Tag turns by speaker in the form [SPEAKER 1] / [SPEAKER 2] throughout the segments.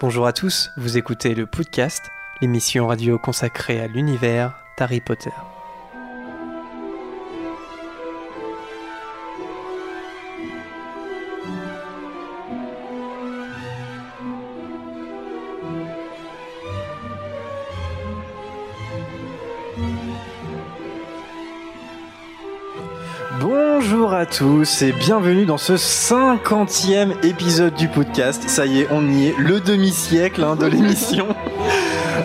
[SPEAKER 1] Bonjour à tous, vous écoutez le podcast, l'émission radio consacrée à l'univers d'Harry Potter. Bonjour à tous et bienvenue dans ce 50e épisode du podcast. Ça y est, on y est, le demi-siècle hein, de l'émission.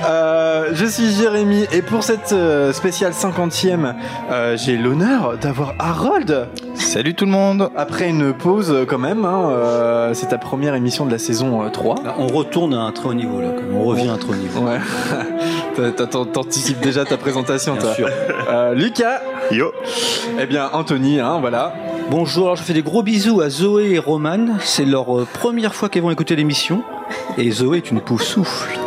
[SPEAKER 1] Euh, je suis Jérémy et pour cette euh, spéciale 50e, euh, j'ai l'honneur d'avoir Harold.
[SPEAKER 2] Salut tout le monde
[SPEAKER 1] Après une pause euh, quand même, hein, euh, c'est ta première émission de la saison euh, 3.
[SPEAKER 3] Là, on retourne à un très haut niveau, là, quand même. on revient à un très haut niveau.
[SPEAKER 1] Ouais. T'as- t'as- t'en- T'anticipes déjà ta présentation,
[SPEAKER 3] Bien
[SPEAKER 1] toi.
[SPEAKER 3] sûr.
[SPEAKER 1] Euh, Lucas
[SPEAKER 2] Yo
[SPEAKER 1] Eh bien, Anthony, hein, voilà.
[SPEAKER 3] Bonjour, alors je fais des gros bisous à Zoé et Roman. C'est leur euh, première fois qu'elles vont écouter l'émission. Et Zoé est une peau souffle.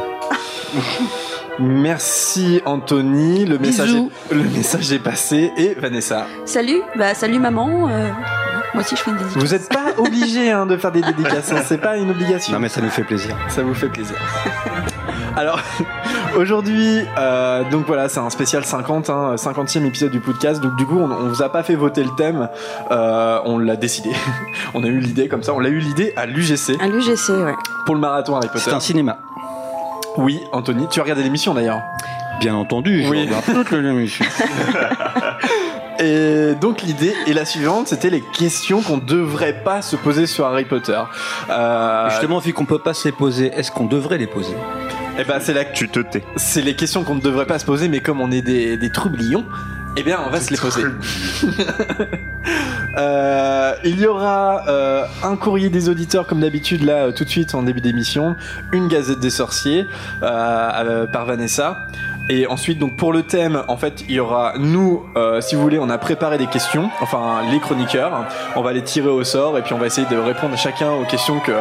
[SPEAKER 1] Merci, Anthony. Le message,
[SPEAKER 4] Bisous.
[SPEAKER 1] est, le message est passé. Et Vanessa,
[SPEAKER 4] Salut, bah salut maman. euh, moi aussi je fais une dédicace.
[SPEAKER 1] vous n'êtes pas obligé hein, de faire des dédicaces. hein, C'est pas une obligation.
[SPEAKER 3] Non mais ça nous fait plaisir.
[SPEAKER 1] Ça vous fait plaisir. Alors, aujourd'hui, euh, donc voilà, c'est un spécial 50, hein, 50e épisode du podcast. Donc, du coup, on, on vous a pas fait voter le thème, euh, on l'a décidé. on a eu l'idée comme ça, on l'a eu l'idée à l'UGC
[SPEAKER 5] Ah.
[SPEAKER 4] Un l'UGC, ouais.
[SPEAKER 1] pour le marathon Harry
[SPEAKER 3] C'est
[SPEAKER 1] Potter.
[SPEAKER 3] un cinéma.
[SPEAKER 1] Oui, Anthony, tu as regardé l'émission d'ailleurs.
[SPEAKER 3] Bien entendu, je
[SPEAKER 1] Oui.
[SPEAKER 3] regarde toute l'émission.
[SPEAKER 1] Et donc l'idée est la suivante, c'était les questions qu'on devrait pas se poser sur Harry Potter. Euh,
[SPEAKER 3] Justement, vu qu'on peut pas se les poser, est-ce qu'on devrait les poser
[SPEAKER 1] eh ben c'est la
[SPEAKER 2] Tu te tais.
[SPEAKER 1] c'est les questions qu'on ne devrait pas se poser, mais comme on est des, des troublions, eh bien, on va se les poser. Euh, il y aura euh, un courrier des auditeurs, comme d'habitude, là, euh, tout de suite, en début d'émission, une gazette des sorciers euh, euh, par Vanessa. Et ensuite, donc pour le thème, en fait, il y aura nous, euh, si vous voulez, on a préparé des questions, enfin les chroniqueurs, on va les tirer au sort et puis on va essayer de répondre chacun aux questions que,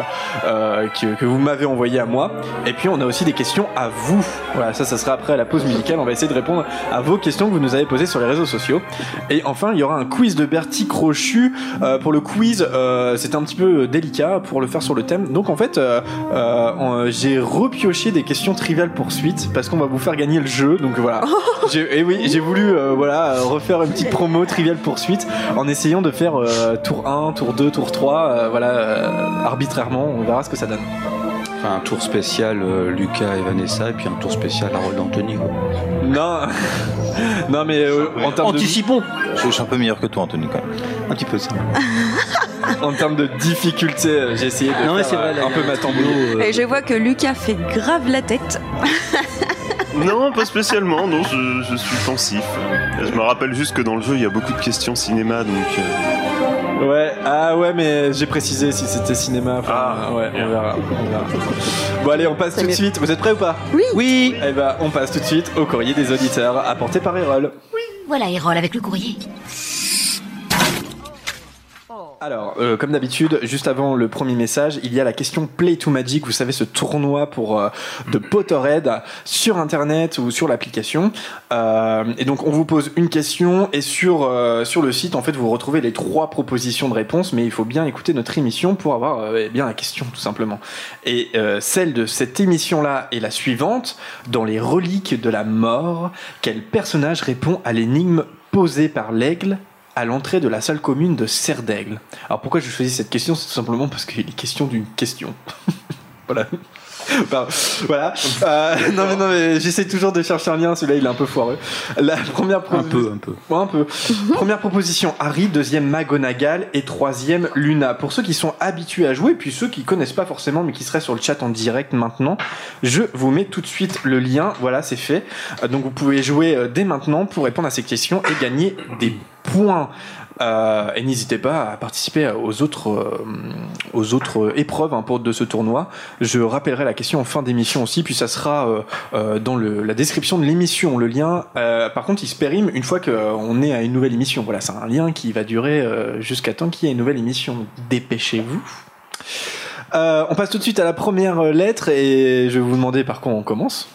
[SPEAKER 1] euh, que, que vous m'avez envoyées à moi. Et puis on a aussi des questions à vous. Voilà, ça, ça sera après la pause musicale. On va essayer de répondre à vos questions que vous nous avez posées sur les réseaux sociaux. Et enfin, il y aura un quiz de Bertie Crochu. Euh, pour le quiz, euh, c'était un petit peu délicat pour le faire sur le thème. Donc en fait, euh, euh, on- j'ai repioché des questions triviales poursuite parce qu'on va vous faire gagner le jeu. Donc voilà. Et oui, j'ai voulu euh, voilà euh, refaire une petite promo triviale poursuite en essayant de faire euh, tour 1, tour 2, tour 3. euh, voilà, euh, arbitrairement, on verra ce que ça donne.
[SPEAKER 3] Enfin, un tour spécial euh, Lucas et Vanessa, et puis un tour spécial Harold Anthony. quoi.
[SPEAKER 1] Non, non mais euh, en termes de
[SPEAKER 3] Anticipons
[SPEAKER 2] Je suis un peu meilleur que toi, Anthony, quand même.
[SPEAKER 3] Un petit peu ça.
[SPEAKER 1] en termes de difficulté, euh, j'ai essayé de
[SPEAKER 3] Non mais
[SPEAKER 1] faire,
[SPEAKER 3] c'est
[SPEAKER 1] euh, un
[SPEAKER 3] vrai,
[SPEAKER 1] peu ma tambouille.
[SPEAKER 3] euh,
[SPEAKER 4] Et je vois que Lucas fait grave la tête.
[SPEAKER 2] Non, pas spécialement, non, je, je suis pensif. Je me rappelle juste que dans le jeu, il y a beaucoup de questions cinéma, donc. euh,
[SPEAKER 1] Ouais, ah ouais, mais j'ai précisé si c'était cinéma. enfin, euh,
[SPEAKER 2] Ah,
[SPEAKER 1] ouais,
[SPEAKER 2] bien.
[SPEAKER 1] on verra, on verra. Bon allez, on passe tout de suite. Vous êtes prêts ou pas
[SPEAKER 3] Oui
[SPEAKER 1] Eh ben, on passe tout de suite au courrier des auditeurs apporté par Erol.
[SPEAKER 6] Voilà Erol avec le courrier.
[SPEAKER 1] Alors, euh, comme d'habitude, juste avant le premier message, il y a la question Play to Magic. Vous savez, ce tournoi pour euh, de Potterhead sur Internet ou sur l'application. Euh, et donc, on vous pose une question et sur euh, sur le site, en fait, vous retrouvez les trois propositions de réponse. Mais il faut bien écouter notre émission pour avoir euh, eh bien la question, tout simplement. Et euh, celle de cette émission-là est la suivante dans les reliques de la mort. Quel personnage répond à l'énigme posée par l'aigle à l'entrée de la salle commune de Serre d'Aigle alors pourquoi je choisis cette question C'est tout simplement parce qu'il est question d'une question. voilà. Enfin, voilà. Euh, non mais, non, mais j'essaie toujours de chercher un lien, celui-là il est un peu foireux. La première
[SPEAKER 3] Un
[SPEAKER 1] proposition.
[SPEAKER 3] peu, un peu.
[SPEAKER 1] Ouais, un peu. Première proposition Harry, deuxième Magonagal et troisième Luna. Pour ceux qui sont habitués à jouer, puis ceux qui connaissent pas forcément mais qui seraient sur le chat en direct maintenant, je vous mets tout de suite le lien. Voilà, c'est fait. Euh, Donc vous pouvez jouer euh, dès maintenant pour répondre à ces questions et gagner des points. Euh, et n'hésitez pas à participer aux autres, euh, aux autres épreuves hein, pour, de ce tournoi. Je rappellerai la question en fin d'émission aussi, puis ça sera euh, euh, dans le- la description de l'émission, le lien. euh, par contre, il se périme une fois qu'on est à une nouvelle émission. Voilà, c'est un lien qui va durer euh, jusqu'à temps qu'il y ait une nouvelle émission. Donc, Dépêchez-vous. Euh, on passe tout de suite à la première euh, lettre et je vais vous demander par quoi on commence.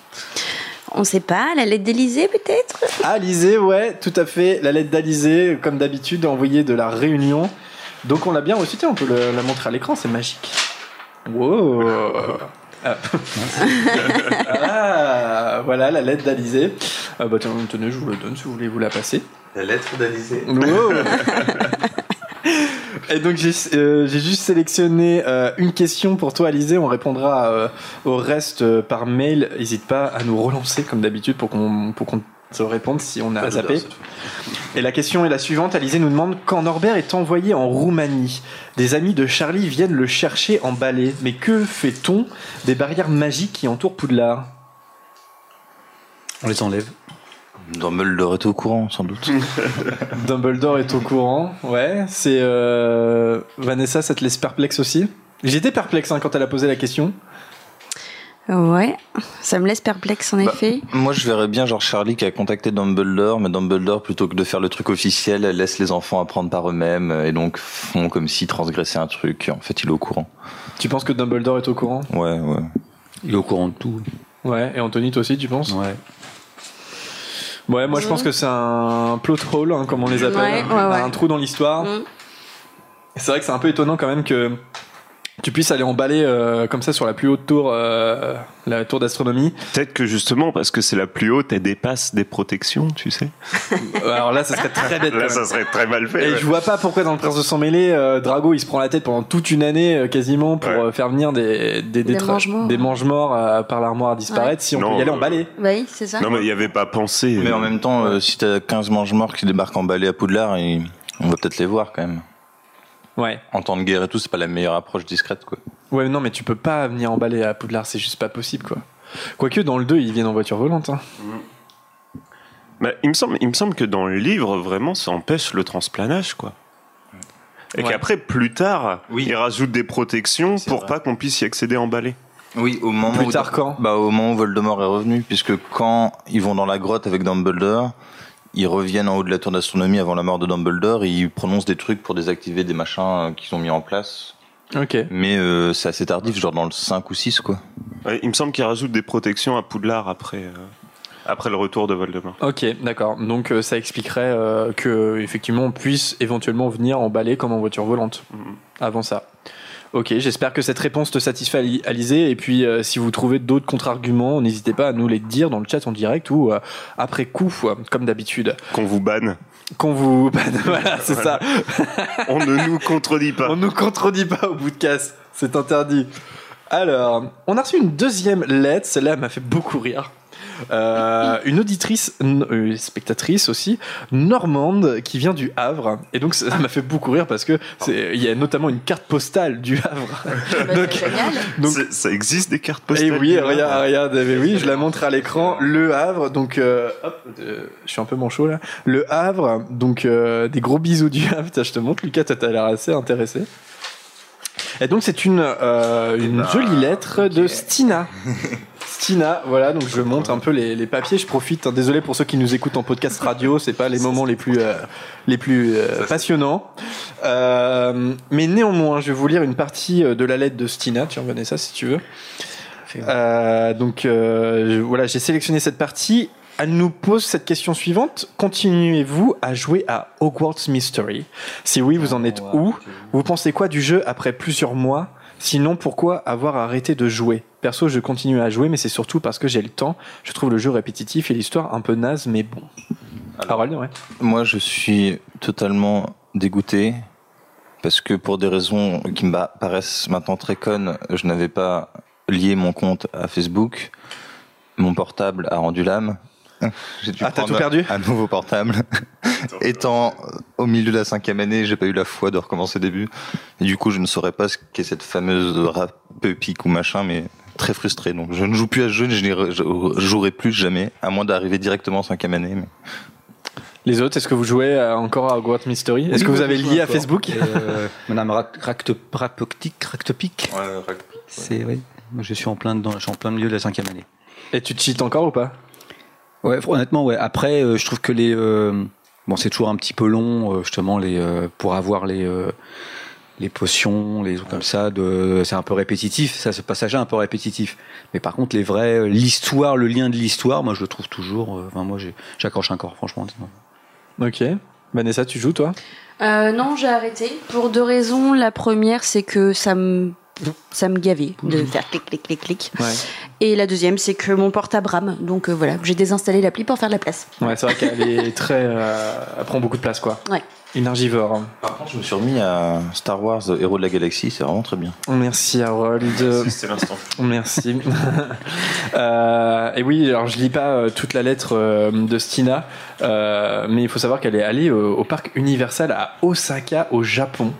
[SPEAKER 4] On sait pas, la lettre d'Elysée peut-être
[SPEAKER 1] Alizé, ouais, tout à fait. La lettre d'Alizé, comme d'habitude, envoyée de la Réunion. Donc on l'a bien reçue, tiens, on peut le- la montrer à l'écran, c'est magique. Wow. Ah, voilà la lettre d'Alizé. Euh, bah, tiens, tenez, je vous la donne si vous voulez vous la passer.
[SPEAKER 5] La lettre d'Alizé.
[SPEAKER 1] Wow. Et donc j'ai euh, j'ai juste sélectionné euh, une question pour toi Alizé, on répondra euh, au reste euh, par mail, n'hésite pas à nous relancer comme d'habitude pour qu'on pour qu'on te réponde si on a
[SPEAKER 5] Pas
[SPEAKER 1] zappé.
[SPEAKER 5] d'odeur, cette fois.
[SPEAKER 1] Et la question est la suivante, Alizé nous demande quand Norbert est envoyé en Roumanie, des amis de Charlie viennent le chercher en balai, mais que fait-on des barrières magiques qui entourent Poudlard
[SPEAKER 3] On les enlève.
[SPEAKER 7] Dumbledore est au courant, sans doute.
[SPEAKER 1] Dumbledore est au courant, ouais. C'est euh, Vanessa, ça te laisse perplexe aussi. J'étais perplexe hein, quand elle a posé la question.
[SPEAKER 4] Ouais, ça me laisse perplexe en
[SPEAKER 7] Bah.
[SPEAKER 4] effet.
[SPEAKER 7] Moi, je verrais bien genre Charlie qui a contacté Dumbledore, mais Dumbledore, plutôt que de faire le truc officiel, elle laisse les enfants apprendre par eux-mêmes euh, et donc font comme s'ils transgressaient un truc. En fait, il est au courant.
[SPEAKER 1] Tu penses que Dumbledore est au courant
[SPEAKER 7] Ouais, ouais.
[SPEAKER 3] Il est au courant de tout.
[SPEAKER 1] Ouais, et Anthony, toi aussi, tu penses
[SPEAKER 3] Ouais.
[SPEAKER 1] Ouais, moi je pense que c'est un plot hole, hein, comme on les appelle.
[SPEAKER 4] Ouais, ouais, ouais.
[SPEAKER 1] Un trou dans l'histoire.
[SPEAKER 5] Mmh.
[SPEAKER 4] Mm.
[SPEAKER 1] C'est vrai que c'est un peu étonnant quand même que tu puisses aller emballer euh, comme ça sur la plus haute tour, euh, la tour d'astronomie.
[SPEAKER 2] Peut-être que justement, parce que c'est la plus haute, elle dépasse des protections, tu sais.
[SPEAKER 1] Euh, Alors là, ça serait très bête. quand
[SPEAKER 2] Là,
[SPEAKER 1] même.
[SPEAKER 2] ça serait très mal fait.
[SPEAKER 1] Et
[SPEAKER 2] ouais.
[SPEAKER 1] je vois pas pourquoi dans le Prince de Sang Mêlé, euh, Drago il se prend la tête pendant toute une année euh, quasiment pour
[SPEAKER 2] Ouais.
[SPEAKER 1] euh, faire venir des, des,
[SPEAKER 4] Des
[SPEAKER 1] tra-
[SPEAKER 4] mange-morts.
[SPEAKER 1] des mange-morts, euh, par l'armoire à disparaître si on
[SPEAKER 2] Non,
[SPEAKER 1] peut y aller en
[SPEAKER 2] euh,
[SPEAKER 1] balai.
[SPEAKER 4] Bah oui, c'est ça.
[SPEAKER 2] Non, mais il n'y avait pas pensé.
[SPEAKER 7] Mais en même temps, euh, si t'as 15 mange-morts qui débarquent en balai à Poudlard, et- on va peut-être les voir quand même.
[SPEAKER 1] Ouais.
[SPEAKER 7] En temps de guerre et tout, c'est pas la meilleure approche discrète, quoi.
[SPEAKER 1] Ouais, non, mais tu peux pas venir en balai à Poudlard, c'est juste pas possible quoi. Quoique dans le 2, ils viennent en voiture volante. hein.
[SPEAKER 2] Bah, il, me semble, il me semble que dans le livre, vraiment, ça empêche le transplanage, quoi. Et
[SPEAKER 1] Ouais.
[SPEAKER 2] qu'après, plus tard,
[SPEAKER 7] Oui.
[SPEAKER 2] ils rajoutent des protections
[SPEAKER 7] C'est
[SPEAKER 2] pour
[SPEAKER 7] vrai.
[SPEAKER 2] pas qu'on puisse y accéder en balai.
[SPEAKER 7] Oui, au moment
[SPEAKER 1] Plus
[SPEAKER 7] où
[SPEAKER 1] tard quand
[SPEAKER 7] Bah, au moment où Voldemort est revenu, puisque quand ils vont dans la grotte avec Dumbledore, ils reviennent en haut de la tour d'astronomie avant la mort de Dumbledore, et ils prononcent des trucs pour désactiver des machins euh, qu'ils ont mis en place.
[SPEAKER 1] Ok.
[SPEAKER 7] Mais euh, c'est assez tardif, genre dans le 5 ou 6, quoi.
[SPEAKER 2] Ouais, il me semble qu'ils rajoutent des protections à Poudlard après, euh, après le retour de Voldemort.
[SPEAKER 1] Ok, d'accord. Donc euh, ça expliquerait euh, que effectivement on puisse éventuellement venir en balai comme en voiture volante.
[SPEAKER 2] Mhm.
[SPEAKER 1] Avant ça. Ok, j'espère que cette réponse te satisfait, Ali- Alizé. Et puis, euh, si vous trouvez d'autres contre-arguments, n'hésitez pas à nous les dire dans le chat en direct ou euh, après coup, euh, comme d'habitude.
[SPEAKER 2] Qu'on vous banne.
[SPEAKER 1] Qu'on vous. voilà, c'est ça.
[SPEAKER 2] On ne nous contredit pas.
[SPEAKER 1] On nous contredit pas au bout de casse. C'est interdit. Alors, on a reçu une deuxième lettre. Celle-là m'a fait beaucoup rire. Euh, une auditrice, n- euh, spectatrice aussi, normande, qui vient du Havre. Et donc, ça m'a fait beaucoup rire parce que c'est- il y a notamment une carte postale du Havre. donc-
[SPEAKER 6] génial.
[SPEAKER 1] donc-
[SPEAKER 2] C'est- Ça existe des cartes
[SPEAKER 1] Et
[SPEAKER 2] postales Ah,
[SPEAKER 1] oui,
[SPEAKER 2] du
[SPEAKER 1] regarde,
[SPEAKER 2] Havre
[SPEAKER 1] regarde, eh ben oui, je la montre à l'écran. Le Havre, donc, euh, hop, euh, je suis un peu manchot là. Le Havre, donc, euh, des gros bisous du Havre. Tiens, je te montre, Lucas, t'as t'as l'air assez intéressé. Et donc, c'est une, euh, une jolie lettre de Stina. Stina, voilà, donc je monte un peu les, les papiers, je profite, hein, désolé pour ceux qui nous écoutent en podcast radio, c'est pas les moments les plus, euh, les plus euh, passionnants. Euh, mais néanmoins, je vais vous lire une partie euh, de la lettre de Stina, tiens Vanessa si tu veux. Euh, donc euh, je- voilà, j'ai sélectionné cette partie. Elle nous pose cette question suivante. Continuez-vous à jouer à Hogwarts Mystery Si oui, vous en êtes où Vous pensez quoi du jeu après plusieurs mois Sinon, pourquoi avoir arrêté de jouer Perso, je continue à jouer, mais c'est surtout parce que j'ai le temps. Je trouve le jeu répétitif et l'histoire un peu naze, mais bon. Harold, ouais.
[SPEAKER 7] Moi, je suis totalement dégoûté parce que pour des raisons qui me paraissent maintenant très connes, je n'avais pas lié mon compte à Facebook. Mon portable a rendu l'âme. J'ai dû
[SPEAKER 1] Ah, t'as
[SPEAKER 7] prendre
[SPEAKER 1] tout perdu
[SPEAKER 7] Un nouveau portable. Étant au milieu de la cinquième année, j'ai pas eu la foi de recommencer au début. Et du coup, je ne saurais pas ce qu'est cette fameuse rap pique ou machin, mais très frustré. Donc, je ne joue plus à ce jeu, je n'y re- je jouerai plus jamais, à moins d'arriver directement en cinquième année. mais-
[SPEAKER 1] Les autres, est-ce que vous jouez euh, encore à Hogwarts Mystery Est-ce que vous avez lié à Facebook
[SPEAKER 3] euh, Madame Rat- Racte- Rapoptic- Ractepic C'est oui. Moi, je suis en plein dedans, je suis en plein milieu de la cinquième année.
[SPEAKER 1] Et tu cheats encore ou pas
[SPEAKER 3] Ouais, fr- honnêtement, ouais. Après, euh, je trouve que les euh, bon, c'est toujours un petit peu long, euh, justement, les euh, pour avoir les euh, les potions, les trucs comme ça. De, c'est un peu répétitif. Ça, ce passage-là, est un peu répétitif. Mais par contre, les vrais, euh, l'histoire, le lien de l'histoire, moi, je le trouve toujours. euh, Enfin, moi, j'ai- j'accroche encore, franchement.
[SPEAKER 1] Ok. Vanessa, tu joues toi
[SPEAKER 4] Euh, non, j'ai arrêté pour deux raisons. La première, c'est que ça me
[SPEAKER 5] ça me gavait de faire clic, clic, clic, clic.
[SPEAKER 1] Ouais.
[SPEAKER 5] Et la deuxième, c'est que mon portable rame. Donc euh, voilà, j'ai désinstallé l'appli pour faire de la place.
[SPEAKER 1] Ouais, c'est vrai qu'elle est très. euh, elle prend beaucoup de place, quoi.
[SPEAKER 5] Ouais.
[SPEAKER 1] Énergivore. hein.
[SPEAKER 7] Par contre, je me suis remis à Star Wars euh, Héros de la Galaxie, c'est vraiment très bien.
[SPEAKER 1] Merci, Harold.
[SPEAKER 2] C'était l'instant.
[SPEAKER 1] Merci. Euh, et oui, alors je lis pas euh, toute la lettre euh, de Stina, euh, mais il faut savoir qu'elle est allée au, au parc Universal à Osaka, au Japon,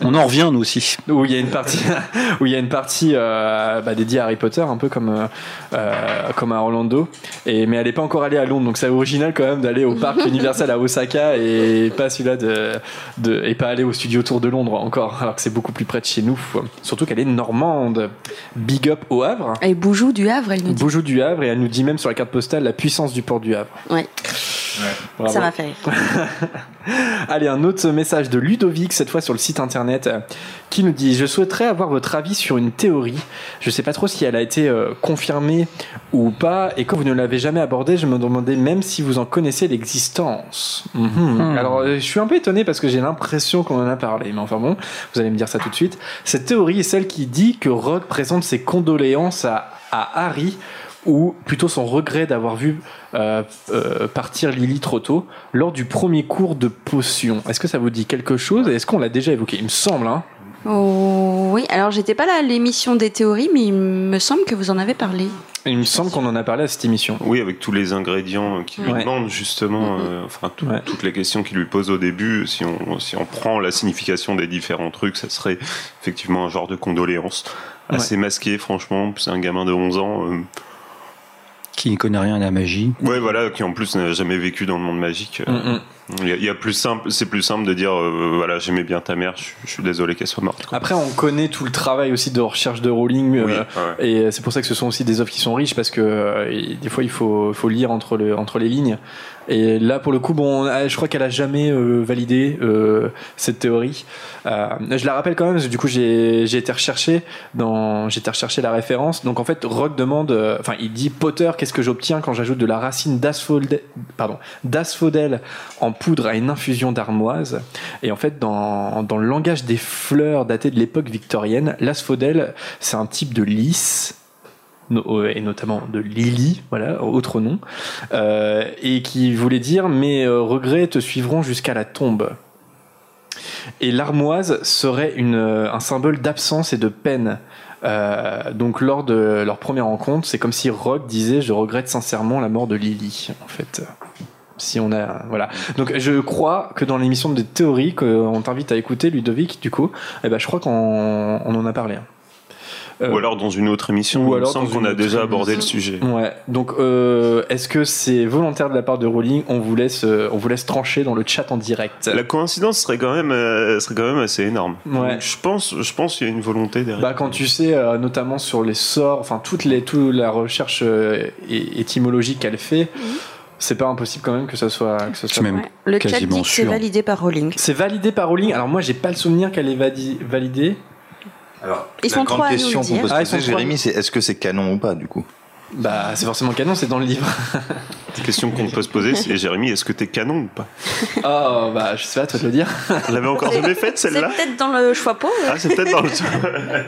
[SPEAKER 3] On en revient, nous aussi.
[SPEAKER 1] où il y a une partie, où il y a une partie euh, bah, dédiée à Harry Potter, un peu comme euh, euh, comme à Orlando. Et mais elle est pas encore allée à Londres, donc c'est original quand même d'aller au parc Universal à Osaka et pas celui-là de, de et pas aller au studio Tour de Londres encore, alors que c'est beaucoup plus près de chez nous. Surtout qu'elle est normande. Big up au Havre.
[SPEAKER 5] Et Boujou du Havre, elle nous dit.
[SPEAKER 1] Beaujou du Havre et elle nous dit même sur la carte postale la puissance du port du Havre.
[SPEAKER 5] Ouais,
[SPEAKER 1] Bravo.
[SPEAKER 5] ça m'a fait rire.
[SPEAKER 1] Allez, un autre message de Ludovic, cette fois sur le site internet, euh, qui nous dit Je souhaiterais avoir votre avis sur une théorie. Je sais pas trop si elle a été euh, confirmée ou pas, et comme vous ne l'avez jamais abordée, je me demandais même si vous en connaissez l'existence. Mhm.
[SPEAKER 3] Hmm.
[SPEAKER 1] Alors, euh, je suis un peu étonné parce que j'ai l'impression qu'on en a parlé, mais enfin bon, vous allez me dire ça tout de suite. Cette théorie est celle qui dit que Rock présente ses condoléances à, à Harry ou plutôt son regret d'avoir vu euh, euh, partir Lily trop tôt lors du premier cours de potion. Est-ce que ça vous dit quelque chose et est-ce qu'on l'a déjà évoqué Il me semble, hein.
[SPEAKER 5] Oh, oui, alors j'étais pas là à l'émission des théories, mais il me semble que vous en avez parlé.
[SPEAKER 1] Il me semble qu'on en a parlé à cette émission.
[SPEAKER 2] Oui, avec tous les ingrédients qui lui
[SPEAKER 1] Ouais.
[SPEAKER 2] demandent justement, euh, enfin tout-
[SPEAKER 1] Ouais.
[SPEAKER 2] toutes les questions qu'il lui pose au début. Si on si on prend la signification des différents trucs, ça serait effectivement un genre de condoléance assez masqué, franchement. C'est un gamin de 11 ans. euh,
[SPEAKER 3] Qui ne connaît rien à la magie.
[SPEAKER 2] ouais, voilà, qui en plus n'a jamais vécu dans le monde magique. euh,
[SPEAKER 1] Mm, mm.
[SPEAKER 2] Il y a- il y a plus simple, c'est plus simple de dire, euh, voilà, j'aimais bien ta mère, je, je suis désolé qu'elle soit morte. quoi.
[SPEAKER 1] Après, on connaît tout le travail aussi de recherche de Rowling. euh,
[SPEAKER 2] Oui, ouais.
[SPEAKER 1] Et euh, c'est pour ça que ce sont aussi des œuvres qui sont riches parce que euh, et des fois il faut, faut lire entre, le, entre les lignes. Et là pour le coup, bon, euh, je crois qu'elle a jamais euh, validé euh, cette théorie. Euh, je la rappelle quand même parce que du coup j'ai j'ai été recherché dans j'ai été recherché la référence. Donc en fait Rock demande, euh, enfin il dit Potter, qu'est-ce que j'obtiens quand j'ajoute de la racine d'asphodel, pardon, d'asphodel en poudre à une infusion d'armoise. Et en fait dans, dans le langage des fleurs daté de l'époque victorienne, l'asphodel c'est un type de lys no- euh, et notamment de Lily, voilà, autre nom, euh, et qui voulait dire mes euh, regrets te suivront jusqu'à la tombe. Et l'armoise serait une, euh, un symbole d'absence et de peine. Euh, donc lors de leur première rencontre, c'est comme si Rock disait je regrette sincèrement la mort de Lily, en fait. Si on a voilà. Donc je crois que dans l'émission des théories qu'on t'invite à écouter, Ludovic, du coup, eh ben je crois qu'on on en a parlé. Euh,
[SPEAKER 2] ou alors dans une autre émission,
[SPEAKER 1] ou
[SPEAKER 2] où il me
[SPEAKER 1] alors
[SPEAKER 2] semble
[SPEAKER 1] dans
[SPEAKER 2] qu'on
[SPEAKER 1] une
[SPEAKER 2] a
[SPEAKER 1] autre
[SPEAKER 2] déjà abordé le
[SPEAKER 5] émission.
[SPEAKER 2] sujet.
[SPEAKER 1] Ouais, donc euh, est-ce que c'est volontaire de la part de Rowling On vous laisse, euh, on vous laisse trancher dans le chat en direct.
[SPEAKER 2] La coïncidence serait quand même, euh, serait quand même assez énorme.
[SPEAKER 1] Ouais.
[SPEAKER 2] Donc, je pense, je pense qu'il y a une volonté derrière.
[SPEAKER 1] Bah quand tu sais, euh, notamment sur les sorts, enfin toute les, toute la recherche euh, é- étymologique qu'elle fait, c'est pas impossible quand même que ça soit. Que ça
[SPEAKER 3] C'est
[SPEAKER 1] soit...
[SPEAKER 3] même
[SPEAKER 5] Ouais. Le chat
[SPEAKER 3] Quasiment
[SPEAKER 5] dit que c'est
[SPEAKER 3] sûr.
[SPEAKER 5] validé par Rowling.
[SPEAKER 1] C'est validé par Rowling. Alors moi, j'ai pas le souvenir qu'elle est vadi- validée.
[SPEAKER 7] Alors,
[SPEAKER 5] Ils
[SPEAKER 7] la
[SPEAKER 5] sont
[SPEAKER 7] grande
[SPEAKER 5] trois à nous
[SPEAKER 7] question
[SPEAKER 5] le
[SPEAKER 7] qu'on
[SPEAKER 5] dire.
[SPEAKER 7] peut se
[SPEAKER 1] Ah, ils
[SPEAKER 7] poser,
[SPEAKER 1] sont trois.
[SPEAKER 7] Jérémy, c'est est-ce que c'est canon ou pas du coup
[SPEAKER 1] Bah c'est forcément canon, c'est dans le livre.
[SPEAKER 2] La question qu'on peut se poser, c'est Jérémy, est-ce que t'es canon ou pas
[SPEAKER 1] oh bah je sais pas, toi te le dire.
[SPEAKER 2] Vous l'avez encore jamais faite
[SPEAKER 5] C'est
[SPEAKER 2] celle-là
[SPEAKER 5] peut-être dans le choix pot.
[SPEAKER 2] Ah, c'est peut-être dans le.
[SPEAKER 1] Ouais,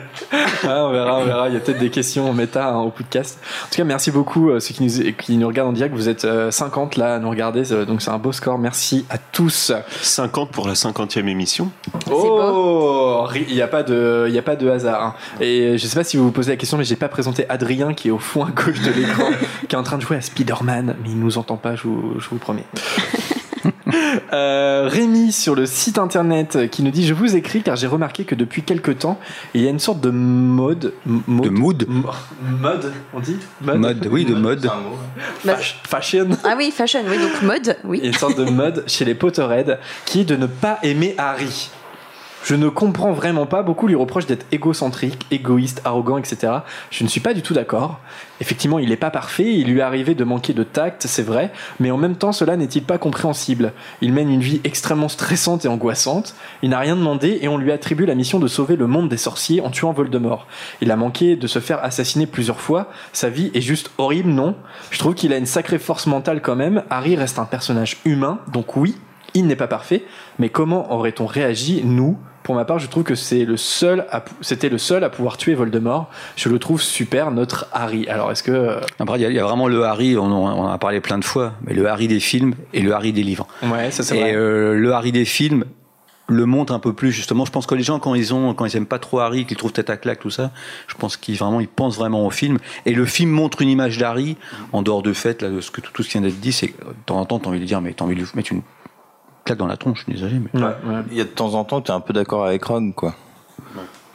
[SPEAKER 1] Ah, on verra, on verra. Il y a peut-être des questions méta hein, au podcast. En tout cas, merci beaucoup euh, ceux qui nous, qui nous regardent en direct. Vous êtes euh, 50 là à nous regarder, c'est- donc c'est un beau score. Merci à tous.
[SPEAKER 2] 50 pour la 50e émission.
[SPEAKER 1] Oh, ri- il n'y a pas de, il y a pas de hasard. hein. Et je sais pas si vous vous posez la question, mais j'ai pas présenté Adrien qui est au fond à gauche de l'écran, qui est en train de jouer à Spider-Man, mais il nous entend pas, je vous, je vous promets. Euh, Rémi sur le site internet qui nous dit je vous écris car j'ai remarqué que depuis quelque temps il y a une sorte de mode, m-
[SPEAKER 3] De
[SPEAKER 1] mode
[SPEAKER 3] mood.
[SPEAKER 1] Mo- Mode, on dit Mode,
[SPEAKER 3] Mode, oui, de mode.
[SPEAKER 1] Fash- fashion.
[SPEAKER 5] Ah oui, fashion, oui, donc mode,
[SPEAKER 1] Il y a
[SPEAKER 5] oui.
[SPEAKER 1] une sorte de mode chez les Potterheads qui est de ne pas aimer Harry. Je ne comprends vraiment pas. Beaucoup lui reprochent d'être égocentrique, égoïste, arrogant, etc. Je ne suis pas du tout d'accord. Effectivement, il n'est pas parfait. Il lui est arrivé de manquer de tact, c'est vrai. Mais en même temps, cela n'est-il pas compréhensible Il mène une vie extrêmement stressante et angoissante. Il n'a rien demandé et on lui attribue la mission de sauver le monde des sorciers en tuant Voldemort. Il a manqué de se faire assassiner plusieurs fois. Sa vie est juste horrible, non je trouve qu'il a une sacrée force mentale quand même. Harry reste un personnage humain, donc oui, il n'est pas parfait, mais comment aurait-on réagi, nous, pour ma part, je trouve que c'est le seul, à pou- c'était le seul à pouvoir tuer Voldemort. Je le trouve super, notre Harry. Alors est-ce que euh,
[SPEAKER 3] Après, il y, a- il y a vraiment le Harry, on, en- on en a parlé plein de fois, mais le Harry des films et le Harry des livres.
[SPEAKER 1] ouais, ça c'est
[SPEAKER 3] Et
[SPEAKER 1] vrai.
[SPEAKER 3] euh, le Harry des films le monte un peu plus justement. Je pense que les gens quand ils ont, quand ils aiment pas trop Harry, qu'ils trouvent tête à claque tout ça, je pense qu'ils vraiment ils pensent vraiment au film. Et le film montre une image d'Harry en dehors de fait là de ce que tout, tout ce qui vient d'être dit, c'est que, de temps en temps t'as envie de dire mais t'as envie de lui mettre une claque dans la tronche. Je suis désolé, mais
[SPEAKER 1] euh, Ouais, ouais.
[SPEAKER 7] Il y a de temps en temps, t'es un peu d'accord avec Ron, quoi.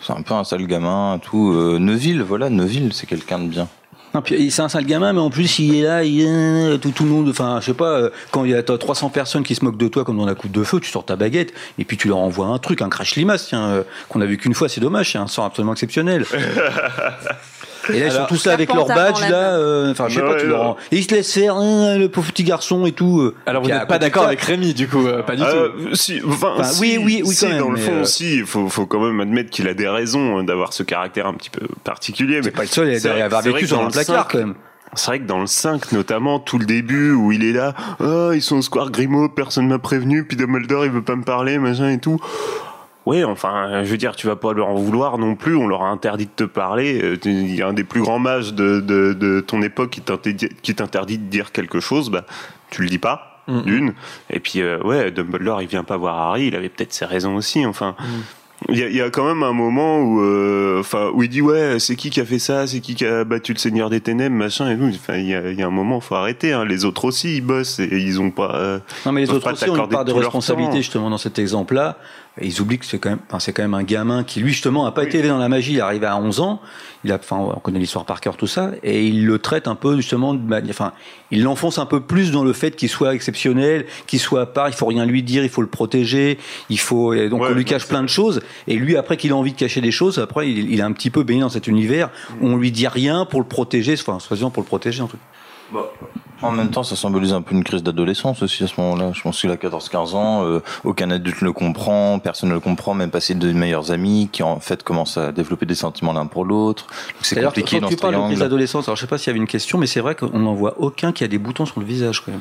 [SPEAKER 7] C'est un peu un sale gamin, tout. Euh, Neville, voilà, Neville, c'est quelqu'un de bien.
[SPEAKER 3] Non, puis, c'est un sale gamin, mais en plus il est là, il est- tout, tout le monde, enfin je sais pas, euh, quand il y a t'as 300 personnes qui se moquent de toi comme dans la coupe de feu, tu sors ta baguette et puis tu leur envoies un truc, un crash limace, tiens, euh, qu'on a vu qu'une fois, c'est dommage, c'est un sort absolument exceptionnel. Et là, ils sont
[SPEAKER 1] Alors-
[SPEAKER 3] tous là avec leur
[SPEAKER 5] Carpentard
[SPEAKER 3] badge,
[SPEAKER 5] dans la
[SPEAKER 3] là. euh, Enfin, je sais
[SPEAKER 2] Ouais,
[SPEAKER 3] pas, tu
[SPEAKER 2] ouais.
[SPEAKER 3] leur en- Et ils se laissent faire, hein, le pauvre petit garçon et tout. euh.
[SPEAKER 1] Alors vous
[SPEAKER 3] Puis à
[SPEAKER 1] n'êtes pas
[SPEAKER 3] côté de
[SPEAKER 1] d'accord
[SPEAKER 3] ça-
[SPEAKER 1] avec Rémi du coup, euh, pas du tout.
[SPEAKER 2] Euh, si, enfin,
[SPEAKER 3] Enfin,
[SPEAKER 2] si,
[SPEAKER 3] oui, oui, oui,
[SPEAKER 2] si,
[SPEAKER 3] quand même,
[SPEAKER 2] dans le
[SPEAKER 3] mais,
[SPEAKER 2] fond,
[SPEAKER 3] euh,
[SPEAKER 2] si, il faut, faut quand même admettre qu'il a des raisons euh, d'avoir ce caractère un petit peu particulier. Mais
[SPEAKER 3] C'est pas le seul, il y a
[SPEAKER 2] C'est
[SPEAKER 3] derrière
[SPEAKER 2] vrai- c'est vrai
[SPEAKER 3] Barbecue
[SPEAKER 2] que
[SPEAKER 3] dans
[SPEAKER 2] dans
[SPEAKER 3] un
[SPEAKER 2] le
[SPEAKER 3] placard,
[SPEAKER 2] cinq,
[SPEAKER 3] quand même.
[SPEAKER 2] c'est vrai que dans le 5, notamment, tout le début où il est là, Ah, ils sont au Square Grimaud, personne m'a prévenu, puis Dumbledore, il veut pas me parler, machin et tout. Ouais, enfin, euh, je veux dire, tu vas pas leur en vouloir non plus, on leur a interdit de te parler. Euh, tu- Il y a un des plus grands mages de, de, de ton époque qui t'interdit qui t'interdit de dire quelque chose, bah, tu le dis pas,
[SPEAKER 1] Mm.
[SPEAKER 2] d'une. Et puis, euh, ouais, Dumbledore, il vient pas voir Harry, il avait peut-être ses raisons aussi, enfin. Il y, a, il y a quand même un moment où, euh, enfin, où il dit ouais, c'est qui qui a fait ça, c'est qui qui a battu le Seigneur des Ténèbres, machin et tout. Enfin, il y a, il y a un moment, faut arrêter. hein. Les autres aussi, ils bossent et ils ont pas. euh,
[SPEAKER 3] Non, mais les
[SPEAKER 2] Ils peuvent
[SPEAKER 3] autres
[SPEAKER 2] pas
[SPEAKER 3] aussi ont une
[SPEAKER 2] t'accorder
[SPEAKER 3] part de
[SPEAKER 2] tout leur
[SPEAKER 3] responsabilité,
[SPEAKER 2] temps.
[SPEAKER 3] justement, dans cet exemple-là. Et Ils oublient que c'est quand même, enfin, c'est quand même un gamin qui, lui, justement, a pas été élevé dans la magie. Il est arrivé à 11 ans. Il a, enfin, on connaît l'histoire par cœur, tout ça. Et il le traite un peu, justement, de mani- enfin, il l'enfonce un peu plus dans le fait qu'il soit exceptionnel, qu'il soit à part. Il faut rien lui dire, il faut le protéger. Il faut, et donc,
[SPEAKER 2] Ouais,
[SPEAKER 3] on lui
[SPEAKER 2] non,
[SPEAKER 3] cache plein de choses. Et lui, après qu'il a envie de cacher des choses, après, il, il a un petit peu baigné dans cet univers où on lui dit rien pour le protéger, enfin, soi-disant pour le protéger, en tout cas.
[SPEAKER 7] En même temps, ça symbolise un peu une crise d'adolescence aussi à ce moment-là. Je pense qu'il a 14-15 ans, euh, aucun adulte ne le comprend, personne ne le comprend, même pas ses deux meilleurs amis qui en fait commencent à développer des sentiments l'un pour l'autre. Donc, C'est
[SPEAKER 3] D'ailleurs,
[SPEAKER 7] compliqué
[SPEAKER 3] quand
[SPEAKER 7] dans
[SPEAKER 3] tu
[SPEAKER 7] ce
[SPEAKER 3] parles de crise
[SPEAKER 7] triangle.
[SPEAKER 3] d'adolescence, alors je sais pas s'il y avait une question, mais c'est vrai qu'on n'en voit aucun qui a des boutons sur le visage quand même.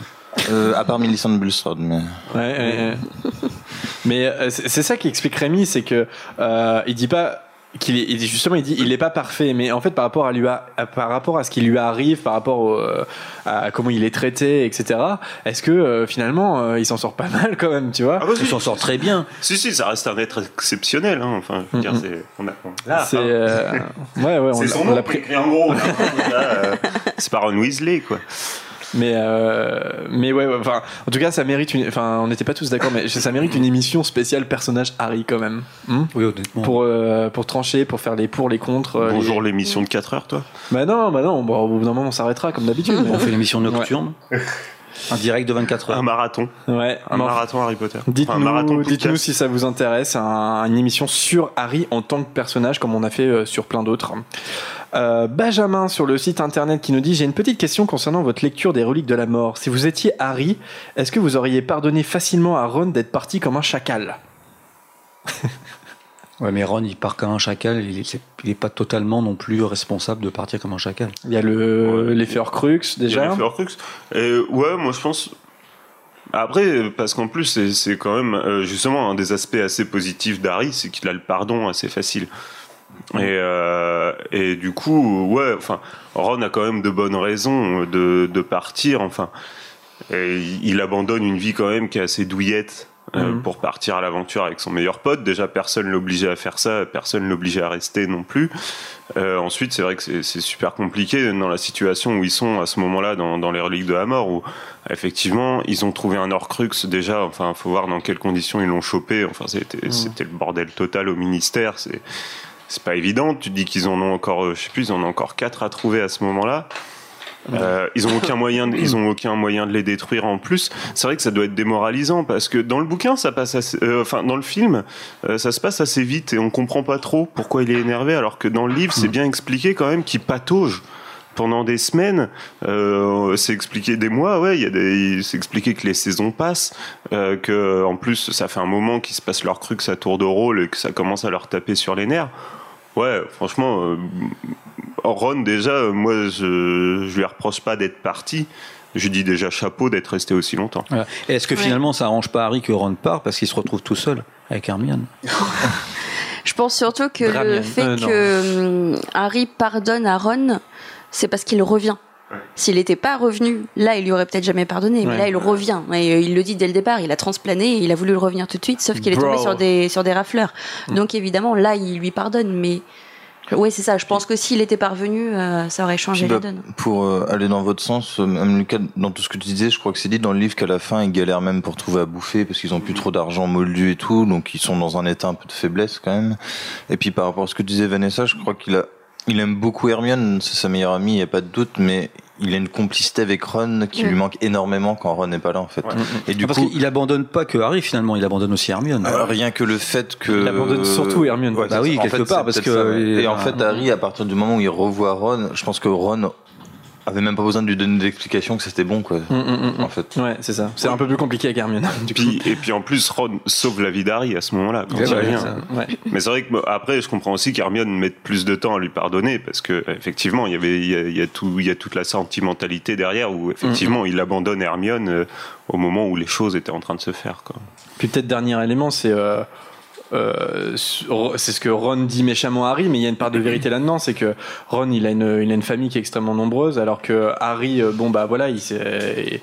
[SPEAKER 7] Euh, à part Millicent Bulstrode, mais
[SPEAKER 1] Ouais, ouais, ouais. Mais euh, c'est c'est ça qui explique Rémi, c'est que euh, il dit pas qu'il est il dit- justement il dit il est pas parfait mais en fait par rapport à lui à, à- par rapport à ce qui lui arrive par rapport au, euh, à comment il est traité etc est-ce que euh, finalement euh, il s'en sort pas mal quand même tu vois
[SPEAKER 2] Ah bah,
[SPEAKER 3] Il
[SPEAKER 2] si,
[SPEAKER 3] s'en sort très bien.
[SPEAKER 2] si, si, ça reste un être exceptionnel. hein. Enfin, je veux dire,
[SPEAKER 1] Mm,
[SPEAKER 2] c'est on a- on- là,
[SPEAKER 1] c'est
[SPEAKER 2] hein.
[SPEAKER 1] euh, ouais ouais on
[SPEAKER 2] C'est
[SPEAKER 1] l'a-
[SPEAKER 2] son
[SPEAKER 1] on l'a
[SPEAKER 2] nom
[SPEAKER 1] pris
[SPEAKER 2] écrit en gros. là. Là, euh, C'est pas Ron Weasley, quoi.
[SPEAKER 1] Mais euh, mais ouais, ouais, enfin en tout cas ça mérite une enfin on n'était pas tous d'accord mais ça mérite une émission spéciale personnage Harry quand même. Hmm
[SPEAKER 3] Oui, honnêtement.
[SPEAKER 1] pour euh, pour trancher, pour faire les pour les contre. euh,
[SPEAKER 2] Bonjour
[SPEAKER 1] les-
[SPEAKER 2] l'émission de 4 heures, toi.
[SPEAKER 1] Bah non, bah non, bon, au bout d'un moment on s'arrêtera comme d'habitude.
[SPEAKER 3] On
[SPEAKER 1] mais-
[SPEAKER 3] fait l'émission nocturne. Un direct de 24 heures.
[SPEAKER 2] Un marathon,
[SPEAKER 1] ouais.
[SPEAKER 2] un
[SPEAKER 1] mais enfin,
[SPEAKER 2] marathon Harry Potter. Enfin, un marathon
[SPEAKER 1] Dites-nous,
[SPEAKER 2] podcast.
[SPEAKER 1] dites-nous si ça vous intéresse, un- une émission sur Harry en tant que personnage, comme on a fait euh, sur plein d'autres. Euh, Benjamin sur le site internet qui nous dit J'ai une petite question concernant votre lecture des reliques de la mort. Si vous étiez Harry, est-ce que vous auriez pardonné facilement à Ron d'être parti comme un chacal
[SPEAKER 3] Ouais, Ah, mais Ron, il part comme un chacal. Il est, il est pas totalement non plus responsable de partir comme un chacal.
[SPEAKER 1] Il y a le
[SPEAKER 2] Ouais.
[SPEAKER 1] l'effet Horcrux
[SPEAKER 2] Il y a
[SPEAKER 1] déjà.
[SPEAKER 2] les Horcruxes. Et ouais, moi je pense. Après, parce qu'en plus, c'est- c'est quand même euh, justement un des aspects assez positifs d'Harry, c'est qu'il a le pardon assez facile. Et, euh, et du coup, ouais, enfin, Ron a quand même de bonnes raisons euh, de, de partir. Enfin, et il- il abandonne une vie quand même qui est assez douillette euh,
[SPEAKER 1] Mhm.
[SPEAKER 2] pour partir à l'aventure avec son meilleur pote. Déjà, personne l'obligeait à faire ça, personne l'obligeait à rester non plus. Euh, ensuite, c'est vrai que c'est- c'est super compliqué dans la situation où ils sont à ce moment-là dans, dans les reliques de la mort, où effectivement ils ont trouvé un Horcrux déjà. Enfin, faut voir dans quelles conditions ils l'ont chopé. Enfin, c'était
[SPEAKER 1] Mhm.
[SPEAKER 2] c'était le bordel total au ministère. C'est c'est pas évident. Tu te dis qu'ils en ont encore, euh, je sais plus, ils en ont encore quatre à trouver à ce moment-là. Euh, ils ont aucun moyen, de, ils ont aucun moyen de les détruire en plus. C'est vrai que ça doit être démoralisant parce que dans le bouquin, ça passe, assez- euh, enfin dans le film, euh, ça se passe assez vite et on comprend pas trop pourquoi il est énervé, alors que dans le livre, c'est bien expliqué quand même qu'il patauge. Pendant des semaines, euh, c'est expliqué des mois, ouais, il y a des, il- c'est expliqué que les saisons passent, euh, que en plus ça fait un moment qu'ils se passent leur cru que ça tourne de rôle et que ça commence à leur taper sur les nerfs. Ouais, franchement, euh, Ron, déjà, euh, moi, je, je lui reproche pas d'être parti. Je lui dis déjà chapeau d'être resté aussi longtemps.
[SPEAKER 3] Voilà. Et Est-ce que
[SPEAKER 5] Ouais.
[SPEAKER 3] finalement, ça arrange pas Harry que Ron part parce qu'il se retrouve tout seul avec Hermione
[SPEAKER 5] Je pense surtout que
[SPEAKER 1] Dramien.
[SPEAKER 5] le fait
[SPEAKER 1] Euh, non.
[SPEAKER 5] que hum, Harry pardonne à Ron, c'est parce qu'il revient. S'il n'était pas revenu, là, il lui aurait peut-être jamais pardonné.
[SPEAKER 1] Ouais.
[SPEAKER 5] Mais là, il revient. Et euh, il le dit dès le départ. Il a transplané. Il a voulu le revenir tout de suite, sauf qu'il est tombé
[SPEAKER 1] Bro.
[SPEAKER 5] sur des sur des rafleurs.
[SPEAKER 1] Mm.
[SPEAKER 5] Donc évidemment, là, il lui pardonne. Mais ouais, c'est ça. Je pense que s'il était parvenu, euh, ça aurait changé
[SPEAKER 7] Bah,
[SPEAKER 5] la donne.
[SPEAKER 7] pour euh, aller dans votre sens, euh, même Lucas, dans tout ce que tu disais, je crois que c'est dit dans le livre qu'à la fin, ils galèrent même pour trouver à bouffer parce qu'ils ont plus trop d'argent moldu et tout, donc ils sont dans un état un peu de faiblesse quand même. Et puis par rapport à ce que disait Vanessa, je crois qu'il a, il aime beaucoup Hermione, c'est sa meilleure amie, il n'y a pas de doute, mais il a une complicité avec Ron qui
[SPEAKER 5] Mm.
[SPEAKER 7] lui manque énormément quand Ron n'est pas là en fait.
[SPEAKER 2] Ouais.
[SPEAKER 1] Mm,
[SPEAKER 7] Et du
[SPEAKER 3] Ah, parce
[SPEAKER 7] coup,
[SPEAKER 3] qu'il abandonne pas que Harry finalement, il abandonne aussi Hermione.
[SPEAKER 7] euh, rien que le fait que.
[SPEAKER 1] Il abandonne surtout Hermione.
[SPEAKER 7] Ouais,
[SPEAKER 3] Bah
[SPEAKER 7] c'est
[SPEAKER 3] oui,
[SPEAKER 7] ça. En
[SPEAKER 3] quelque
[SPEAKER 7] fait,
[SPEAKER 3] part,
[SPEAKER 7] c'est
[SPEAKER 3] parce
[SPEAKER 7] peut-être
[SPEAKER 3] que-
[SPEAKER 7] ça, ouais. Et en
[SPEAKER 3] euh,
[SPEAKER 7] fait, Harry, à partir du moment où il revoit Ron, je pense que Ron avait même pas besoin de lui donner d'explication que c'était bon, quoi.
[SPEAKER 1] Mm, mm, mm,
[SPEAKER 7] En fait.
[SPEAKER 1] mm. Ouais, c'est ça. C'est un peu plus compliqué avec Hermione. Du coup.
[SPEAKER 2] Puis- eh ben, et puis en plus, Ron sauve la vie d'Harry à ce moment-là. quand
[SPEAKER 1] Eh
[SPEAKER 3] Ouais,
[SPEAKER 2] il
[SPEAKER 1] ben,
[SPEAKER 3] bah,
[SPEAKER 2] revient.
[SPEAKER 3] ça.
[SPEAKER 1] Ouais.
[SPEAKER 2] Mais c'est vrai que bah, après, je comprends aussi qu'Hermione mette plus de temps à lui pardonner parce que effectivement, il y avait, il y a, il y a tout, il y a toute la sentimentalité derrière où effectivement, il abandonne Hermione euh, au moment où les choses étaient en train de se faire. Quoi.
[SPEAKER 1] Puis peut-être dernier élément, c'est euh, euh, c'est ce que Ron dit méchamment à Harry, mais il y a une part de vérité là-dedans, c'est que Ron, il a une, il a une famille qui est extrêmement nombreuse, alors que Harry, euh, bon bah voilà, il s'est-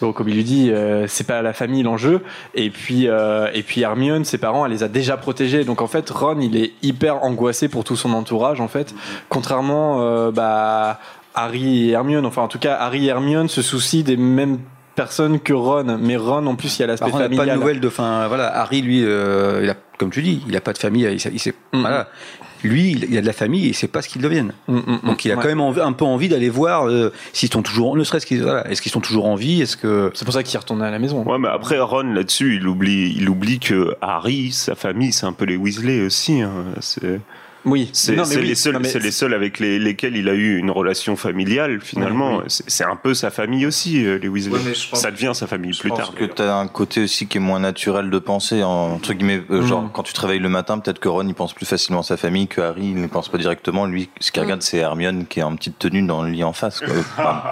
[SPEAKER 1] donc, comme il lui dit, euh, c'est pas la famille l'enjeu. Et puis, euh, et puis Hermione, ses parents, elle les a déjà protégés. Donc en fait, Ron, il est hyper angoissé pour tout son entourage, en fait. Contrairement, euh, bah, Harry et Hermione. Enfin, en tout cas, Harry et Hermione se soucient des mêmes personnes que Ron. Mais Ron, en plus, il y a l'aspect
[SPEAKER 3] Par contre, on n'a
[SPEAKER 1] familial.
[SPEAKER 3] pas de nouvelles de. Enfin, voilà, Harry, lui, euh, il a, comme tu dis, il a pas de famille. Il, sait- il sait-
[SPEAKER 1] Mhm.
[SPEAKER 3] voilà. Lui, il il a de la famille et il sait pas ce qu'ils deviennent.
[SPEAKER 1] Mm, mm, mm.
[SPEAKER 3] Donc, il a
[SPEAKER 1] Ouais.
[SPEAKER 3] quand même envi- un peu envie d'aller voir euh, s'ils sont toujours, ne serait-ce qu'ils, voilà, est-ce qu'ils sont toujours en vie, est-ce que
[SPEAKER 1] C'est pour ça qu'il retourne à la maison.
[SPEAKER 2] Ouais, mais après Ron là-dessus, il oublie, il oublie que Harry, sa famille, c'est un peu les Weasley aussi. hein. C'est
[SPEAKER 1] Oui,
[SPEAKER 2] c'est-
[SPEAKER 1] Non, mais
[SPEAKER 2] c'est
[SPEAKER 1] oui.
[SPEAKER 2] les
[SPEAKER 1] Non,
[SPEAKER 2] seuls,
[SPEAKER 1] mais
[SPEAKER 2] c'est les seuls avec les- lesquels il a eu une relation familiale finalement. C'est c'est un peu sa famille aussi, euh, les Weasley.
[SPEAKER 7] Ouais, mais je pense-
[SPEAKER 2] Ça devient sa famille
[SPEAKER 7] Je
[SPEAKER 2] plus
[SPEAKER 7] pense
[SPEAKER 2] tard.
[SPEAKER 7] que t'as un côté aussi qui est moins naturel de penser, en- entre guillemets, euh,
[SPEAKER 1] Mm.
[SPEAKER 7] genre quand tu travailles le matin, peut-être que Ron il pense plus facilement à sa famille que Harry il ne pense pas directement. Lui, ce qu'il regarde, c'est Hermione qui est en petite tenue dans le lit en face. Quoi. Enfin,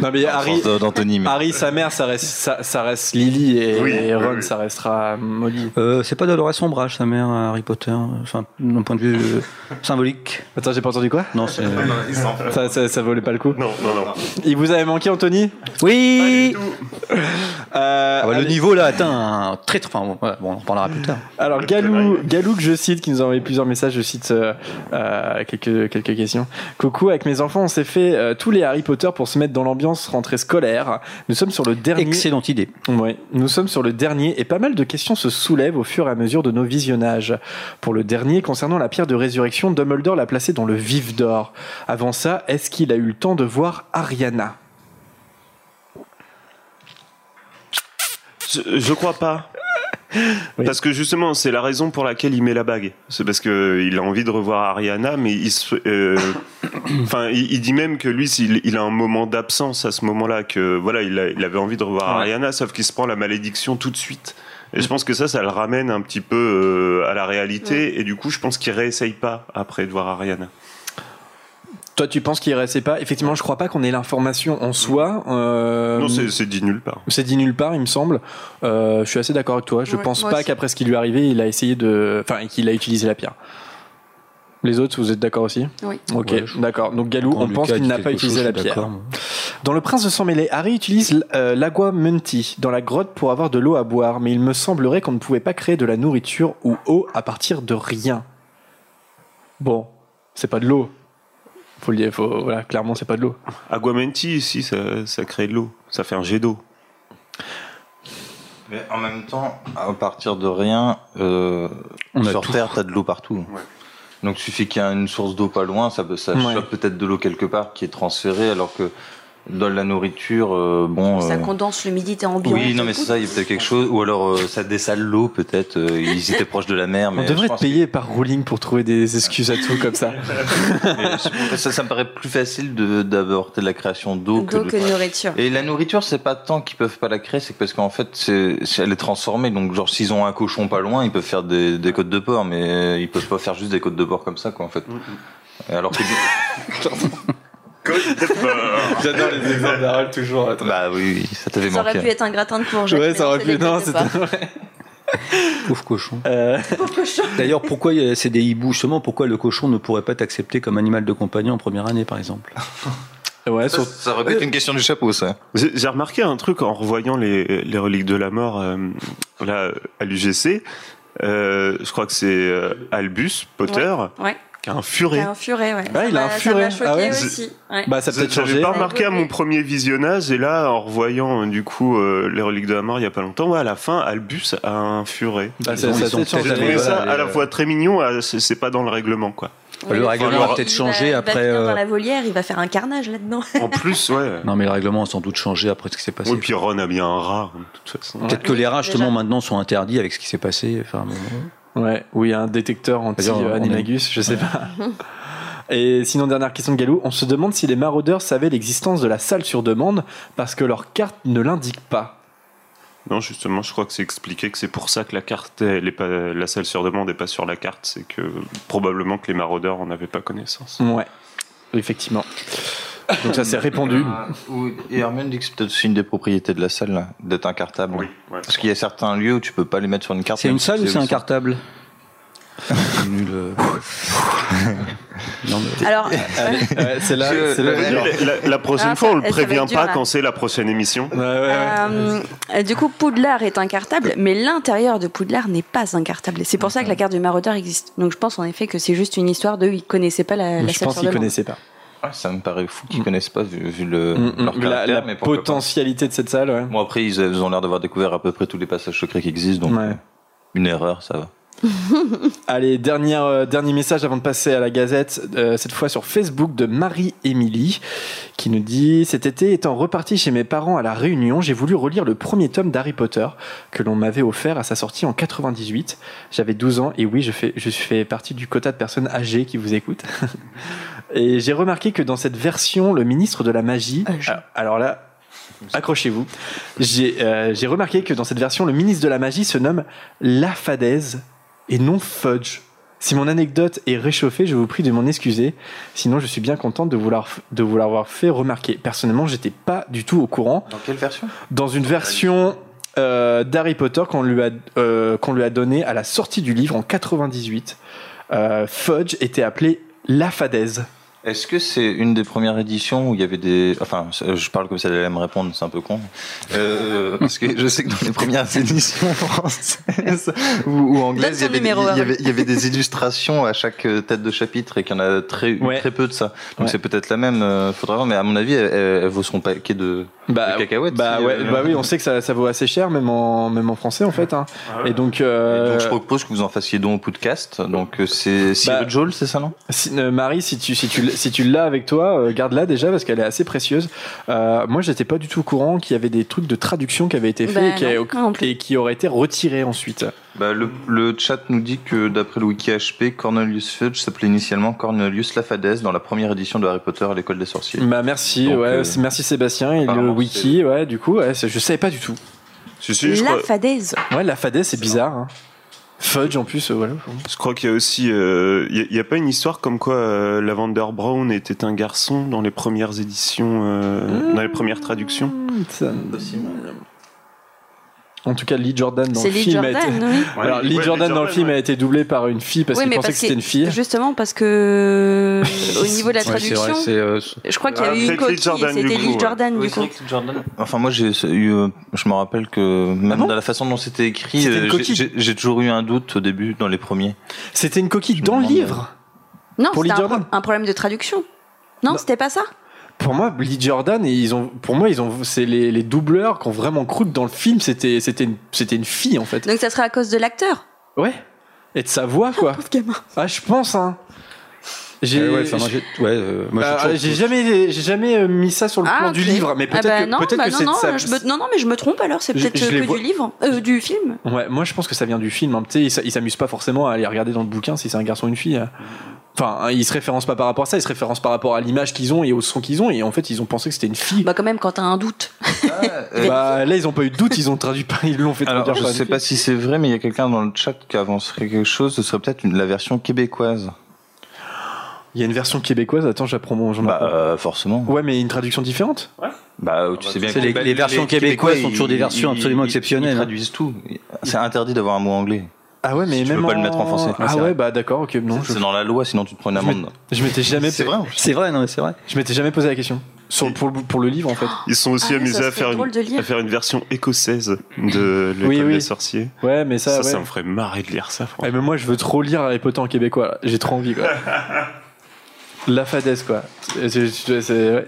[SPEAKER 1] Non, mais
[SPEAKER 7] dans le
[SPEAKER 1] Harry,
[SPEAKER 7] sens de- d'Anthony, mais
[SPEAKER 1] Harry, sa mère, ça reste, ça, ça reste Lily et,
[SPEAKER 2] Oui,
[SPEAKER 1] et
[SPEAKER 2] oui,
[SPEAKER 1] Ron,
[SPEAKER 2] oui.
[SPEAKER 1] ça restera Molly.
[SPEAKER 3] Euh, c'est pas Dolores Sombrage, sa mère, à Harry Potter. Enfin, d'un point de vue euh, symbolique.
[SPEAKER 1] Attends, j'ai pas entendu quoi
[SPEAKER 3] Non, c'est.
[SPEAKER 1] ça, ça, ça valait pas le coup.
[SPEAKER 2] Euh, Non, non, non.
[SPEAKER 1] Il vous avait manqué, Anthony
[SPEAKER 3] Oui.
[SPEAKER 1] Euh,
[SPEAKER 3] Ah bah, le
[SPEAKER 1] allez.
[SPEAKER 3] niveau là atteint un très très. Enfin, bon, voilà, bon, on en parlera plus tard.
[SPEAKER 1] Alors,
[SPEAKER 2] Le
[SPEAKER 1] Galou,
[SPEAKER 2] travail.
[SPEAKER 1] Galou, que je cite, qui nous a envoyé plusieurs messages, je cite euh, euh, quelques, quelques questions. Coucou, avec mes enfants, on s'est fait euh, tous les Harry Potter pour se mettre dans l'ambiance rentrée scolaire. Nous sommes sur le dernier.
[SPEAKER 3] Excellente idée.
[SPEAKER 1] Ouais, nous sommes sur le dernier et pas mal de questions se soulèvent au fur et à mesure de nos visionnages. Pour le dernier, concernant la pierre de résurrection, Dumbledore l'a placée dans le vif d'or. Avant ça, est-ce qu'il a eu le temps de voir Ariana
[SPEAKER 2] Je, je crois pas.
[SPEAKER 1] Oui.
[SPEAKER 2] Parce que justement, c'est la raison pour laquelle il met la bague. C'est parce que il a envie de revoir Ariana, mais il, se- euh, enfin, il, il dit même que lui, s'il- il a un moment d'absence à ce moment-là, que voilà, il, a- il avait envie de revoir
[SPEAKER 1] Ouais. Mm.
[SPEAKER 2] Ariana, sauf qu'il se prend la malédiction tout de suite. Et je pense que ça, ça le ramène un petit peu euh, à la réalité, et du coup, je pense qu'il réessaye pas après de voir Ariana.
[SPEAKER 1] Toi, tu penses qu'il restait pas Effectivement, je crois pas qu'on ait l'information en soi. euh,
[SPEAKER 2] non, c'est c'est dit nulle part.
[SPEAKER 1] c'est dit nulle part, il me semble. Euh, je suis assez d'accord avec toi. Je
[SPEAKER 5] Ouais,
[SPEAKER 1] pense
[SPEAKER 5] moi
[SPEAKER 1] pas
[SPEAKER 5] aussi.
[SPEAKER 1] qu'après ce qui lui est arrivé, il a essayé de, enfin, qu'il a utilisé la pierre. Les autres, vous êtes d'accord aussi
[SPEAKER 5] Oui.
[SPEAKER 1] Ok,
[SPEAKER 3] Ouais, je-
[SPEAKER 1] d'accord. Donc Galou,
[SPEAKER 3] Quand
[SPEAKER 1] on pense
[SPEAKER 3] Lucas
[SPEAKER 1] qu'il
[SPEAKER 3] dit
[SPEAKER 1] n'a pas
[SPEAKER 3] quelque
[SPEAKER 1] utilisé
[SPEAKER 3] chose,
[SPEAKER 1] la
[SPEAKER 3] je suis
[SPEAKER 1] pierre.
[SPEAKER 3] d'accord, moi.
[SPEAKER 1] Dans Le Prince de Sang Mêlé, Harry utilise euh, l'agua munti dans la grotte pour avoir de l'eau à boire, mais il me semblerait qu'on ne pouvait pas créer de la nourriture ou eau à partir de rien. Bon, c'est pas de l'eau. Faut le dire, faut, voilà, clairement, c'est pas de l'eau.
[SPEAKER 2] Aguamenti, ici, ça, ça crée de l'eau. Ça fait un jet d'eau.
[SPEAKER 7] Mais en même temps, à partir de rien, euh,
[SPEAKER 3] On a
[SPEAKER 7] sur
[SPEAKER 3] tout.
[SPEAKER 7] Terre, t'as de l'eau partout.
[SPEAKER 2] Ouais.
[SPEAKER 7] Donc il suffit qu'il y ait une source d'eau pas loin, ça, peut- ça
[SPEAKER 1] Ouais.
[SPEAKER 7] chope peut-être de l'eau quelque part qui est transférée, alors que dans la nourriture, euh, bon.
[SPEAKER 5] Ça
[SPEAKER 7] euh,
[SPEAKER 5] condense l'humidité ambiante.
[SPEAKER 7] Oui, non, mais c'est ça, il y a peut-être quelque chose. Ou alors euh, ça dessale l'eau, peut-être. euh, ils étaient proches de la mer. Mais
[SPEAKER 1] On
[SPEAKER 7] je
[SPEAKER 1] devrait
[SPEAKER 7] pense
[SPEAKER 1] être payé par Rowling pour trouver des excuses à tout comme ça.
[SPEAKER 7] que- ça, ça me paraît plus facile de- d'aborder la création d'eau que
[SPEAKER 5] D'eau
[SPEAKER 7] de-
[SPEAKER 5] que de euh, nourriture.
[SPEAKER 7] Et la nourriture, c'est pas tant qu'ils peuvent pas la créer, c'est que parce qu'en fait, c'est c'est- elle est transformée. Donc, genre, s'ils ont un cochon pas loin, ils peuvent faire des, des côtes de porc, mais euh, ils peuvent pas faire juste des côtes de porc comme ça, quoi, en fait. Et Alors que.
[SPEAKER 1] J'adore les exemples d'Harold toujours.
[SPEAKER 7] bah oui, oui, ça t'avait
[SPEAKER 5] Ça
[SPEAKER 7] manqué.
[SPEAKER 5] aurait pu être un gratin de courgettes.
[SPEAKER 1] Ouais,
[SPEAKER 5] mais
[SPEAKER 1] ça
[SPEAKER 5] non,
[SPEAKER 1] aurait
[SPEAKER 5] c'est
[SPEAKER 1] pu.
[SPEAKER 5] des
[SPEAKER 1] Non,
[SPEAKER 5] côtes de
[SPEAKER 1] c'est
[SPEAKER 5] porc.
[SPEAKER 1] vrai.
[SPEAKER 3] Pauvre cochon.
[SPEAKER 1] Euh,
[SPEAKER 3] D'ailleurs, pourquoi euh, c'est des hiboux Justement, pourquoi le cochon ne pourrait pas être accepté comme animal de compagnie en première année, par exemple
[SPEAKER 1] ouais,
[SPEAKER 7] Ça,
[SPEAKER 1] sur-
[SPEAKER 7] ça aurait pu être une question du chapeau, ça.
[SPEAKER 2] J'ai j'ai remarqué un truc en revoyant les, les reliques de la mort euh, là, à l'UGC. Euh, je crois que c'est euh, Albus Potter
[SPEAKER 5] Ouais.
[SPEAKER 2] qui a un
[SPEAKER 5] Il
[SPEAKER 2] furet.
[SPEAKER 5] a un furet, ouais.
[SPEAKER 1] Ouais, il a un furet.
[SPEAKER 5] Ça m'a
[SPEAKER 1] Ah ouais.
[SPEAKER 5] choqué aussi. Ouais.
[SPEAKER 1] Bah, ça a peut-être
[SPEAKER 2] J'avais
[SPEAKER 1] changé.
[SPEAKER 2] pas remarqué à mon premier visionnage et là en revoyant euh, du coup euh, les reliques de la mort il y a pas longtemps, ouais, à la fin Albus a un furet.
[SPEAKER 1] Bah,
[SPEAKER 3] Ils
[SPEAKER 1] ça,
[SPEAKER 3] ont-
[SPEAKER 1] ça a
[SPEAKER 3] ils ont
[SPEAKER 1] peut-être
[SPEAKER 3] peut-être
[SPEAKER 1] changé.
[SPEAKER 2] J'ai trouvé
[SPEAKER 3] voilà,
[SPEAKER 2] ça
[SPEAKER 3] les,
[SPEAKER 2] à la
[SPEAKER 3] euh,
[SPEAKER 2] fois très mignon, à- c'est c'est pas dans le règlement quoi.
[SPEAKER 5] Ouais,
[SPEAKER 3] le règlement
[SPEAKER 5] furet,
[SPEAKER 3] a peut-être
[SPEAKER 5] il
[SPEAKER 3] changé
[SPEAKER 5] il
[SPEAKER 3] après,
[SPEAKER 5] Va finir
[SPEAKER 3] euh,
[SPEAKER 5] Dans la volière, il va faire un carnage là-dedans.
[SPEAKER 2] En plus ouais.
[SPEAKER 3] Non, mais le règlement a sans doute changé après ce qui s'est passé.
[SPEAKER 2] Oui puis Ron a bien un rat de toute façon.
[SPEAKER 3] Peut-être que les rats, justement,
[SPEAKER 5] Déjà.
[SPEAKER 3] maintenant, sont interdits avec ce qui s'est passé. Enfin, bon,
[SPEAKER 1] Ouais, ou il y a un détecteur
[SPEAKER 3] D'ailleurs, on
[SPEAKER 1] anti-animagus, je sais pas. Et sinon, dernière question de Galou, on se demande si les maraudeurs savaient l'existence de la salle sur demande parce que leur carte ne l'indique pas.
[SPEAKER 2] Non justement je crois que c'est expliqué que c'est pour ça que la carte elle est pas la salle sur demande n'est pas sur la carte, c'est que probablement que les maraudeurs en avaient pas connaissance.
[SPEAKER 1] Ouais, effectivement. Donc ça s'est répandu.
[SPEAKER 7] Ah, Ou- Et Hermione dit que c'est peut-être aussi une des propriétés de la salle, là, d'être incartable.
[SPEAKER 2] ouais.
[SPEAKER 7] Parce qu'il y a certains lieux où tu peux pas les mettre sur une carte.
[SPEAKER 3] C'est
[SPEAKER 7] même
[SPEAKER 3] une
[SPEAKER 7] si
[SPEAKER 3] salle
[SPEAKER 7] tu
[SPEAKER 3] ou
[SPEAKER 7] sais
[SPEAKER 3] c'est
[SPEAKER 7] où
[SPEAKER 3] un
[SPEAKER 7] ils sont.
[SPEAKER 3] cartable Nul. euh. non, mais-
[SPEAKER 5] Alors,
[SPEAKER 1] Ouais, c'est là,
[SPEAKER 7] Je-
[SPEAKER 1] c'est là.
[SPEAKER 7] Ouais, alors-
[SPEAKER 2] La, la prochaine
[SPEAKER 5] Ah, ça-
[SPEAKER 2] fois on le
[SPEAKER 5] ça va
[SPEAKER 2] prévient
[SPEAKER 5] être dur,
[SPEAKER 2] pas
[SPEAKER 5] là.
[SPEAKER 2] quand c'est la prochaine émission.
[SPEAKER 1] Ouais, ouais, ouais.
[SPEAKER 5] Euh, euh, du coup, Poudlard est incartable, mais l'intérieur de Poudlard n'est pas incartable. Et C'est pour ça que la carte du maraudeur existe. Donc je pense en effet que c'est juste une histoire de ils connaissaient pas la, la
[SPEAKER 1] je
[SPEAKER 5] salle
[SPEAKER 1] pense
[SPEAKER 5] sur
[SPEAKER 1] qu'ils
[SPEAKER 5] demande.
[SPEAKER 1] connaissaient pas.
[SPEAKER 7] Ah, ça me paraît fou qu'ils
[SPEAKER 1] Mm.
[SPEAKER 7] connaissent pas vu, vu le,
[SPEAKER 1] Mm, mm.
[SPEAKER 7] leur
[SPEAKER 1] La,
[SPEAKER 7] caractère,
[SPEAKER 1] la
[SPEAKER 7] mais pourquoi pas.
[SPEAKER 1] potentialité de cette salle, ouais.
[SPEAKER 7] Bon, après, ils, ils ont l'air d'avoir découvert à peu près tous les passages secrets qui existent, donc
[SPEAKER 1] Ouais.
[SPEAKER 7] euh, une erreur, ça va.
[SPEAKER 1] Allez, dernière, euh, dernier message avant de passer à la gazette, euh, cette fois sur Facebook de Marie-Émilie, qui nous dit Cet été, étant reparti chez mes parents à La Réunion, j'ai voulu relire le premier tome d'Harry Potter que l'on m'avait offert à sa sortie en 98. J'avais 12 ans, et oui, je fais, je fais partie du quota de personnes âgées qui vous écoutent. et j'ai remarqué que dans cette version, le ministre de la magie. Ah, Alors là. Accrochez-vous. J'ai euh, j'ai remarqué que dans cette version, le ministre de la magie se nomme La Fadaise et non fudge. Si mon anecdote est réchauffée, je vous prie de m'en excuser. Sinon, je suis bien contente de vouloir de vous l'avoir fait remarquer. Personnellement, j'étais pas du tout au courant.
[SPEAKER 7] Dans quelle version
[SPEAKER 1] Dans une version euh, d'Harry Potter qu'on lui a euh, qu'on lui a donnée à la sortie du livre en 98, euh, Fudge était appelé la fadaise.
[SPEAKER 7] Est-ce que c'est une des premières éditions où il y avait des. Enfin, euh, je parle comme ça, elle allait me répondre, c'est un peu con. Euh, parce que je sais que dans les premières éditions françaises ou, ou
[SPEAKER 5] Donne
[SPEAKER 7] anglaises,
[SPEAKER 5] son
[SPEAKER 7] il y, avait,
[SPEAKER 5] numéro,
[SPEAKER 7] il, y
[SPEAKER 5] Harold.
[SPEAKER 7] avait, il y avait des illustrations à chaque euh, tête de chapitre et qu'il y en a très, eu
[SPEAKER 1] Ouais.
[SPEAKER 7] très peu de ça. Donc
[SPEAKER 1] Ouais.
[SPEAKER 7] c'est peut-être la même, euh, faudra voir, mais à mon avis, elle, elle- elle vaut son paquet de.
[SPEAKER 1] Bah,
[SPEAKER 7] Les cacahuètes,
[SPEAKER 1] bah,
[SPEAKER 7] si,
[SPEAKER 1] ouais,
[SPEAKER 7] euh,
[SPEAKER 1] bah oui, on sait que ça, ça vaut assez cher, même en, même en français en fait. hein. Et donc, euh,
[SPEAKER 7] Ah
[SPEAKER 1] bah,
[SPEAKER 7] Donc je propose que vous en fassiez don au podcast. Donc euh, c'est Sirut Joule, c'est ça, non
[SPEAKER 1] Si- euh, Marie, si tu, si tu, l- si tu l'as avec toi, euh, garde-la déjà parce qu'elle est assez précieuse. Euh, moi, j'étais pas du tout au courant qu'il y avait des trucs de traduction qui avaient été faits
[SPEAKER 5] Bah
[SPEAKER 1] et, qui,
[SPEAKER 5] non, moi non plus.
[SPEAKER 1] et qui auraient été retirés ensuite.
[SPEAKER 7] Bah, le, le chat nous dit que d'après le wiki HP, Cornelius Fudge s'appelait initialement Cornelius Lafadès dans la première édition de Harry Potter à l'école des sorciers.
[SPEAKER 1] Bah, merci,
[SPEAKER 7] Donc,
[SPEAKER 1] ouais,
[SPEAKER 7] euh,
[SPEAKER 1] c'est- merci Sébastien et le
[SPEAKER 7] apparemment,
[SPEAKER 1] wiki, ouais, du coup, ouais, c'est- je savais pas du tout.
[SPEAKER 2] Si, si, je
[SPEAKER 5] la
[SPEAKER 2] crois-
[SPEAKER 5] fadaise.
[SPEAKER 1] Ouais, la fadesse, c'est bizarre. hein. Fudge en plus, euh, voilà.
[SPEAKER 2] Je crois qu'il y a aussi. Il euh, y a- y a, pas une histoire comme quoi euh, Lavender Brown était un garçon dans les premières éditions, euh, dans les premières traductions
[SPEAKER 1] Hmm, ça- En tout cas, Lee Jordan dans
[SPEAKER 5] C'est
[SPEAKER 1] le
[SPEAKER 5] Lee
[SPEAKER 1] film. a été-
[SPEAKER 5] Jordan, oui.
[SPEAKER 1] Alors, Lee Jordan dans le film a été doublé par une fille parce
[SPEAKER 5] Oui,
[SPEAKER 1] qu'il
[SPEAKER 5] mais
[SPEAKER 1] pensait
[SPEAKER 5] parce
[SPEAKER 1] que c'était une fille.
[SPEAKER 5] Justement parce que au niveau de la
[SPEAKER 3] Ouais, c'est vrai,
[SPEAKER 5] traduction,
[SPEAKER 3] c'est, euh,
[SPEAKER 5] je crois qu'il y a
[SPEAKER 2] Ah,
[SPEAKER 5] eu
[SPEAKER 2] peut-être
[SPEAKER 5] une
[SPEAKER 2] Lee
[SPEAKER 5] coquille.
[SPEAKER 2] Jordan,
[SPEAKER 5] C'était
[SPEAKER 2] du coup,
[SPEAKER 5] Lee
[SPEAKER 2] ouais.
[SPEAKER 5] Jordan du coup.
[SPEAKER 7] Enfin, moi, j'ai eu, euh, je me rappelle que même
[SPEAKER 1] bon
[SPEAKER 7] dans la façon dont Ah c'était écrit,
[SPEAKER 1] C'était une
[SPEAKER 7] euh,
[SPEAKER 1] coquille.
[SPEAKER 7] j'ai- j'ai j'ai toujours eu un doute au début dans les premiers.
[SPEAKER 1] C'était une coquille
[SPEAKER 7] Je me
[SPEAKER 1] dans le
[SPEAKER 7] demande,
[SPEAKER 1] livre.
[SPEAKER 5] Non,
[SPEAKER 1] Pour
[SPEAKER 5] c'était
[SPEAKER 1] Lee
[SPEAKER 5] un,
[SPEAKER 1] Jordan.
[SPEAKER 5] pro- un problème de traduction. Non,
[SPEAKER 1] Non.
[SPEAKER 5] c'était pas ça.
[SPEAKER 1] Pour moi, Lee Jordan, et ils ont, pour moi, ils ont, c'est les, les doubleurs qui ont vraiment cru que dans le film, c'était, c'était une, c'était une fille, en fait.
[SPEAKER 5] Donc ça serait à cause de l'acteur.
[SPEAKER 1] Ouais. Et de sa voix, quoi.
[SPEAKER 5] Pauvre gamin.
[SPEAKER 1] Ah, je pense, hein. J'ai,
[SPEAKER 3] Eh ouais, enfin, moi, j'ai- ouais, euh, moi, j'ai
[SPEAKER 1] euh,
[SPEAKER 3] toujours-
[SPEAKER 1] j'ai jamais, j'ai jamais euh, mis ça sur le plan
[SPEAKER 5] ok.
[SPEAKER 1] du livre, mais
[SPEAKER 5] Ah
[SPEAKER 1] peut-être
[SPEAKER 5] bah
[SPEAKER 1] que,
[SPEAKER 5] non,
[SPEAKER 1] peut-être
[SPEAKER 5] bah
[SPEAKER 1] que
[SPEAKER 5] non,
[SPEAKER 1] c'est de
[SPEAKER 5] non,
[SPEAKER 1] sa-
[SPEAKER 5] je me- non, non, mais je me trompe alors, c'est
[SPEAKER 1] Je-
[SPEAKER 5] peut-être
[SPEAKER 1] je les
[SPEAKER 5] euh, que
[SPEAKER 1] vois-
[SPEAKER 5] du livre, euh, du film.
[SPEAKER 1] Ouais, moi, je pense que ça vient du film. hein. Tu sais, ils s- ils s'amusent pas forcément à aller regarder dans le bouquin si c'est un garçon ou une fille. Enfin, hein, ils se référencent pas par rapport à ça, ils se référencent par rapport à l'image qu'ils ont et au son qu'ils ont, et en fait, ils ont pensé que c'était une fille. Bah,
[SPEAKER 5] Bah quand même, quand t'as un doute.
[SPEAKER 3] Ah, euh,
[SPEAKER 1] là, ils ont pas eu de doute, ils ont traduit pas, ils l'ont fait
[SPEAKER 7] Alors,
[SPEAKER 1] traduire
[SPEAKER 7] je
[SPEAKER 1] par une
[SPEAKER 7] sais
[SPEAKER 1] fille.
[SPEAKER 7] pas si c'est vrai, mais il y a quelqu'un dans le chat qui avancerait quelque chose. Ce serait peut-être une- la version québécoise.
[SPEAKER 1] Il y a une version québécoise, attends, j'apprends mon. j'en
[SPEAKER 7] Bah,
[SPEAKER 1] apprends.
[SPEAKER 7] euh, forcément.
[SPEAKER 1] Ouais, mais une traduction différente
[SPEAKER 2] Ouais.
[SPEAKER 7] Bah, tu sais bien
[SPEAKER 3] c'est les-
[SPEAKER 7] bah,
[SPEAKER 3] les versions québécoises sont toujours des versions absolument exceptionnelles,
[SPEAKER 7] Ils
[SPEAKER 3] hein.
[SPEAKER 7] traduisent tout. C'est interdit d'avoir un mot anglais.
[SPEAKER 1] Ah ouais, mais
[SPEAKER 7] Tu
[SPEAKER 1] même.
[SPEAKER 7] peux pas le
[SPEAKER 1] en-
[SPEAKER 7] mettre en français. Ouais,
[SPEAKER 1] Ah
[SPEAKER 7] c'est
[SPEAKER 1] ouais,
[SPEAKER 7] vrai.
[SPEAKER 1] bah d'accord, ok, non. Je,
[SPEAKER 7] C'est dans la loi, sinon tu te prends une
[SPEAKER 1] je m'étais-
[SPEAKER 7] amende.
[SPEAKER 1] je m'étais jamais,
[SPEAKER 7] C'est vrai. en plus.
[SPEAKER 3] C'est vrai, non, mais c'est vrai.
[SPEAKER 1] je m'étais jamais posé la question. Sur, pour, le- pour le livre, en fait.
[SPEAKER 2] Ils sont aussi
[SPEAKER 5] Ah, ça
[SPEAKER 2] amusés à
[SPEAKER 5] serait
[SPEAKER 2] faire,
[SPEAKER 5] drôle
[SPEAKER 2] une,
[SPEAKER 5] de lire.
[SPEAKER 2] à faire une version écossaise de l'école
[SPEAKER 1] Oui, oui.
[SPEAKER 2] des sorciers.
[SPEAKER 1] Ouais, mais
[SPEAKER 2] Ça,
[SPEAKER 1] ça,
[SPEAKER 2] ça,
[SPEAKER 1] ouais.
[SPEAKER 2] me ferait marrer de lire ça, franchement.
[SPEAKER 1] Ouais, mais moi, je veux trop lire Harry Potter en québécois. là. J'ai trop envie, quoi. La fadesse, quoi. C'est- c'est- c'est- ouais.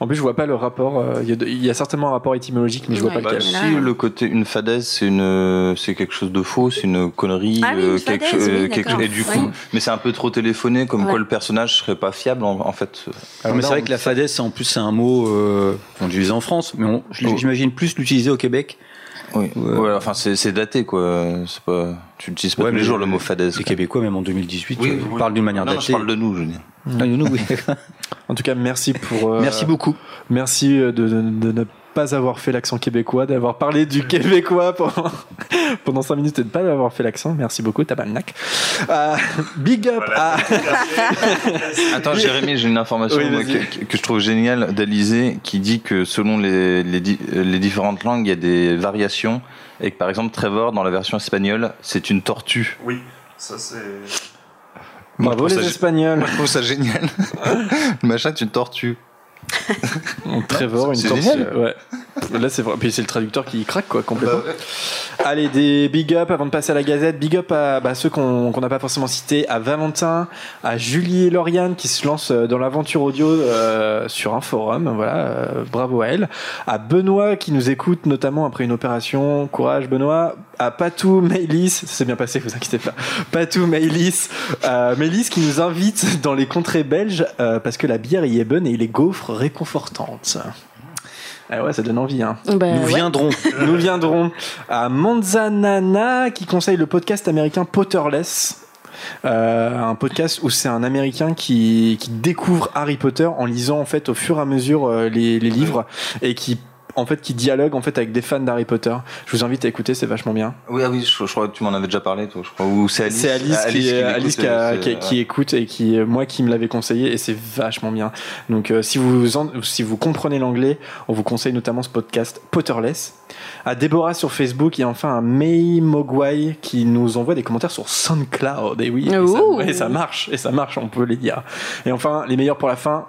[SPEAKER 1] En plus, je vois pas le rapport. euh, Il y, a de- il y a certainement un rapport étymologique, mais je vois
[SPEAKER 4] Ouais.
[SPEAKER 1] pas
[SPEAKER 7] Bah,
[SPEAKER 1] lequel.
[SPEAKER 7] si
[SPEAKER 4] là, ouais.
[SPEAKER 7] le côté une fadaise c'est une c'est quelque chose de faux c'est une connerie
[SPEAKER 5] Ah oui, une
[SPEAKER 7] euh, quelque,
[SPEAKER 5] fadaise, oui,
[SPEAKER 7] quelque
[SPEAKER 5] d'accord.
[SPEAKER 7] et du coup
[SPEAKER 5] Oui.
[SPEAKER 7] mais c'est un peu trop téléphoné comme
[SPEAKER 5] Ouais.
[SPEAKER 7] quoi le personnage serait pas fiable en, en fait
[SPEAKER 1] Ah,
[SPEAKER 3] Non, mais
[SPEAKER 1] là,
[SPEAKER 3] c'est vrai
[SPEAKER 1] on-
[SPEAKER 3] que la fadesse, c'est en plus, c'est un mot euh, qu'on utilise en France, mais on- je-
[SPEAKER 7] Oh.
[SPEAKER 3] j'imagine plus l'utiliser au Québec.
[SPEAKER 7] oui.
[SPEAKER 3] Ouais.
[SPEAKER 7] Ouais, enfin c'est c'est daté quoi c'est pas tu n'utilises pas
[SPEAKER 3] Ouais,
[SPEAKER 7] tous les
[SPEAKER 3] mais
[SPEAKER 7] jours le mot fadaise
[SPEAKER 3] Les
[SPEAKER 7] quoi.
[SPEAKER 3] Québécois, même en 2018,
[SPEAKER 7] Oui,
[SPEAKER 3] euh,
[SPEAKER 7] oui.
[SPEAKER 3] parlent d'une manière
[SPEAKER 7] non, non, je
[SPEAKER 3] datée.
[SPEAKER 7] parle de nous je veux dire.
[SPEAKER 3] Ah, nous, nous, oui.
[SPEAKER 1] En tout cas, merci pour. euh,
[SPEAKER 3] Merci beaucoup.
[SPEAKER 1] Merci euh, de, de- de ne pas avoir fait l'accent québécois, d'avoir parlé du québécois pendant, pendant 5 minutes et de ne pas avoir fait l'accent. Merci beaucoup, Tabalnak. Euh, big up à.
[SPEAKER 7] Attends, Jérémy, j'ai une information
[SPEAKER 1] Oui,
[SPEAKER 7] moi,
[SPEAKER 1] vas-y.
[SPEAKER 7] que, que je trouve géniale d'Alizé qui dit que selon les, les, di- les différentes langues, il y a des variations et que par exemple Trevor, dans la version espagnole, c'est une tortue.
[SPEAKER 2] Oui, ça c'est.
[SPEAKER 7] Moi,
[SPEAKER 1] Bravo
[SPEAKER 7] je trouve
[SPEAKER 1] les
[SPEAKER 7] ça gé-
[SPEAKER 1] Espagnols.
[SPEAKER 7] Je trouve ça génial. Le machin est une tortue.
[SPEAKER 1] Trevor, une
[SPEAKER 7] C'est
[SPEAKER 1] tortue.
[SPEAKER 7] génial.
[SPEAKER 1] Ouais. Là, c'est vrai. Puis c'est le traducteur qui craque, quoi,
[SPEAKER 7] Bah,
[SPEAKER 1] complètement. Allez, des big up avant de passer à la gazette. Big up à bah, ceux qu'on qu'on n'a pas forcément cités, à Valentin, à Julie et Lauriane qui se lancent euh, dans l'aventure audio euh, sur un forum. Voilà, euh, bravo à elle. À Benoît qui nous écoute notamment après une opération. Courage, Benoît. À Patou, Mélis, ça s'est bien passé, vous inquiétez pas. Patou, Mélis, euh, Mélis qui nous invite dans les contrées belges euh, parce que la bière y est bonne et les gaufres réconfortantes. Ah ouais, ça donne envie, hein.
[SPEAKER 5] Bah,
[SPEAKER 3] Nous
[SPEAKER 5] ouais.
[SPEAKER 3] viendrons.
[SPEAKER 1] Nous viendrons à Manzanana qui conseille le podcast américain Potterless. Euh, un podcast où c'est un américain qui, qui découvre Harry Potter en lisant en fait au fur et à mesure euh, les, les livres et qui en fait qui dialogue en fait avec des fans d'Harry Potter. Je vous invite à écouter, c'est vachement bien.
[SPEAKER 7] Oui, ah oui, je, je crois que tu m'en avais déjà parlé, toi, je crois. Ou c'est Alice.
[SPEAKER 1] C'est Alice, qui, euh,
[SPEAKER 7] l'écoute,
[SPEAKER 1] Alice qui, a-
[SPEAKER 7] euh,
[SPEAKER 1] qui-
[SPEAKER 7] c'est-
[SPEAKER 1] qui écoute et qui euh, moi qui me l'avait conseillé et c'est vachement bien. Donc euh, si vous en- si vous comprenez l'anglais, on vous conseille notamment ce podcast Potterless. À Déborah sur Facebook et enfin à May Mogwai qui nous envoie des commentaires sur SoundCloud. Et oui, et
[SPEAKER 5] Ouh.
[SPEAKER 1] ça, et ça marche, et ça marche, on peut les dire. Et enfin, les meilleurs pour la fin,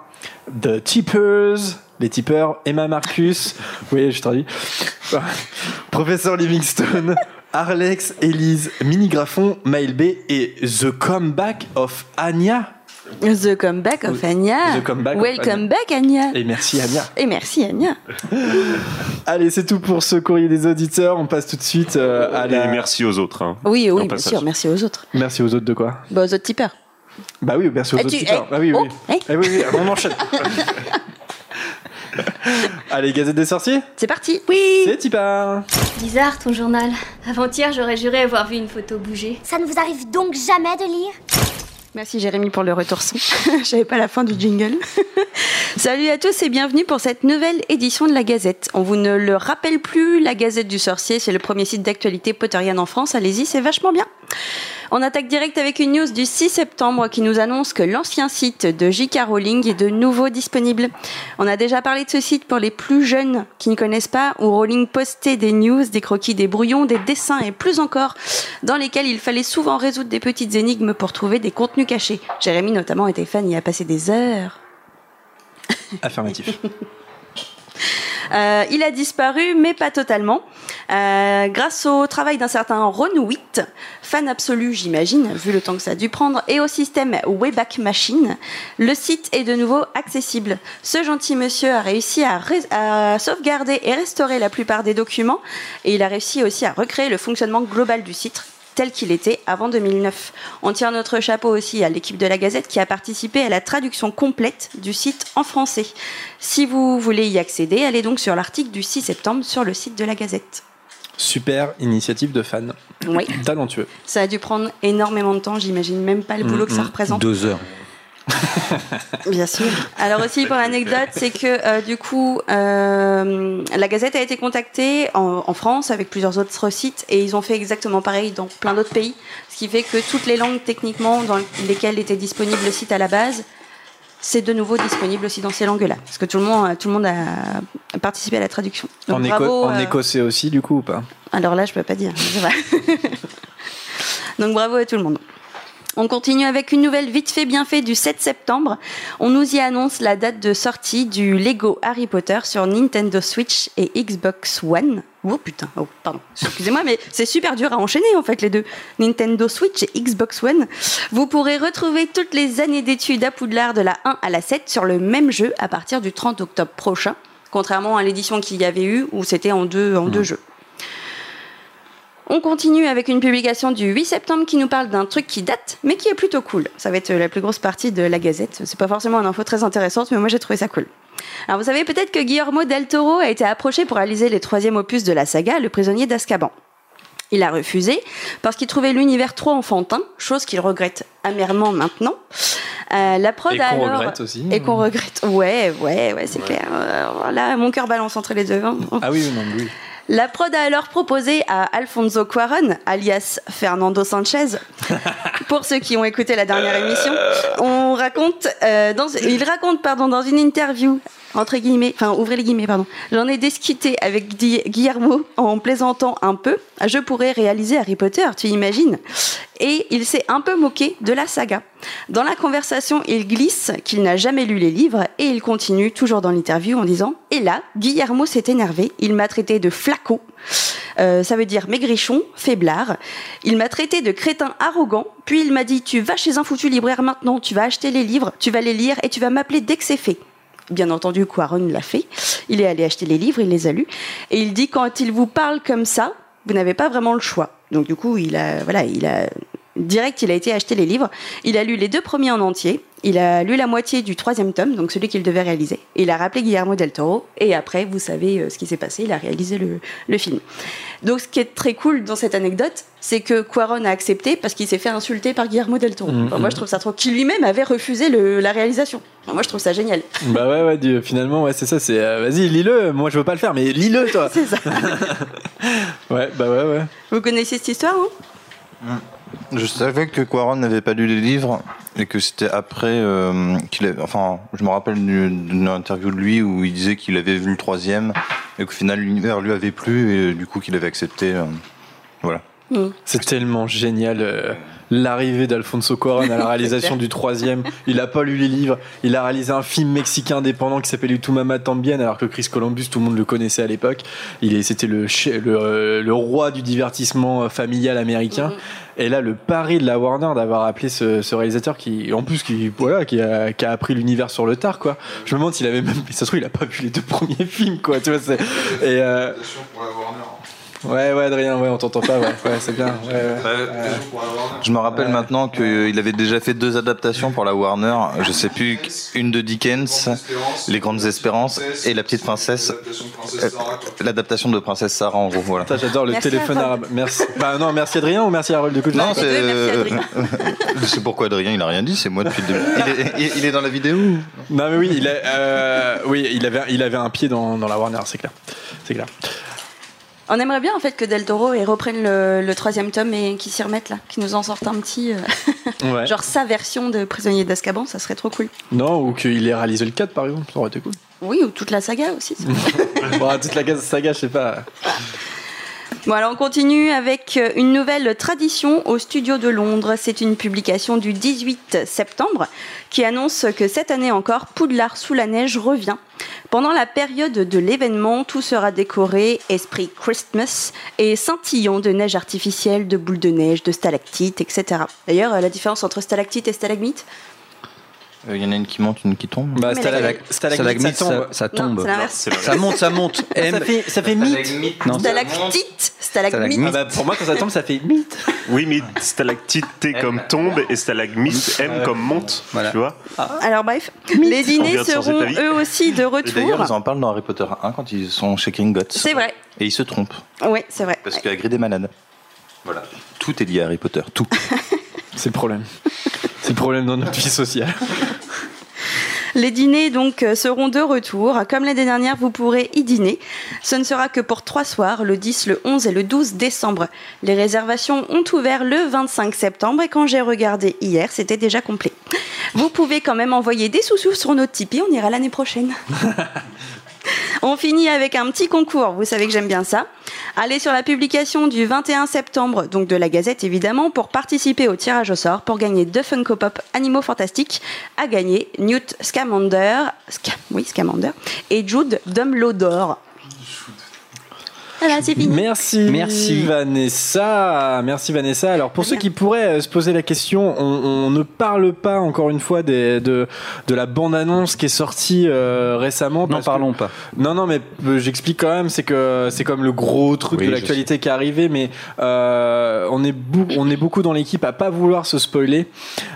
[SPEAKER 1] The Tippers. Les tipeurs, Emma Marcus, oui, je traduis. Professeur Livingstone, Arlex, Elise, Mini Graffon, Maël B et The Comeback of Anya.
[SPEAKER 5] The Comeback of Anya.
[SPEAKER 1] The Comeback of
[SPEAKER 5] Ah, Welcome
[SPEAKER 1] Anya.
[SPEAKER 5] back, Anya.
[SPEAKER 1] Et merci Anya.
[SPEAKER 5] Et merci, Anya.
[SPEAKER 1] Allez, c'est tout pour ce courrier des auditeurs. On passe tout de suite euh, à
[SPEAKER 2] Et
[SPEAKER 1] la.
[SPEAKER 2] merci aux autres. hein.
[SPEAKER 5] Oui,
[SPEAKER 2] Non,
[SPEAKER 5] oui, bien
[SPEAKER 2] pas ça.
[SPEAKER 5] sûr. Merci aux autres.
[SPEAKER 1] Merci aux autres de quoi
[SPEAKER 5] Bah, aux autres tipeurs.
[SPEAKER 1] Bah oui, merci aux
[SPEAKER 5] Ah,
[SPEAKER 1] autres
[SPEAKER 5] tu-
[SPEAKER 1] tuteurs.
[SPEAKER 5] eh,
[SPEAKER 1] Ah oui, oui.
[SPEAKER 5] oh, eh.
[SPEAKER 1] Eh oui, oui, on enchaîne. Allez, Gazette des sorciers,
[SPEAKER 5] C'est parti. Oui.
[SPEAKER 1] c'est Tipa.
[SPEAKER 8] Bizarre ton journal. Avant-hier, j'aurais juré avoir vu une photo bouger.
[SPEAKER 6] Ça ne vous arrive donc jamais de lire
[SPEAKER 5] Merci Jérémy pour le retour son. J'avais pas la fin du jingle. Salut à tous et bienvenue pour cette nouvelle édition de la Gazette. On vous ne le rappelle plus, la Gazette du Sorcier, c'est le premier site d'actualité potterienne en France. Allez-y, c'est vachement bien. On attaque direct avec une news du 6 septembre qui nous annonce que l'ancien site de J.K. Rowling est de nouveau disponible. On a déjà parlé de ce site pour les plus jeunes qui ne connaissent pas, où Rowling postait des news, des croquis, des brouillons, des dessins et plus encore, dans lesquels il fallait souvent résoudre des petites énigmes pour trouver des contenus cachés. Jérémy notamment était fan, il y a passé des heures.
[SPEAKER 1] Affirmatif.
[SPEAKER 5] Euh, il a disparu, mais pas totalement. Euh, grâce au travail d'un certain Ron Witt, fan absolu, j'imagine, vu le temps que ça a dû prendre, et au système Wayback Machine, le site est de nouveau accessible. Ce gentil monsieur a réussi à, ré- à sauvegarder et restaurer la plupart des documents, et il a réussi aussi à recréer le fonctionnement global du site tel qu'il était avant 2009. On tient notre chapeau aussi à l'équipe de la Gazette qui a participé à la traduction complète du site en français. Si vous voulez y accéder, allez donc sur l'article du 6 septembre sur le site de la Gazette.
[SPEAKER 1] Super initiative de fan.
[SPEAKER 5] Oui,
[SPEAKER 1] Talentueux.
[SPEAKER 5] ça a dû prendre énormément de temps, j'imagine même pas le boulot que ça représente.
[SPEAKER 3] Deux heures.
[SPEAKER 5] Bien sûr. Alors aussi pour l'anecdote, c'est que euh, du coup, euh, la Gazette a été contactée en, en France avec plusieurs autres sites et ils ont fait exactement pareil dans plein d'autres pays, ce qui fait que toutes les langues techniquement dans lesquelles était disponible le site à la base c'est de nouveau disponible aussi dans ces langues-là. Parce que tout le monde, euh, tout le monde a participé à la traduction. Donc,
[SPEAKER 1] en, éco-
[SPEAKER 5] bravo,
[SPEAKER 1] en
[SPEAKER 5] euh,
[SPEAKER 1] écossais aussi, du coup, ou pas
[SPEAKER 5] alors là, je peux pas dire. je sais pas. Donc bravo à tout le monde. On continue avec une nouvelle vite fait bien fait du 7 septembre. On nous y annonce la date de sortie du Lego Harry Potter sur Nintendo Switch et Xbox One. Oh putain, oh pardon, excusez-moi, mais c'est super dur à enchaîner en fait les deux. Nintendo Switch et Xbox One. Vous pourrez retrouver toutes les années d'études à Poudlard de la 1 à la 7 sur le même jeu à partir du 30 octobre prochain, contrairement à l'édition qu'il y avait eu où c'était en deux,
[SPEAKER 1] Mmh.
[SPEAKER 5] en deux jeux. On continue avec une publication du 8 septembre qui nous parle d'un truc qui date, mais qui est plutôt cool. Ça va être la plus grosse partie de la Gazette. C'est pas forcément une info très intéressante, mais moi j'ai trouvé ça cool. Alors vous savez peut-être que Guillermo del Toro a été approché pour réaliser les troisièmes opus de la saga Le prisonnier d'Azkaban. Il a refusé parce qu'il trouvait l'univers trop enfantin, chose qu'il regrette amèrement maintenant. Euh, la prod
[SPEAKER 1] Et
[SPEAKER 5] a
[SPEAKER 1] qu'on
[SPEAKER 5] alors-
[SPEAKER 1] regrette aussi.
[SPEAKER 5] Et qu'on regrette. Ouais, ouais, ouais, c'est
[SPEAKER 1] Hmm. Ouais.
[SPEAKER 5] clair. Euh, Voilà, mon cœur balance entre les deux. hein.
[SPEAKER 1] Ah oui, oui, non, oui.
[SPEAKER 5] La prod a alors proposé à Alfonso Cuaron, alias Fernando Sanchez, pour ceux qui ont écouté la dernière émission, on raconte, euh, dans, il raconte pardon dans une interview entre guillemets, enfin ouvrez les guillemets pardon. J'en ai discuté avec Di- Guillermo en plaisantant un peu. Je pourrais réaliser Harry Potter, tu imagines Et il s'est un peu moqué de la saga. Dans la conversation, il glisse qu'il n'a jamais lu les livres et il continue toujours dans l'interview en disant Et là, Guillermo s'est énervé. Il m'a traité de flaco. Euh, ça veut dire maigrichon, faiblard. Il m'a traité de crétin arrogant, puis il m'a dit Tu vas chez un foutu libraire maintenant, tu vas acheter les livres, tu vas les lire et tu vas m'appeler dès que c'est fait. Bien entendu, Quaron l'a fait. Il est allé acheter les livres, il les a lus. Et il dit Quand il vous parle comme ça, vous n'avez pas vraiment le choix. Donc, du coup, il a. Voilà, il a. Direct, il a été acheter les livres. Il a lu les deux premiers en entier. Il a lu la moitié du troisième tome, donc celui qu'il devait réaliser. Il a rappelé Guillermo del Toro. Et après, vous savez euh, ce qui s'est passé. Il a réalisé le, le film. Donc, ce qui est très cool dans cette anecdote, c'est que Cuaron a accepté parce qu'il s'est fait insulter par Guillermo del Toro.
[SPEAKER 1] Mhm.
[SPEAKER 5] Enfin, moi, je trouve ça trop. Qui lui-même avait refusé le- la réalisation. Enfin, moi, je trouve ça génial.
[SPEAKER 1] Bah ouais, ouais, du- finalement, ouais, c'est ça, c'est euh, vas-y, lis-le. Moi, je veux pas le faire, mais lis-le, toi.
[SPEAKER 5] C'est ça.
[SPEAKER 1] Ouais, bah ouais, ouais.
[SPEAKER 5] Vous connaissez cette histoire, hein
[SPEAKER 7] Je savais que Quaron n'avait pas lu les livres et que c'était après euh, qu'il avait. Enfin, je me rappelle du- d'une interview de lui où il disait qu'il avait vu le troisième et qu'au final l'univers lui avait plu et euh, du coup qu'il avait accepté. euh, voilà.
[SPEAKER 1] C'est tellement génial euh, l'arrivée d'Alfonso Cuarón à la réalisation du troisième. Il a pas lu les livres. Il a réalisé un film mexicain indépendant qui s'appelait Utumama Tambien, alors que Chris Columbus, tout le monde le connaissait à l'époque. Il est, c'était le, che- le, euh, le roi du divertissement euh, familial américain. Et là, le pari de la Warner d'avoir appelé ce, ce réalisateur qui, en plus, qui, voilà, qui a, qui a appris l'univers sur le tard, quoi. Je me demande s'il avait même, ça se trouve, il a pas vu les deux premiers films, quoi. Tu vois, c'est, et, euh, Ouais, ouais, Adrien, ouais, on t'entend pas, ouais, ouais c'est bien. ouais, ouais.
[SPEAKER 7] Je me rappelle
[SPEAKER 1] Ouais.
[SPEAKER 7] maintenant qu'il avait déjà fait deux adaptations pour la Warner. Je sais plus, une de Dickens, Les Grandes Espérances, et La Petite Princesse. Euh, L'adaptation de Princesse Sarah, en gros, voilà.
[SPEAKER 1] Putain, j'adore le
[SPEAKER 5] Merci,
[SPEAKER 1] téléphone
[SPEAKER 5] Harold.
[SPEAKER 1] arabe. Merci. Bah non, merci Adrien ou merci Harold du coup. je
[SPEAKER 7] Non,
[SPEAKER 1] sais pas.
[SPEAKER 7] c'est.
[SPEAKER 5] deux, merci,
[SPEAKER 7] c'est pourquoi Adrien, il a rien dit, c'est moi depuis le début. Il est, il est dans la vidéo
[SPEAKER 1] Non, mais oui, il a, euh, oui, il avait, il avait un pied dans, dans la Warner, c'est clair, c'est clair.
[SPEAKER 5] On aimerait bien en fait que Del Toro et reprenne le, le troisième tome et qu'ils s'y remettent là, qu'ils nous en sortent un petit, euh,
[SPEAKER 1] Ouais.
[SPEAKER 5] genre sa version de Prisonnier d'Azkaban, ça serait trop cool.
[SPEAKER 1] Non, ou qu'il ait réalisé le 4 par exemple, ça aurait été cool.
[SPEAKER 5] Oui, ou toute la saga aussi. ça.
[SPEAKER 1] bon, toute la case saga, je sais pas.
[SPEAKER 5] Bon, alors on continue avec euh, une nouvelle tradition au studio de Londres. C'est une publication du 18 septembre qui annonce que cette année encore, Poudlard sous la neige revient. Pendant la période de l'événement, tout sera décoré, esprit Christmas et scintillant de neige artificielle, de boules de neige, de stalactites, etc. D'ailleurs, euh, la différence entre stalactite et stalagmite
[SPEAKER 7] Euh, Il y en a une qui monte, une qui tombe.
[SPEAKER 1] Bah,
[SPEAKER 5] Mais
[SPEAKER 1] stalag- stalagmite,
[SPEAKER 3] Stalagmite,
[SPEAKER 1] ça tombe.
[SPEAKER 3] ça, ça
[SPEAKER 5] Non,
[SPEAKER 3] tombe.
[SPEAKER 5] c'est l'inverse.
[SPEAKER 2] C'est vrai.
[SPEAKER 3] Ça monte, ça monte. M.
[SPEAKER 1] fait, ça fait mythe.
[SPEAKER 3] Non.
[SPEAKER 5] Stalactite, stalagmite.
[SPEAKER 1] Ah bah, pour moi, quand ça tombe, ça fait mythe.
[SPEAKER 2] Oui, mais stalactite T comme tombe et stalagmite M comme monte.
[SPEAKER 3] Voilà.
[SPEAKER 2] Tu vois
[SPEAKER 5] Alors bref, les dîners
[SPEAKER 2] On vient de changer
[SPEAKER 5] seront
[SPEAKER 2] d'avis.
[SPEAKER 5] eux aussi de
[SPEAKER 7] Et D'ailleurs, ils
[SPEAKER 5] retour.
[SPEAKER 7] en parlent dans Harry Potter 1 quand ils sont chez Gringotts.
[SPEAKER 5] C'est vrai,
[SPEAKER 7] Et ils se trompent,
[SPEAKER 5] oui, c'est vrai.
[SPEAKER 7] parce que Hagrid est malade. Voilà. Tout est lié à Harry Potter, tout.
[SPEAKER 1] C'est le problème. C'est le problème dans notre vie sociale.
[SPEAKER 5] Les dîners donc euh, seront de retour. Ah, Comme l'année dernière, vous pourrez y dîner. Ce ne sera que pour trois soirs, le 10, le 11 et le 12 décembre. Les réservations ont ouvert le 25 septembre et quand j'ai regardé hier, c'était déjà complet. Vous pouvez quand même envoyer des sous-sous sur notre Tipeee, on ira l'année prochaine. On finit avec un petit concours, vous savez que j'aime bien ça. Allez sur la publication du 21 septembre, donc de la Gazette évidemment, pour participer au tirage au sort pour gagner deux Funko Pop Animaux Fantastiques à gagner Newt Scamander, Sca- oui, Scamander et Jude Dumbledore. Voilà, c'est fini.
[SPEAKER 1] Merci,
[SPEAKER 3] Merci.
[SPEAKER 1] Vanessa. Merci Vanessa. Alors pour
[SPEAKER 5] De
[SPEAKER 1] ceux
[SPEAKER 5] rien.
[SPEAKER 1] qui pourraient euh, se poser la question, on, on ne parle pas encore une fois des, de, de la bande-annonce qui est sortie euh, récemment.
[SPEAKER 3] N'en
[SPEAKER 1] parce que-
[SPEAKER 3] parlons pas.
[SPEAKER 1] Non, non, mais euh, j'explique quand même. C'est que c'est comme le gros truc
[SPEAKER 3] Oui,
[SPEAKER 1] de
[SPEAKER 3] je
[SPEAKER 1] l'actualité qui est arrivé, mais euh, on est bou- on est beaucoup dans l'équipe à pas vouloir se spoiler.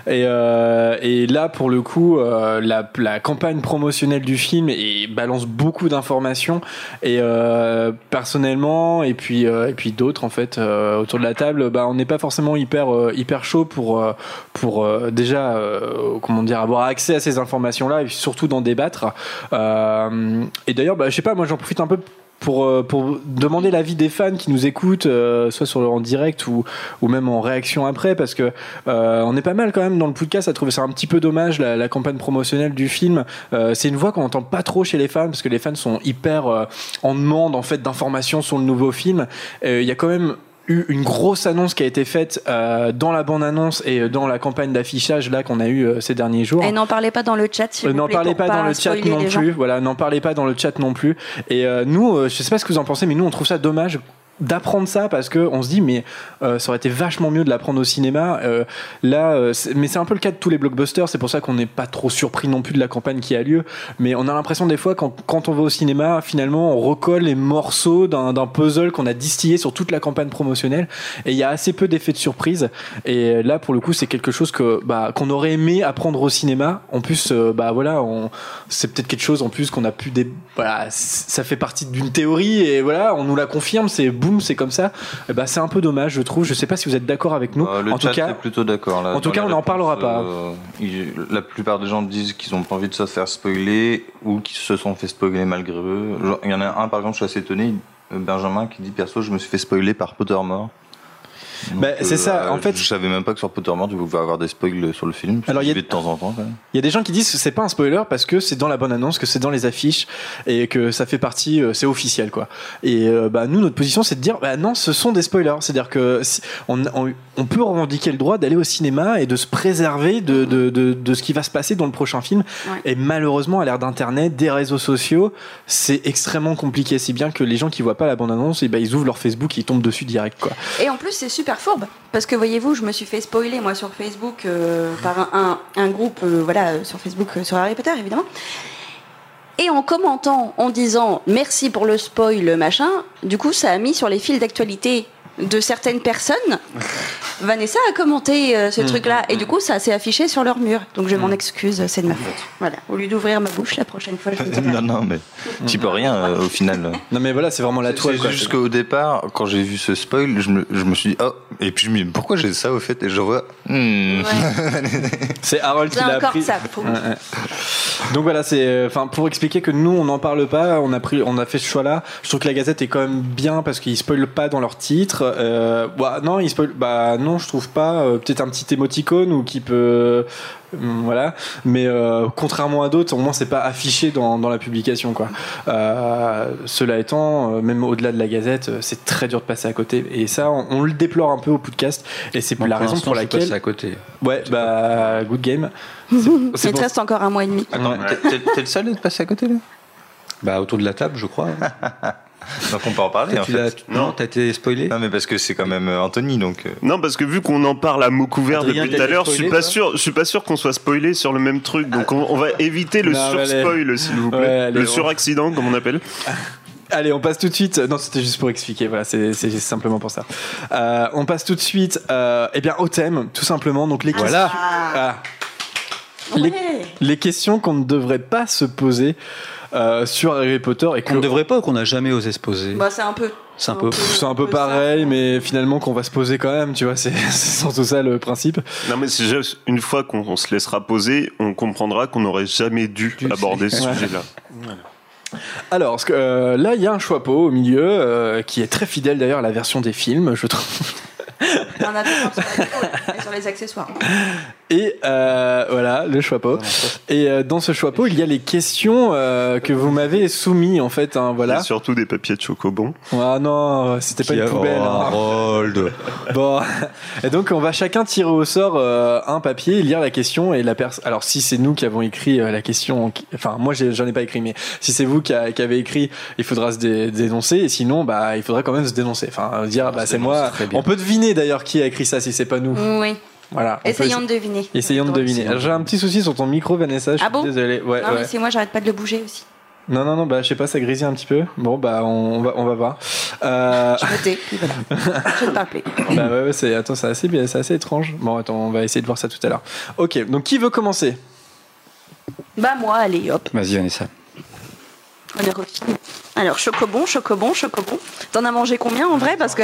[SPEAKER 1] Et, euh, et là, pour le coup, euh, la, la campagne promotionnelle du film et balance beaucoup d'informations. Et euh, personnellement, et puis euh, et puis d'autres en fait euh, autour de la table, bah on n'est pas forcément hyper euh, hyper chaud pour euh, pour euh, déjà euh, comment dire avoir accès à ces informations là et puis surtout d'en débattre. Euh, et d'ailleurs, bah, je sais pas, moi j'en profite un peu pour, euh, pour demander l'avis des fans qui nous écoutent, euh, soit sur, en direct ou, ou même en réaction après, parce que euh, on est pas mal quand même dans le podcast à trouver ça un petit peu dommage, la, la campagne promotionnelle du film. Euh, c'est une voix qu'on entend pas trop chez les fans, parce que les fans sont hyper euh, en demande en fait d'informations sur le nouveau film. Euh, Il y a quand même eu une grosse annonce qui a été faite euh, dans la bande-annonce et euh, dans la campagne d'affichage là qu'on a eu euh, ces derniers jours.
[SPEAKER 5] Et n'en parlez pas dans le chat. s'il
[SPEAKER 1] Euh,
[SPEAKER 5] vous
[SPEAKER 1] N'en
[SPEAKER 5] plaît,
[SPEAKER 1] parlez
[SPEAKER 5] pour
[SPEAKER 1] pas dans le chat
[SPEAKER 5] spoiler
[SPEAKER 1] non
[SPEAKER 5] les gens.
[SPEAKER 1] plus. Voilà, n'en parlez pas dans le chat non plus. Et euh, nous, euh, je sais pas ce que vous en pensez, mais nous, on trouve ça dommage d'apprendre ça parce que on se dit mais euh, ça aurait été vachement mieux de l'apprendre au cinéma Euh, là euh, c'est- mais c'est un peu le cas de tous les blockbusters c'est pour ça qu'on n'est pas trop surpris non plus de la campagne qui a lieu mais on a l'impression des fois quand, quand on va au cinéma finalement on recolle les morceaux d'un d'un puzzle qu'on a distillé sur toute la campagne promotionnelle et il y a assez peu d'effets de surprise et là, pour le coup, c'est quelque chose que bah, qu'on aurait aimé apprendre au cinéma. En plus, euh, bah voilà, on, c'est peut-être quelque chose en plus qu'on a pu des, voilà, c- ça fait partie d'une théorie et voilà, on nous la confirme. C'est boum, c'est comme ça. Et bah, c'est un peu dommage, je trouve. Je sais pas si vous êtes d'accord avec nous.
[SPEAKER 7] Euh, le
[SPEAKER 1] en
[SPEAKER 7] chat
[SPEAKER 1] tout cas,
[SPEAKER 7] est plutôt d'accord. là.
[SPEAKER 1] en tout
[SPEAKER 7] Dans
[SPEAKER 1] cas,
[SPEAKER 7] les
[SPEAKER 1] on n'en
[SPEAKER 7] réponses,
[SPEAKER 1] parlera pas.
[SPEAKER 7] euh, ils- la plupart des gens disent qu'ils ont pas envie de se faire spoiler ou qu'ils se sont fait spoiler malgré eux. Genre, Il y en a un, par exemple, je suis assez étonné, euh, Benjamin, qui dit perso, je me suis fait spoiler par Pottermore. Donc, euh,
[SPEAKER 1] Bah, c'est ça, en fait-
[SPEAKER 7] Je savais même pas que sur Pottermore, tu pouvais avoir des spoils sur le film. parce que
[SPEAKER 1] Alors, il y
[SPEAKER 7] j'y
[SPEAKER 1] a-
[SPEAKER 7] vais de temps en temps. quand même.
[SPEAKER 1] il y a des gens qui disent que c'est pas un spoiler parce que c'est dans la bonne annonce, que c'est dans les affiches et que ça fait partie, euh, c'est officiel quoi. Et euh, bah nous, notre position, c'est de dire bah non, ce sont des spoilers. C'est-à-dire que si- on, on- on peut revendiquer le droit d'aller au cinéma et de se préserver de, de, de, de ce qui va se passer dans le prochain film.
[SPEAKER 5] Ouais.
[SPEAKER 1] Et malheureusement, à l'ère d'Internet, des réseaux sociaux, c'est extrêmement compliqué. Si bien que les gens qui voient pas la bande-annonce, eh ben, ils ouvrent leur Facebook et ils tombent dessus direct. Quoi.
[SPEAKER 5] Et en plus, c'est super fourbe. Parce que voyez-vous, je me suis fait spoiler, moi, sur Facebook, euh, par un, un- un groupe, euh, voilà, euh, sur Facebook, euh, sur Harry Potter, évidemment. Et en commentant, en disant merci pour le spoil, machin, du coup, ça a mis sur les fils d'actualité de certaines personnes. Vanessa a commenté euh,
[SPEAKER 1] Mm.
[SPEAKER 5] ce truc-là, et du coup, ça s'est affiché sur leur mur. Donc, je m'en excuse, c'est de ma
[SPEAKER 1] Mm.
[SPEAKER 5] faute. Voilà. Au lieu d'ouvrir ma bouche la prochaine fois, je vous dirai.
[SPEAKER 7] non, non, mais tu peux rien euh, au final.
[SPEAKER 1] Non mais voilà, c'est vraiment la toile.
[SPEAKER 7] C'est
[SPEAKER 1] quoi.
[SPEAKER 7] juste qu'au départ, quand j'ai vu ce spoil, je me, je me suis dit, oh, et puis je me dis, pourquoi j'ai ça au fait Et je vois, hmm.
[SPEAKER 1] C'est Harold qui
[SPEAKER 5] C'est
[SPEAKER 1] l'a
[SPEAKER 5] encore
[SPEAKER 1] appris.
[SPEAKER 5] ça. faut-
[SPEAKER 1] Ouais, ouais. Donc voilà, c'est euh, enfin pour expliquer que nous on n'en parle pas, on a pris, on a fait ce choix-là. Je trouve que la Gazette est quand même bien parce qu'ils spoilent pas dans leur titre. Euh, bah, non, ils spoilent. Bah non, je trouve pas. Euh, Peut-être un petit émoticône ou qui peut, Hum, voilà. Mais euh, contrairement à d'autres, au moins c'est pas affiché dans, dans la publication quoi. Euh, cela étant, euh, même au-delà de la Gazette, euh, c'est très dur de passer à côté. Et ça, on, on le déplore un peu au podcast. Et c'est
[SPEAKER 3] Bon,
[SPEAKER 1] la raison
[SPEAKER 3] l'instant,
[SPEAKER 1] pour
[SPEAKER 3] je suis passé
[SPEAKER 1] laquelle.
[SPEAKER 3] à côté.
[SPEAKER 1] Ouais, bah good game.
[SPEAKER 5] Il te
[SPEAKER 1] pour-
[SPEAKER 5] reste encore un mois et demi.
[SPEAKER 7] Attends,
[SPEAKER 1] Ouais.
[SPEAKER 7] t'es- t'es t'es le seul à être passé à côté là
[SPEAKER 3] Bah, autour de la table, je crois.
[SPEAKER 7] Donc on peut en parler en
[SPEAKER 3] tu
[SPEAKER 7] fait.
[SPEAKER 3] l'as- Non,
[SPEAKER 2] Non.
[SPEAKER 3] t'as été spoilé.
[SPEAKER 7] Non, mais parce que c'est quand même euh, Anthony, donc. euh,
[SPEAKER 2] Non, parce que vu qu'on en parle à mots couverts
[SPEAKER 3] Adrien, t'as
[SPEAKER 2] depuis tout à
[SPEAKER 3] été
[SPEAKER 2] l'heure, je
[SPEAKER 3] spoilé,
[SPEAKER 2] suis pas
[SPEAKER 3] toi
[SPEAKER 2] sûr, je suis pas sûr qu'on soit spoilé sur le même truc. Donc on, on va éviter le
[SPEAKER 1] Non, mais allez.
[SPEAKER 2] sur-spoil, s'il vous plaît,
[SPEAKER 1] Ouais, allez, on-
[SPEAKER 2] le suraccident, comme on appelle.
[SPEAKER 1] Allez, on passe tout de suite. euh, Non, c'était juste pour expliquer. Voilà, c'est c'est simplement pour ça. Euh, on passe tout de suite, euh, eh bien, au thème, tout simplement. Donc les
[SPEAKER 3] Voilà.
[SPEAKER 1] questions, Ah, les, les questions qu'on ne devrait pas se poser. euh, sur Harry Potter et
[SPEAKER 3] Qu'on
[SPEAKER 1] qu'on
[SPEAKER 3] ne devrait pas ou qu'on n'a jamais osé se poser
[SPEAKER 5] Bah, c'est un peu.
[SPEAKER 3] C'est un peu.
[SPEAKER 1] Pff, C'est un peu pareil, mais finalement qu'on va se poser quand même, tu vois, c'est c'est surtout ça le principe.
[SPEAKER 2] Non, mais c'est juste une fois qu'on on se laissera poser, on comprendra qu'on n'aurait jamais dû aborder ce
[SPEAKER 1] Ouais.
[SPEAKER 2] sujet-là.
[SPEAKER 1] Alors, ce que, euh, là, il y a un Choixpeau au milieu, euh, qui est très fidèle d'ailleurs à la version des films, je trouve.
[SPEAKER 5] On en a deux sur la déco, là, et sur les accessoires.
[SPEAKER 1] Et euh, voilà, le Choixpeau. Et euh, dans ce Choixpeau, il y a les questions euh, que vous m'avez soumises, en fait, hein,
[SPEAKER 2] Il y a
[SPEAKER 1] voilà.
[SPEAKER 2] surtout des papiers de chocobon.
[SPEAKER 1] Ah non, c'était pas
[SPEAKER 3] Qui
[SPEAKER 1] une
[SPEAKER 3] a-
[SPEAKER 1] poubelle.
[SPEAKER 3] Oh,
[SPEAKER 1] hein.
[SPEAKER 3] Harold.
[SPEAKER 1] Bon, et donc on va chacun tirer au sort euh, un papier, lire la question et la personne. Alors si c'est nous qui avons écrit euh, la question, qui- enfin moi j'ai- j'en ai pas écrit, mais si c'est vous qui, a- qui avez écrit, il faudra se dé- dénoncer. Et sinon, bah il faudra quand même se dénoncer. Enfin dire
[SPEAKER 3] Ah,
[SPEAKER 1] bah c'est moi.
[SPEAKER 3] très bien.
[SPEAKER 1] On peut deviner d'ailleurs qui a écrit ça si c'est pas nous.
[SPEAKER 5] Oui.
[SPEAKER 1] Voilà. on peut
[SPEAKER 5] Essayons
[SPEAKER 1] essa-
[SPEAKER 5] de deviner.
[SPEAKER 1] Essayons de deviner. Alors, J'ai un petit souci sur ton micro, Vanessa. Je
[SPEAKER 5] Ah
[SPEAKER 1] suis
[SPEAKER 5] bon
[SPEAKER 1] désolé. Ouais,
[SPEAKER 5] Non,
[SPEAKER 1] ouais.
[SPEAKER 5] mais c'est moi, j'arrête pas de le bouger aussi.
[SPEAKER 1] Non, non, non, bah je sais pas, ça grésille un petit peu. Bon, bah on, on va, on va voir. Euh,
[SPEAKER 5] Je me tais, puis voilà. Je ne parle plus.
[SPEAKER 1] Bah ouais, ouais, c'est attends, c'est assez bien, c'est assez étrange. Bon, attends, on va essayer de voir ça tout à l'heure. Ok, donc qui veut commencer
[SPEAKER 5] Bah, moi, allez, hop.
[SPEAKER 3] Vas-y, Vanessa.
[SPEAKER 5] On est refini. Alors, chocobon, chocobon, chocobon. T'en as mangé combien en vrai Parce que.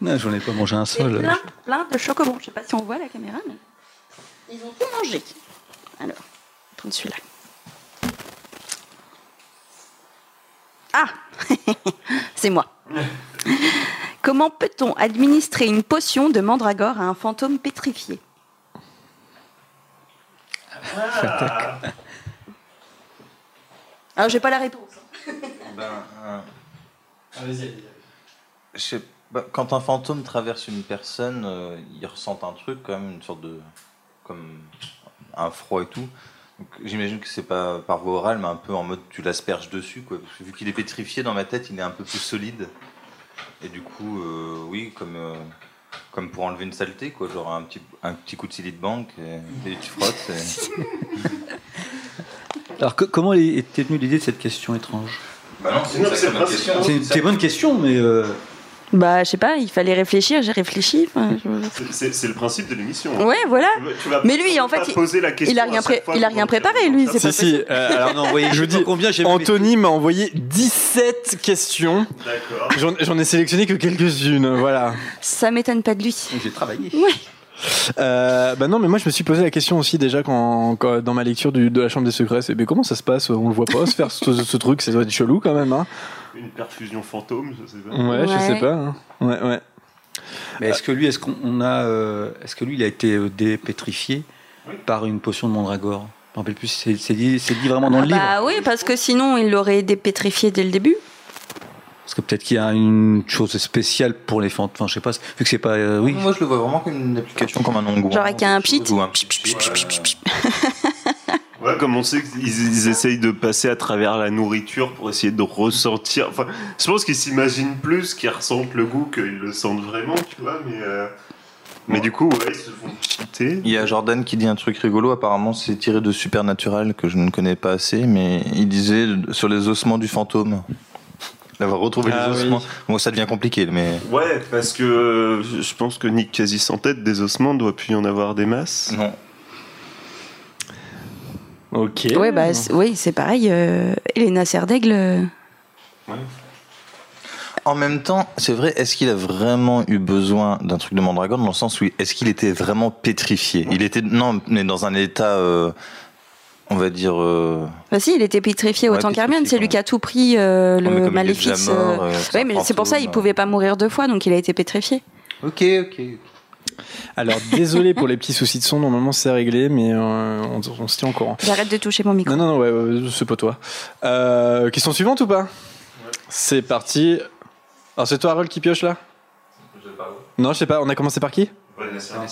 [SPEAKER 3] Non, J'en ai pas mangé un
[SPEAKER 5] C'est
[SPEAKER 3] seul.
[SPEAKER 5] plein, plein de chocobons. Je sais pas si on voit la caméra, mais. Ils ont tout mangé. Alors, prendre celui-là. Ah C'est moi. Comment peut-on administrer une potion de mandragore à un fantôme pétrifié Alors, j'ai pas la réponse.
[SPEAKER 7] Je sais pas, quand un fantôme traverse une personne, euh, il ressent un truc quand même, une sorte de. comme un froid et tout. Donc, J'imagine que c'est pas par voie orale, mais un peu en mode tu l'asperges dessus, quoi. Parce que vu qu'il est pétrifié dans ma tête, il est un peu plus solide. Et du coup, euh, oui, comme, euh, comme pour enlever une saleté, quoi. Genre un petit, un petit coup de silly de banque et, et tu frottes. et-
[SPEAKER 3] Alors, que- comment était venue l'idée de cette question étrange
[SPEAKER 7] Bah non, c'est une sacrée bonne question.
[SPEAKER 3] C'est une très bonne question, mais. euh,
[SPEAKER 5] Bah, je sais pas, il fallait réfléchir, j'ai réfléchi. enfin, je-
[SPEAKER 2] C'est- C'est c'est le principe de l'émission.
[SPEAKER 5] Ouais, voilà.
[SPEAKER 2] Tu vas- tu vas-
[SPEAKER 5] Mais lui,
[SPEAKER 2] tu vas
[SPEAKER 5] en fait,
[SPEAKER 2] pas
[SPEAKER 5] il-
[SPEAKER 2] poser la question
[SPEAKER 5] il a rien
[SPEAKER 2] à chaque
[SPEAKER 5] pré-
[SPEAKER 2] fois
[SPEAKER 5] il a
[SPEAKER 2] qu'on
[SPEAKER 5] rien
[SPEAKER 2] va faire
[SPEAKER 5] préparé,
[SPEAKER 2] un
[SPEAKER 5] lui,
[SPEAKER 2] podcast.
[SPEAKER 5] c'est
[SPEAKER 1] Si, si, euh, alors,
[SPEAKER 3] non, voyez,
[SPEAKER 1] je vous
[SPEAKER 3] sais pas
[SPEAKER 1] dis,
[SPEAKER 3] combien j'ai
[SPEAKER 1] Anthony m'a envoyé 17 questions.
[SPEAKER 2] D'accord.
[SPEAKER 1] J'en j'en ai sélectionné que quelques-unes, voilà.
[SPEAKER 5] Ça m'étonne pas de lui.
[SPEAKER 3] J'ai travaillé.
[SPEAKER 1] Euh, bah non, mais moi je me suis posé la question aussi déjà quand, quand- dans ma lecture du- de la Chambre des Secrets. C'est mais comment ça se passe On le voit pas se faire ce, ce truc, ça doit être chelou quand même. Hein.
[SPEAKER 2] Une perfusion fantôme, je sais pas.
[SPEAKER 1] Ouais, je sais
[SPEAKER 5] Ouais.
[SPEAKER 1] pas. hein. Ouais, ouais.
[SPEAKER 3] Mais est-ce que lui, est-ce qu'on on a, euh, est-ce que lui, il a été euh, dépétrifié
[SPEAKER 2] Oui.
[SPEAKER 3] par une potion de mandragore Je me rappelle plus. C'est c'est dit, c'est dit vraiment dans le livre.
[SPEAKER 5] Bah oui, parce que sinon il l'aurait dépétrifié dès le début.
[SPEAKER 3] Parce que peut-être qu'il y a une chose spéciale pour les fantômes. Enfin, je sais pas. Vu que c'est pas, euh, oui.
[SPEAKER 7] Moi, je le vois vraiment comme une application, comme un ongle.
[SPEAKER 5] Genre avec un pchit.
[SPEAKER 7] Ou un pchit.
[SPEAKER 2] Ouais, comme on sait qu'ils ils essayent de passer à travers la nourriture pour essayer de ressentir. Enfin, je pense qu'ils s'imaginent plus, qu'ils ressentent le goût, qu'ils le sentent vraiment, tu vois. Mais, euh, mais du coup, ouais, ils se font cheater.
[SPEAKER 7] Il y a Jordan qui dit un truc rigolo, apparemment c'est tiré de Supernatural que je ne connais pas assez, mais il disait sur les ossements du fantôme. D'avoir retrouvé
[SPEAKER 1] Ah
[SPEAKER 7] les
[SPEAKER 1] oui.
[SPEAKER 7] ossements. Bon, ça devient compliqué, mais.
[SPEAKER 2] Ouais, parce que euh, je je pense que Nick quasi sans tête des ossements doit plus y en avoir des masses.
[SPEAKER 7] Non.
[SPEAKER 1] Ok.
[SPEAKER 5] Oui, bah c'est- oui, c'est pareil. euh, Elena Serdaigle. euh,
[SPEAKER 7] En même temps, c'est vrai, est-ce qu'il a vraiment eu besoin d'un truc de mandragore dans le sens où est-ce qu'il était vraiment pétrifié Il était. Non, mais dans un état. euh, on va dire. euh,
[SPEAKER 5] Bah si, il était pétrifié
[SPEAKER 7] Ouais,
[SPEAKER 5] autant
[SPEAKER 7] pétrifié,
[SPEAKER 5] qu'Hermione. C'est
[SPEAKER 7] quand
[SPEAKER 5] lui
[SPEAKER 7] même.
[SPEAKER 5] qui a tout pris euh,
[SPEAKER 1] Oh,
[SPEAKER 7] mais comme il
[SPEAKER 5] le
[SPEAKER 7] est
[SPEAKER 5] maléfice.
[SPEAKER 7] déjà mort,
[SPEAKER 5] euh,
[SPEAKER 7] euh,
[SPEAKER 5] Oui, mais
[SPEAKER 7] un
[SPEAKER 5] c'est pour
[SPEAKER 1] hein.
[SPEAKER 5] ça il
[SPEAKER 7] fantôme.
[SPEAKER 5] pouvait pas mourir deux fois, donc il a été pétrifié.
[SPEAKER 7] Ok, ok.
[SPEAKER 1] Alors désolé pour les petits soucis de son, normalement c'est réglé, mais euh, on, on se tient au courant.
[SPEAKER 5] J'arrête de toucher mon micro.
[SPEAKER 1] Non, non, non, ouais, ouais, c'est pas toi. Euh, question suivante ou pas C'est parti. Alors c'est toi Harold qui pioche là Non, je sais pas, on a commencé par qui
[SPEAKER 2] Vanessa.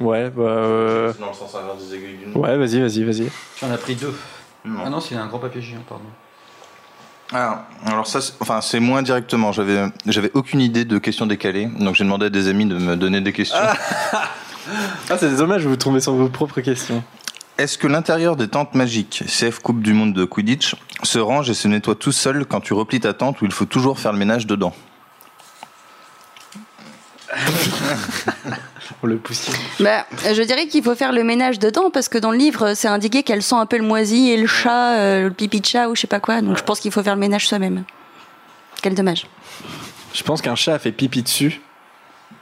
[SPEAKER 1] Ouais, bah... euh,
[SPEAKER 7] Dans le sens inverse des aiguilles d'une.
[SPEAKER 1] Ouais, vas-y, vas-y, vas-y.
[SPEAKER 3] J'en ai pris deux.
[SPEAKER 7] Non.
[SPEAKER 3] Ah non, c'est un grand papier géant, pardon.
[SPEAKER 7] Ah, alors ça, c'est- enfin, c'est moins directement. J'avais, j'avais aucune idée de questions décalées, donc j'ai demandé à des amis de me donner des questions.
[SPEAKER 1] Ah, c'est dommage, vous vous trompez sur vos propres questions.
[SPEAKER 7] Est-ce que l'intérieur des tentes magiques, CF Coupe du Monde de Quidditch, se range et se nettoie tout seul quand tu replies ta tente où il faut toujours faire le ménage dedans
[SPEAKER 1] le poussière.
[SPEAKER 5] Bah, je dirais qu'il faut faire le ménage dedans parce que dans le livre, euh, c'est indiqué qu'elle sent un peu le moisi et le chat, euh, le pipi de chat ou je sais pas quoi. Donc je pense qu'il faut faire le ménage soi-même. Quel dommage.
[SPEAKER 1] Je pense qu'un chat a fait pipi dessus,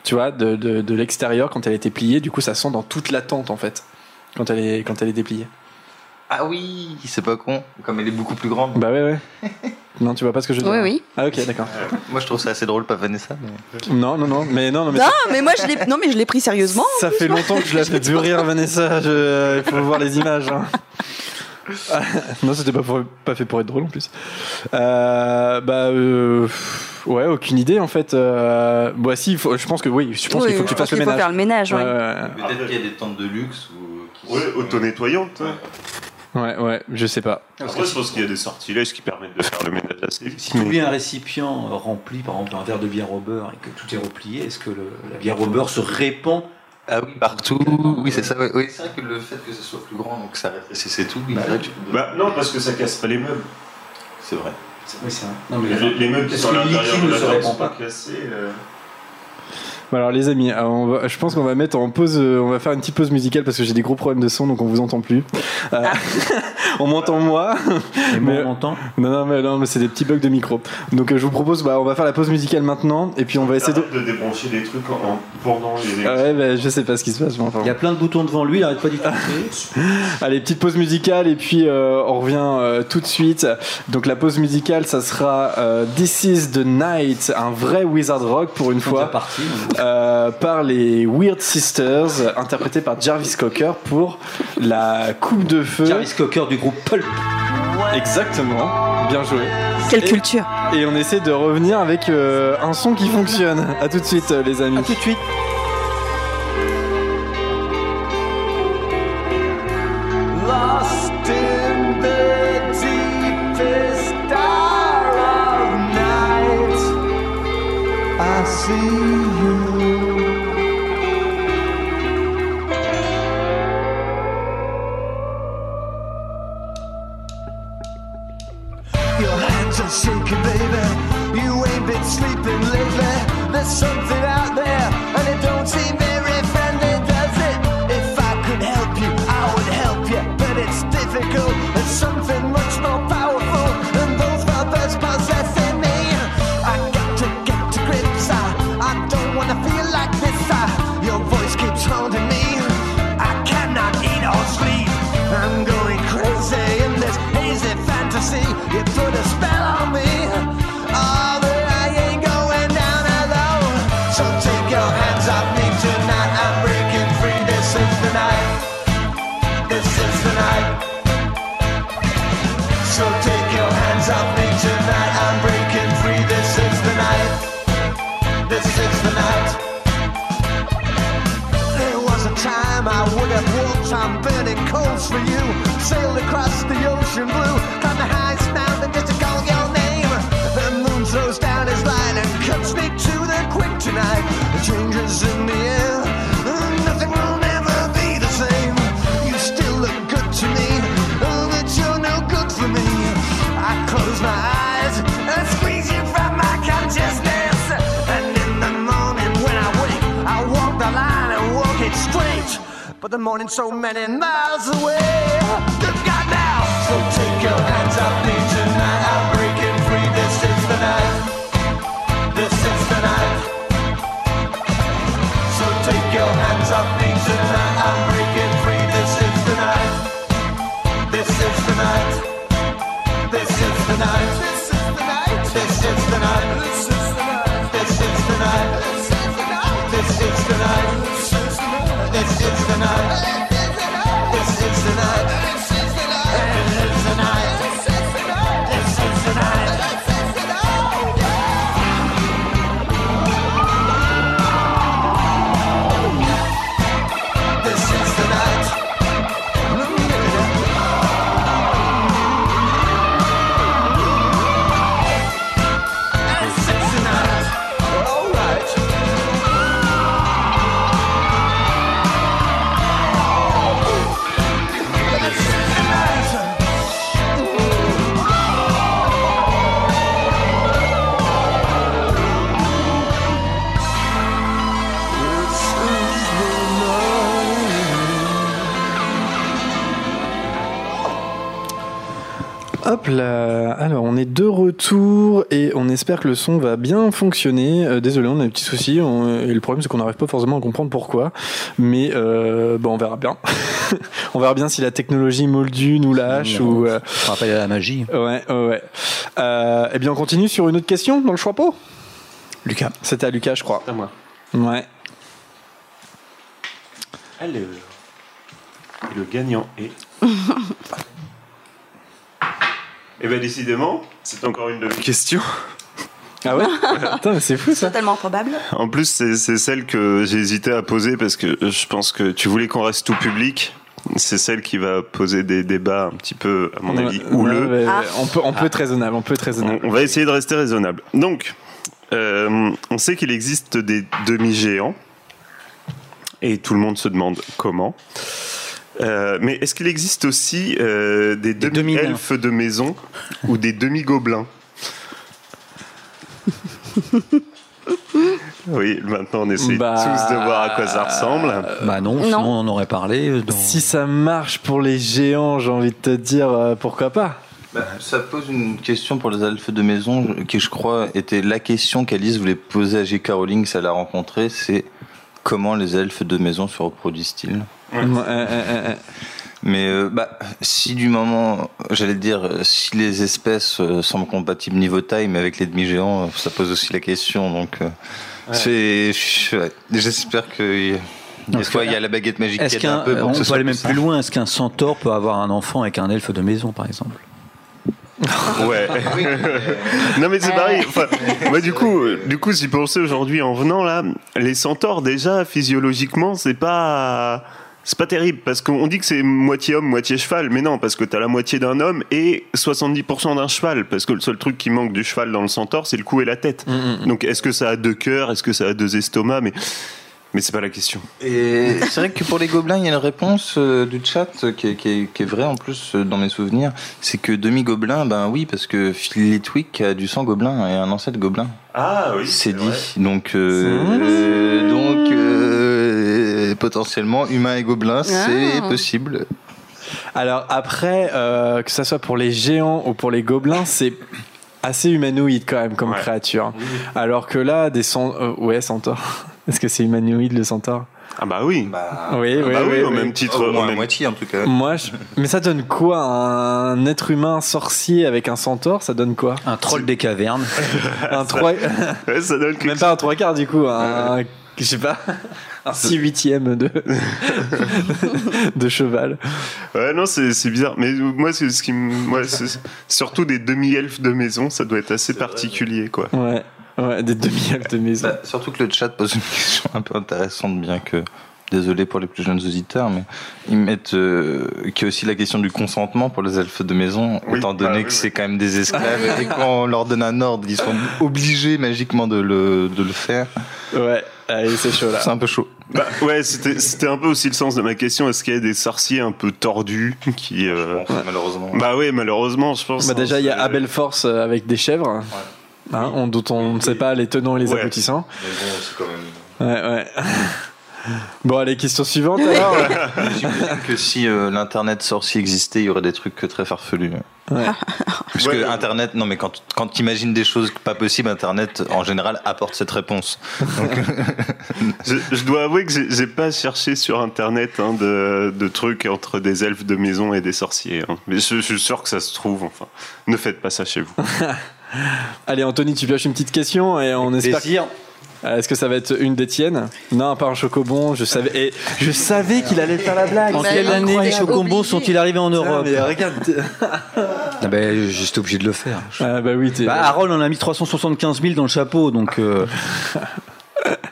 [SPEAKER 1] tu vois, de, de- de l'extérieur quand elle était pliée. Du coup, ça sent dans toute la tente en fait, quand elle est, quand elle est dépliée.
[SPEAKER 7] Ah oui, c'est pas con. Comme elle est beaucoup plus grande.
[SPEAKER 1] Bah ouais, ouais. non, tu vois pas ce que je veux dire.
[SPEAKER 5] Oui, oui.
[SPEAKER 1] Ah ok, d'accord.
[SPEAKER 7] Moi, je trouve ça assez drôle, pas Vanessa. Mais...
[SPEAKER 1] Non, non, non, mais non, non, mais
[SPEAKER 5] Non, mais moi je l'ai, non, mais je l'ai pris sérieusement.
[SPEAKER 1] ça fait longtemps que je la fais plus rire, Vanessa. je- Il faut voir les images. hein. Ah, non, c'était pas, pour- pas fait pour être drôle en plus. Euh, bah, euh, ouais, aucune idée en fait. Euh, bah, si, il faut- je pense que oui, je pense
[SPEAKER 5] Oui,
[SPEAKER 1] qu'il faut que
[SPEAKER 5] je
[SPEAKER 1] tu fasses
[SPEAKER 5] pense
[SPEAKER 1] le
[SPEAKER 5] qu'il faut
[SPEAKER 1] ménage.
[SPEAKER 5] faire le ménage, ouais.
[SPEAKER 1] Ah, ouais,
[SPEAKER 7] Peut-être qu'il y a des tentes de luxe ou.
[SPEAKER 2] Oui, auto-nettoyante. hein.
[SPEAKER 1] ouais, ouais, je sais pas.
[SPEAKER 2] Après, je pense qu'il y a des sortilèges qui permettent de faire le ménage assez vite.
[SPEAKER 3] Si tu oublies un récipient euh, rempli, par exemple, d'un verre de bière au beurre et que tout est replié, est-ce que le- la bière au beurre se répand
[SPEAKER 7] Ah oui, partout. Oui, c'est ça. ouais. Oui, c'est vrai que le fait que ce soit plus grand, donc ça rétrécit, c'est tout. oui, c'est vrai que tu peux-
[SPEAKER 2] Bah, non, parce que ça casserait les meubles.
[SPEAKER 7] c'est vrai.
[SPEAKER 3] Oui, c'est vrai. Non, mais
[SPEAKER 2] Les, les meubles qui
[SPEAKER 3] Est-ce
[SPEAKER 2] sont à
[SPEAKER 3] que le
[SPEAKER 2] l'intérieur
[SPEAKER 3] liquide
[SPEAKER 2] de
[SPEAKER 3] ne
[SPEAKER 2] la
[SPEAKER 3] se
[SPEAKER 2] tente
[SPEAKER 3] répand
[SPEAKER 2] sont pas
[SPEAKER 3] pas
[SPEAKER 2] cassés. euh.
[SPEAKER 1] Bon, Bah, alors les amis, alors, on va- je pense qu'on va mettre en pause, euh, on va faire une petite pause musicale parce que j'ai des gros problèmes de son donc on vous entend plus. Euh,
[SPEAKER 5] Ah.
[SPEAKER 1] on m'entend moi. Mais-
[SPEAKER 3] on m'entend.
[SPEAKER 1] Non, non, mais, non, mais c'est des petits bugs de micro. Donc euh, je vous propose, bah, on va faire la pause musicale maintenant et puis on va essayer de.
[SPEAKER 2] Arrête de débrancher des trucs en, en pendant les
[SPEAKER 1] Ah ouais, bah, je sais pas ce qui se passe. mais enfin,
[SPEAKER 3] Il y a plein de boutons devant lui, il arrête pas d'y toucher.
[SPEAKER 1] Allez, petite pause musicale et puis euh, on revient euh, tout de suite. Donc la pause musicale, ça sera euh, This is the Night, un vrai wizard rock pour une
[SPEAKER 3] Quand
[SPEAKER 1] fois,
[SPEAKER 3] t'es parti,
[SPEAKER 1] euh, par les Weird Sisters, interprété par Jarvis Cocker pour la Coupe de Feu.
[SPEAKER 3] Jarvis Cocker du groupe Pulp.
[SPEAKER 1] Exactement, bien joué.
[SPEAKER 4] Quelle
[SPEAKER 1] Et-
[SPEAKER 4] culture
[SPEAKER 1] Et on essaie de revenir avec euh, un son qui fonctionne. À tout de suite, euh, les amis.
[SPEAKER 3] tout de suite.
[SPEAKER 9] Your hands are shaking, baby. You ain't been sleeping lately. There's something out there, and it don't seem very friendly, does it? If I could help you, I would help you, but it's difficult. There's something much more powerful than those others possessing me. I got to get to grips. I, I don't wanna feel like this. I, your voice keeps haunting me. I cannot eat or sleep. I'm going crazy in this hazy fantasy. You put a spell on me. Oh, but I ain't going down alone. So take your hands off me tonight. I'm breaking free. This is the night. This is the night. So take your hands off me tonight. I'm breaking free. This is the night. This is the night. There was a time I would have walked on burning coals for you, sailed across the ocean blue, climbed the highest mountain just to call your name. The moon throws down his light and cuts me to the quick tonight. The changes in the air, nothing will never be the same. You still look good to me, oh, but you're no good for me. I close my eyes and squeeze you from my consciousness, and in the morning when I wake, I walk the line and walk it straight. But the morning's so many miles away. Good God now! So take your hands off me tonight. I'm breaking free. This is the night. This is the night. So take your hands off me tonight. I'm breaking free. This is the night. This is the night. This is the night. This is the night. This is the night. This is the night. This is the night. This is the night. This is the night. This is the night. This is the night. This is the night. This is the night. This is the night. This is the night. This is the night. This is the night. This is
[SPEAKER 1] Hop là, alors on est de retour et on espère que le son va bien fonctionner. Euh, désolé, on a des petits soucis on- et le problème c'est qu'on n'arrive pas forcément à comprendre pourquoi. Mais euh, bon, on verra bien. on verra bien si la technologie moldue nous lâche
[SPEAKER 3] Non.
[SPEAKER 1] ou. euh,
[SPEAKER 3] On rappelle à la magie.
[SPEAKER 1] Ouais, ouais, ouais. Euh, eh bien, on continue sur une autre question dans le choix pot
[SPEAKER 3] Lucas.
[SPEAKER 1] C'était à Lucas, je crois.
[SPEAKER 2] À moi.
[SPEAKER 1] Ouais.
[SPEAKER 2] Allez. euh. Et le gagnant est. Eh bien, décidément, c'est encore une de mes questions.
[SPEAKER 1] Ah ouais Putain, mais c'est fou ça.
[SPEAKER 5] Totalement improbable.
[SPEAKER 2] En plus, c'est c'est celle que j'ai hésité à poser parce que je pense que tu voulais qu'on reste tout public. C'est celle qui va poser des débats un petit peu, à mon avis,
[SPEAKER 1] Ouais,
[SPEAKER 2] houleux.
[SPEAKER 1] ouais, ouais,
[SPEAKER 5] Ah.
[SPEAKER 1] On peut, on peut être raisonnable, on peut être raisonnable.
[SPEAKER 2] On, on va essayer de rester raisonnable. Donc, euh, on sait qu'il existe des demi-géants. Et tout le monde se demande comment. Euh, mais est-ce qu'il existe aussi euh, des
[SPEAKER 3] demi-nains.
[SPEAKER 2] demi-elfes de maison ou des demi-gobelins Oui, maintenant on essaie
[SPEAKER 1] Bah,
[SPEAKER 2] tous de voir à quoi ça ressemble.
[SPEAKER 3] bah non, sinon on en aurait parlé. euh, Dans...
[SPEAKER 1] Si ça marche pour les géants, j'ai envie de te dire euh, pourquoi pas.
[SPEAKER 7] Bah, ça pose une question pour les elfes de maison je- qui, je crois, était la question qu'Alice voulait poser à J.K. Rowling si elle a rencontré c'est comment les elfes de maison se reproduisent-ils
[SPEAKER 2] Ouais.
[SPEAKER 1] Ouais, ouais, ouais, ouais.
[SPEAKER 7] Mais euh, bah, si du moment, j'allais dire, euh, si les espèces euh, semblent compatibles niveau taille, mais avec les demi-géants, euh, ça pose aussi la question. Donc, euh, c'est, je- ouais. j'espère que des
[SPEAKER 3] parce
[SPEAKER 7] fois
[SPEAKER 3] que-
[SPEAKER 7] il y a la baguette magique
[SPEAKER 3] Est-ce
[SPEAKER 7] qui aide un
[SPEAKER 3] qu'un, euh,
[SPEAKER 7] peu pour
[SPEAKER 3] on
[SPEAKER 7] que ce
[SPEAKER 3] peut
[SPEAKER 7] soit
[SPEAKER 3] aller même
[SPEAKER 7] plus
[SPEAKER 3] plus loin Est-ce qu'un centaure peut avoir un enfant avec un elfe de maison, par exemple
[SPEAKER 2] Ouais. non mais c'est pareil. Enfin, moi, du coup, euh, du coup, j'y pensais aujourd'hui en venant là. Les centaures déjà physiologiquement, c'est pas c'est pas terrible parce qu'on dit que c'est moitié homme, moitié cheval, mais non, parce que t'as la moitié d'un homme et 70% d'un cheval, parce que le seul truc qui manque du cheval dans le centaure, c'est le cou et la tête.
[SPEAKER 1] euh. Mm,
[SPEAKER 2] Donc, est-ce que ça a deux cœurs, est-ce que ça a deux estomacs, mais mais c'est pas la question.
[SPEAKER 7] Et c'est vrai que pour les gobelins, il y a une réponse euh, du chat euh, qui est, qui est- qui est vraie en plus euh, dans mes souvenirs. C'est que demi-gobelin, ben oui, parce que Flitwick a du sang gobelin et un ancêtre gobelin.
[SPEAKER 2] Ah
[SPEAKER 7] C'est dit. Donc, euh, euh, donc euh, potentiellement, humain et gobelin, c'est
[SPEAKER 5] Ah.
[SPEAKER 7] possible.
[SPEAKER 1] Alors après, euh, que ça soit pour les géants ou pour les gobelins, c'est assez humanoïde quand même comme
[SPEAKER 2] Ouais.
[SPEAKER 1] créature. Alors que là, des cent... euh, ouais, centaure. Est-ce que c'est humanoïde le centaure
[SPEAKER 2] Ah bah oui.
[SPEAKER 1] Oui, oui,
[SPEAKER 2] bah oui,
[SPEAKER 1] oui,
[SPEAKER 2] au
[SPEAKER 1] oui.
[SPEAKER 2] même titre,
[SPEAKER 7] Au
[SPEAKER 2] au
[SPEAKER 7] moins à
[SPEAKER 2] même-
[SPEAKER 7] moitié en tout cas.
[SPEAKER 1] Moi, je- mais ça donne quoi un être humain sorcier avec un centaure Ça donne quoi
[SPEAKER 3] Un troll des cavernes.
[SPEAKER 1] Un trois,
[SPEAKER 2] Ouais, ça donne quelque
[SPEAKER 1] même pas un trois quarts du coup.
[SPEAKER 7] Euh,
[SPEAKER 1] Un, je sais pas, un six huitième de de cheval.
[SPEAKER 2] Ouais, non, c'est c'est bizarre. Mais moi, c'est ce qui me. moi, c'est- surtout des demi-elfes de maison, ça doit être assez particulier, quoi.
[SPEAKER 1] Ouais, ouais, des demi-elfes de maison.
[SPEAKER 7] Bah, surtout que le chat pose une question un peu intéressante, bien que. Désolé pour les plus jeunes auditeurs, mais ils mettent euh, qu'il y a aussi la question du consentement pour les elfes de maison,
[SPEAKER 2] Oui,
[SPEAKER 7] étant
[SPEAKER 2] bah
[SPEAKER 7] donné
[SPEAKER 2] oui,
[SPEAKER 7] que
[SPEAKER 2] oui.
[SPEAKER 7] c'est quand même des esclaves et quand on leur donne un ordre, ils sont obligés magiquement de le, de le faire.
[SPEAKER 1] Ouais, allez, c'est chaud là.
[SPEAKER 7] C'est un peu chaud.
[SPEAKER 2] Bah, ouais, c'était c'était un peu aussi le sens de ma question. Est-ce qu'il y a des sorciers un peu tordus qui. euh,
[SPEAKER 7] Malheureusement.
[SPEAKER 2] Bah ouais, malheureusement, je pense.
[SPEAKER 1] Bah, déjà, il y a
[SPEAKER 2] Euh,
[SPEAKER 1] Abel Force euh, avec des chèvres. Hein, on, dont on ne sait pas les tenants et les
[SPEAKER 2] Ouais.
[SPEAKER 1] aboutissants.
[SPEAKER 7] Mais bon, c'est quand même.
[SPEAKER 1] Ouais, ouais. Bon, allez, question suivante alors.
[SPEAKER 7] J'imagine que si euh, l'internet sorcier existait, il y aurait des trucs que très farfelus.
[SPEAKER 1] Ouais.
[SPEAKER 7] Parce
[SPEAKER 2] Ouais.
[SPEAKER 7] que Internet, non mais quand, quand t'imagines des choses pas possibles, Internet en général apporte cette réponse.
[SPEAKER 2] Je, je dois avouer que j'ai- j'ai pas cherché sur internet hein, de, de trucs entre des elfes de maison et des sorciers. hein. Mais je, je suis sûr que ça se trouve, enfin. Ne faites pas ça chez vous.
[SPEAKER 1] Allez, Anthony, tu pioches une petite question et on espère. Euh, Est-ce que ça va être une des tiennes Non, pas un chocobon. Je savais, et je savais qu'il allait faire la blague.
[SPEAKER 3] En
[SPEAKER 1] c'est
[SPEAKER 3] quelle année les
[SPEAKER 1] incroyable.
[SPEAKER 3] chocombos
[SPEAKER 5] Obligé.
[SPEAKER 3] sont-ils arrivés en
[SPEAKER 1] Ah,
[SPEAKER 3] Europe
[SPEAKER 1] mais regarde.
[SPEAKER 3] ah ben, J'étais obligé de le faire.
[SPEAKER 1] Ah, bah oui, t'es.
[SPEAKER 3] Bah, Harold en a mis 375 000 dans le chapeau, donc euh,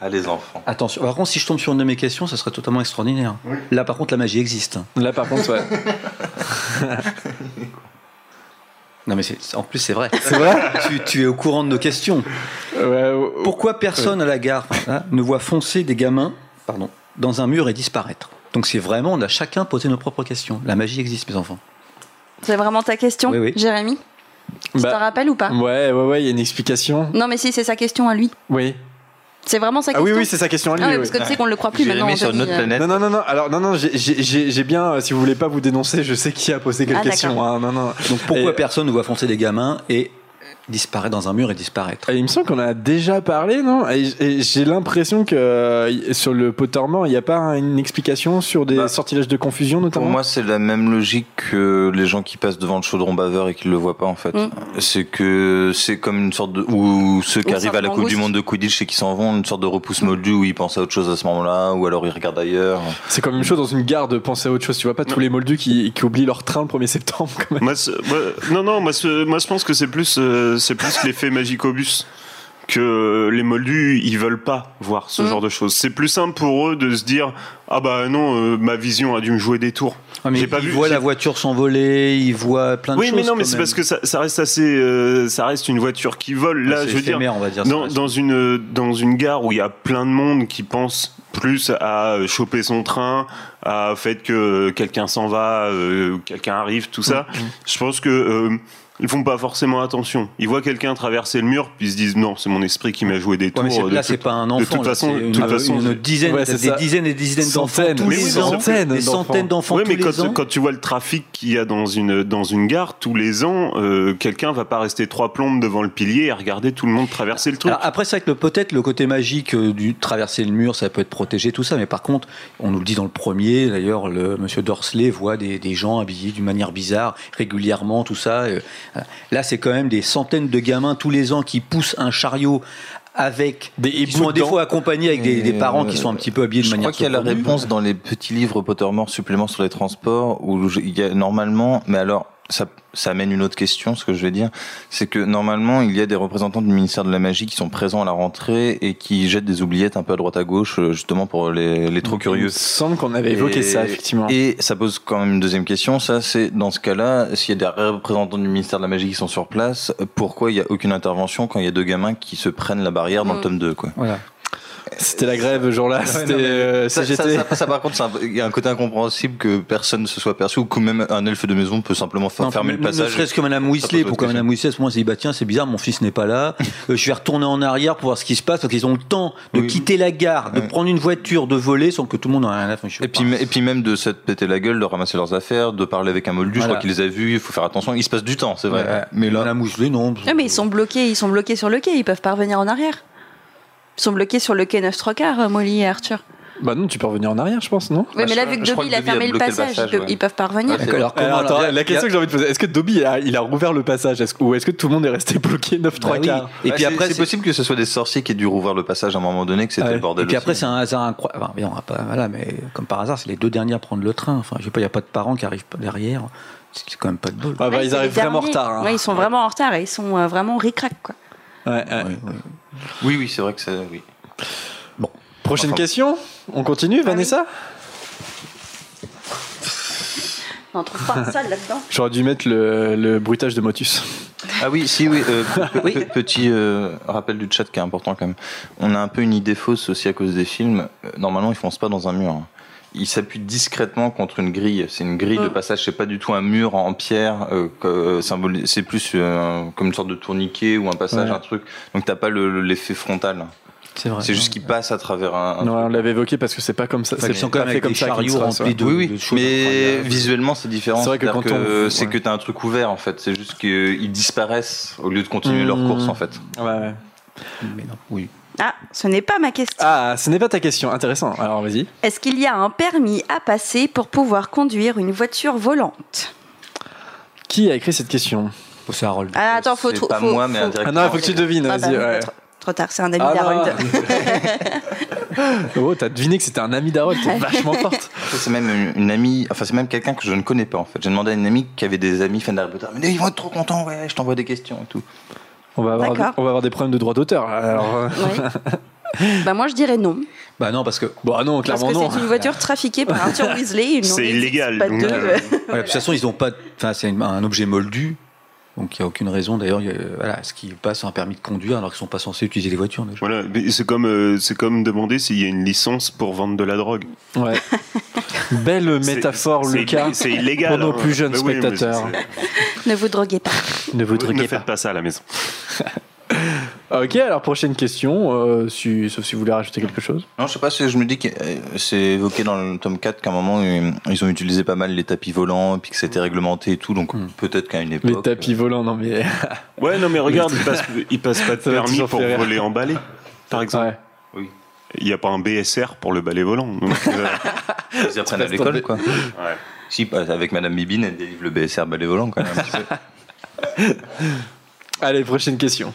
[SPEAKER 7] Ah les enfants.
[SPEAKER 3] attention. Par contre, si je tombe sur une de mes questions, ça serait totalement extraordinaire. Là, par contre, la magie existe.
[SPEAKER 1] Là, par contre, ouais.
[SPEAKER 3] Non, mais c'est- en plus, c'est vrai.
[SPEAKER 1] C'est vrai
[SPEAKER 3] tu, tu es au courant de nos questions.
[SPEAKER 1] Ouais, ouais,
[SPEAKER 3] Pourquoi personne à la gare hein, ne voit foncer des gamins pardon, dans un mur et disparaître Donc c'est vraiment, on a chacun posé nos propres questions. La magie existe, mes enfants.
[SPEAKER 5] C'est vraiment ta question,
[SPEAKER 3] Oui, oui.
[SPEAKER 5] Jérémy Tu
[SPEAKER 1] Bah,
[SPEAKER 5] t'en rappelles ou pas
[SPEAKER 1] Ouais, ouais, ouais, il y a une explication.
[SPEAKER 5] Non, mais si, c'est sa question à lui.
[SPEAKER 1] Oui.
[SPEAKER 5] C'est vraiment ça.
[SPEAKER 1] Ah oui, oui, c'est sa question à lui.
[SPEAKER 5] Ah ouais,
[SPEAKER 1] oui.
[SPEAKER 5] parce que tu sais qu'on ne le croit plus
[SPEAKER 7] J'ai
[SPEAKER 5] maintenant.
[SPEAKER 7] mis
[SPEAKER 5] on
[SPEAKER 7] sur
[SPEAKER 5] te
[SPEAKER 7] une autre
[SPEAKER 5] dit, euh,
[SPEAKER 7] planète.
[SPEAKER 1] Non, non, non, non. Alors, non, non, j'ai- j'ai j'ai- j'ai bien. euh, si vous voulez pas vous dénoncer, je sais qui a posé quelle
[SPEAKER 5] Ah,
[SPEAKER 1] question.
[SPEAKER 5] d'accord.
[SPEAKER 1] hein. Non, non.
[SPEAKER 3] Donc pourquoi
[SPEAKER 1] Et-
[SPEAKER 3] personne ne voit foncer des gamins et disparaître dans un mur et disparaître
[SPEAKER 1] Et il me semble qu'on en a déjà parlé, non Et j- et j'ai l'impression que euh, y- sur le pot dormant, il n'y a pas un- une explication sur des
[SPEAKER 7] Bah,
[SPEAKER 1] sortilèges de confusion, notamment
[SPEAKER 7] Pour moi, c'est la même logique que les gens qui passent devant le chaudron baveur et qui le voient pas en fait.
[SPEAKER 5] Mm.
[SPEAKER 7] C'est que c'est comme une sorte de ou ceux qui
[SPEAKER 5] Ou Mm.
[SPEAKER 7] arrivent à la
[SPEAKER 5] sortent en
[SPEAKER 7] Coupe du
[SPEAKER 5] gousse.
[SPEAKER 7] Monde de Quidditch et qui s'en vont, une sorte de repousse moldu où ils pensent à autre chose à ce moment-là, ou alors ils regardent ailleurs.
[SPEAKER 1] C'est quand même une chose dans une gare de penser à autre chose. Tu vois pas tous les moldus qui, qui oublient leur train le 1er septembre, quand même.
[SPEAKER 2] Moi, c'est- moi- non, non, moi, c'est- moi je pense que c'est plus, euh, c'est plus l'effet Magicobus que euh, les Moldus, ils veulent pas voir ce
[SPEAKER 5] Mm.
[SPEAKER 2] genre de choses. C'est plus simple pour eux de se dire ah bah non, euh, ma vision a dû me jouer des tours. J'ai pas
[SPEAKER 3] ils
[SPEAKER 2] vu-
[SPEAKER 3] voient
[SPEAKER 2] j'ai-
[SPEAKER 3] la voiture s'envoler, ils voient plein de
[SPEAKER 2] Oui,
[SPEAKER 3] choses.
[SPEAKER 2] mais non, mais
[SPEAKER 3] quand
[SPEAKER 2] c'est
[SPEAKER 3] même.
[SPEAKER 2] parce que ça, ça reste assez, euh, ça reste une voiture qui vole. Là,
[SPEAKER 3] C'est
[SPEAKER 2] je veux dire,
[SPEAKER 3] éphémère, on va dire. ça
[SPEAKER 2] dans,
[SPEAKER 3] reste-
[SPEAKER 2] dans une dans une gare où il y a plein de monde qui pense plus à euh, choper son train, à au fait que euh, quelqu'un s'en va, euh, quelqu'un arrive, tout ça.
[SPEAKER 3] Mm,
[SPEAKER 2] Je pense que euh, ils font pas forcément attention. Ils voient quelqu'un traverser le mur, puis ils se disent non, c'est mon esprit qui m'a joué des
[SPEAKER 3] Ouais,
[SPEAKER 2] tours.
[SPEAKER 3] mais c'est-
[SPEAKER 2] de
[SPEAKER 3] là,
[SPEAKER 2] tout-
[SPEAKER 3] c'est pas un enfant.
[SPEAKER 2] toute
[SPEAKER 3] là,
[SPEAKER 2] façon-
[SPEAKER 3] c'est
[SPEAKER 2] de
[SPEAKER 3] une,
[SPEAKER 2] toute façon,
[SPEAKER 3] une
[SPEAKER 2] c'est-
[SPEAKER 3] dizaine,
[SPEAKER 1] Ouais, c'est
[SPEAKER 3] des
[SPEAKER 1] ça.
[SPEAKER 3] dizaines et des dizaines d'enfants
[SPEAKER 1] Centaines.
[SPEAKER 3] tous
[SPEAKER 2] Mais
[SPEAKER 3] les
[SPEAKER 2] oui,
[SPEAKER 3] ans,
[SPEAKER 1] centaines
[SPEAKER 3] des
[SPEAKER 1] d'enfants.
[SPEAKER 3] centaines d'enfants
[SPEAKER 2] Ouais,
[SPEAKER 3] tous
[SPEAKER 2] mais
[SPEAKER 3] les
[SPEAKER 2] quand,
[SPEAKER 3] ans.
[SPEAKER 2] quand tu vois le trafic qu'il y a dans une dans une gare tous les ans, euh, quelqu'un va pas rester trois plombes devant le pilier et regarder tout le monde traverser le truc.
[SPEAKER 3] Alors, après, c'est vrai que le- peut-être le côté magique euh, du traverser le mur, ça peut être protégé, tout ça, mais par contre, on nous le dit dans le premier, d'ailleurs, le monsieur Dorsley voit des, des gens habillés d'une manière bizarre, régulièrement, tout ça. euh, voilà. Là, c'est quand même des centaines de gamins tous les ans qui poussent un chariot avec.
[SPEAKER 1] Des
[SPEAKER 3] Ils sont des fois accompagnés avec des, des parents qui sont un petit peu habillés de
[SPEAKER 7] euh, Je
[SPEAKER 3] manière
[SPEAKER 7] crois qu'il y a la
[SPEAKER 3] saugrenue.
[SPEAKER 7] réponse dans les petits livres Pottermore suppléments sur les transports où je- il y a normalement, mais alors ça, ça amène une autre question, ce que je vais dire, c'est que normalement il y a des représentants du ministère de la magie qui sont présents à la rentrée et qui jettent des oubliettes un peu à droite à gauche euh, justement pour les, les
[SPEAKER 1] Il
[SPEAKER 7] trop
[SPEAKER 1] me
[SPEAKER 7] curieux.
[SPEAKER 1] semble qu'on avait évoqué
[SPEAKER 7] Et-
[SPEAKER 1] ça, effectivement.
[SPEAKER 7] Et ça pose quand même une deuxième question, ça c'est dans ce cas-là, s'il y a des représentants du ministère de la magie qui sont sur place, pourquoi il n'y a aucune intervention quand il y a deux gamins qui se prennent la barrière dans le
[SPEAKER 5] Mm.
[SPEAKER 7] tome 2 quoi
[SPEAKER 3] Voilà.
[SPEAKER 1] C'était la grève, genre-là. C'était euh,
[SPEAKER 7] Ça, ça,
[SPEAKER 1] CGT.
[SPEAKER 7] ça, ça, par contre, c'est un peu- il y a un côté incompréhensible que personne ne se soit perçu ou que même un elfe de maison peut simplement fa-
[SPEAKER 3] Non,
[SPEAKER 7] fermer
[SPEAKER 3] ne-
[SPEAKER 7] le passage.
[SPEAKER 3] Ne serait-ce que Madame
[SPEAKER 7] Ça
[SPEAKER 3] Weasley,
[SPEAKER 7] pose
[SPEAKER 3] pourquoi
[SPEAKER 7] autre
[SPEAKER 3] Madame Weasley, à ce moment, elle s'est dit, bah tiens, c'est bizarre, mon fils n'est pas là. Euh, je vais retourner en arrière pour voir ce qui se passe. Donc, ils ont le temps de
[SPEAKER 7] Oui.
[SPEAKER 3] quitter la gare, de
[SPEAKER 7] Ouais. question.
[SPEAKER 3] prendre une voiture, de voler, sans que tout le monde en ait rien à faire.
[SPEAKER 7] Et puis, et puis même de se péter la gueule, de ramasser leurs affaires, de parler avec un moldu, je
[SPEAKER 3] Voilà.
[SPEAKER 7] crois qu'il les a vus, il faut faire attention, il se passe du temps, c'est vrai.
[SPEAKER 3] Ouais.
[SPEAKER 7] Mais là,
[SPEAKER 3] Madame Weasley, non.
[SPEAKER 5] Ouais, euh. Ah, mais ils sont bloqués, ils sont bloqués sur le quai, ils peuvent pas revenir en arrière. Ils sont bloqués sur le quai 9 3 quarts, euh, Molly et Arthur.
[SPEAKER 1] Bah non, tu peux revenir en arrière, je pense, non
[SPEAKER 5] Oui,
[SPEAKER 7] Ouais,
[SPEAKER 5] mais là,
[SPEAKER 7] je-
[SPEAKER 5] vu que
[SPEAKER 7] je crois
[SPEAKER 5] Dobby,
[SPEAKER 7] que
[SPEAKER 5] il a
[SPEAKER 7] Dobby a
[SPEAKER 5] fermé le
[SPEAKER 7] bloqué le
[SPEAKER 5] passage,
[SPEAKER 7] passage,
[SPEAKER 5] ils,
[SPEAKER 7] ouais.
[SPEAKER 5] peuvent, ils peuvent pas revenir.
[SPEAKER 7] Ouais.
[SPEAKER 3] Alors, comment
[SPEAKER 1] Alors, attends,
[SPEAKER 3] alors,
[SPEAKER 1] la
[SPEAKER 3] il y a-
[SPEAKER 1] question que j'ai envie de poser, est-ce que Dobby a, il a rouvert le passage est-ce- ou est-ce que tout le monde est resté bloqué 9
[SPEAKER 3] Bah
[SPEAKER 1] 3
[SPEAKER 3] oui.
[SPEAKER 1] quarts
[SPEAKER 3] Et
[SPEAKER 7] bah,
[SPEAKER 3] puis
[SPEAKER 7] c'est-
[SPEAKER 3] après,
[SPEAKER 7] c'est possible que ce soit des sorciers qui aient dû rouvrir le passage à un moment donné, que c'était
[SPEAKER 1] Ouais.
[SPEAKER 7] le bordel.
[SPEAKER 3] Et puis
[SPEAKER 7] aussi.
[SPEAKER 3] après, c'est un hasard incroyable. Enfin, mais on va pas, voilà, mais comme par hasard, c'est les deux derniers à prendre le train. Enfin, je sais pas, il n'y a pas de parents qui arrivent pas derrière. C'est c'est quand même pas de bol.
[SPEAKER 1] Ah bah,
[SPEAKER 5] Ouais,
[SPEAKER 1] Ils
[SPEAKER 5] c'est
[SPEAKER 1] arrivent
[SPEAKER 5] les
[SPEAKER 1] vraiment en
[SPEAKER 5] derniers.
[SPEAKER 1] retard. hein.
[SPEAKER 5] Ouais, ils sont vraiment en retard et ils sont euh, vraiment ric-rac, quoi.
[SPEAKER 1] Ouais, ouais.
[SPEAKER 3] Ouais, ouais.
[SPEAKER 7] Oui, oui, c'est vrai que c'est. Oui.
[SPEAKER 1] Prochaine
[SPEAKER 7] Enfin.
[SPEAKER 1] question On
[SPEAKER 5] Ah
[SPEAKER 1] continue, Vanessa
[SPEAKER 5] On n'en trouve pas ça là-dedans.
[SPEAKER 1] J'aurais dû mettre le, le bruitage de Motus.
[SPEAKER 7] Ah oui, si, oui. euh, pe- pe- Petit euh, rappel du chat qui est important quand même. On a un peu une idée fausse aussi à cause des films. Euh, Normalement, ils foncent pas dans un mur. hein. Ils s'appuient discrètement contre une grille. C'est une grille de
[SPEAKER 5] Mm.
[SPEAKER 7] passage. C'est pas du tout un mur en pierre. euh, que- euh, symboli- c'est plus euh, comme une sorte de tourniquet ou un passage,
[SPEAKER 1] Ouais.
[SPEAKER 7] un truc. Donc t'as pas le- le- l'effet frontal.
[SPEAKER 3] C'est vrai.
[SPEAKER 7] C'est juste qu'ils passent à travers un. un
[SPEAKER 1] Non, on
[SPEAKER 7] truc.
[SPEAKER 1] l'avait évoqué parce que c'est pas comme ça.
[SPEAKER 3] Enfin,
[SPEAKER 1] C'est
[SPEAKER 3] ils sont
[SPEAKER 1] pas
[SPEAKER 3] quand
[SPEAKER 1] fait
[SPEAKER 3] même Ah. avec
[SPEAKER 1] comme
[SPEAKER 3] des
[SPEAKER 1] ça qu'ils
[SPEAKER 3] chariots
[SPEAKER 1] se
[SPEAKER 3] remplis
[SPEAKER 1] reçoivent.
[SPEAKER 3] de-
[SPEAKER 7] oui,
[SPEAKER 3] de
[SPEAKER 7] oui.
[SPEAKER 3] choses
[SPEAKER 7] Mais
[SPEAKER 3] incroyables.
[SPEAKER 7] visuellement, c'est différent.
[SPEAKER 1] C'est vrai que
[SPEAKER 7] C'est-à-dire
[SPEAKER 1] quand on-
[SPEAKER 7] c'est
[SPEAKER 1] ouais.
[SPEAKER 7] que t'as un truc ouvert en fait. C'est juste qu'ils disparaissent au lieu de continuer leur
[SPEAKER 1] Mm.
[SPEAKER 7] course en fait.
[SPEAKER 1] Ouais, ouais.
[SPEAKER 3] Mais non, oui.
[SPEAKER 5] Ah, ce n'est pas ma question.
[SPEAKER 1] Ah, ce n'est pas ta question. Intéressant. Alors, vas-y.
[SPEAKER 5] Est-ce qu'il y a un permis à passer pour pouvoir conduire une voiture volante
[SPEAKER 1] Qui a écrit cette question
[SPEAKER 3] Faut ça Harold.
[SPEAKER 5] ah, Attends, faut
[SPEAKER 7] Euh, C'est
[SPEAKER 5] trou-
[SPEAKER 7] pas
[SPEAKER 5] faut-
[SPEAKER 7] moi, mais
[SPEAKER 5] faut-
[SPEAKER 1] Ah
[SPEAKER 7] indirectement.
[SPEAKER 1] non, il faut que tu devines.
[SPEAKER 5] Ah bah
[SPEAKER 1] Vas-y.
[SPEAKER 5] non,
[SPEAKER 1] ouais.
[SPEAKER 5] trop- Trop tard, c'est un ami
[SPEAKER 1] Ah
[SPEAKER 5] d'Harold.
[SPEAKER 1] non. oh, t'as deviné que c'était un ami d'Harold. T'es vachement forte.
[SPEAKER 7] C'est même une- une amie, enfin c'est même quelqu'un que je ne connais pas en fait. J'ai demandé à une amie qui avait des amis fans d'Harry Potter, mais ils vont être trop contents, ouais, je t'envoie des questions et tout.
[SPEAKER 1] On va avoir,
[SPEAKER 5] D'accord.
[SPEAKER 1] on va avoir des problèmes de droit d'auteur. là, Alors, euh.
[SPEAKER 5] Ouais. bah, moi, je dirais non.
[SPEAKER 3] Bah non, parce que
[SPEAKER 1] bon, ah non,
[SPEAKER 5] Parce
[SPEAKER 1] clairement
[SPEAKER 5] que
[SPEAKER 1] non.
[SPEAKER 5] c'est une voiture trafiquée par Arthur Weasley. ils n'en existent
[SPEAKER 2] C'est illégal,
[SPEAKER 5] Pas
[SPEAKER 2] donc,
[SPEAKER 5] deux.
[SPEAKER 2] euh,
[SPEAKER 3] Ouais, De toute façon, ils n'ont pas. Enfin, c'est un objet moldu, donc il n'y a aucune raison. D'ailleurs, il y a- voilà, ce qui passe un permis de conduire alors qu'ils sont pas censés utiliser les voitures. déjà.
[SPEAKER 2] Voilà, mais c'est comme euh, c'est comme demander s'il y a une licence pour vendre de la drogue.
[SPEAKER 1] Ouais. Belle
[SPEAKER 2] C'est-
[SPEAKER 1] métaphore,
[SPEAKER 2] c'est-
[SPEAKER 1] Lucas.
[SPEAKER 2] C'est illégal
[SPEAKER 1] Pour nos
[SPEAKER 2] hein.
[SPEAKER 1] plus jeunes
[SPEAKER 2] Mais oui, mais
[SPEAKER 1] spectateurs.
[SPEAKER 2] c'est-
[SPEAKER 5] Ne vous droguez pas.
[SPEAKER 1] Ne vous
[SPEAKER 2] Ne
[SPEAKER 1] truquez
[SPEAKER 2] faites
[SPEAKER 1] pas.
[SPEAKER 2] pas ça à la maison.
[SPEAKER 1] Ok, alors prochaine question, euh, si- sauf si vous voulez rajouter quelque chose.
[SPEAKER 7] Non, je sais pas, c'est- je me dis que euh, c'est évoqué dans le tome 4 qu'à un moment, euh, ils ont utilisé pas mal les tapis volants, puis que c'était réglementé et tout, donc
[SPEAKER 3] Mm.
[SPEAKER 7] peut-être qu'à une époque.
[SPEAKER 1] Mmh. Les tapis volants, non mais.
[SPEAKER 2] Ouais, non, mais regarde, ils passent, ils passent pas de
[SPEAKER 1] Ça m'a
[SPEAKER 2] permis
[SPEAKER 1] toujours
[SPEAKER 2] pour
[SPEAKER 1] fait rire.
[SPEAKER 2] voler emballé, par exemple.
[SPEAKER 1] Ouais.
[SPEAKER 2] Il n'y a pas un BSR pour le balai volant. donc, euh,
[SPEAKER 7] euh, Ils apprennent à l'école, quoi.
[SPEAKER 2] ouais.
[SPEAKER 7] Si, bah, avec Madame Bibine, elle délivre le BSR balai volant, quand même. un petit peu.
[SPEAKER 1] Allez, prochaine question.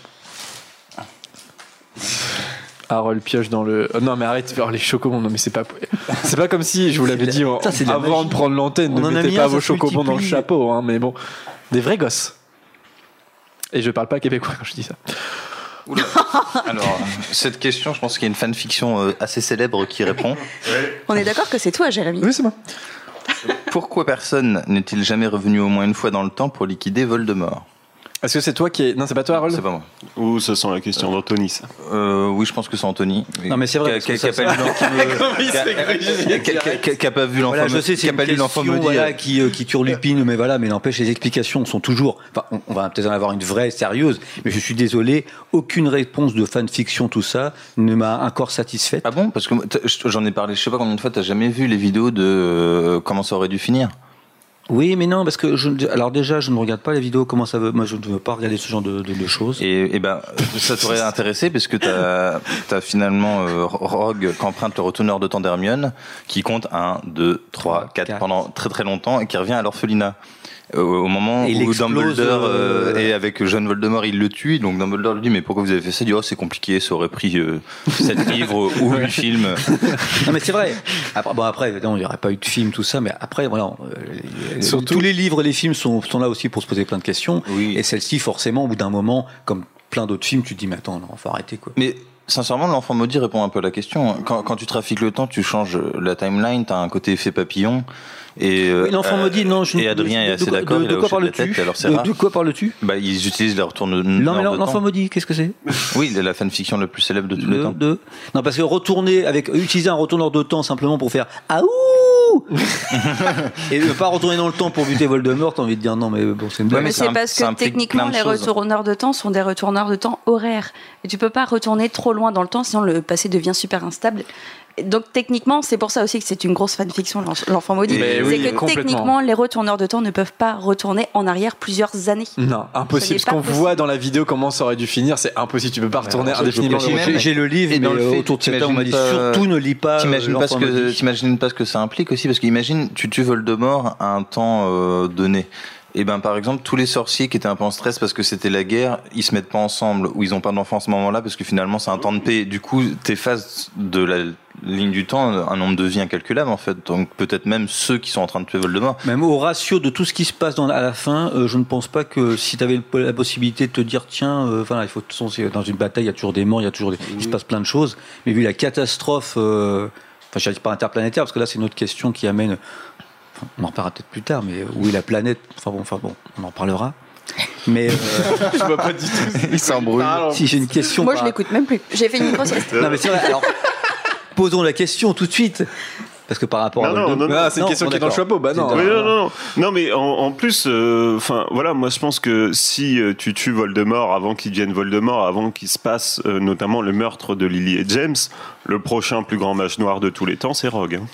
[SPEAKER 1] Harold pioche dans le. oh, non mais arrête, oh, les chocobons, non mais c'est pas. C'est pas comme si, je vous l'avais
[SPEAKER 3] de la-
[SPEAKER 1] dit en-
[SPEAKER 3] Putain, c'est de la
[SPEAKER 1] avant
[SPEAKER 3] magie.
[SPEAKER 1] de prendre l'antenne,
[SPEAKER 3] On
[SPEAKER 1] ne
[SPEAKER 3] en a
[SPEAKER 1] mettez
[SPEAKER 3] mis
[SPEAKER 1] pas
[SPEAKER 3] un, ça
[SPEAKER 1] vos
[SPEAKER 3] se
[SPEAKER 1] chocobons dans le
[SPEAKER 3] multiplie.
[SPEAKER 1] chapeau, hein, mais bon. Des vrais gosses. Et je parle pas québécois quand je dis ça.
[SPEAKER 7] Alors, cette question, je pense qu'il y a une fanfiction euh, assez célèbre qui répond.
[SPEAKER 5] On est d'accord que c'est toi, Jérémy.
[SPEAKER 1] Oui, c'est moi.
[SPEAKER 7] Pourquoi personne n'est-il jamais revenu au moins une fois dans le temps pour liquider Voldemort
[SPEAKER 1] Est-ce que c'est toi qui est. Non, c'est pas toi, Harold
[SPEAKER 7] C'est pas moi.
[SPEAKER 2] Ouh, ça sent la question d'Anthony, ça.
[SPEAKER 7] Euh, oui, je pense que c'est Anthony.
[SPEAKER 3] Non, mais c'est vrai,
[SPEAKER 7] Qui a-
[SPEAKER 3] parce que
[SPEAKER 7] qui a
[SPEAKER 3] ça-
[SPEAKER 7] pas lu l'en- qui
[SPEAKER 1] il s'est
[SPEAKER 7] me- qui a- qui a- qui a- qui a pas vu l'enfant
[SPEAKER 3] Voilà, je
[SPEAKER 7] me-
[SPEAKER 3] sais,
[SPEAKER 7] qui
[SPEAKER 3] c'est
[SPEAKER 7] a
[SPEAKER 3] une
[SPEAKER 7] pas lu l'enfant
[SPEAKER 3] question
[SPEAKER 7] me
[SPEAKER 3] voilà,
[SPEAKER 7] dire.
[SPEAKER 3] qui, euh, qui turlupine, mais voilà, mais n'empêche, les explications sont toujours. Enfin, on, on va peut-être en avoir une vraie, sérieuse, mais je suis désolé, aucune réponse de fanfiction, tout ça, ne m'a encore satisfaite.
[SPEAKER 7] Ah bon Parce que moi, t'as- je- j'en ai parlé, je sais pas combien de fois, t'as jamais vu les vidéos de euh, comment ça aurait dû finir
[SPEAKER 3] Oui, mais non, parce que. Je, alors, déjà, je ne regarde pas les vidéos, comment ça veut. Moi, je ne veux pas regarder ce genre de, de- de choses.
[SPEAKER 7] Et, et ben, ça t'aurait intéressé parce que t'as as finalement euh, Rogue qu'emprunte le retourneur de temps d'Hermione, qui compte 1, 2, 3, 4
[SPEAKER 3] Quatre.
[SPEAKER 7] pendant très très longtemps et qui revient à l'orphelinat. Euh, Au moment
[SPEAKER 3] Et il
[SPEAKER 7] où
[SPEAKER 3] explose,
[SPEAKER 7] Dumbledore euh,
[SPEAKER 3] euh,
[SPEAKER 7] est avec jeune Voldemort, il le tue. Donc Dumbledore lui dit mais pourquoi vous avez fait ça Il dit oh c'est compliqué, ça aurait pris 7 livres ou 8 films.
[SPEAKER 3] Non, mais c'est vrai. Après, bon, après, évidemment, il n'y aurait pas eu de film, tout ça, mais après, voilà. on- euh, les-
[SPEAKER 1] Surtout-
[SPEAKER 3] Tous les livres et les films sont, sont là aussi pour se poser plein de questions.
[SPEAKER 7] Oui.
[SPEAKER 3] Et celle-ci, forcément, au bout d'un moment, comme plein d'autres films, tu te dis, mais attends, non, faut arrêter, quoi.
[SPEAKER 7] Mais sincèrement, l'enfant maudit répond un peu à la question. Quand, quand tu trafiques le temps, tu changes la timeline, t'as un côté effet papillon. Et euh,
[SPEAKER 3] Oui, l'enfant
[SPEAKER 7] euh,
[SPEAKER 3] maudit, non, je
[SPEAKER 7] et Adrien est
[SPEAKER 3] de-
[SPEAKER 7] assez
[SPEAKER 3] de- de-
[SPEAKER 7] d'accord,
[SPEAKER 3] De,
[SPEAKER 7] il a
[SPEAKER 3] quoi
[SPEAKER 7] hoché de la
[SPEAKER 3] parles-tu
[SPEAKER 7] tête, alors c'est
[SPEAKER 3] De-
[SPEAKER 7] rare.
[SPEAKER 3] de quoi parles-tu
[SPEAKER 7] Bah, ils utilisent la retourne.
[SPEAKER 3] Non, mais l'enfant maudit, qu'est-ce que c'est
[SPEAKER 7] Oui, la fanfiction la plus célèbre de tous les
[SPEAKER 3] de,
[SPEAKER 7] temps.
[SPEAKER 3] de- Non, parce que retourner avec utiliser un retourneur de temps simplement pour faire aouh et ne pas retourner dans le temps pour buter Voldemort, t'as envie de dire non, mais bon, c'est une
[SPEAKER 7] Ouais,
[SPEAKER 3] blague.
[SPEAKER 7] mais
[SPEAKER 5] Mais
[SPEAKER 7] ça
[SPEAKER 5] c'est
[SPEAKER 7] im-
[SPEAKER 5] parce
[SPEAKER 7] ça
[SPEAKER 5] que
[SPEAKER 7] implique plein
[SPEAKER 5] techniquement,
[SPEAKER 7] de
[SPEAKER 5] les
[SPEAKER 7] choses.
[SPEAKER 5] retourneurs de temps sont des retourneurs de temps horaires. Et tu peux pas retourner trop loin dans le temps, sinon le passé devient super instable. Et Donc techniquement, c'est pour ça aussi que c'est une grosse fanfiction, l'en- l'enfant maudit.
[SPEAKER 1] Mais
[SPEAKER 5] C'est
[SPEAKER 1] oui,
[SPEAKER 5] que
[SPEAKER 1] complètement.
[SPEAKER 5] techniquement, les retourneurs de temps ne peuvent pas retourner en arrière plusieurs années.
[SPEAKER 1] Non,
[SPEAKER 5] Ce n'est
[SPEAKER 1] impossible. Ce
[SPEAKER 5] pas
[SPEAKER 1] qu'on
[SPEAKER 5] possible.
[SPEAKER 1] voit dans la vidéo, comment ça aurait dû finir, c'est impossible. Tu peux pas retourner
[SPEAKER 3] Alors, je-
[SPEAKER 1] indéfiniment.
[SPEAKER 7] je-
[SPEAKER 1] le-
[SPEAKER 7] je-
[SPEAKER 3] J'ai j'ai le livre,
[SPEAKER 7] Et dans
[SPEAKER 3] mais euh,
[SPEAKER 7] le fait,
[SPEAKER 3] autour de cette table, on
[SPEAKER 7] t'imagines
[SPEAKER 3] m'a dit
[SPEAKER 7] pas-
[SPEAKER 3] surtout ne lis pas. euh,
[SPEAKER 7] T'imagines pas, ce
[SPEAKER 3] l'enfant
[SPEAKER 7] que-
[SPEAKER 3] maudit.
[SPEAKER 7] t'imagines pas ce que ça implique aussi, parce qu'imagine, tu tues Voldemort à un temps euh, donné. Et ben, par exemple, tous les sorciers qui étaient un peu en stress parce que c'était la guerre, ils se mettent pas ensemble ou ils ont pas d'enfants à ce moment-là parce que finalement c'est un temps de paix. Du coup, t'effaces de la ligne du temps un nombre de vies incalculable en fait. Donc peut-être même ceux qui sont en train de tuer Voldemort.
[SPEAKER 3] Même au ratio de tout ce qui se passe dans, à la fin, euh, je ne pense pas que si tu avais le- la possibilité de te dire tiens, euh, voilà, il faut de toute façon, c'est- dans une bataille, il y a toujours des morts, il y a toujours des- il se passe plein de choses. Mais vu la catastrophe, euh, enfin, je ne dis pas interplanétaire parce que là, c'est une autre question qui amène. enfin, On en reparlera peut-être plus tard, mais où est la planète Enfin bon, enfin bon, on en parlera. Mais euh,
[SPEAKER 1] Je vois pas du tout.
[SPEAKER 7] Ils s'embrouillent.
[SPEAKER 3] si j'ai une question,
[SPEAKER 5] Moi, je
[SPEAKER 3] par-
[SPEAKER 5] l'écoute même plus. J'ai fait une grosse sieste.
[SPEAKER 3] Non mais c'est vrai. Alors, posons la question tout de suite, parce que par rapport
[SPEAKER 2] Non,
[SPEAKER 3] à
[SPEAKER 2] non,
[SPEAKER 3] Voldemort-
[SPEAKER 2] non,
[SPEAKER 1] Ah, c'est une question
[SPEAKER 3] bon,
[SPEAKER 1] qui est dans le
[SPEAKER 3] d'accord.
[SPEAKER 1] chapeau. Bah non.
[SPEAKER 3] C'est
[SPEAKER 2] Oui,
[SPEAKER 3] dans-
[SPEAKER 2] non, non, non. Non, mais en, en plus, euh, enfin, voilà, moi je pense que si euh, tu tues Voldemort avant qu'il devienne Voldemort, avant qu'il se passe euh, notamment le meurtre de Lily et James, le prochain plus grand mage noir de tous les temps, c'est Rogue. hein.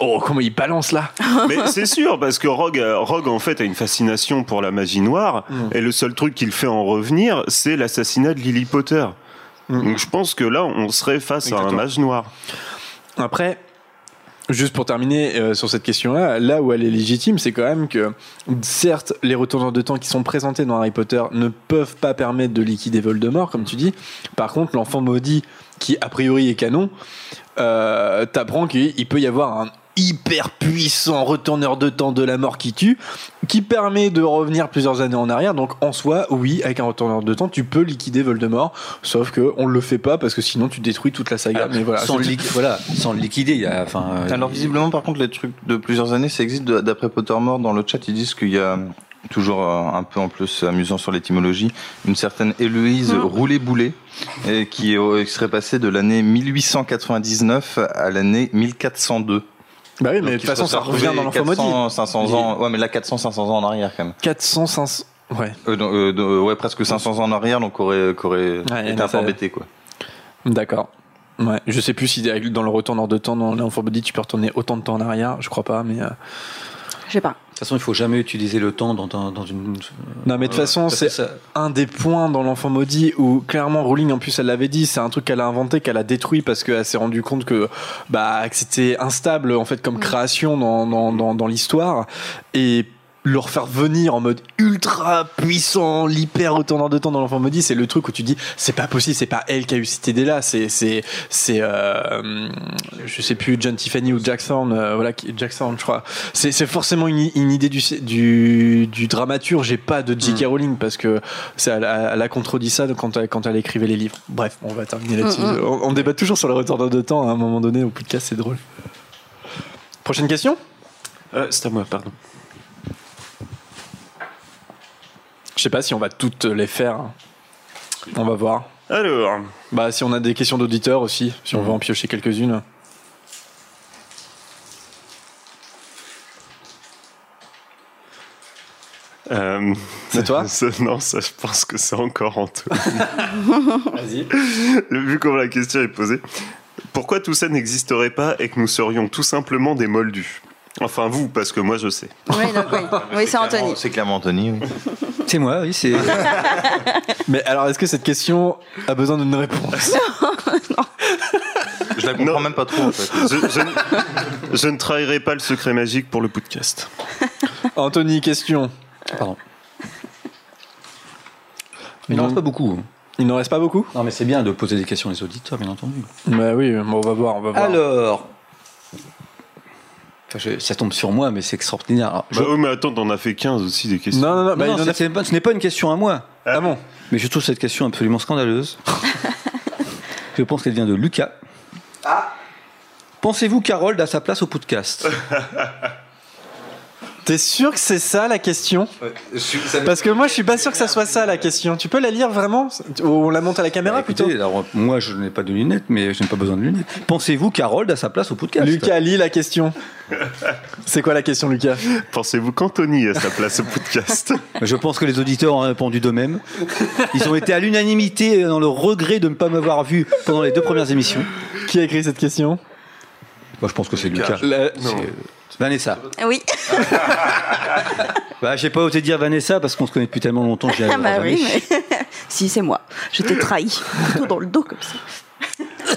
[SPEAKER 1] Oh, comment il balance là
[SPEAKER 2] Mais c'est sûr, parce que Rogue, euh, Rogue, en fait, a une fascination pour la magie noire, et le seul truc qu'il fait en revenir, c'est l'assassinat de Lily Potter.
[SPEAKER 1] Mm.
[SPEAKER 2] Donc je pense que là, on serait face à un
[SPEAKER 1] Exactement.
[SPEAKER 2] mage noir.
[SPEAKER 1] Après, juste pour terminer euh, sur cette question-là, là où elle est légitime, c'est quand même que, certes, les retourneurs de temps qui sont présentés dans Harry Potter ne peuvent pas permettre de liquider Voldemort, comme tu dis. Par contre, l'enfant maudit, qui a priori est canon, euh, t'apprends qu'il il peut y avoir un hyper puissant retourneur de temps de la mort qui tue, qui permet de revenir plusieurs années en arrière. Donc en soi, oui, avec un retourneur de temps, tu peux liquider Voldemort, sauf que on le fait pas parce que sinon tu détruis toute la saga. mais voilà,
[SPEAKER 3] sans,
[SPEAKER 1] c'est-
[SPEAKER 3] le liqui- voilà, sans le liquider, il y a, enfin, euh,
[SPEAKER 7] Alors visiblement, par contre, les trucs de plusieurs années, ça existe. De- D'après Pottermore, dans le chat, ils disent qu'il y a toujours euh, un peu en plus amusant sur l'étymologie, une certaine
[SPEAKER 1] Mmh.
[SPEAKER 7] Héloïse Roulet-Boulet, et qui, est au- qui serait passée de l'année 1899 à l'année 1402.
[SPEAKER 1] Bah oui, mais de
[SPEAKER 7] Donc,
[SPEAKER 1] toute
[SPEAKER 7] il
[SPEAKER 1] façon,
[SPEAKER 7] se
[SPEAKER 1] ça
[SPEAKER 7] retrouve
[SPEAKER 1] revient dans l'enfant maudit.
[SPEAKER 7] 400, 500 ans, ouais, mais là 400, 500 ans en arrière quand même.
[SPEAKER 1] 400, 500. Ouais,
[SPEAKER 7] Euh, non, euh, de- ouais, presque 500 ans en arrière, donc aurait, qu'aurait
[SPEAKER 1] Ouais,
[SPEAKER 7] été
[SPEAKER 1] non,
[SPEAKER 7] un peu
[SPEAKER 1] ça-
[SPEAKER 7] embêté, quoi.
[SPEAKER 1] d'accord. Ouais, je sais plus si avec- dans le retour hors de temps, dans l'infobody, tu peux retourner autant de temps en arrière, je crois pas, mais. euh,
[SPEAKER 5] Je sais pas.
[SPEAKER 3] toute façon, il faut jamais utiliser le temps dans, un- dans une. euh,
[SPEAKER 1] Non, mais de toute façon,
[SPEAKER 3] Parce que
[SPEAKER 1] c'est
[SPEAKER 3] ça-
[SPEAKER 1] un des points dans l'enfant maudit où clairement Rowling en plus elle l'avait dit c'est un truc qu'elle a inventé qu'elle a détruit parce qu'elle s'est rendue compte que bah que c'était instable en fait comme création dans dans, dans, dans l'histoire et leur faire venir en mode ultra puissant, l'hyper retournant de temps dans l'enfant maudit, c'est le truc où tu dis c'est pas possible, c'est pas elle qui a eu cette idée là, c'est c'est c'est euh, je sais plus John Tiffany ou Jack Thorne, euh, voilà qui- Jack Thorne je crois. C'est c'est forcément une, une idée du du, du dramaturge et pas de J.K. Rowling parce que ça, elle, a- elle a contredit ça quand elle, quand elle écrivait les livres. Bref, on va terminer là-dessus.
[SPEAKER 5] Mm, mm.
[SPEAKER 1] On, on débat toujours sur le retournant de temps à un moment donné au podcast, c'est drôle. Prochaine question
[SPEAKER 2] Euh, c'est à moi, pardon.
[SPEAKER 1] Je sais pas si on va toutes les faire. On va voir.
[SPEAKER 2] Alors,
[SPEAKER 1] Bah, si on a des questions d'auditeurs aussi, si on veut en piocher quelques-unes.
[SPEAKER 2] euh,
[SPEAKER 1] C'est toi
[SPEAKER 2] ça- Non, ça, je pense que c'est encore en tout.
[SPEAKER 1] Vas-y.
[SPEAKER 2] Vu comment la question est posée, pourquoi tout ça n'existerait pas et que nous serions tout simplement des moldus Enfin, vous, parce que moi, je sais.
[SPEAKER 5] Oui, donc, oui. oui c'est Anthony.
[SPEAKER 7] Clairement- C'est clairement Anthony, oui.
[SPEAKER 3] C'est moi, oui, c'est.
[SPEAKER 1] Mais alors, est-ce que cette question a besoin d'une réponse
[SPEAKER 7] Je la comprends
[SPEAKER 2] Non.
[SPEAKER 7] même pas trop, en fait.
[SPEAKER 2] Je, je ne- je ne trahirai pas le secret magique pour le podcast.
[SPEAKER 1] Anthony, question.
[SPEAKER 3] Pardon. Il n'en reste pas beaucoup.
[SPEAKER 1] Il n'en reste pas beaucoup
[SPEAKER 3] Non, mais c'est bien de poser des questions aux auditeurs, bien entendu.
[SPEAKER 1] Bah oui, bon, on va voir, on va voir.
[SPEAKER 3] Alors. Enfin, je- ça tombe sur moi, mais c'est extraordinaire. Alors, je-
[SPEAKER 2] Bah, oh, mais attends, on a fait 15 aussi des questions.
[SPEAKER 1] non, non, non, bah,
[SPEAKER 3] non,
[SPEAKER 1] il en a-
[SPEAKER 3] c'est- c'est pas- ce n'est pas une question à moi.
[SPEAKER 1] Ah bon
[SPEAKER 3] Mais je trouve cette question absolument scandaleuse. je pense qu'elle vient de Lucas.
[SPEAKER 2] Ah.
[SPEAKER 3] Pensez-vous qu'Harold a sa place au podcast
[SPEAKER 1] T'es sûr que c'est ça la question
[SPEAKER 7] Parce
[SPEAKER 1] Parce que moi, je suis pas sûr que ça soit ça la question. Tu peux la lire vraiment Ou On la monte à la caméra
[SPEAKER 3] Bah, écoutez,
[SPEAKER 1] plutôt
[SPEAKER 3] alors, Moi, je n'ai pas de lunettes, mais je n'ai pas besoin de lunettes. Pensez-vous qu'Harold a sa place au podcast
[SPEAKER 1] Lucas, lis la question. C'est quoi la question, Lucas
[SPEAKER 2] Pensez-vous qu'Anthony a sa place au podcast
[SPEAKER 3] Bah, Je pense que les auditeurs ont répondu d'eux-mêmes. Ils ont été à l'unanimité dans le regret de ne pas m'avoir vu pendant les deux premières émissions.
[SPEAKER 1] Qui a écrit cette question
[SPEAKER 3] Moi, je pense que c'est Lucas.
[SPEAKER 1] La-
[SPEAKER 3] C'est, euh, Vanessa.
[SPEAKER 5] Oui,
[SPEAKER 3] Bah, j'ai pas osé dire Vanessa parce qu'on se connaît depuis tellement longtemps. que j'y
[SPEAKER 5] ah
[SPEAKER 3] arriverai
[SPEAKER 5] bah oui,
[SPEAKER 3] jamais.
[SPEAKER 5] mais. si, c'est moi. Je t'ai trahi. Plutôt dans le dos comme ça.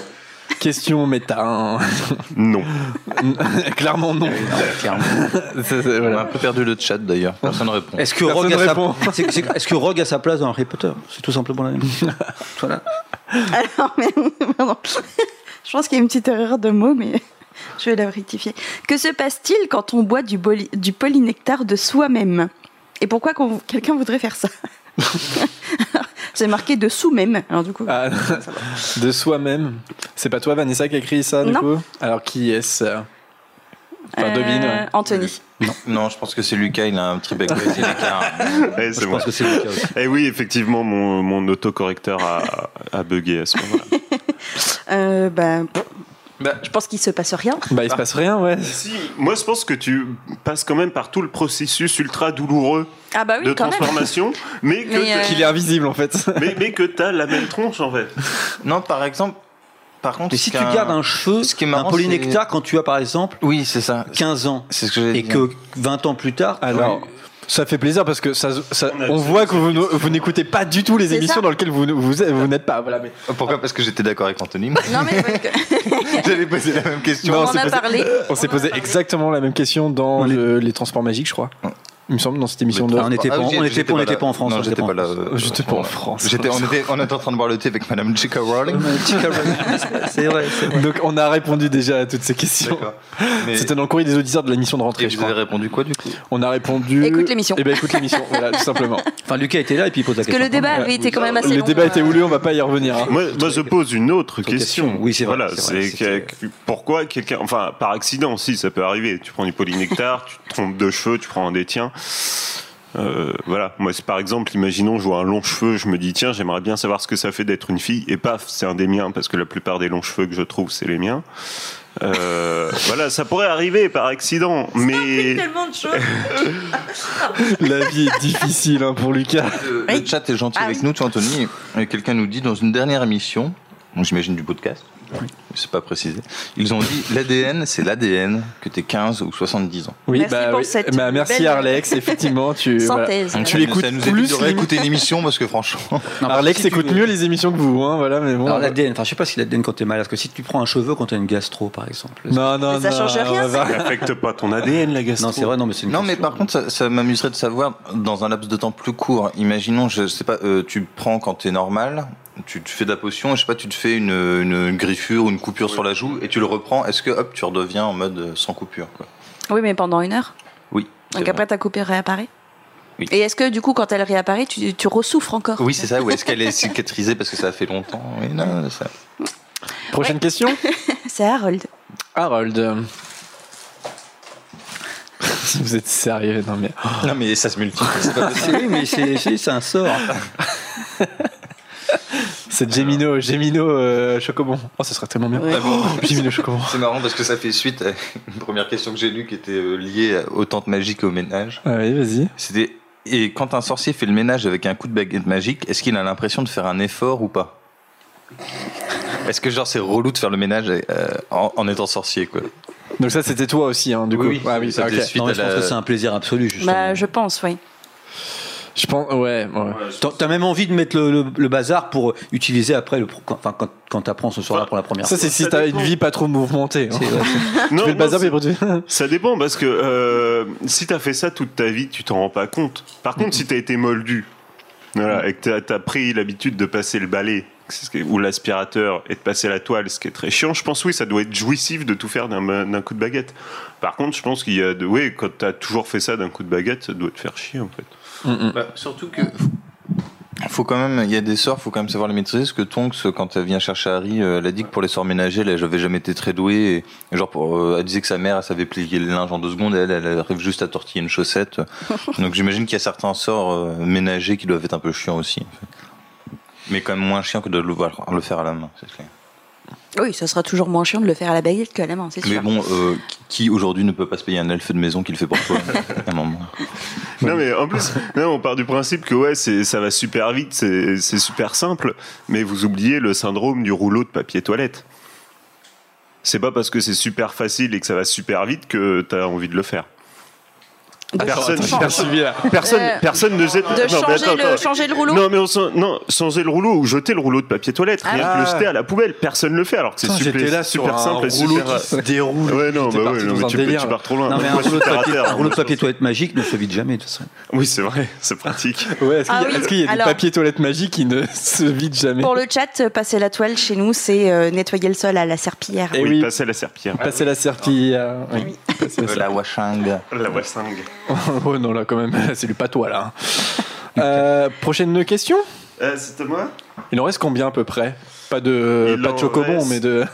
[SPEAKER 1] Question méta. hein.
[SPEAKER 2] Non.
[SPEAKER 1] Clairement non.
[SPEAKER 3] Clairement.
[SPEAKER 1] C'est- c'est-
[SPEAKER 7] On a
[SPEAKER 1] voilà.
[SPEAKER 7] un peu perdu le chat, d'ailleurs. Personne ne répond.
[SPEAKER 3] Est-ce que,
[SPEAKER 1] Personne
[SPEAKER 3] Rogue a
[SPEAKER 1] répond.
[SPEAKER 3] sa... c'est- c'est- est-ce que Rogue a sa place dans Harry Potter C'est tout simplement la même chose. Voilà.
[SPEAKER 5] Alors, mais, pardon. Je pense qu'il y a une petite erreur de mot, mais je vais la rectifier. Que se passe-t-il quand on boit du, boli- du polynectar de soi-même Et pourquoi qu'on- quelqu'un voudrait faire ça C'est marqué de sous-même. Alors, du coup,
[SPEAKER 1] Ah, de soi-même. C'est pas toi, Vanessa, qui a écrit ça, du
[SPEAKER 5] Non.
[SPEAKER 1] coup Alors, qui est-ce euh Enfin,
[SPEAKER 5] euh,
[SPEAKER 1] devine. ouais.
[SPEAKER 5] Anthony.
[SPEAKER 3] Eh,
[SPEAKER 7] Non, je pense que c'est Lucas, il a un petit bec. c'est Lucas.
[SPEAKER 2] Eh, c'est
[SPEAKER 3] Je
[SPEAKER 2] moi.
[SPEAKER 3] pense que c'est Lucas aussi.
[SPEAKER 2] Eh oui, effectivement, mon, mon autocorrecteur a, a bugué à ce moment-là.
[SPEAKER 5] Euh, bah,
[SPEAKER 7] Bah,
[SPEAKER 5] je pense qu'il se passe rien.
[SPEAKER 1] Bah, il se passe rien, ouais.
[SPEAKER 2] Si, moi je pense que tu passes quand même par tout le processus ultra douloureux
[SPEAKER 5] Ah bah
[SPEAKER 2] de
[SPEAKER 5] oui, quand même.
[SPEAKER 2] transformation, mais que
[SPEAKER 5] Mais,
[SPEAKER 2] t'as-
[SPEAKER 5] euh,
[SPEAKER 1] Qu'il est invisible, en fait.
[SPEAKER 2] mais, mais que t'as la même tronche en fait.
[SPEAKER 7] Non, par exemple, par contre.
[SPEAKER 3] Mais
[SPEAKER 7] ce
[SPEAKER 3] si tu
[SPEAKER 7] qu'un-
[SPEAKER 3] gardes un cheveu,
[SPEAKER 7] ce qui est marrant,
[SPEAKER 3] un polynectar, quand tu as par exemple
[SPEAKER 7] Oui, c'est ça.
[SPEAKER 3] 15 ans
[SPEAKER 7] C'est ce que j'allais
[SPEAKER 3] et
[SPEAKER 7] dire.
[SPEAKER 3] que 20 ans plus tard,
[SPEAKER 1] Alors, ça fait plaisir parce que ça, ça-
[SPEAKER 2] On a-
[SPEAKER 1] on voit que vous, ne- vous n'écoutez pas du tout les
[SPEAKER 5] C'est
[SPEAKER 1] émissions
[SPEAKER 5] ça.
[SPEAKER 1] dans lesquelles vous, ne- vous, vous n'êtes pas. Voilà, mais
[SPEAKER 7] Pourquoi Parce que j'étais d'accord avec Anthony.
[SPEAKER 5] Non, mais parce que-
[SPEAKER 7] J'avais posé la même question.
[SPEAKER 5] on
[SPEAKER 1] Non,
[SPEAKER 5] en
[SPEAKER 1] c'est
[SPEAKER 5] a
[SPEAKER 1] pas-
[SPEAKER 5] parlé.
[SPEAKER 1] on s'est
[SPEAKER 5] en a
[SPEAKER 1] posé
[SPEAKER 5] parlé.
[SPEAKER 1] exactement la même question dans
[SPEAKER 3] On est-
[SPEAKER 1] le- les transports magiques, je crois. Il me semble dans cette émission
[SPEAKER 7] Les
[SPEAKER 1] de.
[SPEAKER 3] on n'était
[SPEAKER 7] Ah,
[SPEAKER 3] pas,
[SPEAKER 7] j'étais-
[SPEAKER 3] on était
[SPEAKER 7] j'étais
[SPEAKER 3] pas- on
[SPEAKER 7] pas
[SPEAKER 3] était
[SPEAKER 7] là.
[SPEAKER 3] pas en France.
[SPEAKER 7] Non,
[SPEAKER 3] on était
[SPEAKER 7] j'étais
[SPEAKER 3] en
[SPEAKER 7] pas là.
[SPEAKER 3] France.
[SPEAKER 7] euh,
[SPEAKER 1] J'étais pas en France.
[SPEAKER 7] J'étais, on, était, on était en train de boire le thé avec Madame J.K. Rowling.
[SPEAKER 3] C'est vrai, c'est vrai.
[SPEAKER 1] Donc on a répondu déjà à toutes ces questions.
[SPEAKER 7] Mais-
[SPEAKER 1] C'était dans le courrier des auditeurs de la mission de rentrée,
[SPEAKER 7] Et
[SPEAKER 1] je
[SPEAKER 7] vous
[SPEAKER 1] crois.
[SPEAKER 7] avez répondu quoi du coup
[SPEAKER 1] On a répondu.
[SPEAKER 5] Écoute l'émission.
[SPEAKER 1] Eh ben écoute l'émission, voilà, tout simplement.
[SPEAKER 3] Enfin, Lucas était là et puis il pose la
[SPEAKER 5] Parce que le
[SPEAKER 3] question.
[SPEAKER 5] débat
[SPEAKER 1] Ouais,
[SPEAKER 5] avait été quand même assez
[SPEAKER 1] le
[SPEAKER 5] long. euh,
[SPEAKER 1] débat était houleux, on va pas y revenir. hein.
[SPEAKER 2] Ah, Moi, moi, je pose une autre
[SPEAKER 3] Autre question.
[SPEAKER 2] question.
[SPEAKER 3] Oui, c'est vrai,
[SPEAKER 2] Voilà,
[SPEAKER 3] c'est vrai,
[SPEAKER 2] c'est
[SPEAKER 3] c'était-
[SPEAKER 2] que- pourquoi quelqu'un, enfin par accident, si ça peut arriver, tu prends du polynectar, tu te trompes de cheveux, tu prends un des tiens. Euh, voilà, moi c'est par exemple, imaginons je vois un long cheveu, je me dis tiens j'aimerais bien savoir ce que ça fait d'être une fille et paf c'est un des miens parce que la plupart des longs cheveux que je trouve c'est les miens. Euh, voilà, ça pourrait arriver par accident, mais
[SPEAKER 5] tellement de choses.
[SPEAKER 1] La vie est difficile hein, pour Lucas.
[SPEAKER 7] Le,
[SPEAKER 5] Oui.
[SPEAKER 7] le chat est gentil
[SPEAKER 5] Ah
[SPEAKER 7] avec
[SPEAKER 5] oui.
[SPEAKER 7] nous, tu vois, Anthony. Et Quelqu'un nous dit dans une dernière émission, donc j'imagine du podcast, c'est pas précisé, ils ont dit l'ADN, c'est l'ADN que t'es 15 ou 70 ans.
[SPEAKER 1] Oui,
[SPEAKER 5] Merci pour cette
[SPEAKER 1] bah, merci
[SPEAKER 5] belle-
[SPEAKER 1] Arlex, effectivement. Tu, euh, voilà.
[SPEAKER 5] Synthèse.
[SPEAKER 7] Donc,
[SPEAKER 1] tu
[SPEAKER 7] ça nous-
[SPEAKER 1] l'écoutes
[SPEAKER 7] Ça nous
[SPEAKER 1] plus,
[SPEAKER 7] évite de
[SPEAKER 1] limite.
[SPEAKER 7] réécouter l'émission parce que franchement,
[SPEAKER 3] Non, parce que
[SPEAKER 1] Arlex
[SPEAKER 3] si tu
[SPEAKER 1] écoute
[SPEAKER 3] veux-
[SPEAKER 1] mieux les émissions que vous, hein, voilà, mais bon.
[SPEAKER 3] Alors l'ADN, enfin je sais pas si l'ADN quand t'es malade, parce que si tu prends un cheveu quand t'as une gastro par exemple.
[SPEAKER 1] Non, non,
[SPEAKER 5] Mais ça
[SPEAKER 1] non,
[SPEAKER 5] change rien,
[SPEAKER 1] on va-
[SPEAKER 2] ça n'affecte pas ton ADN, la gastro.
[SPEAKER 3] Non c'est vrai, non mais c'est une
[SPEAKER 7] Non, mais
[SPEAKER 3] question.
[SPEAKER 7] par contre, ça, ça m'amuserait de savoir dans un laps de temps plus court. Imaginons, je sais pas, euh, tu prends quand t'es normal, tu te fais de la potion, et je sais pas, tu te fais une, une- une griffure ou une coupure sur la joue et tu le reprends. Est-ce que hop, tu redeviens en mode euh, sans coupure quoi.
[SPEAKER 5] Oui, mais pendant une heure.
[SPEAKER 7] Oui. c'est
[SPEAKER 5] Donc
[SPEAKER 7] vrai.
[SPEAKER 5] après, ta coupure réapparaît.
[SPEAKER 7] Oui.
[SPEAKER 5] Et est-ce que du coup, quand elle réapparaît, tu, tu ressouffres encore
[SPEAKER 7] Oui, c'est ça. Ou est-ce qu'elle est cicatrisée parce que ça a fait longtemps Oui, non, ça.
[SPEAKER 1] Prochaine question
[SPEAKER 5] C'est Harold.
[SPEAKER 1] Harold. Si vous êtes sérieux, non mais.
[SPEAKER 7] Non, mais ça se multiplie. c'est pas possible.
[SPEAKER 3] C'est- oui, mais c'est c'est- c'est un sort.
[SPEAKER 1] C'est Gemino, Gemino euh, Chocobon. Oh, ça serait tellement bien.
[SPEAKER 5] Ouais.
[SPEAKER 1] Oh, Gemino Chocobon.
[SPEAKER 7] C'est marrant parce que ça fait suite à une première question que j'ai lue qui était euh, liée aux tentes magiques et au ménage.
[SPEAKER 1] Ah oui, vas-y.
[SPEAKER 7] C'était et quand un sorcier fait le ménage avec un coup de baguette magique, est-ce qu'il a l'impression de faire un effort ou pas Est-ce que genre c'est relou de faire le ménage euh, en, en étant sorcier quoi
[SPEAKER 1] Donc, ça, c'était toi aussi, hein, du coup. Ah oui,
[SPEAKER 7] ça
[SPEAKER 1] ok.
[SPEAKER 7] faisait suite
[SPEAKER 3] Non, mais
[SPEAKER 7] à
[SPEAKER 3] je pense
[SPEAKER 7] la-
[SPEAKER 3] que c'est un plaisir absolu justement.
[SPEAKER 5] Bah, je pense, oui.
[SPEAKER 1] Je pense, ouais, ouais.
[SPEAKER 3] T'as- T'as même envie de mettre le, le- le bazar pour utiliser après le pro- quand- enfin quand, quand t'apprends ce soir-là pour la première
[SPEAKER 1] Ça,
[SPEAKER 3] fois.
[SPEAKER 1] c'est si t'as une vie pas trop mouvementée. hein.
[SPEAKER 3] C'est- ouais, c'est-
[SPEAKER 1] Tu
[SPEAKER 2] Non,
[SPEAKER 1] fais le
[SPEAKER 2] non,
[SPEAKER 1] bazar,
[SPEAKER 2] c'est-
[SPEAKER 1] mais pour tu-
[SPEAKER 2] Ça dépend parce que euh, si t'as fait ça toute ta vie, tu t'en rends pas compte. Par contre, si t'as été moldu, voilà, et que t'as- t'as pris l'habitude de passer le balai c'est ce qui- ou l'aspirateur et de passer la toile, ce qui est très chiant, je pense oui, ça doit être jouissif de tout faire d'un ma- d'un coup de baguette. Par contre, je pense qu'il y a de, oui, quand t'as toujours fait ça d'un coup de baguette, ça doit te faire chier en fait.
[SPEAKER 7] surtout que faut quand même il y a des sorts, faut quand même savoir les maîtriser. Ce que Tonks quand elle vient chercher Harry, euh, elle a dit que pour les sorts ménagers, là, j'avais jamais été très doué. Et, genre pour, euh, elle disait que sa mère, elle savait plier le linge en deux secondes. et elle, elle arrive juste à tortiller une chaussette. Donc j'imagine qu'il y a certains sorts euh, ménagers qui doivent être un peu chiants aussi. en fait. Mais quand même moins chiant que de le, voir, le faire à la main. c'est clair.
[SPEAKER 5] Oui, ça sera toujours moins chiant de le faire à la baguette qu'à la main, c'est
[SPEAKER 7] Mais
[SPEAKER 5] sûr.
[SPEAKER 7] bon, euh, qui aujourd'hui ne peut pas se payer un elfe de maison qu'il fait pour toi à un moment
[SPEAKER 2] Non mais en plus, non, on part du principe que ouais, c'est- ça va super vite, c'est c'est super simple, mais vous oubliez le syndrome du rouleau de papier toilette. C'est pas parce que c'est super facile et que ça va super vite que t'as envie de le faire. Personne,
[SPEAKER 1] J'ai pas suivi, là.
[SPEAKER 2] personne,
[SPEAKER 5] Euh,
[SPEAKER 2] personne ne jette.
[SPEAKER 5] De
[SPEAKER 2] non, mais
[SPEAKER 5] changer,
[SPEAKER 2] attends,
[SPEAKER 5] le,
[SPEAKER 2] attends.
[SPEAKER 5] changer le rouleau
[SPEAKER 2] Non mais on s'en- non, changer le rouleau ou jeter le rouleau de papier toilette, rien
[SPEAKER 1] Ah.
[SPEAKER 2] que le jeter à la poubelle, personne le fait alors que c'est
[SPEAKER 1] Putain,
[SPEAKER 2] super,
[SPEAKER 1] J'étais là sur
[SPEAKER 2] super
[SPEAKER 1] un
[SPEAKER 2] simple et
[SPEAKER 1] rouleau
[SPEAKER 2] super. euh,
[SPEAKER 1] qui se déroule.
[SPEAKER 2] Ouais non,
[SPEAKER 1] J'étais
[SPEAKER 2] bah ouais,
[SPEAKER 1] parti
[SPEAKER 2] non,
[SPEAKER 1] dans
[SPEAKER 2] mais
[SPEAKER 1] un
[SPEAKER 2] tu, peux-
[SPEAKER 1] délire.
[SPEAKER 2] tu pars trop loin.
[SPEAKER 3] Non, mais un
[SPEAKER 2] Moi, je
[SPEAKER 3] rouleau de
[SPEAKER 2] suis terre à
[SPEAKER 3] papier,
[SPEAKER 2] terre.
[SPEAKER 3] un rouleau
[SPEAKER 1] hein,
[SPEAKER 3] de papier toilette magique ne se vide jamais de toute façon.
[SPEAKER 2] Oui c'est vrai, c'est pratique.
[SPEAKER 1] Ouais, est-ce qu'il y a-
[SPEAKER 5] Ah oui.
[SPEAKER 1] est-ce qu'il y a, des
[SPEAKER 5] Alors-
[SPEAKER 1] papiers toilettes magiques qui ne se vident jamais
[SPEAKER 5] Pour le chat, euh, passer la toile chez nous, c'est euh, nettoyer le sol à la serpillière.
[SPEAKER 1] Et
[SPEAKER 2] oui,
[SPEAKER 1] Eh oui.
[SPEAKER 2] passer la serpillère.
[SPEAKER 1] Passer la serpillère. Oui. Passer la
[SPEAKER 7] La washang.
[SPEAKER 2] La wassingue.
[SPEAKER 1] Oh non, là, quand même, c'est du patois, là. hein. Euh, prochaine question
[SPEAKER 2] Euh, C'était moi
[SPEAKER 1] Il en reste combien à peu près Pas de,
[SPEAKER 2] Il
[SPEAKER 1] pas de
[SPEAKER 2] en
[SPEAKER 1] chocobon,
[SPEAKER 2] reste-
[SPEAKER 1] mais de.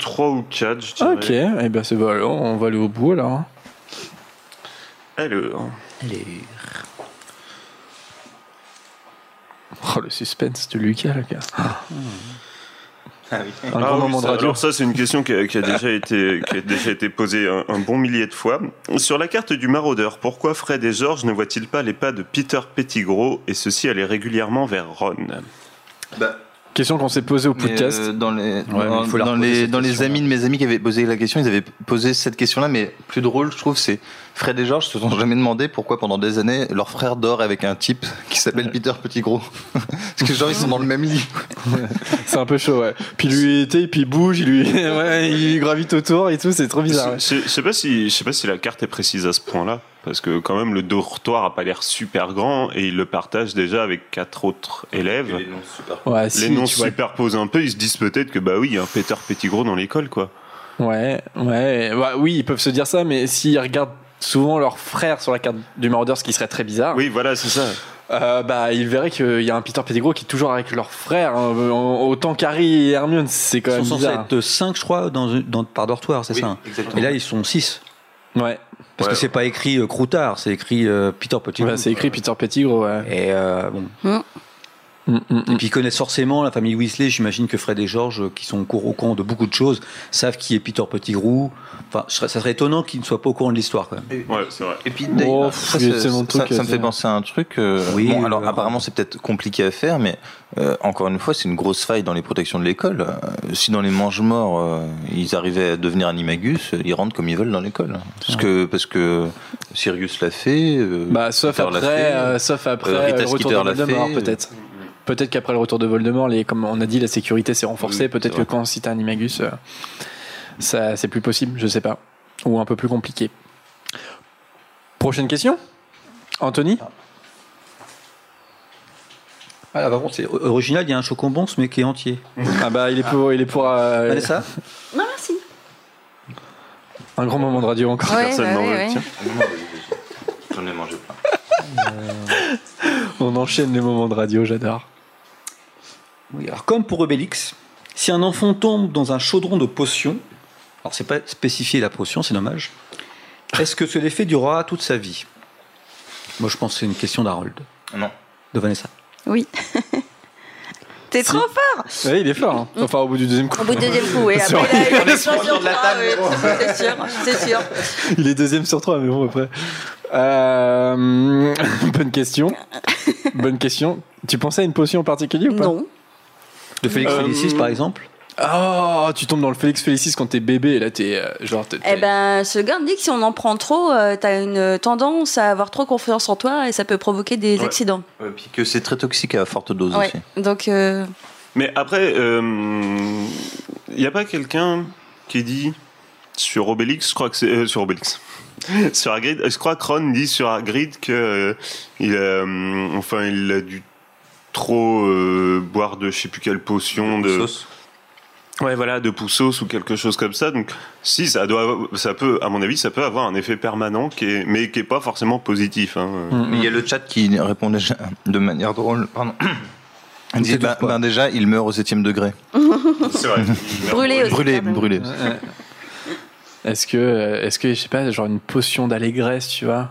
[SPEAKER 2] 3 ou 4, je dirais.
[SPEAKER 1] Ok, eh bien c'est bon, alors, on va aller au bout alors. hein.
[SPEAKER 2] Alors,
[SPEAKER 1] Oh, le suspense de Lucas, là, gars. Un
[SPEAKER 2] Ah
[SPEAKER 1] grand
[SPEAKER 2] oui,
[SPEAKER 1] moment de
[SPEAKER 2] ça,
[SPEAKER 1] radio.
[SPEAKER 2] alors ça, c'est une question qui a, qui a déjà été, qui a déjà été posée un, un bon millier de fois. Sur la carte du maraudeur, pourquoi Fred et George ne voient-ils pas les pas de Peter Pettigrew et ceux-ci aller régulièrement vers Ron
[SPEAKER 1] Question qu'on s'est posée au
[SPEAKER 7] Bah, Mais,
[SPEAKER 1] podcast.
[SPEAKER 7] euh, dans les,
[SPEAKER 3] mais
[SPEAKER 7] dans,
[SPEAKER 3] il faut la
[SPEAKER 7] dans
[SPEAKER 3] reposer,
[SPEAKER 7] les,
[SPEAKER 3] cette
[SPEAKER 7] dans les
[SPEAKER 3] question-là.
[SPEAKER 7] amis de mes amis qui avaient posé la question, ils avaient posé cette question-là, mais plus drôle, je trouve, c'est Fred et Georges se sont jamais demandé pourquoi pendant des années leur frère dort avec un type qui s'appelle Peter Petit Gros. Parce que genre ils sont dans le même lit.
[SPEAKER 1] C'est un peu chaud, ouais. Puis lui était, puis il bouge, il lui, ouais, il gravite autour et tout, c'est trop
[SPEAKER 2] Je
[SPEAKER 1] bizarre. ouais.
[SPEAKER 2] je- je sais pas si je sais pas si la carte est précise à ce point-là, parce que quand même le dortoir a pas l'air super grand et ils le partagent déjà avec quatre autres élèves.
[SPEAKER 1] Ouais, si,
[SPEAKER 2] les noms
[SPEAKER 1] tu vois.
[SPEAKER 2] superposent un peu, ils se disent peut-être que bah oui, il y a un Peter Pettigrew dans l'école quoi.
[SPEAKER 1] Ouais, ouais, bah oui, ils peuvent se dire ça, mais s'ils regardent souvent leur frère sur la carte du maraudeur, ce qui serait très bizarre,
[SPEAKER 2] Oui, voilà, c'est ça.
[SPEAKER 1] euh, bah ils verraient qu'il y a un Peter Pettigrew qui est toujours avec leur frère, hein, en- autant qu'Harry et Hermione, c'est quand
[SPEAKER 3] Ils
[SPEAKER 1] même
[SPEAKER 3] sont censés
[SPEAKER 1] bizarre.
[SPEAKER 3] être 5, je crois, dans, une- dans- par dortoir, c'est ça hein Et là, ils sont 6.
[SPEAKER 1] Ouais,
[SPEAKER 3] Parce que
[SPEAKER 2] Ouais.
[SPEAKER 3] c'est pas écrit euh, Croutard, c'est écrit euh, Peter Petit.
[SPEAKER 1] Ouais, c'est écrit Peter Pettigrew, ouais.
[SPEAKER 3] Et euh, bon.
[SPEAKER 5] Hmm.
[SPEAKER 1] Mm,
[SPEAKER 3] Et puis ils connaissent forcément la famille Weasley. J'imagine que Fred et George, euh, qui sont au cour- au courant de beaucoup de choses, savent qui est Peter Pettigrew. Enfin, je serais- ça serait étonnant qu'ils ne soient pas au courant de l'histoire quand même.
[SPEAKER 2] Ouais, c'est vrai.
[SPEAKER 7] Et puis,
[SPEAKER 1] Oh,
[SPEAKER 7] d'ailleurs,
[SPEAKER 1] pff,
[SPEAKER 7] ça,
[SPEAKER 1] il y a
[SPEAKER 7] c'est-
[SPEAKER 1] tellement de
[SPEAKER 7] ça-
[SPEAKER 1] trucs,
[SPEAKER 7] ça me
[SPEAKER 1] ça.
[SPEAKER 7] fait penser à un truc. euh,
[SPEAKER 3] Oui,
[SPEAKER 7] bon, alors
[SPEAKER 3] euh,
[SPEAKER 7] apparemment, c'est peut-être compliqué à faire, mais euh, encore une fois, c'est une grosse faille dans les protections de l'école. Euh, si dans les manges morts, ils arrivaient à devenir animagus, euh, ils rentrent comme ils veulent dans l'école. Parce que parce que Sirius l'a fait. euh,
[SPEAKER 1] Bah, sauf
[SPEAKER 7] Peter l'a
[SPEAKER 1] après,
[SPEAKER 7] fait,
[SPEAKER 1] euh, sauf après
[SPEAKER 7] euh, Rita
[SPEAKER 1] le retour
[SPEAKER 7] Skeeter
[SPEAKER 1] de
[SPEAKER 7] l'a
[SPEAKER 1] Voldemort,
[SPEAKER 7] fait.
[SPEAKER 1] peut-être. Peut-être qu'après le retour de Voldemort, les, comme on a dit, la sécurité s'est renforcée.
[SPEAKER 7] Oui,
[SPEAKER 1] peut-être
[SPEAKER 7] c'est
[SPEAKER 1] que
[SPEAKER 7] vrai.
[SPEAKER 1] quand si t'as un Animagus, euh, ça c'est plus possible, je sais pas, ou un peu plus compliqué. Prochaine question, Anthony.
[SPEAKER 3] Ah, là, par contre, c'est o- original. Il y a un chocobons mais qui est entier.
[SPEAKER 1] Ah bah il est pour, il est pour euh,
[SPEAKER 3] Vanessa
[SPEAKER 5] Non, merci.
[SPEAKER 1] un grand moment de radio
[SPEAKER 5] Ah.
[SPEAKER 1] encore.
[SPEAKER 4] Ouais,
[SPEAKER 2] Personne
[SPEAKER 4] bah
[SPEAKER 2] n'en
[SPEAKER 4] ouais,
[SPEAKER 2] veut,
[SPEAKER 4] ouais.
[SPEAKER 2] tiens.
[SPEAKER 7] J'en ai mangé plein.
[SPEAKER 1] On enchaîne les moments de radio, j'adore.
[SPEAKER 3] Oui, alors comme pour Obélix, si un enfant tombe dans un chaudron de potions, alors c'est pas spécifié la potion, c'est dommage. Est-ce que ce l'effet durera toute sa vie Moi, je pense que c'est une question d'Harold,
[SPEAKER 7] Non.
[SPEAKER 3] de Vanessa.
[SPEAKER 5] Oui. T'es trop fort
[SPEAKER 1] Ouais, il est fort. hein. Enfin au bout du deuxième coup.
[SPEAKER 5] Mm. Au bout de deuxième coup, oui.
[SPEAKER 1] C'est
[SPEAKER 5] Après, il a eu une explosion. Ah, oui, c'est sûr, c'est sûr.
[SPEAKER 1] Il est deuxième sur trois, mais bon, après. Euh, bonne question. Bonne question. Tu pensais à une potion en particulier ou pas
[SPEAKER 5] Non.
[SPEAKER 3] De Félix
[SPEAKER 2] Euh,
[SPEAKER 3] Félicis, par exemple
[SPEAKER 1] Oh, tu tombes dans le Félix Félicis quand t'es bébé. Et là, t'es euh, genre. t'es-
[SPEAKER 5] Eh ben, ce gars me dit que si on en prend trop, euh, t'as une tendance à avoir trop confiance en toi et ça peut provoquer des
[SPEAKER 2] Ouais.
[SPEAKER 5] accidents.
[SPEAKER 7] Et puis que c'est très toxique à forte dose
[SPEAKER 5] Ouais.
[SPEAKER 7] aussi.
[SPEAKER 5] Donc, euh,
[SPEAKER 2] Mais après, il n'y a pas quelqu'un qui dit sur Obélix, je crois que c'est euh, sur Obélix. sur Hagrid, euh, je crois que Ron dit sur Hagrid que euh, il, euh, enfin, il a dû trop euh, boire de je sais plus quelle potion de
[SPEAKER 7] Sauce.
[SPEAKER 2] ouais voilà de poussos ou quelque chose comme ça donc si ça doit avoir- ça peut à mon avis ça peut avoir un effet permanent qui est, mais qui est pas forcément positif hein.
[SPEAKER 7] Mais il y a le chat qui répond déjà de manière drôle. Pardon. Il dit,
[SPEAKER 3] T'étouffes
[SPEAKER 7] ben,
[SPEAKER 3] pas.
[SPEAKER 7] ben déjà, il meurt au septième degré.
[SPEAKER 2] c'est vrai
[SPEAKER 5] brûler aussi.
[SPEAKER 7] Brûlé,
[SPEAKER 5] Ah, bah oui.
[SPEAKER 7] brûlé.
[SPEAKER 1] Ouais. Est-ce que, euh, est-ce que, je sais pas, genre une potion d'allégresse, tu vois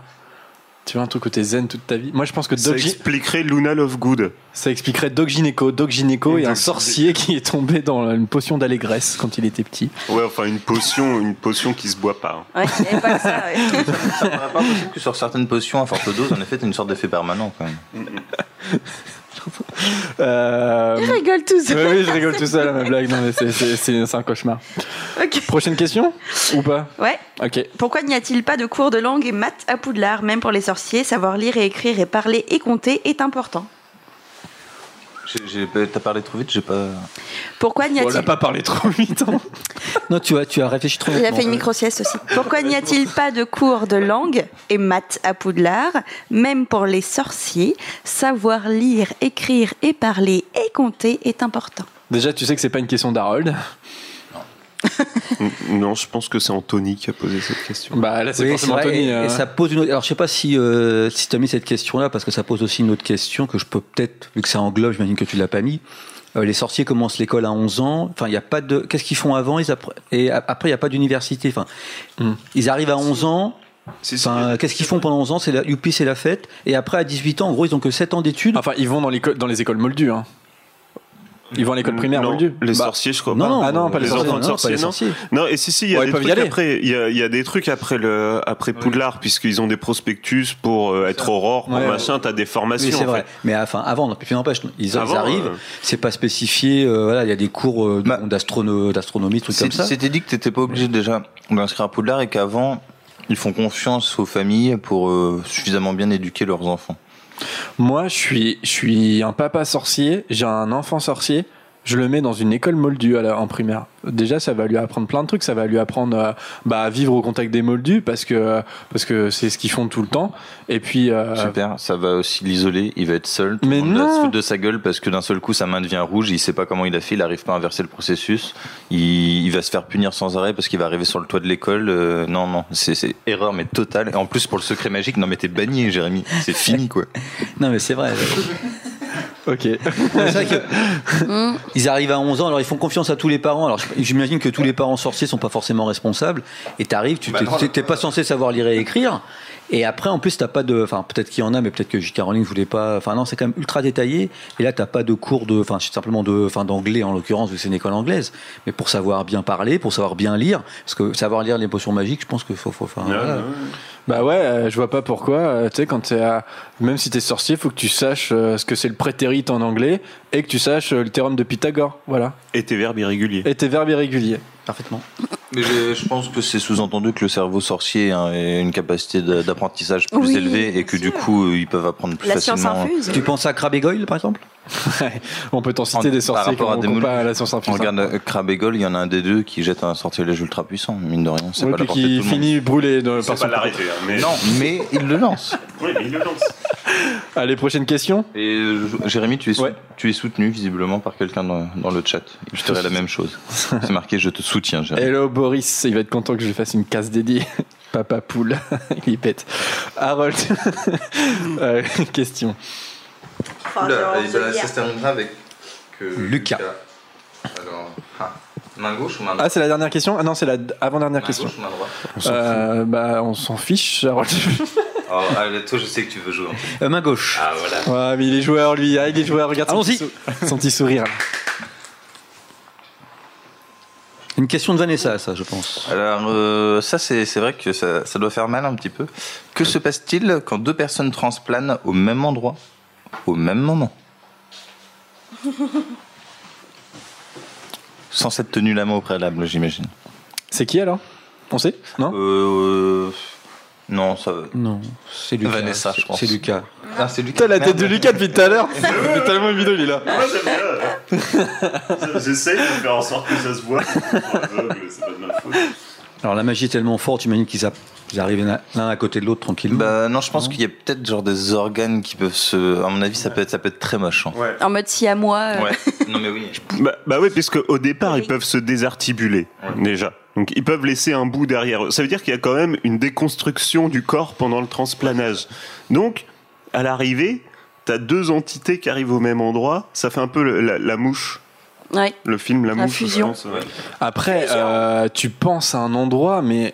[SPEAKER 1] tu vois un truc où t'es zen toute ta vie Moi je pense que
[SPEAKER 2] ça
[SPEAKER 1] Doc Gy-
[SPEAKER 2] expliquerait Luna Lovegood
[SPEAKER 1] ça expliquerait Doc Gynéco. Doc Gynéco
[SPEAKER 2] Et
[SPEAKER 1] est un
[SPEAKER 2] Doc-
[SPEAKER 1] sorcier qui est tombé dans une potion d'allégresse quand il était petit.
[SPEAKER 2] ouais enfin une potion une potion qui se boit pas hein.
[SPEAKER 5] Ouais, il n'y avait pas que ça. ouais.
[SPEAKER 7] Ça me paraît pas possible que sur certaines potions à forte dose, en effet, t'as une sorte d'effet permanent quand même.
[SPEAKER 1] Euh,
[SPEAKER 5] Ils rigolent tous.
[SPEAKER 1] Oui, oui, je rigole tout seul à ma blague. Non, mais c'est- c'est c'est- c'est un cauchemar.
[SPEAKER 5] Ok.
[SPEAKER 1] Prochaine question ou pas
[SPEAKER 5] Ouais.
[SPEAKER 1] Ok.
[SPEAKER 5] Pourquoi n'y a-t-il pas de cours de langue et maths à Poudlard Même pour les sorciers, savoir lire et écrire et parler et compter est important.
[SPEAKER 7] J'ai- j'ai- T'as parlé trop vite, j'ai pas.
[SPEAKER 5] Pourquoi n'y
[SPEAKER 1] On n'a
[SPEAKER 5] a-t-il...
[SPEAKER 1] pas parlé trop vite. hein.
[SPEAKER 3] Non, tu as, tu as réfléchi trop
[SPEAKER 5] Il a
[SPEAKER 3] lentement.
[SPEAKER 5] fait une micro-sieste aussi. Pourquoi n'y a-t-il pas de cours de langue et maths à Poudlard Même pour les sorciers, savoir lire, écrire et parler et compter est important.
[SPEAKER 1] Déjà, tu sais que c'est pas une question d'Harold.
[SPEAKER 2] Non, je pense que c'est Anthony qui a posé cette question.
[SPEAKER 1] Bah là, c'est
[SPEAKER 3] Oui,
[SPEAKER 1] forcément
[SPEAKER 3] vrai,
[SPEAKER 1] Anthony.
[SPEAKER 3] et,
[SPEAKER 1] euh.
[SPEAKER 3] et ça pose une autre... Alors, je sais pas si, euh, si tu as mis cette question-là, parce que ça pose aussi une autre question que je peux peut-être, vu que ça englobe, j'imagine que tu l'as pas mis. Euh, les sorciers commencent l'école à 11 ans. Enfin, il y a pas de. Qu'est-ce qu'ils font avant ils appre- Et a- après, il n'y a pas d'université. Enfin,
[SPEAKER 1] Hmm.
[SPEAKER 3] ils arrivent à 11 ans.
[SPEAKER 2] Si, si, il y
[SPEAKER 3] Enfin, euh,
[SPEAKER 2] a-
[SPEAKER 3] qu'est-ce qu'ils font pendant 11 ans C'est la youpi, c'est la fête. Et après, à 18 ans, en gros, ils ont que 7 ans d'études.
[SPEAKER 1] Enfin, ils vont dans, l'école- dans les écoles moldues. hein. Ils vont à l'école primaire
[SPEAKER 2] Euh, Non,
[SPEAKER 1] moldue.
[SPEAKER 2] Les
[SPEAKER 1] Bah,
[SPEAKER 2] sorciers, je crois
[SPEAKER 3] non,
[SPEAKER 2] pas.
[SPEAKER 3] non,
[SPEAKER 1] Ah non, pas les
[SPEAKER 2] enfants de
[SPEAKER 3] non, pas
[SPEAKER 2] sorciers,
[SPEAKER 3] les
[SPEAKER 2] non.
[SPEAKER 3] sorciers.
[SPEAKER 2] Non, et si si, il y a
[SPEAKER 1] Ouais, ils
[SPEAKER 2] des
[SPEAKER 1] peuvent y
[SPEAKER 2] trucs
[SPEAKER 1] aller.
[SPEAKER 2] après. Il y a, il y a des trucs après le après Poudlard puisqu'ils ont des prospectus pour euh, être aurore, pour
[SPEAKER 1] Ouais,
[SPEAKER 2] machin. T'as des formations.
[SPEAKER 3] Oui, c'est
[SPEAKER 2] en
[SPEAKER 3] vrai.
[SPEAKER 2] fait.
[SPEAKER 3] Mais enfin, avant, non, puis n'empêche, ils, ils
[SPEAKER 2] Avant,
[SPEAKER 3] arrivent.
[SPEAKER 2] euh,
[SPEAKER 3] C'est pas spécifié. euh, voilà, il y a des cours euh, de-
[SPEAKER 7] Bah,
[SPEAKER 3] d'astrono- d'astronomie, trucs comme
[SPEAKER 7] C'est-
[SPEAKER 3] ça.
[SPEAKER 7] C'était dit que t'étais pas obligé déjà d'inscrire à Poudlard et qu'avant, ils font confiance aux familles pour euh, suffisamment bien éduquer leurs enfants.
[SPEAKER 1] Moi, je suis, je suis un papa sorcier. J'ai un enfant sorcier. Je le mets dans une école moldue à la- en primaire. Déjà, ça va lui apprendre plein de trucs. Ça va lui apprendre euh, bah, à vivre au contact des moldus parce que parce que c'est ce qu'ils font tout le temps. Et puis euh,
[SPEAKER 7] Super, ça va aussi l'isoler, il va être seul, tout
[SPEAKER 1] Mais
[SPEAKER 7] le monde va
[SPEAKER 1] non.
[SPEAKER 7] se foutre de sa gueule parce que d'un seul coup sa main devient rouge, il sait pas comment il a fait, il arrive pas à inverser le processus, il, il va se faire punir sans arrêt parce qu'il va arriver sur le toit de l'école, euh, non non, c'est c'est erreur mais totale, et en plus pour le secret magique, non mais t'es banni Jérémy, c'est fini quoi.
[SPEAKER 3] Non, mais c'est vrai.
[SPEAKER 1] ok.
[SPEAKER 3] C'est vrai que- ils arrivent à 11 ans, alors ils font confiance à tous les parents. Alors je- j'imagine que tous les parents sorciers sont pas forcément responsables. Et t'arrives, tu t'es- t'es t'es pas censé savoir lire et écrire. Et après, en plus, t'as pas de. Enfin, peut-être qu'il y en a, mais peut-être que J.K. Rowling voulait pas. Enfin, non, c'est quand même ultra détaillé. Et là, t'as pas de cours de. Enfin, c'est simplement de. Enfin, d'anglais en l'occurrence, vu que c'est une école anglaise. Mais pour savoir bien parler, pour savoir bien lire, parce que savoir lire les potions magiques, je pense qu'il faut. faut enfin,
[SPEAKER 2] Ouais,
[SPEAKER 3] Ah, voilà.
[SPEAKER 2] ouais.
[SPEAKER 1] Bah ouais, euh, je vois pas pourquoi. euh, tu sais, quand t'es à... même si t'es sorcier, faut que tu saches euh, ce que c'est le prétérite en anglais et que tu saches euh, le théorème de Pythagore. Voilà.
[SPEAKER 2] Et tes verbes irréguliers.
[SPEAKER 1] Et tes verbes irréguliers.
[SPEAKER 3] Parfaitement.
[SPEAKER 7] Mais je, je pense que c'est sous-entendu que le cerveau sorcier a une capacité de- d'apprentissage plus
[SPEAKER 5] Oui,
[SPEAKER 7] élevée et que
[SPEAKER 5] bien
[SPEAKER 7] du
[SPEAKER 5] sûr.
[SPEAKER 7] coup euh, ils peuvent apprendre plus
[SPEAKER 5] La science
[SPEAKER 7] facilement.
[SPEAKER 5] infuse.
[SPEAKER 3] Tu penses à Crabbe Goyle, par exemple
[SPEAKER 1] On peut t'en citer
[SPEAKER 7] En-
[SPEAKER 1] des
[SPEAKER 7] par
[SPEAKER 1] sorciers qui
[SPEAKER 7] rapport à des
[SPEAKER 1] n'ont
[SPEAKER 7] moules.
[SPEAKER 1] pas à la science
[SPEAKER 7] On
[SPEAKER 1] infuse. hein.
[SPEAKER 7] regarde euh, Crabbe et Gold, il y en a un des deux qui jette un sortilège ultra puissant, mine de rien. C'est
[SPEAKER 1] Ouais,
[SPEAKER 7] pas la
[SPEAKER 1] puis
[SPEAKER 7] portée de
[SPEAKER 1] qui
[SPEAKER 7] tout le monde.
[SPEAKER 1] finit brûlé dans- par
[SPEAKER 2] C'est
[SPEAKER 1] son
[SPEAKER 2] pas l'arrêter, hein, mais.
[SPEAKER 7] Non, mais il le lance.
[SPEAKER 2] Oui, mais il le lance.
[SPEAKER 1] Allez, prochaine question.
[SPEAKER 7] Et euh, J- Jérémy, tu es, sou-
[SPEAKER 1] Ouais.
[SPEAKER 7] tu es soutenu visiblement par quelqu'un dans, dans le chat. Je ferai la même chose. C'est marqué Je te soutiens, Jérémy.
[SPEAKER 1] Hello Boris, il va être content que je lui fasse une case dédiée. Papa poule, il est bête. Harold, Euh, question.
[SPEAKER 5] Oh,
[SPEAKER 7] bah, ça se terminera avec
[SPEAKER 3] Lucas.
[SPEAKER 7] Alors, ah, main gauche ou main
[SPEAKER 1] Ah, c'est la dernière question Ah non, c'est la d- avant-dernière question.
[SPEAKER 7] ou main droite
[SPEAKER 1] Euh, bah, on s'en fiche, Harold.
[SPEAKER 7] Oh, toi, je sais que tu veux jouer.
[SPEAKER 3] Euh, Main gauche.
[SPEAKER 7] Ah, voilà.
[SPEAKER 1] ouais, mais il est joueur, lui. Ah, il est joueur, regarde son,
[SPEAKER 3] Allons-y.
[SPEAKER 1] petit, sou- son petit sourire.
[SPEAKER 3] Une question de Vanessa, ça, je pense.
[SPEAKER 7] Alors, euh, ça, c'est c'est vrai que ça, ça doit faire mal un petit peu. Que se passe-t-il quand deux personnes transplanent au même endroit, au même moment Sans cette tenue la main au préalable, j'imagine.
[SPEAKER 1] C'est qui alors On sait Non
[SPEAKER 7] Euh, non, ça.
[SPEAKER 3] Non, c'est Lucas.
[SPEAKER 7] Vanessa, je pense.
[SPEAKER 3] C'est Lucas.
[SPEAKER 7] Ah, c'est Lucas.
[SPEAKER 1] Putain, la tête de Lucas depuis tout à l'heure. C'est tellement évident, il est là.
[SPEAKER 2] Moi, j'aime bien. hein. J'essaye de faire en sorte que ça se voit. C'est pas de ma faute.
[SPEAKER 3] Alors, la magie est tellement forte, j'imagine qu'ils a- ils arrivent l'un- l'un à côté de l'autre tranquillement.
[SPEAKER 7] Bah non, je pense
[SPEAKER 3] Non.
[SPEAKER 7] qu'il y a peut-être genre des organes qui peuvent se. À mon avis, ça peut être, ça peut être très moche. hein.
[SPEAKER 2] Ouais.
[SPEAKER 5] En mode si à moi. euh,
[SPEAKER 7] Non mais oui.
[SPEAKER 2] Bah, bah oui, puisque au départ,
[SPEAKER 5] Oui.
[SPEAKER 2] ils peuvent se désarticuler,
[SPEAKER 7] Ouais.
[SPEAKER 2] déjà. Donc, ils peuvent laisser un bout derrière eux. Ça veut dire qu'il y a quand même une déconstruction du corps pendant le transplanage. Donc, à l'arrivée, t'as deux entités qui arrivent au même endroit. Ça fait un peu le- la, la mouche.
[SPEAKER 5] Ouais.
[SPEAKER 2] Le film La,
[SPEAKER 5] La
[SPEAKER 2] Mouche. je
[SPEAKER 5] fusion.
[SPEAKER 2] pense, ouais.
[SPEAKER 1] Après, euh, tu penses à un endroit, mais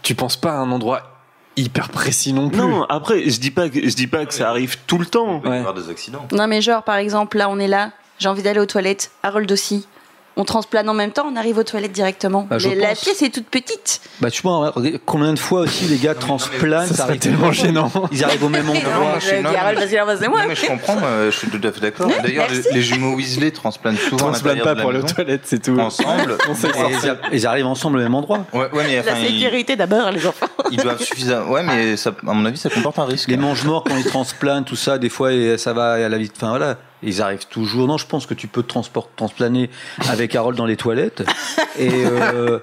[SPEAKER 1] tu penses pas à un endroit hyper précis non plus.
[SPEAKER 2] Non, après, je dis pas que, je dis pas que ça arrive tout le temps.
[SPEAKER 7] Il peut y
[SPEAKER 1] Ouais.
[SPEAKER 7] avoir des accidents.
[SPEAKER 5] Non mais genre par exemple là on est là, j'ai envie d'aller aux toilettes, Harold aussi. On transplane en même temps, on arrive aux toilettes directement.
[SPEAKER 3] Bah, je
[SPEAKER 5] Mais la
[SPEAKER 3] pense.
[SPEAKER 5] pièce est toute petite.
[SPEAKER 3] Bah, tu vois, regardez, combien de fois aussi les gars transplanent,
[SPEAKER 1] ça
[SPEAKER 3] ça
[SPEAKER 1] serait
[SPEAKER 3] arrive-
[SPEAKER 1] tellement gênant.
[SPEAKER 3] ils arrivent au même
[SPEAKER 7] Non,
[SPEAKER 3] endroit.
[SPEAKER 7] moi, je suis-
[SPEAKER 5] je
[SPEAKER 7] non,
[SPEAKER 5] dis Harold
[SPEAKER 7] mais-
[SPEAKER 5] parce qu'il est en face de hein, moi.
[SPEAKER 7] Non, mais je comprends, euh, je suis tout à fait d'accord. D'ailleurs, les, les jumeaux Weasley transplanent
[SPEAKER 1] On
[SPEAKER 7] souvent à
[SPEAKER 1] Transplane
[SPEAKER 7] l'intérieur
[SPEAKER 1] pas
[SPEAKER 7] de la
[SPEAKER 1] pour aller aux
[SPEAKER 7] maison,
[SPEAKER 1] toilettes, c'est tout.
[SPEAKER 7] ensemble.
[SPEAKER 1] On sait que ça
[SPEAKER 3] Et ils, a- ils arrivent ensemble au même endroit.
[SPEAKER 7] Ouais, ouais, mais
[SPEAKER 5] La
[SPEAKER 7] enfin, ils,
[SPEAKER 5] sécurité d'abord les enfants.
[SPEAKER 7] ils doivent suffisamment. Ouais, mais ça, à mon avis, ça comporte un risque.
[SPEAKER 3] Les mange-morts, quand ils transplanent, tout ça, des fois, et ça va à la vie. Enfin, voilà. Ils arrivent toujours. Non, je pense que tu peux te transpor- transplaner avec Harold dans les toilettes. Et, euh,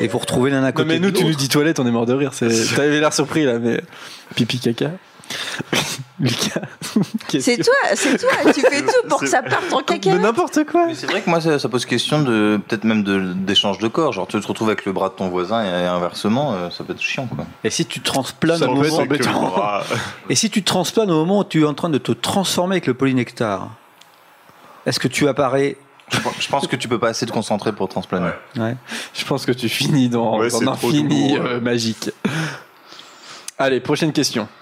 [SPEAKER 3] et vous retrouvez l'un à
[SPEAKER 1] Non,
[SPEAKER 3] côté.
[SPEAKER 1] mais nous,
[SPEAKER 3] de
[SPEAKER 1] tu nous
[SPEAKER 3] l'autre.
[SPEAKER 1] dis toilette, on est mort de rire. c'est- T'avais l'air surpris là, mais pipi caca. Lucas,
[SPEAKER 5] C'est
[SPEAKER 1] question.
[SPEAKER 5] toi, c'est toi, tu fais tout pour que ça parte en caca.
[SPEAKER 1] Mais n'importe quoi.
[SPEAKER 7] Mais c'est vrai que moi, ça, ça pose question de peut-être même de- d'échange de, corps. Genre, tu te retrouves avec le bras de ton voisin et inversement, euh, ça peut être chiant, quoi.
[SPEAKER 3] Et si tu transplanes
[SPEAKER 1] Ça
[SPEAKER 3] au
[SPEAKER 1] peut
[SPEAKER 2] Sans
[SPEAKER 1] être
[SPEAKER 3] moment,
[SPEAKER 2] penser que
[SPEAKER 1] embêtant.
[SPEAKER 2] le bras-
[SPEAKER 3] et si tu transplanes au moment où tu es en train de te transformer avec le polynectar, est-ce que tu apparais
[SPEAKER 7] Je, pense- je pense que tu peux pas assez te concentrer pour transplaner.
[SPEAKER 1] Je pense que tu finis dans,
[SPEAKER 2] Ouais,
[SPEAKER 1] dans
[SPEAKER 2] c'est trop
[SPEAKER 1] l'infini
[SPEAKER 2] douloureux.
[SPEAKER 1] euh, magique. Allez, prochaine question.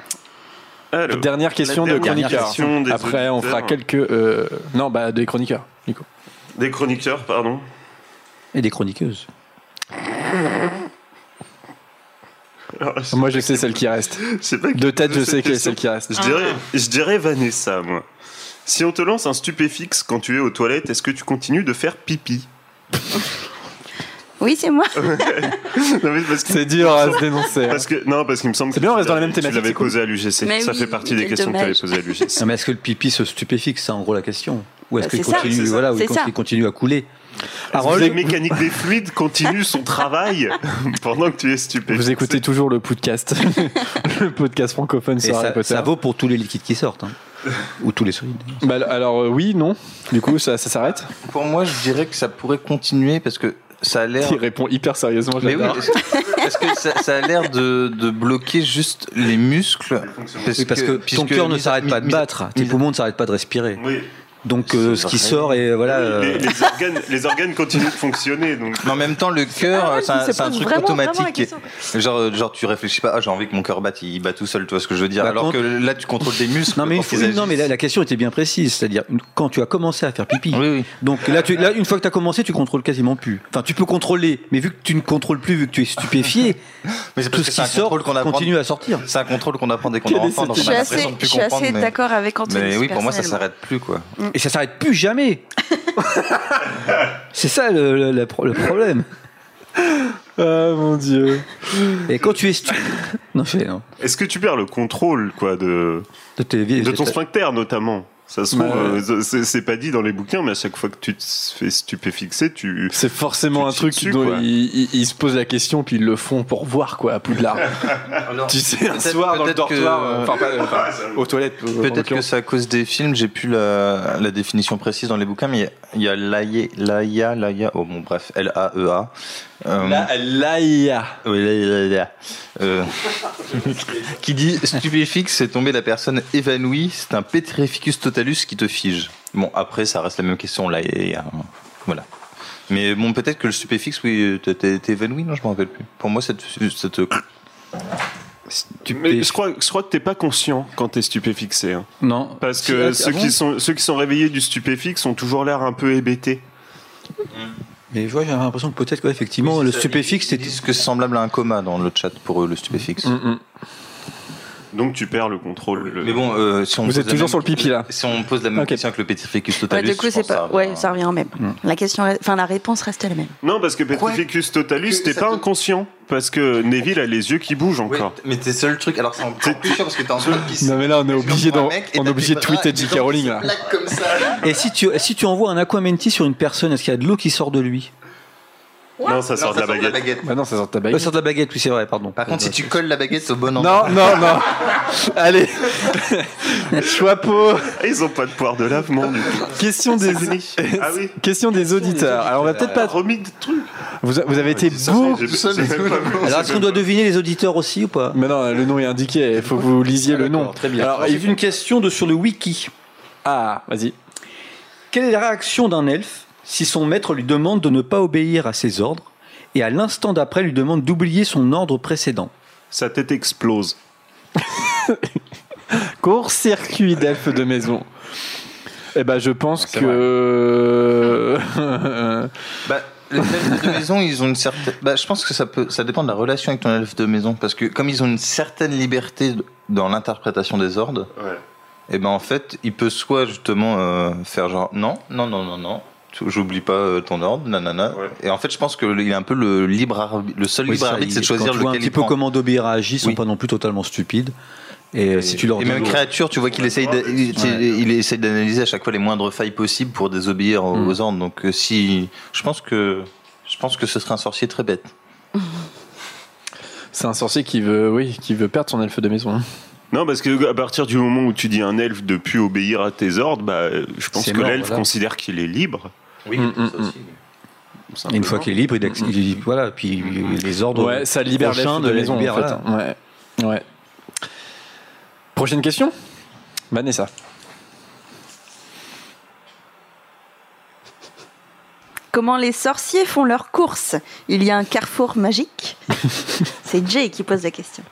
[SPEAKER 2] Alors,
[SPEAKER 1] dernière question
[SPEAKER 2] la
[SPEAKER 1] de
[SPEAKER 2] dernière
[SPEAKER 1] chroniqueur.
[SPEAKER 2] question des
[SPEAKER 1] Après, on
[SPEAKER 2] auditeurs.
[SPEAKER 1] fera quelques. euh, Non, bah, des chroniqueurs, du coup.
[SPEAKER 2] Des chroniqueurs, pardon.
[SPEAKER 3] et des chroniqueuses
[SPEAKER 2] Alors, je-
[SPEAKER 1] Moi, je sais celle qui reste.
[SPEAKER 2] je sais pas qui
[SPEAKER 1] De tête,
[SPEAKER 2] pose
[SPEAKER 1] je sais
[SPEAKER 2] cette
[SPEAKER 1] qui est
[SPEAKER 2] question.
[SPEAKER 1] celle qui reste.
[SPEAKER 2] Je dirais,
[SPEAKER 5] Ah,
[SPEAKER 2] je dirais Vanessa, moi. Si on te lance un stupéfixe quand tu es aux toilettes, est-ce que tu continues de faire pipi
[SPEAKER 5] Oui, c'est moi.
[SPEAKER 7] Bah,
[SPEAKER 2] Non, mais parce que-
[SPEAKER 1] C'est dur à se dénoncer. hein.
[SPEAKER 2] parce que, non, parce qu'il me semble
[SPEAKER 1] C'est
[SPEAKER 2] que
[SPEAKER 1] bien, on
[SPEAKER 2] tu
[SPEAKER 1] reste dans la
[SPEAKER 2] l'avais-
[SPEAKER 1] même
[SPEAKER 2] tu
[SPEAKER 1] thématique,
[SPEAKER 2] l'avais
[SPEAKER 1] c'est cool.
[SPEAKER 2] posé à l'UGC.
[SPEAKER 5] Mais
[SPEAKER 2] ça
[SPEAKER 5] oui,
[SPEAKER 2] fait partie des
[SPEAKER 5] quel
[SPEAKER 2] questions
[SPEAKER 5] dommage.
[SPEAKER 2] que tu avais posées à l'UGC.
[SPEAKER 3] Non, mais est-ce que le pipi se stupéfixe C'est en gros la question. Ou est-ce
[SPEAKER 5] Bah,
[SPEAKER 3] qu'il
[SPEAKER 5] c'est ça,
[SPEAKER 3] continue,
[SPEAKER 2] c'est ça,
[SPEAKER 3] voilà, ou il
[SPEAKER 5] c'est
[SPEAKER 3] continue-
[SPEAKER 5] ça.
[SPEAKER 3] il continue à couler
[SPEAKER 2] Harold... La
[SPEAKER 1] Harold,
[SPEAKER 2] mécanique des fluides continue son travail pendant que tu es stupéfixe.
[SPEAKER 1] vous écoutez toujours le podcast. le podcast francophone
[SPEAKER 3] Et
[SPEAKER 1] sur Harry
[SPEAKER 3] ça,
[SPEAKER 1] Potter.
[SPEAKER 3] ça vaut pour tous les liquides qui sortent. hein. Ou tous les solides.
[SPEAKER 1] Bah, alors, euh, oui, non. Du coup, ça, ça s'arrête.
[SPEAKER 7] Pour moi, je dirais que ça pourrait continuer parce que ça a l'air.
[SPEAKER 1] Il répond hyper sérieusement.
[SPEAKER 7] Mais oui,
[SPEAKER 1] j'adore.
[SPEAKER 7] parce que- parce que ça, ça a l'air de, de bloquer juste les muscles.
[SPEAKER 2] fonctionnements.
[SPEAKER 3] Oui, parce que, ton
[SPEAKER 7] puisque
[SPEAKER 3] cœur ne
[SPEAKER 7] mis-
[SPEAKER 3] s'arrête pas de
[SPEAKER 7] mis-
[SPEAKER 3] battre, tes
[SPEAKER 7] mis-
[SPEAKER 3] poumons ne s'arrêtent pas de respirer.
[SPEAKER 2] Oui,
[SPEAKER 3] Donc euh, ce qui sort et voilà. euh,
[SPEAKER 2] Les, les organes, les organes continuent de fonctionner. Donc,
[SPEAKER 7] Mais en même temps, le
[SPEAKER 5] pas
[SPEAKER 7] cœur,
[SPEAKER 5] mal,
[SPEAKER 7] c'est un,
[SPEAKER 5] c'est
[SPEAKER 7] c'est un
[SPEAKER 5] pas
[SPEAKER 7] truc
[SPEAKER 5] vraiment, vraiment la
[SPEAKER 7] automatique. qui est-
[SPEAKER 5] question,
[SPEAKER 7] genre, euh, genre, tu réfléchis pas, ah, j'ai envie que mon cœur batte, il bat tout seul, tu vois ce que je veux dire.
[SPEAKER 3] Bah,
[SPEAKER 7] Alors
[SPEAKER 3] quand-
[SPEAKER 7] que là, tu contrôles des muscles.
[SPEAKER 3] Non mais, une
[SPEAKER 7] quand
[SPEAKER 3] fois-
[SPEAKER 7] ils
[SPEAKER 3] oui, non, mais
[SPEAKER 7] agissent.
[SPEAKER 3] la, la question était bien précise, c'est-à-dire une- quand tu as commencé à faire pipi.
[SPEAKER 7] Oui, oui.
[SPEAKER 3] Donc là, tu, là, une fois que tu as commencé, tu contrôles quasiment plus. Enfin, tu peux contrôler, mais vu que tu ne contrôles plus, vu que tu es stupéfié,
[SPEAKER 7] Mais c'est
[SPEAKER 3] tout ce
[SPEAKER 7] parce que
[SPEAKER 3] qui
[SPEAKER 7] c'est un
[SPEAKER 3] sort
[SPEAKER 7] contrôle qu'on apprend.
[SPEAKER 3] continue à sortir.
[SPEAKER 7] C'est un contrôle qu'on apprend dès qu'on
[SPEAKER 1] Quelle
[SPEAKER 7] est enfant, donc
[SPEAKER 5] Je
[SPEAKER 7] on
[SPEAKER 5] suis
[SPEAKER 7] a l'impression
[SPEAKER 5] assez,
[SPEAKER 7] de
[SPEAKER 5] je
[SPEAKER 7] plus
[SPEAKER 5] suis assez
[SPEAKER 7] comprendre. Mais,
[SPEAKER 5] d'accord avec Anthony.
[SPEAKER 7] mais oui, pour moi, ça
[SPEAKER 5] personnellement.
[SPEAKER 7] s'arrête plus, quoi.
[SPEAKER 3] Et ça s'arrête plus jamais. C'est ça le, le- le pro- le problème.
[SPEAKER 1] Ah mon dieu.
[SPEAKER 3] Et quand tu es stupide, non, je fais, non.
[SPEAKER 2] est-ce que tu perds le contrôle quoi de,
[SPEAKER 3] De, tes vies-
[SPEAKER 2] de ton
[SPEAKER 3] t'as-
[SPEAKER 2] sphincter notamment Ça se trouve,
[SPEAKER 1] Ouais.
[SPEAKER 2] euh, c'est- c'est pas dit dans les bouquins, mais à chaque fois que tu te fais stupéfixer, tu
[SPEAKER 1] C'est forcément
[SPEAKER 2] Tu
[SPEAKER 1] un
[SPEAKER 2] te
[SPEAKER 1] truc
[SPEAKER 2] chies dessus,
[SPEAKER 1] dont
[SPEAKER 2] quoi.
[SPEAKER 1] ils, ils- ils se posent la question puis ils le font pour voir quoi à Poudlard. tu sais un
[SPEAKER 7] Peut-être-
[SPEAKER 1] soir dans le
[SPEAKER 7] peut-être que-
[SPEAKER 1] dortoir, euh, enfin,
[SPEAKER 2] Ah,
[SPEAKER 1] pas- enfin, aux toilettes. euh, en
[SPEAKER 7] Peut-être que
[SPEAKER 1] l'occurrence.
[SPEAKER 7] c'est à cause des films, j'ai plus la, la définition précise dans les bouquins, mais il y a Laïa, Laïa, Laïa, oh bon, bref, L-A-E-A. Euh,
[SPEAKER 1] La Laïa.
[SPEAKER 7] oui, Laïa, Laïa. Euh, qui dit stupéfique, c'est tomber la personne évanouie, c'est un petrificus totalus qui te fige. Bon, après, ça reste la même question, Laïa. hein. Voilà. Mais bon, peut-être que le stupéfixe, oui, t'es- t'es t'es évanoui, non, je m'en rappelle plus. Pour moi, cette. cette...
[SPEAKER 2] Mais je crois, je crois que t'es pas conscient quand t'es stupéfixé. hein.
[SPEAKER 3] Non.
[SPEAKER 2] Parce
[SPEAKER 3] Si,
[SPEAKER 2] que
[SPEAKER 3] ah,
[SPEAKER 2] ceux,
[SPEAKER 3] ah bon
[SPEAKER 2] qui sont, ceux qui sont réveillés du stupéfixe ont toujours l'air un peu hébétés.
[SPEAKER 3] Mais je vois, j'avais l'impression que peut-être quoi, effectivement, le stupéfixe,
[SPEAKER 7] Ils
[SPEAKER 3] c'était
[SPEAKER 7] disent que c'est semblable à un coma dans le chat pour eux, le stupéfixe.
[SPEAKER 1] Mm.
[SPEAKER 2] Donc tu perds le contrôle. Le-
[SPEAKER 7] Mais bon, euh, si on
[SPEAKER 1] Vous
[SPEAKER 7] pose
[SPEAKER 1] êtes
[SPEAKER 7] la
[SPEAKER 1] toujours
[SPEAKER 7] même-
[SPEAKER 1] sur le pipi, là.
[SPEAKER 7] Si on pose la même
[SPEAKER 1] Ok.
[SPEAKER 7] question avec le pétrificus
[SPEAKER 5] Ouais,
[SPEAKER 7] totalus,
[SPEAKER 5] du coup,
[SPEAKER 7] je
[SPEAKER 5] c'est
[SPEAKER 7] pense que ça bah. Hmm.
[SPEAKER 5] pas.
[SPEAKER 7] va-
[SPEAKER 5] Ouais, ça revient en même. La question, enfin, la réponse reste la même.
[SPEAKER 2] Non, parce que Petrificus Totalus,
[SPEAKER 7] Que
[SPEAKER 2] t'es
[SPEAKER 7] ça
[SPEAKER 2] pas
[SPEAKER 7] te-
[SPEAKER 2] inconscient. Parce que Neville a les yeux qui bougent
[SPEAKER 7] Ouais,
[SPEAKER 2] encore.
[SPEAKER 7] mais t'es seul truc. Alors c'est encore plus chiant parce que t'es en train de pisser.
[SPEAKER 1] Non mais là on est obligé
[SPEAKER 7] Genre,
[SPEAKER 1] d'en-
[SPEAKER 7] un mec, et
[SPEAKER 1] on est
[SPEAKER 7] t'as
[SPEAKER 1] obligé de
[SPEAKER 7] tes bras
[SPEAKER 1] tweeter
[SPEAKER 7] qui
[SPEAKER 1] J.K. Rowling là.
[SPEAKER 7] plaquent comme ça.
[SPEAKER 3] Et si tu, si tu envoies un aquamenti sur une personne, est-ce qu'il y a de l'eau qui sort de lui
[SPEAKER 2] non, ça sort de la
[SPEAKER 7] Non, ça
[SPEAKER 2] baguette.
[SPEAKER 1] Bah non ça sort de ta
[SPEAKER 3] Euh,
[SPEAKER 1] baguette.
[SPEAKER 3] Sort de la baguette, oui, c'est vrai, pardon.
[SPEAKER 7] Par contre, si tu colles la baguette au bon endroit.
[SPEAKER 1] Non non non. Allez. Choixpeau.
[SPEAKER 2] Ils ont pas de poire de lavement, du coup.
[SPEAKER 1] Question des
[SPEAKER 2] Ah oui.
[SPEAKER 1] question des auditeurs. Alors on va peut-être
[SPEAKER 2] Pas
[SPEAKER 1] pas.
[SPEAKER 2] remis de trucs.
[SPEAKER 1] Vous, a- vous avez été
[SPEAKER 2] Ça,
[SPEAKER 1] beaucoup.
[SPEAKER 2] j'ai- j'ai même pas pensé.
[SPEAKER 3] Alors, est-ce qu'on doit deviner les auditeurs aussi ou pas
[SPEAKER 1] Mais non le nom est indiqué. Il faut que vous lisiez le nom.
[SPEAKER 3] Très bien.
[SPEAKER 1] Alors
[SPEAKER 3] Alors,
[SPEAKER 1] il-
[SPEAKER 3] une question de, sur le wiki.
[SPEAKER 1] ah vas-y.
[SPEAKER 3] Quelle est la réaction d'un elfe si son maître lui demande de ne pas obéir à ses ordres et à l'instant d'après lui demande d'oublier son ordre précédent
[SPEAKER 2] Sa tête explose.
[SPEAKER 1] Court-circuit d'elfe de maison. Eh ben, je pense
[SPEAKER 7] C'est
[SPEAKER 1] que.
[SPEAKER 7] Bah, les elfes de maison, ils ont une certaine. Bah, je pense que ça peut, ça dépend de la relation avec ton elfe de maison, parce que comme ils ont une certaine liberté dans l'interprétation des ordres, et ben en fait, il peut soit justement euh, faire genre non, non, non, non, non. tu- J'oublie pas euh, ton ordre, nanana.
[SPEAKER 2] Ouais.
[SPEAKER 7] Et en fait, je pense qu'il est un peu le libre arbitre. Le seul
[SPEAKER 3] Oui,
[SPEAKER 7] libre
[SPEAKER 3] ça,
[SPEAKER 7] arbitre,
[SPEAKER 3] il-
[SPEAKER 7] c'est de choisir
[SPEAKER 3] quand tu vois
[SPEAKER 7] lequel
[SPEAKER 3] un petit
[SPEAKER 7] il
[SPEAKER 3] peu
[SPEAKER 7] prend.
[SPEAKER 3] comment Dobby réagit, ils sont
[SPEAKER 7] Oui.
[SPEAKER 3] pas non plus totalement stupides. Et, euh, si tu leur
[SPEAKER 7] Et
[SPEAKER 3] dis-
[SPEAKER 7] même créature, tu vois qu'il essaye d'a- il,
[SPEAKER 3] Ouais.
[SPEAKER 7] il essaye d'analyser à chaque fois les moindres failles possibles pour désobéir aux
[SPEAKER 1] Hmm.
[SPEAKER 3] Mm.
[SPEAKER 7] ordres. Donc euh, si, je pense que, je pense que ce serait un sorcier très bête.
[SPEAKER 1] C'est un sorcier qui veut, oui, qui veut perdre son elfe de maison. hein.
[SPEAKER 2] Non, parce que à partir du moment où tu dis à un elfe de plus obéir à tes ordres, bah, euh, je pense
[SPEAKER 3] C'est
[SPEAKER 2] que
[SPEAKER 3] mort,
[SPEAKER 2] l'elfe
[SPEAKER 3] voilà.
[SPEAKER 2] considère qu'il est libre.
[SPEAKER 7] Oui,
[SPEAKER 1] Mm, mm,
[SPEAKER 3] Et une fois qu'il est libre, il, acc- il- voilà, puis les ordres.
[SPEAKER 1] Ouais, ça libère
[SPEAKER 3] prochains
[SPEAKER 1] l'elfe de
[SPEAKER 3] de la
[SPEAKER 1] maison. en
[SPEAKER 3] libère,
[SPEAKER 1] fait, hein. Ouais. Ouais. Prochaine question Vanessa.
[SPEAKER 5] Comment les sorciers font leurs courses Il y a un carrefour magique C'est Jay qui pose la question.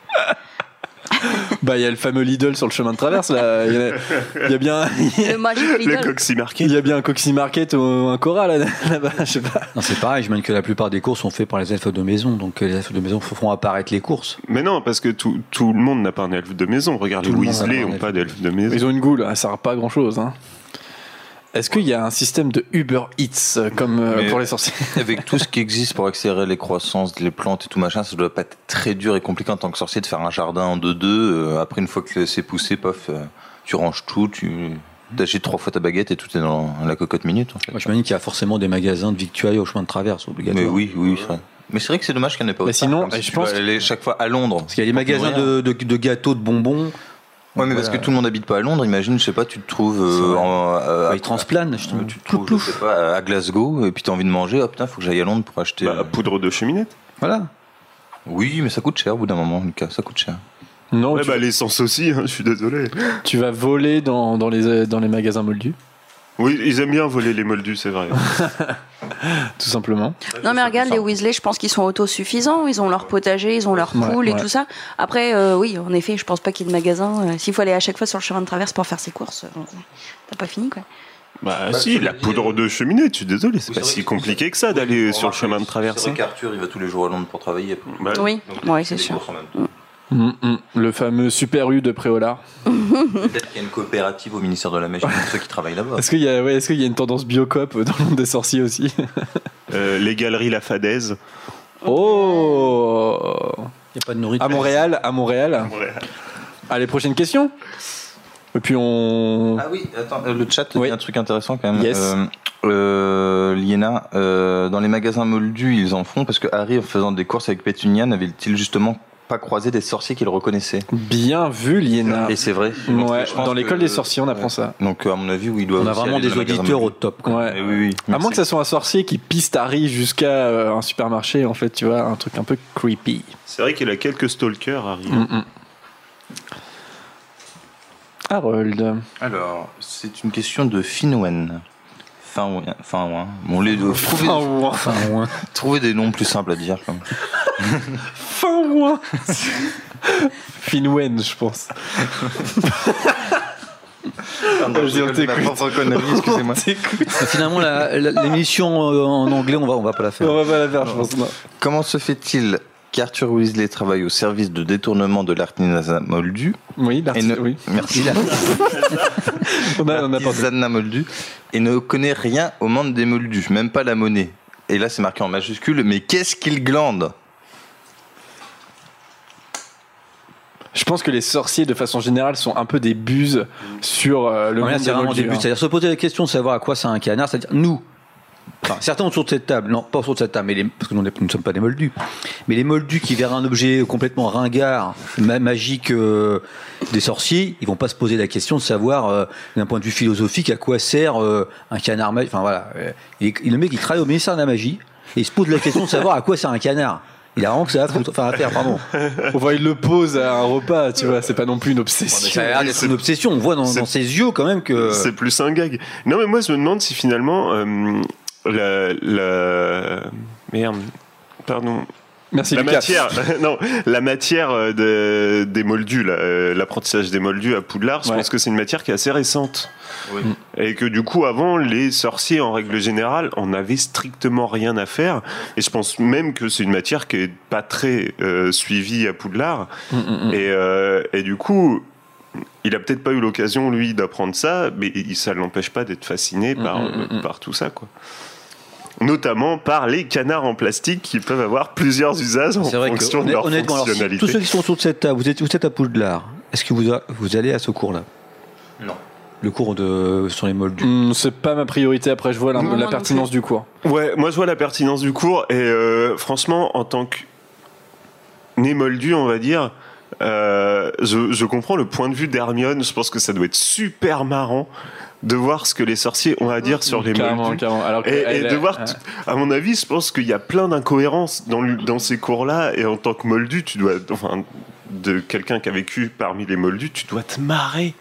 [SPEAKER 1] Bah, il y a le fameux Lidl sur le chemin de traverse, là. Il y, en a- il y a bien.
[SPEAKER 5] Le magique
[SPEAKER 2] Le
[SPEAKER 5] Lidl.
[SPEAKER 2] coximarqué.
[SPEAKER 1] Il y a bien un Coxy Market ou un Cora là- là-bas, je sais pas.
[SPEAKER 3] Non, c'est pareil, j'imagine que la plupart des courses sont faites par les elfes de maison, donc euh, les elfes de maison feront apparaître les courses.
[SPEAKER 2] Mais non, parce que tout, tout le monde n'a pas un elfe de maison. Regarde,
[SPEAKER 3] Tout
[SPEAKER 2] les
[SPEAKER 3] le monde n'a
[SPEAKER 2] Weasley
[SPEAKER 3] pas un
[SPEAKER 2] n'ont
[SPEAKER 3] elfe
[SPEAKER 2] pas
[SPEAKER 3] de
[SPEAKER 2] d'elfe de maison.
[SPEAKER 1] Ils ont une goule, hein, ça sert pas à grand chose. Est-ce qu'il y a un système de Uber Eats euh, comme euh,
[SPEAKER 7] Mais-
[SPEAKER 1] pour les sorciers
[SPEAKER 7] Avec tout ce qui existe pour accélérer les croissances, les plantes et tout machin, ça doit pas être très dur et compliqué en tant que sorcier de faire un jardin en 2-2. euh, après, une fois que c'est poussé, pof, euh, tu ranges tout, tu t'agites trois fois ta baguette et tout est dans la cocotte minute. En fait.
[SPEAKER 3] Moi, j'imagine qu'il y a forcément des magasins de victuailles au chemin de traverse,
[SPEAKER 7] Mais
[SPEAKER 3] obligatoire.
[SPEAKER 7] oui, oui, c'est vrai. Mais c'est vrai que c'est dommage qu'elle n'ait pas
[SPEAKER 1] Mais
[SPEAKER 7] autant,
[SPEAKER 1] sinon,
[SPEAKER 7] comme si
[SPEAKER 1] et je
[SPEAKER 7] tu
[SPEAKER 1] pense
[SPEAKER 7] dois aller chaque fois à Londres.
[SPEAKER 3] Parce qu'il y a des magasins de, de- de gâteaux, de bonbons.
[SPEAKER 7] Ouais, mais parce
[SPEAKER 3] Voilà.
[SPEAKER 7] que tout le monde n'habite pas à Londres. Imagine, je sais pas, tu te trouves
[SPEAKER 3] C'est
[SPEAKER 7] euh,
[SPEAKER 3] vrai.
[SPEAKER 7] en, euh,
[SPEAKER 3] Bah,
[SPEAKER 1] Ah,
[SPEAKER 7] à-
[SPEAKER 3] ils transplanent, justement.
[SPEAKER 7] tu te trouves, je sais pas, à Glasgow et puis t'as envie de manger. Oh putain, faut que j'aille à Londres pour acheter.
[SPEAKER 2] Bah,
[SPEAKER 7] euh,
[SPEAKER 2] poudre de cheminette.
[SPEAKER 3] Voilà.
[SPEAKER 7] Oui, mais ça coûte cher au bout d'un moment, Lucas. Ça coûte cher.
[SPEAKER 1] Non,
[SPEAKER 2] Ouais,
[SPEAKER 1] tu,
[SPEAKER 2] bah, l'essence aussi, hein, je suis désolé.
[SPEAKER 1] tu vas voler dans, dans les, euh, dans les magasins moldus.
[SPEAKER 2] Oui, ils aiment bien voler les moldus, c'est vrai.
[SPEAKER 1] tout simplement.
[SPEAKER 5] Non, mais regarde, les Weasley, je pense qu'ils sont autosuffisants. Ils ont leur potager, ils ont leur poule et
[SPEAKER 1] ouais.
[SPEAKER 5] tout ça. Après, euh, oui, en effet, je pense pas qu'il y ait de magasin. Euh, S'il faut aller à chaque fois sur le chemin de traverse pour faire ses courses, euh, t'as pas fini, quoi.
[SPEAKER 2] Bah, si, la poudre de cheminée, tu désolé, c'est pas si compliqué que ça d'aller euh, sur le chemin de traverse.
[SPEAKER 7] C'est vrai qu'Arthur, il va tous les jours à Londres pour travailler.
[SPEAKER 2] Bah,
[SPEAKER 5] Oui,
[SPEAKER 7] Donc,
[SPEAKER 5] ouais,
[SPEAKER 7] il fait
[SPEAKER 5] c'est
[SPEAKER 7] des
[SPEAKER 5] sûr.
[SPEAKER 7] courses en même temps.
[SPEAKER 1] Mm, mm. Le fameux Super U de Préolard.
[SPEAKER 7] Peut-être qu'il y a une coopérative au ministère de la Mèche pour ceux qui travaillent là-bas.
[SPEAKER 1] Est-ce qu'il y, a- ouais, est-ce qu'il y a une tendance biocop dans le monde des sorciers aussi
[SPEAKER 2] euh, les galeries La Fadaise.
[SPEAKER 1] Oh
[SPEAKER 3] Il n'y a pas de nourriture.
[SPEAKER 1] À Montréal, à Montréal. Allez, prochaine question. Et puis on.
[SPEAKER 7] Ah oui, attends, euh, le chat
[SPEAKER 1] Oui.
[SPEAKER 7] dit un truc intéressant quand même.
[SPEAKER 1] Yes.
[SPEAKER 7] Euh, euh, Liena, euh, dans les magasins moldus, ils en font parce que Harry, en faisant des courses avec Pétunia, n'avait-il justement pas croisé des sorciers qu'il reconnaissait
[SPEAKER 1] Bien vu,
[SPEAKER 3] Ah.
[SPEAKER 1] Liena.
[SPEAKER 7] Et c'est vrai. Donc,
[SPEAKER 1] Ouais,
[SPEAKER 7] je pense
[SPEAKER 1] dans l'école des
[SPEAKER 7] que-
[SPEAKER 1] sorciers, on apprend ça.
[SPEAKER 7] Donc, à mon avis, oui, il doit
[SPEAKER 3] On a
[SPEAKER 7] aussi
[SPEAKER 3] vraiment
[SPEAKER 7] aller dans
[SPEAKER 3] des
[SPEAKER 7] les magasins
[SPEAKER 3] auditeurs au
[SPEAKER 7] moldus.
[SPEAKER 3] top. quoi.
[SPEAKER 1] Ouais.
[SPEAKER 7] Eh Oui, oui.
[SPEAKER 1] À moins que ça soit un sorcier qui piste Harry jusqu'à euh, un supermarché, en fait, tu vois, un truc un peu creepy.
[SPEAKER 2] C'est vrai qu'il a quelques stalkers, Harry.
[SPEAKER 1] Mm, mm. Harold.
[SPEAKER 7] Alors, c'est une question de Finwen. Finwen, Finwen. Bon, les deux. Trouvez,
[SPEAKER 1] Fin ouin.
[SPEAKER 3] Enfin, ouais.
[SPEAKER 7] trouvez des noms plus simples à dire. quand même.
[SPEAKER 1] Fin ouin. Finwen, je pense. je dis, on
[SPEAKER 7] Ma propre connerie, excusez-moi.
[SPEAKER 1] t'écoute.
[SPEAKER 3] Finalement, la- la- l'émission euh, en anglais, on va, on va pas la faire.
[SPEAKER 1] On va pas la faire, je pense. non.
[SPEAKER 7] Comment se fait-il qu'Arthur Weasley travaille au service de détournement de l'artisanat moldu
[SPEAKER 1] Oui, l'artiste.
[SPEAKER 7] ne-
[SPEAKER 1] Oui.
[SPEAKER 7] Merci.
[SPEAKER 1] On a, on a pensé.
[SPEAKER 7] L'artisanat moldu et ne connaît rien au monde des moldus, même pas la monnaie. Et là, c'est marqué en majuscule, mais qu'est-ce qu'il glande
[SPEAKER 1] Je pense que les sorciers, de façon générale, sont un peu des buses sur euh, le
[SPEAKER 3] Non, mais là,
[SPEAKER 1] monde
[SPEAKER 3] c'est
[SPEAKER 1] des
[SPEAKER 3] vraiment
[SPEAKER 1] moldus,
[SPEAKER 3] début.
[SPEAKER 1] hein.
[SPEAKER 3] C'est-à-dire se poser la question de savoir à quoi ça un canard, c'est-à-dire nous. Enfin, certains autour de cette table, non, pas autour de cette table, mais les- parce que nous, on est- nous ne sommes pas des moldus, mais les moldus qui verraient un objet complètement ringard, ma- magique euh, des sorciers, ils vont pas se poser la question de savoir, euh, d'un point de vue philosophique, à quoi sert euh, un canard magique. Enfin voilà, euh, il, il- le mec il travaille au ministère de la magie et il se pose la question de savoir à quoi sert un canard. Il a vraiment que ça à foutre, enfin à faire, pardon.
[SPEAKER 1] Enfin, il le pose à un repas, tu vois, c'est pas non plus une obsession.
[SPEAKER 3] Ça a l'air d'être une obsession, on voit dans,
[SPEAKER 2] c'est-
[SPEAKER 3] dans ses yeux quand même que.
[SPEAKER 2] C'est plus un gag. Non, mais moi, je me demande si finalement. euh, la, la. Merde. Pardon.
[SPEAKER 1] Merci
[SPEAKER 2] La
[SPEAKER 1] Lucas.
[SPEAKER 2] matière, euh, non, la matière euh, de- des moldus, là, euh, l'apprentissage des moldus à Poudlard, je
[SPEAKER 1] Ouais.
[SPEAKER 2] pense que c'est une matière qui est assez récente.
[SPEAKER 7] Oui.
[SPEAKER 2] Et que du coup, avant, les sorciers, en règle générale, on n'avait strictement rien à faire. Et je pense même que c'est une matière qui est pas très euh, suivie à Poudlard.
[SPEAKER 1] Mm, mm, mm.
[SPEAKER 2] Et, euh, et du coup, il a peut-être pas eu l'occasion, lui, d'apprendre ça, mais il- ça ne l'empêche pas d'être fasciné par,
[SPEAKER 1] Mm, mm,
[SPEAKER 2] euh,
[SPEAKER 1] mm.
[SPEAKER 2] par tout ça, quoi. Notamment par les canards en plastique qui peuvent avoir plusieurs usages en
[SPEAKER 3] C'est vrai
[SPEAKER 2] fonction
[SPEAKER 3] que,
[SPEAKER 2] de leur
[SPEAKER 3] honnêtement, alors, si
[SPEAKER 2] fonctionnalité.
[SPEAKER 3] tous ceux qui sont autour de cette table, vous êtes, vous êtes à Poudlard. Est-ce que vous, a- vous allez à ce cours-là
[SPEAKER 7] Non.
[SPEAKER 3] Le cours de, sur les moldus.
[SPEAKER 1] Mm, c'est pas ma priorité, après je vois la,
[SPEAKER 5] Non,
[SPEAKER 1] la
[SPEAKER 5] moi non
[SPEAKER 1] pertinence du cours.
[SPEAKER 2] Ouais, moi je vois la pertinence du cours et euh, franchement, en tant que né moldu, on va dire, euh, je, je comprends le point de vue d'Hermione. Je pense que ça doit être super marrant de voir ce que les sorciers ont à dire sur les
[SPEAKER 1] Mm, Carrément,
[SPEAKER 2] moldus.
[SPEAKER 1] carrément. Alors que
[SPEAKER 2] Et, et
[SPEAKER 1] elle-
[SPEAKER 2] de voir,
[SPEAKER 1] euh,
[SPEAKER 2] tout- à mon avis, je pense qu'il y a plein d'incohérences dans, le- dans ces cours-là. Et en tant que moldu, tu dois, enfin, de quelqu'un qui a vécu parmi les moldus, tu dois te marrer.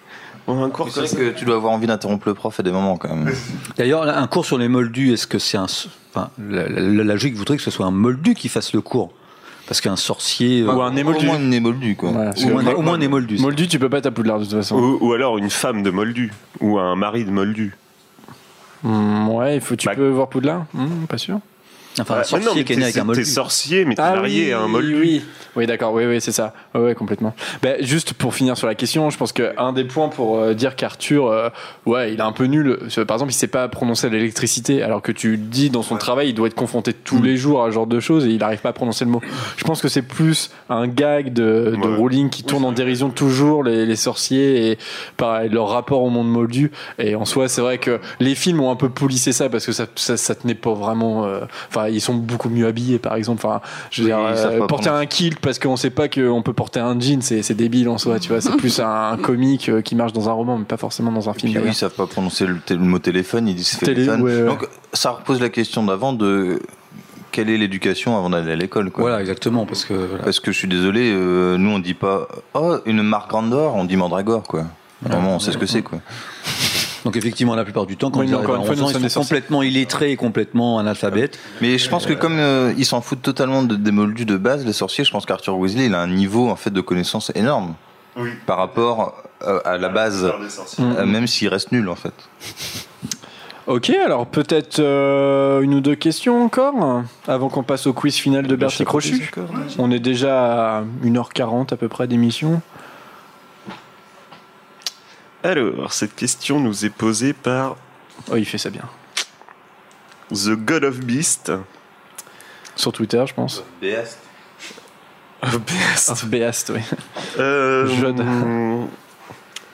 [SPEAKER 2] dans un cours
[SPEAKER 7] C'est
[SPEAKER 2] comme
[SPEAKER 7] vrai
[SPEAKER 2] ça.
[SPEAKER 7] que tu dois avoir envie d'interrompre le prof à des moments quand même.
[SPEAKER 3] D'ailleurs, là, un cours sur les moldus, est-ce que c'est un. s- Enfin, la, la- la logique voudrait que ce soit un moldu qui fasse le cours. Parce qu'un sorcier. euh,
[SPEAKER 1] Ou un
[SPEAKER 7] Au
[SPEAKER 1] émoldu.
[SPEAKER 7] moins une émoldue, quoi.
[SPEAKER 1] Ouais.
[SPEAKER 3] au moins, au moins des moldus.
[SPEAKER 1] Moldu, tu peux pas taper de l'air de toute façon.
[SPEAKER 2] Ou, ou alors une femme de moldu, ou un mari de moldu.
[SPEAKER 1] Mm, ouais, il faut, tu
[SPEAKER 2] Oh. Bah-
[SPEAKER 1] peux voir Poudlard Mm, Pas sûr.
[SPEAKER 3] Enfin, un
[SPEAKER 2] Ouais,
[SPEAKER 3] sorcier
[SPEAKER 2] mais
[SPEAKER 3] qui est
[SPEAKER 2] t'es-
[SPEAKER 3] né avec un
[SPEAKER 2] T'es
[SPEAKER 3] moldu. Ah
[SPEAKER 2] sorcier, mais t'es marié à un moldu.
[SPEAKER 1] Ah Oui, oui d'accord, oui, oui, c'est ça. Oui, oui, complètement. Ben, juste pour finir sur la question, je pense qu'un des points pour euh, dire qu'Arthur, euh, ouais, il est un peu nul. euh, Par exemple, il sait pas prononcer l'électricité, alors que tu dis dans son travail, il doit être confronté tous
[SPEAKER 2] Mm.
[SPEAKER 1] les jours à ce genre de choses et il n'arrive pas à prononcer le mot. Je pense que c'est plus un gag de, de
[SPEAKER 2] Ouais.
[SPEAKER 1] Rowling qui tourne en dérision toujours les, les sorciers et pareil, leur rapport au monde moldu. Et en soi, c'est vrai que les films ont un peu polissé ça parce que ça, ça, ça tenait pas vraiment. euh, Enfin, ils sont beaucoup mieux habillés, par exemple. Enfin, je veux
[SPEAKER 7] Oui,
[SPEAKER 1] dire,
[SPEAKER 7] ils savent
[SPEAKER 1] euh,
[SPEAKER 7] pas
[SPEAKER 1] porter
[SPEAKER 7] prendre.
[SPEAKER 1] un kilt parce qu'on sait pas qu'on peut porter un jean, c'est c'est débile en soi, tu vois. C'est plus un, comique euh, qui marche dans un roman, mais pas forcément dans un
[SPEAKER 7] Puis
[SPEAKER 1] film.
[SPEAKER 7] eux,
[SPEAKER 1] d'ailleurs.
[SPEAKER 7] ils savent pas prononcer le, tél- le mot téléphone, ils disent
[SPEAKER 1] Télé,
[SPEAKER 7] téléphone.
[SPEAKER 1] ouais, ouais.
[SPEAKER 7] Donc ça repose la question d'avant de quelle est l'éducation avant d'aller à l'école, quoi.
[SPEAKER 3] Voilà, exactement. Parce que. voilà.
[SPEAKER 7] Ah. Parce que je suis désolé, euh, nous on dit pas oh une marque Grandor, on dit Mandragore, quoi. Vraiment, on sait ce que c'est, quoi.
[SPEAKER 3] Donc effectivement, la plupart du temps, quand
[SPEAKER 1] Oui,
[SPEAKER 3] ils
[SPEAKER 1] mais
[SPEAKER 3] arrivent
[SPEAKER 1] encore
[SPEAKER 3] à
[SPEAKER 1] une fois,
[SPEAKER 3] onze
[SPEAKER 1] nous
[SPEAKER 3] ans,
[SPEAKER 1] sommes
[SPEAKER 3] ils
[SPEAKER 1] des
[SPEAKER 3] sont
[SPEAKER 1] sorciers.
[SPEAKER 3] complètement illettrés et complètement analphabètes.
[SPEAKER 7] Mais je pense que comme euh, ils s'en foutent totalement de, des moldus de base, les sorciers, je pense qu'Arthur Weasley, il a un niveau en fait de connaissance énorme
[SPEAKER 2] Oui.
[SPEAKER 7] par rapport euh, à la base, euh, même s'il reste nul en fait.
[SPEAKER 1] Mm. Ok, alors peut-être euh, une ou deux questions encore hein, avant qu'on passe au quiz final de Bertie Crochu. On est déjà à 1h40 à peu près d'émission.
[SPEAKER 2] Alors, cette question nous est posée par
[SPEAKER 1] Oh, il fait ça bien.
[SPEAKER 2] The God of Beast.
[SPEAKER 1] Sur Twitter, je pense.
[SPEAKER 2] Of Beast.
[SPEAKER 1] Béast, oui.
[SPEAKER 2] Euh,
[SPEAKER 1] Jeune.
[SPEAKER 2] hum,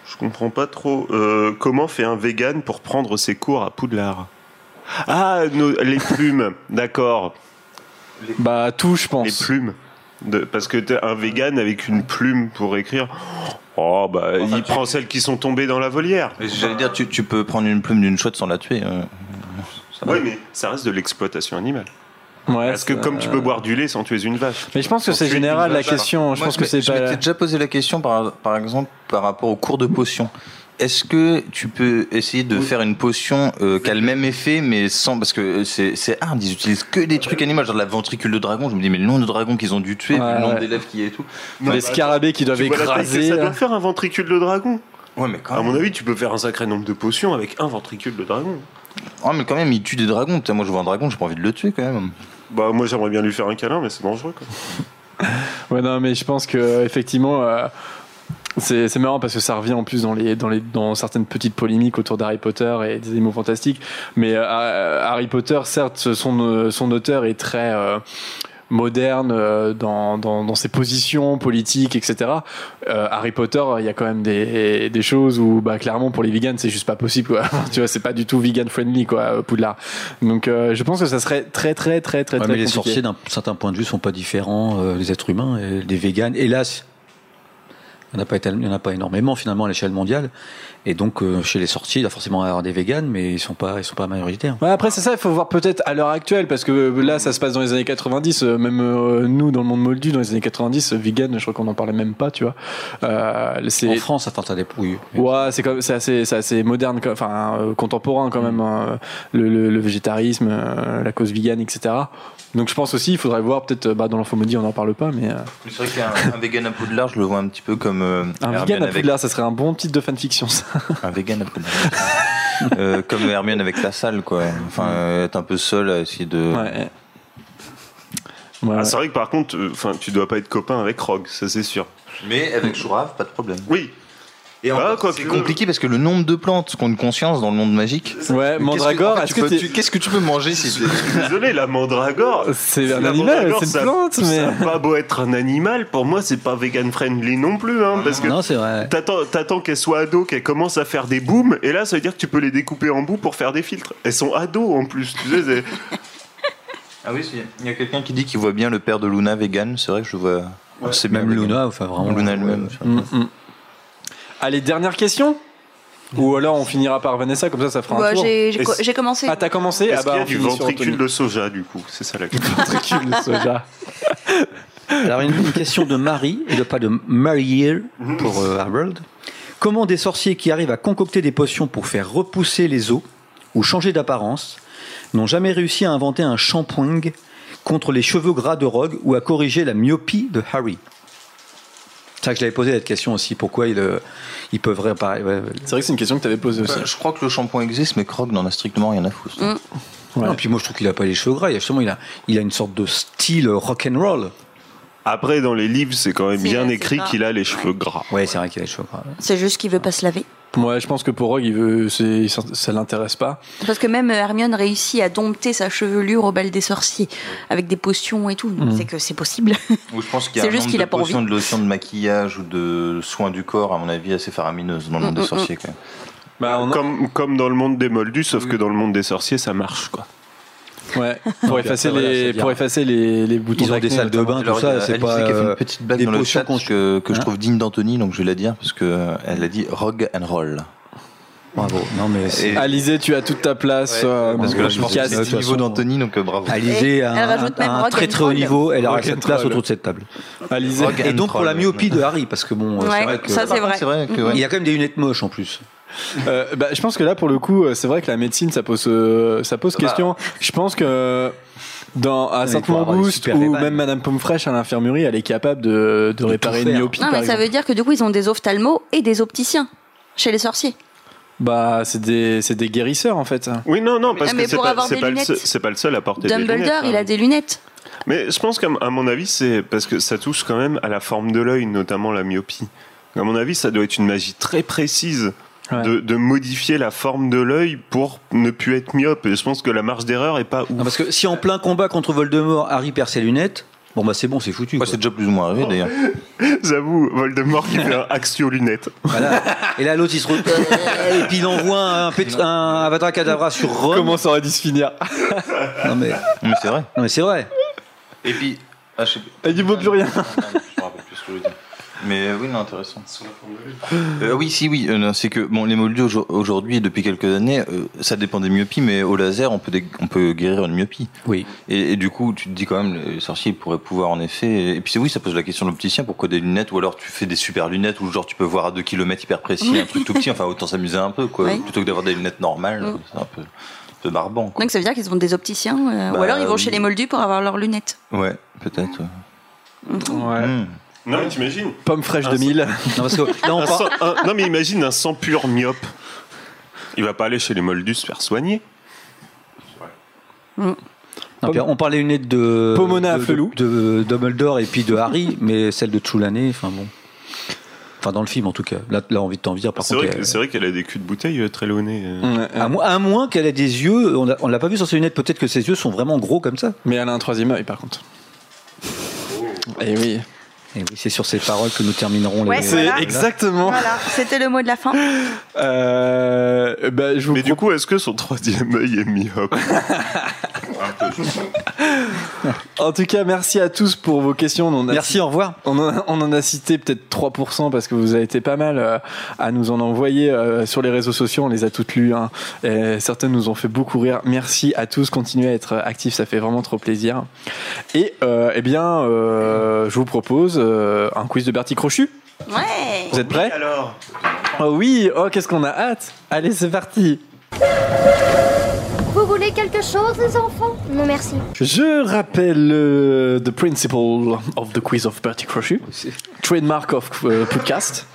[SPEAKER 2] Je comprends pas trop. Euh, comment fait un vegan pour prendre ses cours à Poudlard Ah, nos- les plumes, d'accord.
[SPEAKER 1] Bah, tout, je
[SPEAKER 2] Les
[SPEAKER 1] pense.
[SPEAKER 2] plumes. De- parce que t'es un vegan avec une plume pour écrire. Oh, bah, il prend celles qui sont tombées dans la volière.
[SPEAKER 7] J'allais dire, tu, tu peux prendre une plume d'une chouette sans la tuer. euh.
[SPEAKER 1] Ah
[SPEAKER 2] Oui,
[SPEAKER 1] bah.
[SPEAKER 2] mais ça reste de l'exploitation animale.
[SPEAKER 1] Ouais,
[SPEAKER 2] Parce que
[SPEAKER 1] ça-
[SPEAKER 2] comme tu peux boire du lait sans tuer une vache.
[SPEAKER 1] Mais je pense que
[SPEAKER 2] sans
[SPEAKER 1] c'est
[SPEAKER 2] tuer une
[SPEAKER 1] général la
[SPEAKER 2] vache,
[SPEAKER 1] question. Je
[SPEAKER 7] Moi,
[SPEAKER 1] pense que
[SPEAKER 7] m'ai-
[SPEAKER 1] c'est
[SPEAKER 7] je
[SPEAKER 1] pas.
[SPEAKER 7] m'étais déjà posé la question par, par exemple par rapport au cours de potion. Est-ce que tu peux essayer de faire une potion euh, qui a le même effet mais sans parce que euh, c'est c'est hard ils utilisent que des trucs animaux genre la ventricule de dragon je me dis mais le nombre de dragons qu'ils ont dû tuer
[SPEAKER 1] Ouais,
[SPEAKER 7] le nombre
[SPEAKER 1] ouais.
[SPEAKER 7] d'élèves qui y est et tout
[SPEAKER 2] Non,
[SPEAKER 1] les
[SPEAKER 2] bah,
[SPEAKER 1] scarabées qui doivent
[SPEAKER 2] Tu vois la taille que
[SPEAKER 1] écraser. hein.
[SPEAKER 2] ça doit
[SPEAKER 1] là.
[SPEAKER 2] faire un ventricule de dragon.
[SPEAKER 7] ouais mais
[SPEAKER 1] Ah
[SPEAKER 7] quand
[SPEAKER 2] À
[SPEAKER 7] même
[SPEAKER 2] mon avis, tu peux faire un sacré nombre de potions avec un ventricule de dragon.
[SPEAKER 7] Ah, mais quand même ils tuent des dragons Putain, moi je vois un dragon j'ai pas envie de le tuer quand même
[SPEAKER 2] Bah moi j'aimerais bien lui faire un câlin mais c'est dangereux quoi.
[SPEAKER 1] Ouais, non, mais je pense que euh, effectivement, euh, c'est c'est marrant parce que ça revient en plus dans les dans les dans certaines petites polémiques autour d'Harry Potter et des animaux fantastiques. Mais euh, euh, Harry Potter, certes, son euh, son auteur est très euh, moderne euh, dans, dans, dans ses positions politiques, etc. Euh, Harry Potter, il y a quand même des, des choses où, bah, clairement, pour les vegans, c'est juste pas possible. Quoi. tu vois, c'est pas du tout vegan friendly, quoi, euh, Poudlard. Donc, euh, je pense que ça serait très, très, très, très,
[SPEAKER 3] Ouais,
[SPEAKER 1] très
[SPEAKER 3] mais les
[SPEAKER 1] compliqué.
[SPEAKER 3] sorciers, d'un certain point de vue, sont pas différents euh, des êtres humains et des véganes. Hélas, il n'y en, a pas étal- il y en a pas énormément finalement à l'échelle mondiale. Et donc, euh, chez les sorciers, il va forcément y avoir des véganes, mais ils sont pas, ils sont pas majoritaires.
[SPEAKER 1] Ouais, après, c'est ça, il faut voir peut-être à l'heure actuelle, parce que euh, là, ça se passe dans les années 90. euh, Même euh, nous, dans le monde moldu, dans les années 90, euh, vegan, je crois qu'on n'en parlait même pas, tu vois. Euh,
[SPEAKER 3] En
[SPEAKER 1] c'est.
[SPEAKER 3] France, enfin, t'as des oui.
[SPEAKER 1] Ouais, c'est comme c'est assez, c'est assez moderne, quoi, enfin euh, contemporain quand même, hein, le, le- le végétarisme, euh, la cause vegan, etc. Donc je pense aussi, il faudrait voir peut-être, euh, bah, dans l'infomodie, on n'en parle pas, mais euh,
[SPEAKER 7] c'est vrai qu'un vegan à Poudlard je le vois un petit peu comme euh,
[SPEAKER 1] un vegan à Poudlard, ça serait un bon titre de fanfiction, ça.
[SPEAKER 7] Un vegan à Poudlard. Euh, comme Hermione avec la salle, quoi. Enfin, euh, être un peu seul à essayer de.
[SPEAKER 1] Ouais. Ouais,
[SPEAKER 2] Ah,
[SPEAKER 1] ouais.
[SPEAKER 2] c'est vrai que par contre, euh, enfin tu dois pas être copain avec Rogue, ça c'est sûr.
[SPEAKER 7] Mais avec Chourave, pas de problème.
[SPEAKER 2] Oui.
[SPEAKER 7] Et
[SPEAKER 2] Ah,
[SPEAKER 7] encore,
[SPEAKER 2] quoi,
[SPEAKER 7] c'est
[SPEAKER 2] que-
[SPEAKER 7] compliqué parce que le nombre de plantes qu'on conscience dans le monde magique.
[SPEAKER 1] Ouais, Mandragore, est-ce
[SPEAKER 7] Qu'est-ce
[SPEAKER 1] que
[SPEAKER 7] que, en fait, tu peux-
[SPEAKER 1] t'es-
[SPEAKER 7] tu- qu'est-ce que tu peux manger si c'est.
[SPEAKER 2] Désolé la mandragore.
[SPEAKER 1] c'est un
[SPEAKER 2] la
[SPEAKER 1] animal,
[SPEAKER 2] mandragore,
[SPEAKER 1] c'est
[SPEAKER 2] ça-
[SPEAKER 1] une plante, mais.
[SPEAKER 2] Ça a pas beau être un animal, pour moi c'est pas vegan friendly non plus hein, parce que
[SPEAKER 3] Non, c'est vrai.
[SPEAKER 2] T'attends, t'attends qu'elles soient ados, qu'elles commencent à faire des booms, et là ça veut dire que tu peux les découper en bouts pour faire des filtres. Elles sont ados en plus. tu sais, c'est-
[SPEAKER 7] Ah oui, il y a quelqu'un qui dit qu'il voit bien le père de Luna vegan. C'est vrai que je le vois. C'est bien
[SPEAKER 3] Même
[SPEAKER 7] vegan.
[SPEAKER 3] Luna, enfin vraiment.
[SPEAKER 7] Luna elle-même.
[SPEAKER 1] Mm, mm. Allez, dernière question Ou alors on finira par Vanessa, comme ça ça fera
[SPEAKER 5] Bah,
[SPEAKER 1] un tour.
[SPEAKER 5] j'ai- j'ai co-
[SPEAKER 2] Est-ce-
[SPEAKER 5] j'ai commencé.
[SPEAKER 1] Ah, t'as commencé Ah
[SPEAKER 2] Est-ce
[SPEAKER 1] bah
[SPEAKER 2] qu'il y
[SPEAKER 1] on
[SPEAKER 2] a du
[SPEAKER 1] finit sur
[SPEAKER 2] ventricule
[SPEAKER 1] Anthony.
[SPEAKER 2] de soja du coup C'est ça la question.
[SPEAKER 1] Ventricule de soja.
[SPEAKER 3] Alors une, une question de Marie et de pas de Marier pour euh, Harold. Comment des sorciers qui arrivent à concocter des potions pour faire repousser les os ou changer d'apparence n'ont jamais réussi à inventer un shampoing contre les cheveux gras de Rogue ou à corriger la myopie de Harry C'est vrai que je l'avais posé cette question aussi. Pourquoi ils, euh, ils peuvent réapparaître ouais, ouais.
[SPEAKER 1] C'est vrai que c'est une question que t'avais posée aussi.
[SPEAKER 7] Bah, je crois que le shampoing existe, mais Krog n'en a strictement rien à foutre.
[SPEAKER 5] Mm.
[SPEAKER 1] Ouais.
[SPEAKER 3] Non, puis moi je trouve qu'il a pas les cheveux gras. Il a justement il a, il a une sorte de style rock and roll.
[SPEAKER 2] Après dans les livres c'est quand même
[SPEAKER 5] C'est-
[SPEAKER 2] bien
[SPEAKER 5] c'est
[SPEAKER 2] écrit
[SPEAKER 5] pas-
[SPEAKER 2] qu'il a les cheveux gras.
[SPEAKER 3] Ouais, c'est vrai qu'il a les cheveux gras.
[SPEAKER 5] C'est juste qu'il veut pas se laver.
[SPEAKER 1] Ouais, je pense que pour Rogue, il veut, c'est- ça, ça l'intéresse pas.
[SPEAKER 5] Parce que même euh, Hermione réussit à dompter sa chevelure au bal des sorciers avec des potions et tout. Donc,
[SPEAKER 1] Mhm.
[SPEAKER 5] C'est que c'est possible.
[SPEAKER 7] Ou je pense qu'il y a
[SPEAKER 5] C'est
[SPEAKER 7] un
[SPEAKER 5] juste
[SPEAKER 7] nombre
[SPEAKER 5] qu'il
[SPEAKER 7] de
[SPEAKER 5] a pas
[SPEAKER 7] potions de lotion de maquillage ou de soins du corps, à mon avis, assez faramineuse dans le monde
[SPEAKER 5] Mm,
[SPEAKER 7] des
[SPEAKER 5] mm,
[SPEAKER 7] sorciers. Quand même.
[SPEAKER 1] Bah, on a-
[SPEAKER 2] Comme, comme dans le monde des moldus, sauf que dans le monde des sorciers ça marche quoi.
[SPEAKER 1] ouais, pour,
[SPEAKER 3] puis
[SPEAKER 1] effacer
[SPEAKER 3] après, voilà,
[SPEAKER 1] les,
[SPEAKER 3] c'est bien.
[SPEAKER 1] pour effacer les, les boutons
[SPEAKER 3] Ils ont des
[SPEAKER 1] d'acné,
[SPEAKER 3] salles de
[SPEAKER 1] notamment.
[SPEAKER 3] bain, tout
[SPEAKER 7] Alors, il y a
[SPEAKER 3] ça. C'est
[SPEAKER 7] Alice
[SPEAKER 3] pas.
[SPEAKER 7] qui a fait
[SPEAKER 3] euh,
[SPEAKER 7] une petite blague
[SPEAKER 3] des
[SPEAKER 7] dans le
[SPEAKER 3] potions
[SPEAKER 7] chat
[SPEAKER 3] qu'on-
[SPEAKER 7] que, que je
[SPEAKER 3] Hein
[SPEAKER 7] trouve digne d'Anthony, donc je vais la dire parce que euh, elle a dit rogue and roll.
[SPEAKER 3] Bravo. Non mais c'est-
[SPEAKER 7] Et-
[SPEAKER 1] Alizé, tu as toute ta place.
[SPEAKER 7] Ouais,
[SPEAKER 1] euh,
[SPEAKER 7] parce que là, je pense que
[SPEAKER 1] podcast.
[SPEAKER 7] c'est le
[SPEAKER 3] de toute
[SPEAKER 7] niveau
[SPEAKER 3] façon,
[SPEAKER 7] d'Anthony, donc euh,
[SPEAKER 5] Ah,
[SPEAKER 7] bravo.
[SPEAKER 3] Alizé a
[SPEAKER 5] elle
[SPEAKER 3] un,
[SPEAKER 5] rajoute même
[SPEAKER 3] un
[SPEAKER 5] rock
[SPEAKER 3] très
[SPEAKER 5] and
[SPEAKER 3] très haut
[SPEAKER 5] roll.
[SPEAKER 3] niveau, elle aura
[SPEAKER 1] Rock and
[SPEAKER 3] cette place
[SPEAKER 1] roll.
[SPEAKER 3] autour de Oh, cette table.
[SPEAKER 1] Alizé.
[SPEAKER 7] Rock
[SPEAKER 3] Et
[SPEAKER 7] and
[SPEAKER 3] donc pour la
[SPEAKER 7] roll.
[SPEAKER 3] myopie de Harry, parce que bon, euh,
[SPEAKER 5] Ouais,
[SPEAKER 3] c'est vrai que
[SPEAKER 5] ça,
[SPEAKER 7] Par
[SPEAKER 5] c'est
[SPEAKER 7] contre,
[SPEAKER 5] vrai.
[SPEAKER 7] C'est vrai que, ouais.
[SPEAKER 3] il a quand même des lunettes moches en plus.
[SPEAKER 1] Euh, bah, je pense que là, pour le coup, euh, c'est vrai que la médecine, ça pose, euh, ça pose
[SPEAKER 7] Bah.
[SPEAKER 1] question. Je pense que dans, à
[SPEAKER 3] mais pour avoir des
[SPEAKER 1] Sainte-Mangouste
[SPEAKER 3] super
[SPEAKER 1] ou
[SPEAKER 3] rébanes.
[SPEAKER 1] même Madame Pomme Fraîche à l'infirmerie, elle est capable de, de réparer une
[SPEAKER 3] faire.
[SPEAKER 1] myopie.
[SPEAKER 5] Non,
[SPEAKER 1] par
[SPEAKER 5] mais ça
[SPEAKER 1] exemple.
[SPEAKER 5] veut dire que du coup, ils ont des ophtalmos et des opticiens chez les sorciers.
[SPEAKER 1] Bah, c'est des, c'est des guérisseurs en fait.
[SPEAKER 2] Oui, non, non, parce
[SPEAKER 5] Ah, mais
[SPEAKER 2] que c'est
[SPEAKER 5] pour
[SPEAKER 2] pas,
[SPEAKER 5] avoir
[SPEAKER 2] c'est
[SPEAKER 5] des
[SPEAKER 2] pas le
[SPEAKER 5] lunettes.
[SPEAKER 2] seul- c'est pas le seul à porter des lunettes.
[SPEAKER 5] Dumbledore,
[SPEAKER 2] hein.
[SPEAKER 5] il a des lunettes.
[SPEAKER 2] Mais je pense qu'à à mon avis, c'est parce que ça touche quand même à la forme de l'œil, notamment la myopie. À mon avis, ça doit être une magie très précise
[SPEAKER 1] Ouais.
[SPEAKER 2] de, de modifier la forme de l'œil pour ne plus être myope. Et je pense que la marge d'erreur est pas ouf.
[SPEAKER 3] Non, parce que si en plein combat contre Voldemort, Harry perd ses lunettes, bon bah c'est bon, c'est
[SPEAKER 5] Mm-hmm.
[SPEAKER 3] foutu.
[SPEAKER 7] Ouais,
[SPEAKER 3] quoi.
[SPEAKER 7] c'est déjà plus ou moins arrivé d'ailleurs.
[SPEAKER 2] J'avoue, Voldemort qui fait un axio lunettes.
[SPEAKER 3] Voilà. Et là l'autre il se re- et puis il envoie un, pét- un Avada Kedavra sur Ron.
[SPEAKER 1] Comment ça aurait dû se finir
[SPEAKER 3] Non mais,
[SPEAKER 7] Mais Mm, c'est vrai.
[SPEAKER 3] non, mais c'est vrai.
[SPEAKER 7] Et puis. Ah, je sais plus. Ah,
[SPEAKER 1] Il vaut plus rien.
[SPEAKER 7] Je me rappelle plus ce que je dis. Mais euh, oui, non, intéressant. Euh, oui, si, oui. euh, non, c'est que bon, les moldus aujo- aujourd'hui, depuis quelques années, euh, ça dépend des myopies, mais au laser, on peut, dé- on peut guérir une myopie.
[SPEAKER 3] Oui.
[SPEAKER 7] Et, et du coup, tu te dis quand même, les sorciers pourraient pouvoir en effet. Et puis c'est- oui, ça pose la question de l'opticien, pourquoi des lunettes Ou alors tu fais des super lunettes où genre tu peux voir à 2 km hyper précis, un truc tout petit, enfin autant s'amuser un peu, quoi.
[SPEAKER 5] Oui.
[SPEAKER 7] Plutôt que d'avoir des lunettes normales,
[SPEAKER 5] Mm.
[SPEAKER 7] c'est un peu, un peu barbant, quoi.
[SPEAKER 5] Donc ça veut dire qu'ils ont des opticiens. euh, ou
[SPEAKER 7] Bah,
[SPEAKER 5] alors ils vont chez
[SPEAKER 7] oui.
[SPEAKER 5] les moldus pour avoir leurs lunettes.
[SPEAKER 7] Ouais, peut-être. ouais.
[SPEAKER 1] Ouais.
[SPEAKER 7] Mm.
[SPEAKER 2] Non, mais t'imagines
[SPEAKER 1] Pomme fraîche Ah, 2000.
[SPEAKER 3] Ah, Non, parce que là, on
[SPEAKER 2] Un
[SPEAKER 3] parle-
[SPEAKER 2] sang- un- Non, mais imagine un sang pur myope. Il va pas aller chez les Moldus se faire soigner.
[SPEAKER 3] non, puis on parlait lunettes de
[SPEAKER 1] Pomona à
[SPEAKER 3] de-
[SPEAKER 1] Felou.
[SPEAKER 3] de, de Dumbledore et puis de Harry, mais celle de Trelawney, enfin bon. Enfin dans le film en tout cas. Là, là envie de t'en dire par
[SPEAKER 2] C'est
[SPEAKER 3] contre.
[SPEAKER 2] vrai,
[SPEAKER 3] elle-
[SPEAKER 2] que- c'est vrai qu'elle a des culs de bouteille euh, très lonés. euh.
[SPEAKER 3] À, moins- à moins qu'elle ait des yeux, on l'a- on l'a pas vu sur ses lunettes, peut-être que ses yeux sont vraiment gros comme ça.
[SPEAKER 1] Mais elle a un troisième œil par contre.
[SPEAKER 3] Oh.
[SPEAKER 1] Et oui.
[SPEAKER 3] Et oui, c'est sur ces paroles que nous terminerons
[SPEAKER 5] Ouais,
[SPEAKER 3] les.
[SPEAKER 1] C'est
[SPEAKER 5] Voilà.
[SPEAKER 1] exactement.
[SPEAKER 5] Voilà, c'était le mot de la fin.
[SPEAKER 1] Euh, bah, je vous
[SPEAKER 2] Mais du coup, est-ce que son troisième œil est myope
[SPEAKER 1] En tout cas, merci à tous pour vos questions. On en a,
[SPEAKER 3] Merci, au revoir.
[SPEAKER 1] On en a, on en a cité peut-être 3% parce que vous avez été pas mal euh, à nous en envoyer euh, sur les réseaux sociaux. On les a toutes lues. hein. Et certaines nous ont fait beaucoup rire. Merci à tous. Continuez à être actifs. Ça fait vraiment trop plaisir. Et euh, eh bien, euh, je vous propose euh, un quiz de Bertie Crochu.
[SPEAKER 5] Ouais.
[SPEAKER 1] Vous êtes prêts
[SPEAKER 2] Alors
[SPEAKER 1] Oh oui, oh qu'est-ce qu'on a hâte. Allez, c'est parti.
[SPEAKER 6] Vous voulez quelque chose, les enfants Non, merci.
[SPEAKER 1] Je rappelle euh, the principle of the quiz of Bertie Crochu, trademark of euh, podcast.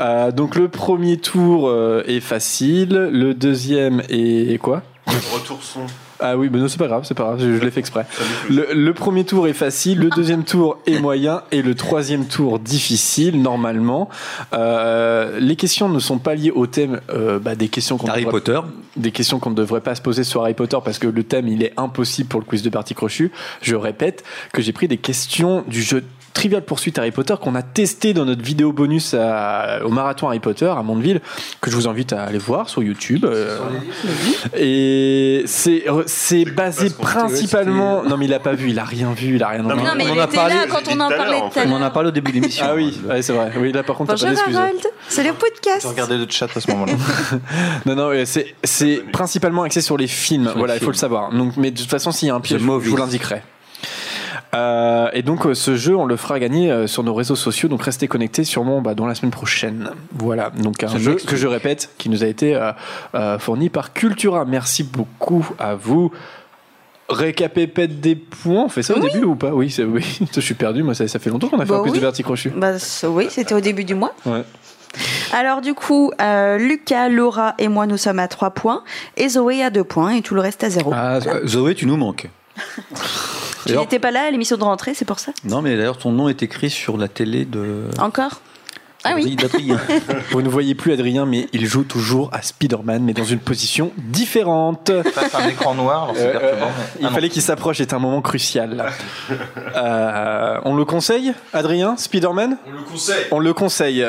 [SPEAKER 1] Euh, donc le premier tour euh, est facile, le deuxième est quoi
[SPEAKER 2] Retour son.
[SPEAKER 1] Ah oui, mais non c'est pas grave, c'est pas grave, je, je l'ai fait exprès. Le, le premier tour est facile, le deuxième tour est moyen et le troisième tour difficile normalement. Euh, les questions ne sont pas liées au thème euh, bah, des questions qu'on
[SPEAKER 3] Harry
[SPEAKER 1] devrait-
[SPEAKER 3] Potter.
[SPEAKER 1] des questions qu'on ne devrait pas se poser sur Harry Potter parce que le thème il est impossible pour le quiz de Parti Crochu. Je répète que j'ai pris des questions du jeu Trivial Poursuite Harry Potter qu'on a testé dans notre vidéo bonus à- au marathon Harry Potter à Mondeville que je vous invite à aller voir sur YouTube. euh, et c'est c'est basé
[SPEAKER 2] qu'on-
[SPEAKER 1] principalement. Non mais il a pas vu, il a rien vu, il a rien
[SPEAKER 2] Non,
[SPEAKER 1] entendu.
[SPEAKER 5] Non, mais
[SPEAKER 3] On
[SPEAKER 5] il
[SPEAKER 3] en a
[SPEAKER 5] était
[SPEAKER 3] parlé-
[SPEAKER 5] là quand on en
[SPEAKER 2] tout à
[SPEAKER 5] parlait
[SPEAKER 2] l'heure, en
[SPEAKER 5] tout à
[SPEAKER 2] fait.
[SPEAKER 3] On en a
[SPEAKER 5] l'heure.
[SPEAKER 3] parlé au début de l'émission.
[SPEAKER 1] Ah oui, ouais, c'est vrai. Oui, là par contre, t'as pas
[SPEAKER 5] Bonjour
[SPEAKER 1] d'excuses.
[SPEAKER 5] Harold, c'est le podcast.
[SPEAKER 7] Je regardais le chat à ce moment-là.
[SPEAKER 1] Non, non, euh, c'est c'est
[SPEAKER 2] Bienvenue.
[SPEAKER 1] principalement axé sur les films.
[SPEAKER 3] les
[SPEAKER 1] voilà, il faut
[SPEAKER 3] films.
[SPEAKER 1] le savoir. Donc, mais de toute façon, s'il y a un piège,
[SPEAKER 3] The
[SPEAKER 1] je
[SPEAKER 3] Movies.
[SPEAKER 1] vous l'indiquerai. Euh, et donc, euh, ce jeu, on le fera gagner euh, sur nos réseaux sociaux. Donc, restez connectés, sûrement bah, dans la semaine prochaine. Voilà. Donc, un
[SPEAKER 3] Ça
[SPEAKER 1] jeu
[SPEAKER 3] m'explique.
[SPEAKER 1] que je répète, qui nous a été euh, euh, fourni par Cultura. Merci beaucoup à vous. Récapépète des points, on fait ça au début ou pas Oui, c'est oui. je suis perdu. Moi, ça, ça fait longtemps qu'on a fait
[SPEAKER 5] Bah
[SPEAKER 1] un quiz
[SPEAKER 5] oui.
[SPEAKER 1] de Verti Crochu.
[SPEAKER 5] Bah, c- oui, c'était au début du mois.
[SPEAKER 1] Ouais.
[SPEAKER 5] Alors du coup, euh, Lucas, Laura et moi, nous sommes à 3 points. Et Zoé à 2 points et tout le reste à 0.
[SPEAKER 3] Ah, Zoé, tu nous manques.
[SPEAKER 5] tu
[SPEAKER 3] D'ailleurs-
[SPEAKER 5] n'étais pas là à l'émission de rentrée, c'est pour ça
[SPEAKER 3] Non, mais d'ailleurs, ton nom est écrit sur la télé de.
[SPEAKER 5] Encore Ah oui.
[SPEAKER 3] d'Adrien.
[SPEAKER 1] Vous ne voyez plus Adrien, mais il joue toujours à Spider-Man, mais dans une position différente.
[SPEAKER 7] Face à un écran noir, alors c'est
[SPEAKER 1] Euh,
[SPEAKER 7] perturbant.
[SPEAKER 1] euh,
[SPEAKER 7] mais-
[SPEAKER 1] il
[SPEAKER 7] Ah non.
[SPEAKER 1] fallait qu'il s'approche, c'est un moment crucial. Euh, on le conseille, Adrien Spider-Man
[SPEAKER 10] On le conseille.
[SPEAKER 1] On le conseille.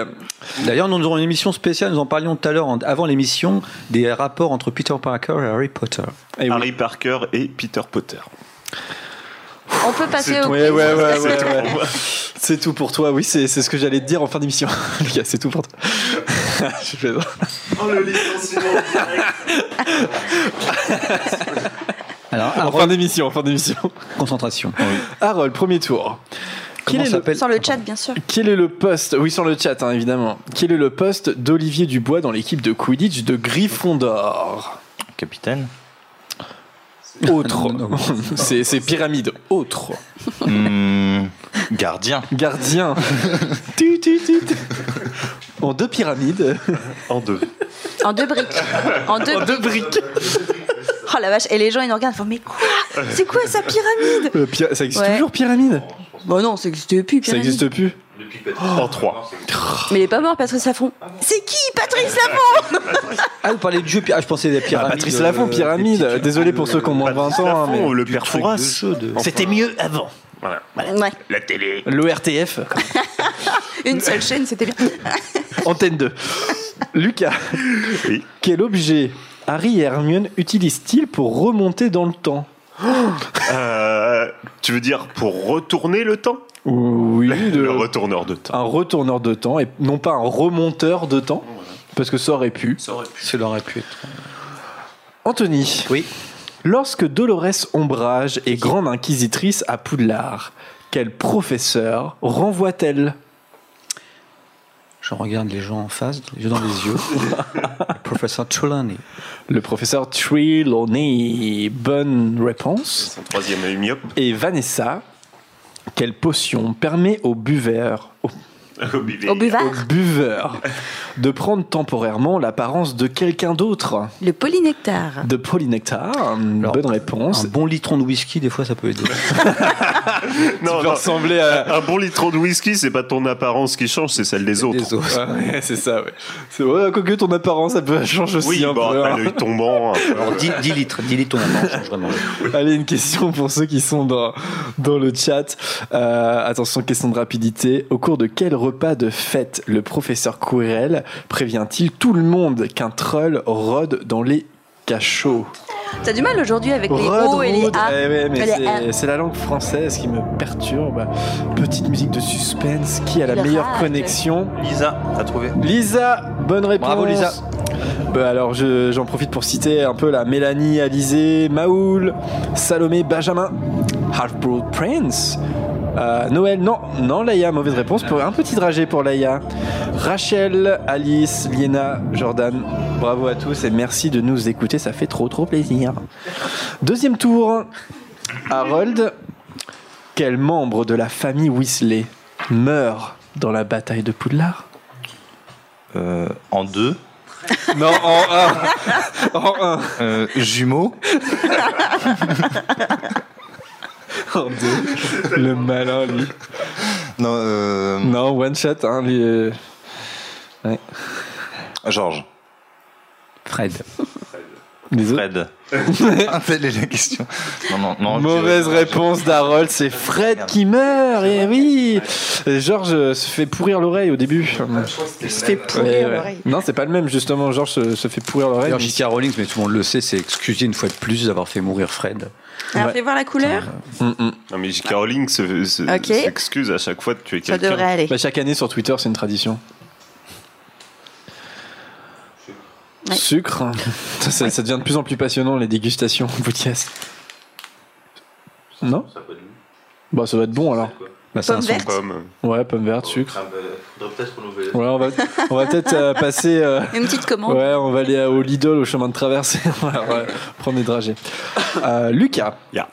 [SPEAKER 3] D'ailleurs, nous aurons une émission spéciale, nous en parlions tout à l'heure, en- avant l'émission, des rapports entre Peter Parker et Harry Potter.
[SPEAKER 1] Et oui.
[SPEAKER 2] Harry Parker et Peter Potter.
[SPEAKER 5] On peut passer au...
[SPEAKER 1] Eh Ouais, ouais, ouais, ouais,
[SPEAKER 2] C'est
[SPEAKER 1] ouais.
[SPEAKER 2] tout.
[SPEAKER 1] C'est tout pour toi, oui, c'est c'est ce que j'allais te dire en fin d'émission. Lucas, c'est tout pour toi. Je plaisante.
[SPEAKER 10] Oh le licenciement direct.
[SPEAKER 3] Alors,
[SPEAKER 1] en
[SPEAKER 3] Harold,
[SPEAKER 1] fin d'émission, en fin d'émission.
[SPEAKER 3] concentration.
[SPEAKER 1] Harold, premier tour. Quel
[SPEAKER 3] Comment
[SPEAKER 1] est le-
[SPEAKER 3] s'appelle
[SPEAKER 5] Sans le chat, bien sûr.
[SPEAKER 1] Quel est le poste Oui, sur le chat, hein, évidemment. Quel est le poste d'Olivier Dubois dans l'équipe de Quidditch de Gryffondor
[SPEAKER 7] Capitaine
[SPEAKER 1] Autre. c'est c'est pyramide. Autre.
[SPEAKER 7] Hmm, Gardien.
[SPEAKER 1] Gardien. Tu, tu, tu, tu. En deux pyramides.
[SPEAKER 2] En deux.
[SPEAKER 5] En deux briques. En deux,
[SPEAKER 1] En deux briques.
[SPEAKER 5] Oh la vache, et les gens ils nous regardent, ils font mais quoi C'est quoi sa pyramide
[SPEAKER 1] Euh, pyra- ça existe
[SPEAKER 5] Ouais.
[SPEAKER 1] toujours, pyramide
[SPEAKER 5] Bah non, ça existe plus,
[SPEAKER 1] Ça
[SPEAKER 5] pyramide.
[SPEAKER 1] existe plus
[SPEAKER 10] Oh.
[SPEAKER 2] En trois.
[SPEAKER 5] Mais il est pas mort, Patrice Lafont. C'est qui, Patrice Lafont
[SPEAKER 3] Ah, vous parlez de jeu, ah, je pensais des pyramides.
[SPEAKER 1] Patrice Lafont,
[SPEAKER 3] euh,
[SPEAKER 1] pyramide.
[SPEAKER 3] des petites-
[SPEAKER 1] Désolé pour ceux qui ont moins de 20 ans. hein, mais-
[SPEAKER 2] Lafont, le père Fouras.
[SPEAKER 1] C'était mieux avant.
[SPEAKER 2] Voilà.
[SPEAKER 5] Ouais,
[SPEAKER 2] La télé.
[SPEAKER 1] L'ORTF,
[SPEAKER 5] une seule chaîne, c'était bien.
[SPEAKER 1] antenne 2. Lucas,
[SPEAKER 2] Oui.
[SPEAKER 1] quel objet Harry et Hermione utilisent-ils pour remonter dans le temps
[SPEAKER 2] Euh, tu veux dire pour retourner le temps
[SPEAKER 1] Oui, de-
[SPEAKER 2] Le retourneur de temps.
[SPEAKER 1] un retourneur de temps et non pas un remonteur de temps, parce que ça aurait pu.
[SPEAKER 3] Cela aurait pu être.
[SPEAKER 1] Anthony,
[SPEAKER 3] Oui.
[SPEAKER 1] lorsque Dolores Ombrage est grande inquisitrice à Poudlard, quel professeur renvoie-t-elle
[SPEAKER 3] Je regarde les gens en face, les yeux dans les yeux. Le professeur Trelawney.
[SPEAKER 1] Le professeur Trelawney. Bonne réponse.
[SPEAKER 2] Son troisième œil myope.
[SPEAKER 1] Et Vanessa, quelle potion permet au buveur, au,
[SPEAKER 2] Au bidet.
[SPEAKER 5] Au buvard,
[SPEAKER 1] au buveur de prendre temporairement l'apparence de quelqu'un d'autre
[SPEAKER 5] le polynectar.
[SPEAKER 1] De polynectar. Bonne réponse.
[SPEAKER 3] Un bon litron de whisky, des fois, ça peut aider.
[SPEAKER 2] Non,
[SPEAKER 1] peut
[SPEAKER 2] non.
[SPEAKER 1] ressembler à.
[SPEAKER 2] Un bon litron de whisky, c'est pas ton apparence qui change, c'est celle des autres.
[SPEAKER 3] Des os.
[SPEAKER 1] Ouais, c'est ça, ouais. C'est ouais, quoique ton apparence, ça peut changer aussi
[SPEAKER 2] Oui, bah,
[SPEAKER 1] un
[SPEAKER 2] bon,
[SPEAKER 1] peu.
[SPEAKER 2] un
[SPEAKER 1] hein.
[SPEAKER 2] œil tombant. un peu.
[SPEAKER 3] Alors, 10, litres, 10 litres, on en mange, vraiment.
[SPEAKER 1] Allez, une question pour ceux qui sont dans, dans le chat. Euh, attention, question de rapidité. Au cours de quel repas de fête le professeur Quirrell prévient-il tout le monde qu'un troll rôde dans les cachots
[SPEAKER 5] T'as du mal aujourd'hui avec les
[SPEAKER 1] Rôde,
[SPEAKER 5] O et les
[SPEAKER 1] rôde.
[SPEAKER 5] A.
[SPEAKER 1] Eh ouais, mais
[SPEAKER 5] Les
[SPEAKER 1] c'est-
[SPEAKER 5] A.
[SPEAKER 1] c'est la langue française qui me perturbe. Petite musique de suspense. Qui a la
[SPEAKER 5] Le
[SPEAKER 1] meilleure
[SPEAKER 5] râle.
[SPEAKER 1] connexion
[SPEAKER 7] Lisa, t'as trouvé
[SPEAKER 1] Lisa, bonne réponse.
[SPEAKER 3] Bravo, Lisa.
[SPEAKER 1] Bah alors je- j'en profite pour citer un peu la Mélanie, Alizé, Maoul, Salomé, Benjamin, Half-Blood Prince, euh, Noël, non, non Laïa, mauvaise réponse, pour, un petit dragé pour Laïa, Rachel, Alice, Liena, Jordan, bravo à tous et merci de nous écouter, ça fait trop trop plaisir. Deuxième tour, Harold, quel membre de la famille Weasley meurt dans la bataille de Poudlard
[SPEAKER 7] Euh, En deux.
[SPEAKER 1] non, en un. En un.
[SPEAKER 7] Euh, jumeaux.
[SPEAKER 1] En deux. Le malin, lui.
[SPEAKER 7] Non, euh,
[SPEAKER 1] Non, one shot, hein, lui. euh.
[SPEAKER 7] Georges.
[SPEAKER 3] Fred.
[SPEAKER 1] Les autres.
[SPEAKER 7] Fred. Ah, Telle est la question. Non, non, non. je
[SPEAKER 1] Mauvaise
[SPEAKER 7] dirais-
[SPEAKER 1] réponse d'Harold, c'est Fred qui meurt, et oui Georges euh, se fait pourrir l'oreille au début.
[SPEAKER 5] Il se fait
[SPEAKER 1] Ouais,
[SPEAKER 5] pourrir
[SPEAKER 1] ouais.
[SPEAKER 5] l'oreille.
[SPEAKER 1] Non, c'est pas le même, justement, Georges se, se fait pourrir l'oreille.
[SPEAKER 3] D'ailleurs, J.K. Rowling, mais tout le monde le sait, s'est excusé une fois de plus d'avoir fait mourir Fred.
[SPEAKER 5] Alors
[SPEAKER 1] Ouais.
[SPEAKER 5] fais voir la couleur.
[SPEAKER 1] Mm, mm.
[SPEAKER 2] Non, mais J.K. Rowling se- se-
[SPEAKER 5] Ok.
[SPEAKER 2] s'excuse à chaque fois de tuer
[SPEAKER 5] Ça
[SPEAKER 2] quelqu'un.
[SPEAKER 5] devrait aller.
[SPEAKER 1] Bah, chaque année sur Twitter, c'est une tradition.
[SPEAKER 5] Ouais.
[SPEAKER 1] Sucre. Ça, ça- ça devient de plus en plus passionnant, les dégustations boutillasses. Non Bah, ça va être bon alors.
[SPEAKER 3] Bah, c'est un
[SPEAKER 5] Pomme
[SPEAKER 3] son-
[SPEAKER 5] verte.
[SPEAKER 2] Pomme.
[SPEAKER 1] Ouais, pomme verte,
[SPEAKER 7] Ah,
[SPEAKER 1] sucre.
[SPEAKER 7] bah,
[SPEAKER 1] Ouais, on va, on va peut-être euh, passer. euh,
[SPEAKER 5] Une petite commande.
[SPEAKER 1] ouais, on va aller à- au Lidl, au chemin de traverse. et on va euh, prendre des dragées. Euh, Lucas.
[SPEAKER 2] Ya.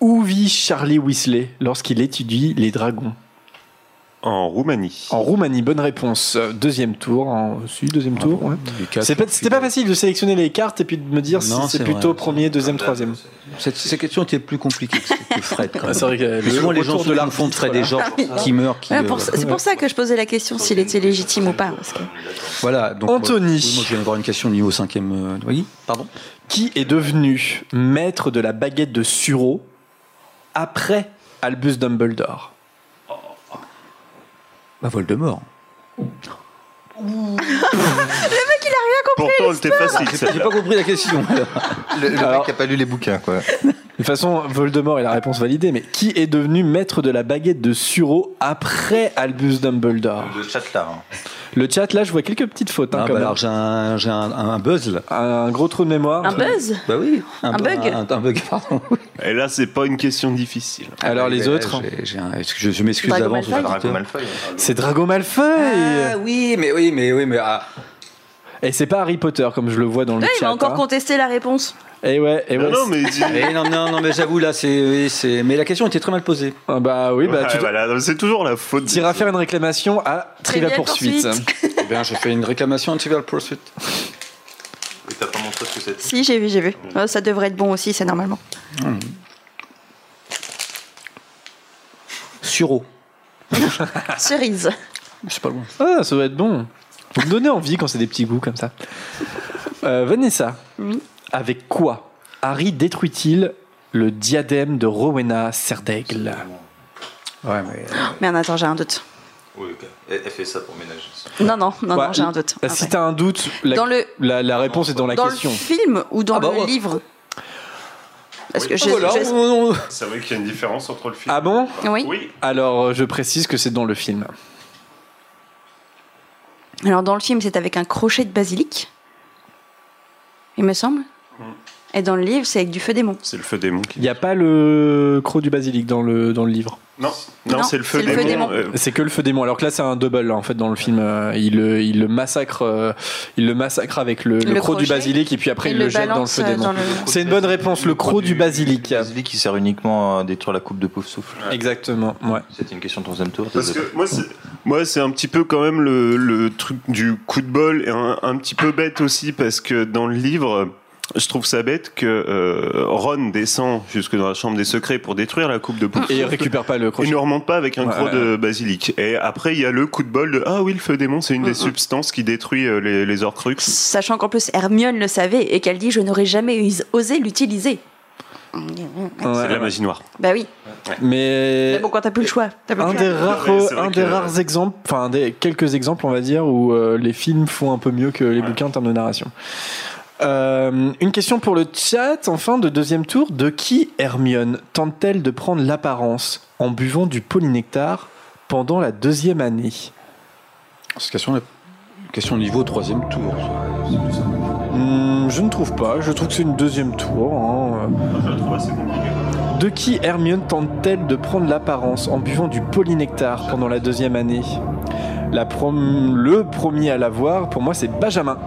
[SPEAKER 1] Où vit Charlie Weasley lorsqu'il étudie les dragons
[SPEAKER 2] En Roumanie.
[SPEAKER 1] En Roumanie, bonne réponse. Euh, Deuxième tour. En... Si, deuxième tour.
[SPEAKER 3] Ah,
[SPEAKER 1] ouais.
[SPEAKER 3] Lucas,
[SPEAKER 1] C'est pas- C'était pas facile de sélectionner les cartes et puis de me dire
[SPEAKER 3] Non,
[SPEAKER 1] si c'est
[SPEAKER 3] c'est
[SPEAKER 1] plutôt
[SPEAKER 3] vrai.
[SPEAKER 1] premier, deuxième, troisième.
[SPEAKER 3] Cette, cette question était plus compliquée que celle de Fred, quand même.
[SPEAKER 1] C'est vrai que
[SPEAKER 3] Mais souvent, les gens
[SPEAKER 1] retour
[SPEAKER 3] se
[SPEAKER 1] de
[SPEAKER 3] confondent
[SPEAKER 1] l'arbitre,
[SPEAKER 3] Fred
[SPEAKER 1] voilà.
[SPEAKER 3] et Georges qui meurent. Qui,
[SPEAKER 5] Ouais,
[SPEAKER 3] euh,
[SPEAKER 5] pour ça- c'est pour ça que je posais la question s'il était légitime ou pas. parce que-
[SPEAKER 3] Voilà. Donc,
[SPEAKER 1] Anthony.
[SPEAKER 3] Moi, oui, moi, je viens d'avoir une question niveau 5ème. Euh, oui, pardon.
[SPEAKER 1] Qui est devenu maître de la baguette de Suro après Albus Dumbledore
[SPEAKER 3] Bah, Voldemort.
[SPEAKER 2] Pourtant, elle était facile.
[SPEAKER 3] J'ai
[SPEAKER 2] celle-là.
[SPEAKER 3] pas compris la question.
[SPEAKER 7] Le, le
[SPEAKER 1] Alors-
[SPEAKER 7] mec qui a pas lu les bouquins, quoi.
[SPEAKER 1] De toute façon, Voldemort est la réponse validée, mais qui est devenu maître de la baguette de Suro après Albus Dumbledore
[SPEAKER 7] Le chat là. hein.
[SPEAKER 1] Le chat, là, je vois quelques petites fautes. hein,
[SPEAKER 3] Ah,
[SPEAKER 1] quand
[SPEAKER 3] bah
[SPEAKER 1] même.
[SPEAKER 3] alors j'ai un, j'ai un, un buzz là.
[SPEAKER 1] Un gros trou de mémoire.
[SPEAKER 5] Un buzz
[SPEAKER 3] Bah oui.
[SPEAKER 5] Un
[SPEAKER 3] bu-
[SPEAKER 5] bug
[SPEAKER 3] Un, un bug, pardon.
[SPEAKER 2] Et là, c'est pas une question difficile.
[SPEAKER 1] Alors, les
[SPEAKER 3] Bah,
[SPEAKER 1] autres
[SPEAKER 3] j'ai- j'ai un- est-ce que Je, je m'excuse
[SPEAKER 5] Dragon
[SPEAKER 3] d'avance.
[SPEAKER 5] Malfoy
[SPEAKER 3] aux auditeurs.
[SPEAKER 7] hein.
[SPEAKER 1] C'est Drago Malfoy
[SPEAKER 3] Ah oui, mais oui, mais oui, mais. ah,
[SPEAKER 1] Et c'est pas Harry Potter, comme je le vois dans le
[SPEAKER 5] Ouais, il
[SPEAKER 1] chat.
[SPEAKER 5] va encore
[SPEAKER 1] hein.
[SPEAKER 5] contester la réponse.
[SPEAKER 1] Eh ouais, eh
[SPEAKER 2] Non,
[SPEAKER 1] ouais.
[SPEAKER 2] non, mais dis-
[SPEAKER 3] Eh non, non, non, mais j'avoue, là, c'est, oui, c'est. Mais la question était très mal posée.
[SPEAKER 1] Ah Bah oui, bah
[SPEAKER 2] Ouais,
[SPEAKER 1] tu
[SPEAKER 2] voilà, donc c'est toujours la faute. des
[SPEAKER 1] iras
[SPEAKER 2] autres.
[SPEAKER 1] faire une réclamation à Trivial
[SPEAKER 5] Trivial
[SPEAKER 1] Poursuite.
[SPEAKER 5] Poursuit.
[SPEAKER 3] Eh bien, je fais une réclamation à Trivial Pursuit.
[SPEAKER 7] Et t'as pas montré ce que c'était
[SPEAKER 5] Si, j'ai vu, j'ai vu. Oh, ça devrait être bon aussi, c'est normalement.
[SPEAKER 3] Suro.
[SPEAKER 5] Cerise.
[SPEAKER 3] C'est pas loin.
[SPEAKER 1] Ah, ça doit être bon. Vous me donnez envie quand c'est des petits goûts comme ça. Euh, Vanessa,
[SPEAKER 5] Oui.
[SPEAKER 1] avec quoi Harry détruit-il le diadème de Rowena Serdaigle Bah,
[SPEAKER 3] Ouais, mais.
[SPEAKER 5] Merde, attends, j'ai un doute.
[SPEAKER 7] Oui, ok. Elle elle fait ça pour ménager.
[SPEAKER 5] Non, non, non,
[SPEAKER 1] Ouais,
[SPEAKER 5] non j'ai un doute.
[SPEAKER 1] Euh,
[SPEAKER 5] Après.
[SPEAKER 1] Si t'as un doute, la,
[SPEAKER 5] Ah Dans le,
[SPEAKER 1] la- la réponse est dans la
[SPEAKER 5] dans le
[SPEAKER 1] question. oh.
[SPEAKER 5] film ou dans
[SPEAKER 3] Ah bah
[SPEAKER 5] le
[SPEAKER 3] ouais.
[SPEAKER 5] livre Parce que
[SPEAKER 3] Ah,
[SPEAKER 5] je-
[SPEAKER 3] voilà,
[SPEAKER 5] je-
[SPEAKER 3] on- on-
[SPEAKER 2] C'est vrai qu'il y a une différence entre le film.
[SPEAKER 1] Ah bon
[SPEAKER 5] Oui.
[SPEAKER 2] Oui.
[SPEAKER 1] Alors, euh, je précise que c'est dans le film.
[SPEAKER 5] Alors, dans le film, c'est avec un crochet de basilic, il me semble.
[SPEAKER 7] Mm.
[SPEAKER 5] Et dans le livre, c'est avec du feu démon.
[SPEAKER 2] C'est le feu démon
[SPEAKER 1] Il
[SPEAKER 2] qui.
[SPEAKER 1] n'y a pas le croc du basilic dans le, dans le livre.
[SPEAKER 2] Non, non,
[SPEAKER 5] Non,
[SPEAKER 2] c'est le feu
[SPEAKER 5] c'est le feu
[SPEAKER 2] démon.
[SPEAKER 5] démon.
[SPEAKER 2] euh,
[SPEAKER 1] C'est que le feu démon. Alors que là, c'est un double en fait dans le film. Euh, Il, le- il le massacre, euh, il le massacre avec le, le
[SPEAKER 5] Le
[SPEAKER 1] croc du
[SPEAKER 5] crochet.
[SPEAKER 1] basilic et puis après
[SPEAKER 5] Et
[SPEAKER 1] il le, jette dans le
[SPEAKER 5] balance,
[SPEAKER 1] feu
[SPEAKER 5] euh,
[SPEAKER 1] démon.
[SPEAKER 5] dans le-
[SPEAKER 1] C'est une bonne réponse, le croc du basilic.
[SPEAKER 7] Le basilic qui sert uniquement à détruire la coupe de pauvre souffle.
[SPEAKER 1] Exactement. Ouais.
[SPEAKER 7] C'était une question de troisième tour.
[SPEAKER 2] Parce que moi, c'est, moi, c'est un petit peu quand même le, le truc du coup de bol et un, un petit peu bête aussi parce que dans le livre, je trouve ça bête que euh, Ron descend jusque dans la chambre des secrets pour détruire la coupe de poudre.
[SPEAKER 1] Et il récupère pas le
[SPEAKER 2] Il
[SPEAKER 1] crochet.
[SPEAKER 2] ne remonte pas avec un
[SPEAKER 1] Ouais,
[SPEAKER 2] croc
[SPEAKER 1] ouais,
[SPEAKER 2] de basilic. Et après, il y a le coup de bol de Ah oui, le feu démon, c'est une
[SPEAKER 1] Mm,
[SPEAKER 2] des substances qui détruit euh, les, les orcrux.
[SPEAKER 5] Sachant qu'en plus, Hermione le savait et qu'elle dit Je n'aurais jamais us- osé l'utiliser.
[SPEAKER 1] Ouais.
[SPEAKER 2] c'est de la magie noire.
[SPEAKER 5] Bah oui.
[SPEAKER 1] Mais
[SPEAKER 5] Mais bon, quand t'as plus le choix, t'as plus le
[SPEAKER 1] un
[SPEAKER 5] choix.
[SPEAKER 1] des rares,
[SPEAKER 2] Ouais, c'est vrai
[SPEAKER 1] un
[SPEAKER 2] que-
[SPEAKER 1] des rares exemples, enfin un des quelques exemples, on va dire, où euh, les films font un peu mieux que les bouquins en termes de narration. Euh, une question pour le chat, enfin, de deuxième tour. De qui Hermione tente-t-elle de prendre l'apparence en buvant du polynectar pendant la deuxième année
[SPEAKER 3] C'est question, question niveau troisième tour.
[SPEAKER 1] Hmm, Je ne trouve pas. Je trouve que c'est une deuxième tour. hein. De qui Hermione tente-t-elle de prendre l'apparence en buvant du polynectar pendant la deuxième année La prom- Le premier à l'avoir, pour moi, c'est Benjamin.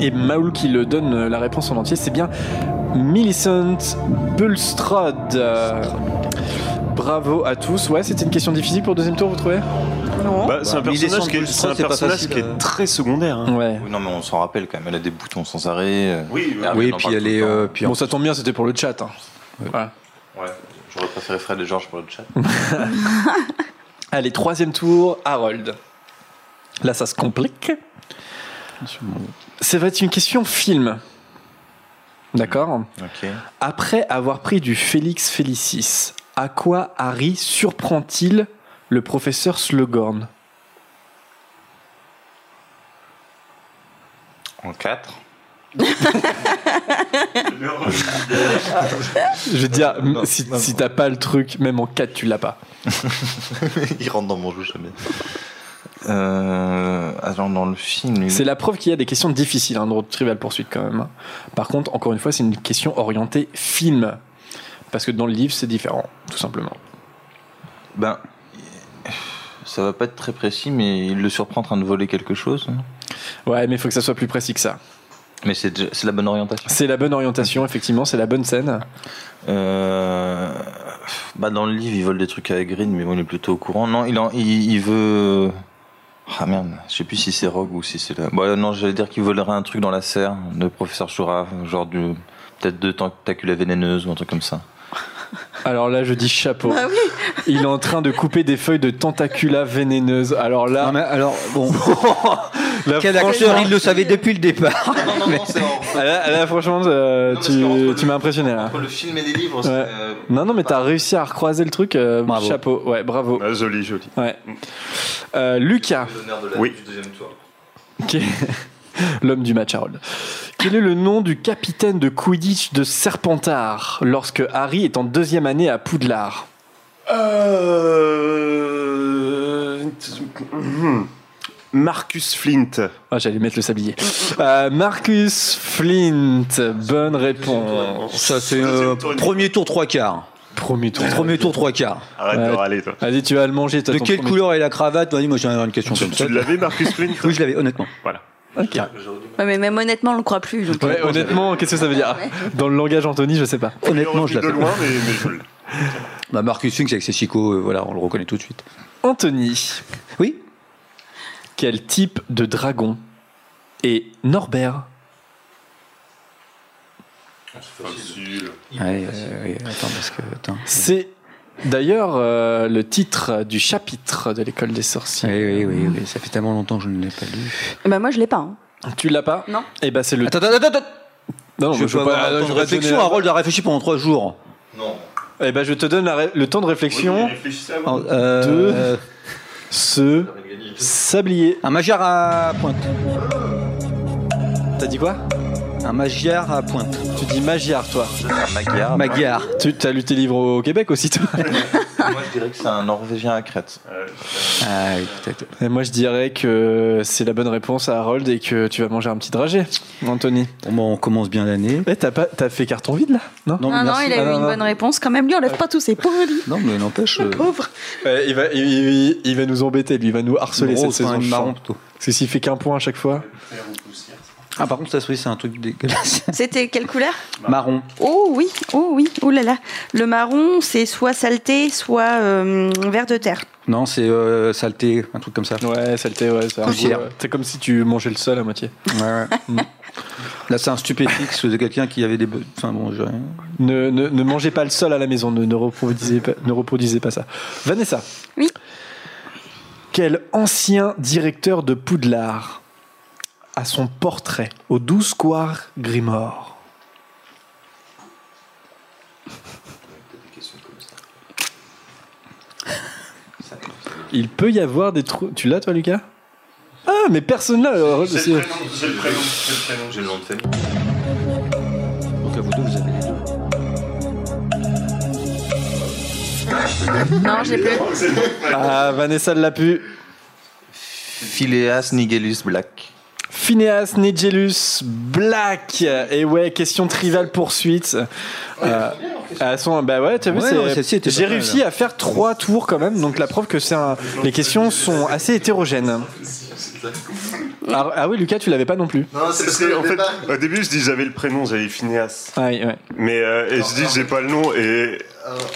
[SPEAKER 1] Et Maul qui le donne euh, la réponse en entier, c'est bien Millicent Bulstrode. Euh, Bravo à tous. Ouais, c'était une question difficile pour deuxième tour, vous trouvez
[SPEAKER 5] Non.
[SPEAKER 2] Bah, c'est un
[SPEAKER 3] Bah,
[SPEAKER 2] personnage,
[SPEAKER 3] 1200
[SPEAKER 2] qui est, c'est un
[SPEAKER 3] c'est pas
[SPEAKER 2] personnage
[SPEAKER 3] facile,
[SPEAKER 2] qui
[SPEAKER 3] euh.
[SPEAKER 2] est très secondaire. hein.
[SPEAKER 1] Ouais.
[SPEAKER 7] Oui, non, mais on s'en rappelle quand même. Elle a des boutons sans arrêt. euh.
[SPEAKER 2] Oui,
[SPEAKER 7] Ah,
[SPEAKER 3] Oui,
[SPEAKER 7] on en
[SPEAKER 3] puis
[SPEAKER 7] parle
[SPEAKER 3] elle
[SPEAKER 7] tout le
[SPEAKER 3] est.
[SPEAKER 7] temps.
[SPEAKER 3] euh, puis
[SPEAKER 1] Bon, ça tombe bien, c'était pour le chat. hein. Voilà.
[SPEAKER 7] Ouais. J'aurais préféré Fred et Georges pour le chat.
[SPEAKER 1] Allez, troisième tour, Harold. Là, ça se complique. Ça va être une question film. D'accord
[SPEAKER 7] Ok.
[SPEAKER 1] Après avoir pris du Félix Félicis, à quoi Harry surprend-il le professeur Slughorn
[SPEAKER 7] En 4.
[SPEAKER 1] Je veux dire,
[SPEAKER 7] Non,
[SPEAKER 1] si,
[SPEAKER 7] non,
[SPEAKER 1] si
[SPEAKER 7] non.
[SPEAKER 1] t'as pas le truc, même en 4, tu l'as pas.
[SPEAKER 7] Il rentre dans mon jeu jamais. Euh, alors dans le film, il-
[SPEAKER 1] C'est la preuve qu'il y a des questions difficiles hein, dans Trivial Poursuite quand même. hein. Par contre, encore une fois, c'est une question orientée film. Parce que dans le livre, c'est différent, tout simplement.
[SPEAKER 7] ben ça va pas être très précis, mais il le surprend en train de voler quelque chose. hein.
[SPEAKER 1] Ouais, mais il faut que ça soit plus précis que ça.
[SPEAKER 7] Mais c'est déjà- c'est la bonne orientation.
[SPEAKER 1] C'est la bonne orientation, effectivement, c'est la bonne scène.
[SPEAKER 7] Euh, bah dans le livre, il vole des trucs à Green, mais bon, il est plutôt au courant. Non, il en- il, il veut. Ah merde, je sais plus si c'est Rogue ou si c'est là. Bon, euh, non, j'allais dire qu'il volerait un truc dans la serre de professeur Choura, genre du peut-être de tentacules vénéneuse ou un truc comme ça.
[SPEAKER 1] Alors là, je dis chapeau.
[SPEAKER 5] Bah
[SPEAKER 1] Il est en train de couper des feuilles de tentacula vénéneuses. Alors
[SPEAKER 3] elle- Non,
[SPEAKER 1] là,
[SPEAKER 3] mais alors, bon.
[SPEAKER 1] là,
[SPEAKER 3] Quel
[SPEAKER 1] franchement-
[SPEAKER 3] acteur, il le savait depuis le départ. Mais-
[SPEAKER 1] Ah là- ah là, franchement, euh,
[SPEAKER 7] Non, parce
[SPEAKER 1] tu,
[SPEAKER 7] que entre
[SPEAKER 1] tu
[SPEAKER 7] le-
[SPEAKER 1] m'as impressionné là.
[SPEAKER 7] le film et les livres, euh,
[SPEAKER 1] c'est, Ouais. Non, non, mais t'as réussi à recroiser le truc. euh,
[SPEAKER 3] Bravo.
[SPEAKER 1] Chapeau, ouais, bravo.
[SPEAKER 2] Ah, joli, joli.
[SPEAKER 1] Ouais. Euh, Lucas,
[SPEAKER 2] Oui.
[SPEAKER 7] du deuxième tour.
[SPEAKER 1] qui est- l'homme du match Harold. Quel est le nom du capitaine de Quidditch de Serpentard lorsque Harry est en deuxième année à Poudlard
[SPEAKER 2] Euh... Marcus Flint.
[SPEAKER 1] Ah, j'allais mettre le sablier. Euh, Marcus Flint, bonne réponse.
[SPEAKER 3] Ça, c'est euh, premier tour trois quarts.
[SPEAKER 1] Premier tour.
[SPEAKER 3] Premier tour trois quarts.
[SPEAKER 2] Arrête
[SPEAKER 1] Ouais.
[SPEAKER 2] de râler, toi.
[SPEAKER 1] Vas-y, tu vas le manger. toi,
[SPEAKER 3] De
[SPEAKER 1] ton
[SPEAKER 3] quelle
[SPEAKER 1] premier-
[SPEAKER 3] couleur est la cravate Vas-y, Moi, j'ai une question
[SPEAKER 2] Tu,
[SPEAKER 3] comme ça.
[SPEAKER 2] tu l'avais, Marcus Flint
[SPEAKER 3] Oui, je l'avais, honnêtement.
[SPEAKER 2] Voilà.
[SPEAKER 1] Ok.
[SPEAKER 5] Ouais, mais même honnêtement, on le croit plus. donc.
[SPEAKER 1] Ouais, honnêtement, qu'est-ce que ça veut dire Dans le langage Anthony, je sais pas.
[SPEAKER 3] Honnêtement,
[SPEAKER 2] Il est
[SPEAKER 3] je l'avais.
[SPEAKER 2] revenu de loin, mais, mais je l'ai.
[SPEAKER 3] Bah, Marcus Fink, avec ses chicots, euh, voilà, on le reconnaît tout de suite.
[SPEAKER 1] Anthony,
[SPEAKER 3] Oui
[SPEAKER 1] quel type de dragon est Norbert
[SPEAKER 2] Facile.
[SPEAKER 3] Ouais, euh, oui, attends, parce que. Attends.
[SPEAKER 1] C'est d'ailleurs euh, le titre du chapitre de l'école des
[SPEAKER 3] Oui,
[SPEAKER 1] sorciers.
[SPEAKER 3] oui, oui, oui, ça fait tellement longtemps que je ne l'ai pas lu.
[SPEAKER 5] Bah, moi, je l'ai pas. hein.
[SPEAKER 1] Tu l'as pas
[SPEAKER 5] Non.
[SPEAKER 1] Eh ben c'est le.
[SPEAKER 3] Attends, attends, attends, attends
[SPEAKER 1] non, non,
[SPEAKER 3] Je
[SPEAKER 1] mais
[SPEAKER 3] veux
[SPEAKER 1] veux
[SPEAKER 3] pas
[SPEAKER 1] pas-
[SPEAKER 3] avoir
[SPEAKER 1] je
[SPEAKER 3] de
[SPEAKER 1] veux pas te donner
[SPEAKER 3] réflexion.
[SPEAKER 1] la-
[SPEAKER 3] Harold a réfléchi pendant trois jours.
[SPEAKER 7] Non.
[SPEAKER 1] Eh ben je te donne la ré- le temps de réflexion.
[SPEAKER 3] Alors, euh,
[SPEAKER 1] Ce sablier.
[SPEAKER 3] Un magyar à pointe.
[SPEAKER 1] T'as dit quoi
[SPEAKER 3] Un magyar à pointe.
[SPEAKER 1] Tu dis Magyar, toi.
[SPEAKER 7] Magyar.
[SPEAKER 3] Magyar.
[SPEAKER 1] Tu as lu tes livres au Québec aussi, toi
[SPEAKER 7] Moi, je dirais que c'est un Norvégien à crête.
[SPEAKER 3] Ah, oui, peut-être.
[SPEAKER 1] Et moi, je dirais que c'est la bonne réponse à Harold et que tu vas manger un petit dragé, Anthony.
[SPEAKER 3] Bon, bah, on commence bien l'année.
[SPEAKER 1] Eh, t'as pas, t'as fait carton vide là Non.
[SPEAKER 3] Non, mais
[SPEAKER 5] Non, non,
[SPEAKER 3] merci.
[SPEAKER 5] il a eu
[SPEAKER 1] Ah, non,
[SPEAKER 5] une
[SPEAKER 1] non.
[SPEAKER 5] bonne réponse quand même. Lui, on lève pas tous ses poli.
[SPEAKER 3] Non, mais n'empêche. euh,
[SPEAKER 5] Pauvre.
[SPEAKER 1] il va, il, il- il va nous embêter, lui, il va nous harceler
[SPEAKER 3] rose,
[SPEAKER 1] cette saison.
[SPEAKER 3] enfin, une
[SPEAKER 1] je
[SPEAKER 3] marron
[SPEAKER 1] sens.
[SPEAKER 3] plutôt.
[SPEAKER 1] Parce que s'il fait qu'un point à chaque fois.
[SPEAKER 3] Ah, par contre, ça, oui, c'est un truc dégueulasse.
[SPEAKER 5] C'était quelle couleur
[SPEAKER 3] marron.
[SPEAKER 5] Oh oui, oh oui, oh là là. Le marron, c'est soit saleté, soit euh, vert de terre.
[SPEAKER 3] Non, c'est euh, saleté, un truc comme ça.
[SPEAKER 1] Ouais, saleté, ouais, ça.
[SPEAKER 3] Poussière.
[SPEAKER 1] euh, C'est comme si hein. tu mangeais le sol à moitié.
[SPEAKER 3] Ouais, ouais. Mm. Là, c'est un stupéfixe de quelqu'un qui avait des. be- Enfin, bon, j'ai rien.
[SPEAKER 1] Ne, ne, ne mangez pas le sol à la maison, ne, ne, reproduisez, pas, ne reproduisez pas ça. Vanessa.
[SPEAKER 5] Oui.
[SPEAKER 1] Quel ancien directeur de Poudlard a son portrait au 12 square Grimoire Il peut y avoir des trous. Tu l'as toi, Lucas Ah, mais personne là. alors,
[SPEAKER 2] J'ai
[SPEAKER 1] c'est-
[SPEAKER 2] le prénom, j'ai le prénom, j'ai le prénom.
[SPEAKER 7] J'ai le nom de famille.
[SPEAKER 3] Donc, à vous deux, vous avez les deux.
[SPEAKER 5] Non, j'ai plus.
[SPEAKER 2] C'est bon.
[SPEAKER 1] Ah, Vanessa l'a pu.
[SPEAKER 7] Phileas Nigelus Black.
[SPEAKER 1] Phineas Nigelus Black. Et ouais, question triviale poursuite. Euh, elles sont- bah ouais, t'as vu,
[SPEAKER 3] Ouais,
[SPEAKER 1] c'est-
[SPEAKER 3] non, celle-ci était pas
[SPEAKER 1] j'ai
[SPEAKER 3] mal.
[SPEAKER 1] réussi à faire trois tours quand même, donc la preuve que c'est un- les questions sont assez hétérogènes. Ah, ah oui, Lucas, tu l'avais pas non plus.
[SPEAKER 10] Non, c'est
[SPEAKER 2] Parce
[SPEAKER 10] parce que,
[SPEAKER 2] que, en
[SPEAKER 10] au départ,
[SPEAKER 2] fait, au début, je dis j'avais le prénom, j'avais Phineas.
[SPEAKER 1] Ah oui, ouais.
[SPEAKER 2] Mais euh, et je dis j'ai pas le nom et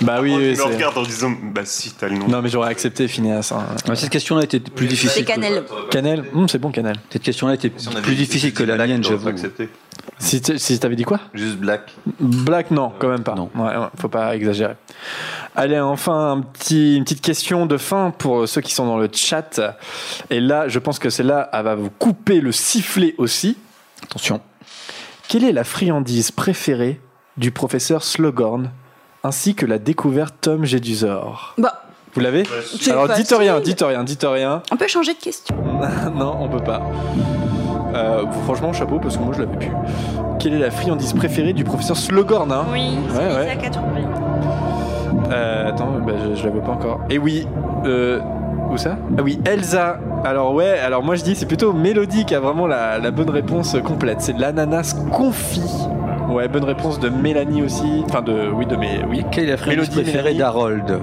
[SPEAKER 1] Bah oui, oui,
[SPEAKER 2] moi, Oh, tu me
[SPEAKER 1] c'est-
[SPEAKER 2] regardes en disant bah si t'as le nom.
[SPEAKER 1] Non, mais j'aurais accepté Phineas. hein.
[SPEAKER 3] Ouais, cette question-là était plus
[SPEAKER 5] C'est
[SPEAKER 3] difficile. que-
[SPEAKER 5] cannelle.
[SPEAKER 1] Cannelle Hum, C'est bon, Cannelle.
[SPEAKER 3] Cette question-là était plus difficile que la mienne, j'avoue.
[SPEAKER 7] accepté.
[SPEAKER 1] Si t'- si t'avais dit quoi
[SPEAKER 7] Juste Black.
[SPEAKER 1] Black, non, quand même pas.
[SPEAKER 3] Non.
[SPEAKER 1] Ouais, ouais, faut pas exagérer. Allez, enfin, un petit, une petite question de fin pour euh, ceux qui sont dans le chat. Et là, je pense que celle-là, elle va vous couper le sifflet aussi.
[SPEAKER 3] Attention.
[SPEAKER 1] Quelle est la friandise préférée du professeur Slogorn ainsi que la découverte Tom Jedusor
[SPEAKER 5] Bah,
[SPEAKER 1] Vous l'avez
[SPEAKER 5] c'est
[SPEAKER 1] Alors, dites
[SPEAKER 5] facile.
[SPEAKER 1] rien, dites rien, dites rien.
[SPEAKER 5] On peut changer de question.
[SPEAKER 1] non, on peut pas. Euh, franchement, chapeau, parce que moi, je l'avais plus. Quelle est la friandise préférée du professeur Slogorn hein
[SPEAKER 5] Oui,
[SPEAKER 1] Ouais,
[SPEAKER 5] c'est
[SPEAKER 1] ouais.
[SPEAKER 5] Isaac à trouver.
[SPEAKER 1] Euh, attends, bah, je, je l'avais pas encore. Et oui, euh, où ça Ah oui, Elsa. Alors ouais, alors moi je dis c'est plutôt Mélodie qui a vraiment la, la bonne réponse complète. C'est de l'ananas confit. Ouais, bonne réponse de Mélanie aussi. Enfin de oui de mais oui.
[SPEAKER 3] Quelle est la fréquence
[SPEAKER 1] Mélodie,
[SPEAKER 3] préférée
[SPEAKER 1] Mélanie.
[SPEAKER 5] Euh,
[SPEAKER 3] d'Harold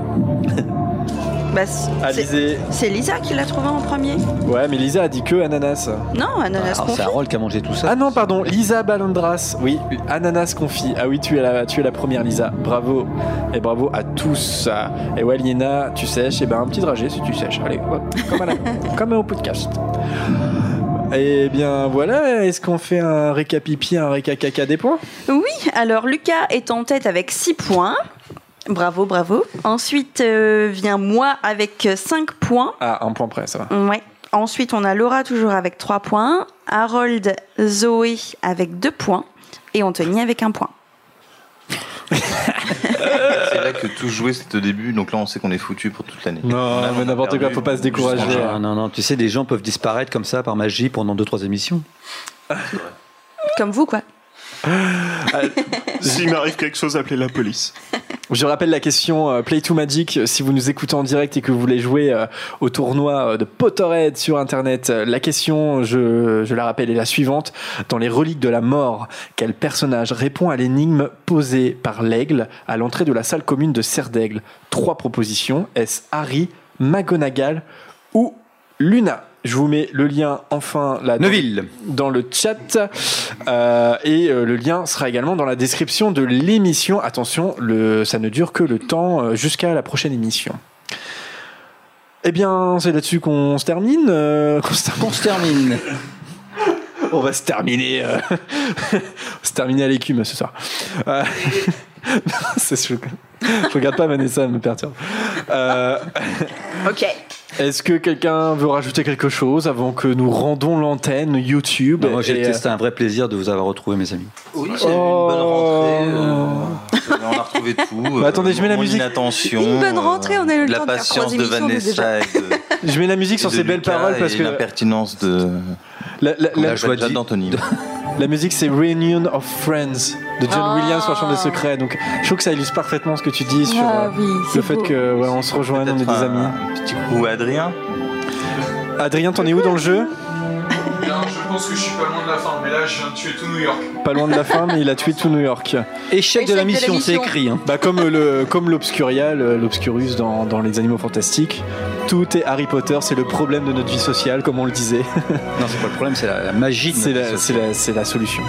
[SPEAKER 5] Bah, c'est- c'est-
[SPEAKER 1] Alizé.
[SPEAKER 5] c'est Lisa qui l'a trouvé en premier.
[SPEAKER 1] Ouais, mais Lisa a dit que ananas.
[SPEAKER 5] Non, ananas
[SPEAKER 3] Alors, C'est
[SPEAKER 5] confit.
[SPEAKER 3] Harold qui a mangé tout ça.
[SPEAKER 1] Ah non, pardon, Lisa Ballandras. Oui, ananas confit. Ah oui, tu es la, tu es la première Lisa. Bravo et bravo à tous. Et ouais, Liena, tu sèches. Et ben un petit dragé si tu sèches. Allez, hop, comme, à la- comme au podcast. Et bien voilà, est-ce qu'on fait un récapipi, un récacaca des points
[SPEAKER 5] Oui, alors Lucas est en tête avec 6 points. Bravo, bravo. Ensuite euh, vient moi avec 5 points.
[SPEAKER 1] Ah, un point près, ça va.
[SPEAKER 5] Ouais. Ensuite, on a Laura toujours avec 3 points, Harold, Zoé avec 2 points et Anthony avec 1 point.
[SPEAKER 7] C'est là que tout jouait, c'était au début. Donc là, on sait qu'on est foutu pour toute l'année.
[SPEAKER 1] Non, mais n'importe quoi, faut pas se décourager. hein.
[SPEAKER 3] Ah, non, non, tu sais, des gens peuvent disparaître comme ça par magie pendant 2-3 émissions.
[SPEAKER 5] Comme vous, quoi.
[SPEAKER 2] S'il m'arrive quelque chose, appelez la police.
[SPEAKER 1] Je rappelle la question euh, Play to Magic. Si vous nous écoutez en direct et que vous voulez jouer euh, au tournoi euh, de Potterhead sur Internet, euh, la question, je, je la rappelle, est la suivante. Dans les reliques de la mort, quel personnage répond à l'énigme posée par l'aigle à l'entrée de la salle commune de Serre d'Aigle Trois propositions. Est-ce Harry, McGonagall ou Luna je vous mets le lien enfin là dans-
[SPEAKER 3] Neville.
[SPEAKER 1] dans le chat Euh, et euh, le lien sera également dans la description de l'émission. Attention, le, ça ne dure que le temps euh, jusqu'à la prochaine émission. Eh bien, c'est là-dessus qu'on se termine. euh, qu'on se termine.
[SPEAKER 3] Qu'on se termine.
[SPEAKER 1] On va se terminer. euh, on va se terminer à l'écume ce soir. Euh, c'est- je, je regarde pas Vanessa, elle me perturbe. Euh,
[SPEAKER 5] Ok.
[SPEAKER 1] Est-ce que quelqu'un veut rajouter quelque chose avant que nous rendons l'antenne YouTube
[SPEAKER 3] Non, moi, j'ai-
[SPEAKER 1] et, euh,
[SPEAKER 3] C'était un vrai plaisir de vous avoir retrouvé, mes amis.
[SPEAKER 7] Oui, c'est une bonne rentrée. euh, on a retrouvé tout. euh,
[SPEAKER 1] Bah, attendez, je mets la musique.
[SPEAKER 7] Attention.
[SPEAKER 5] Une bonne rentrée, on a eu le
[SPEAKER 7] euh, La
[SPEAKER 5] temps de faire trois
[SPEAKER 7] patience de
[SPEAKER 5] émissions, nous,
[SPEAKER 7] Vanessa
[SPEAKER 5] déjà.
[SPEAKER 7] et de,
[SPEAKER 1] Je mets la musique sur
[SPEAKER 7] et de
[SPEAKER 1] ces belles
[SPEAKER 7] Lucas
[SPEAKER 1] paroles parce
[SPEAKER 7] et
[SPEAKER 1] que
[SPEAKER 7] l'impertinence de
[SPEAKER 1] la, la- la-
[SPEAKER 7] la joie
[SPEAKER 3] joie de-
[SPEAKER 7] d'Anthony.
[SPEAKER 1] la musique c'est Reunion of Friends de John
[SPEAKER 5] Ah.
[SPEAKER 1] Williams sur Chambre des Secrets. Donc je trouve que ça illustre parfaitement ce que tu dis sur
[SPEAKER 4] Ah
[SPEAKER 1] euh,
[SPEAKER 4] oui,
[SPEAKER 1] le
[SPEAKER 4] c'est
[SPEAKER 1] fait
[SPEAKER 4] beau.
[SPEAKER 1] que ouais, on se rejoigne, on est des
[SPEAKER 7] Peut-être
[SPEAKER 1] amis.
[SPEAKER 7] un Petit coup à Adrien.
[SPEAKER 1] Adrien, t'en es où dans le jeu
[SPEAKER 10] Non, je pense que je suis pas loin de la fin, mais là, je viens de tuer tout New York.
[SPEAKER 1] Pas loin de la fin, mais il a tué tout New York.
[SPEAKER 3] Échec de la
[SPEAKER 5] de la
[SPEAKER 3] mission, c'est
[SPEAKER 5] mission.
[SPEAKER 3] écrit. hein.
[SPEAKER 1] Bah comme le comme l'obscuria, le- l'obscurus dans, dans les Animaux Fantastiques. Tout est Harry Potter, c'est le problème de notre vie sociale, comme on le disait.
[SPEAKER 3] Non, c'est pas le problème, c'est la, la magie. de
[SPEAKER 1] C'est
[SPEAKER 3] notre
[SPEAKER 1] la,
[SPEAKER 3] société.
[SPEAKER 1] c'est la- c'est la solution.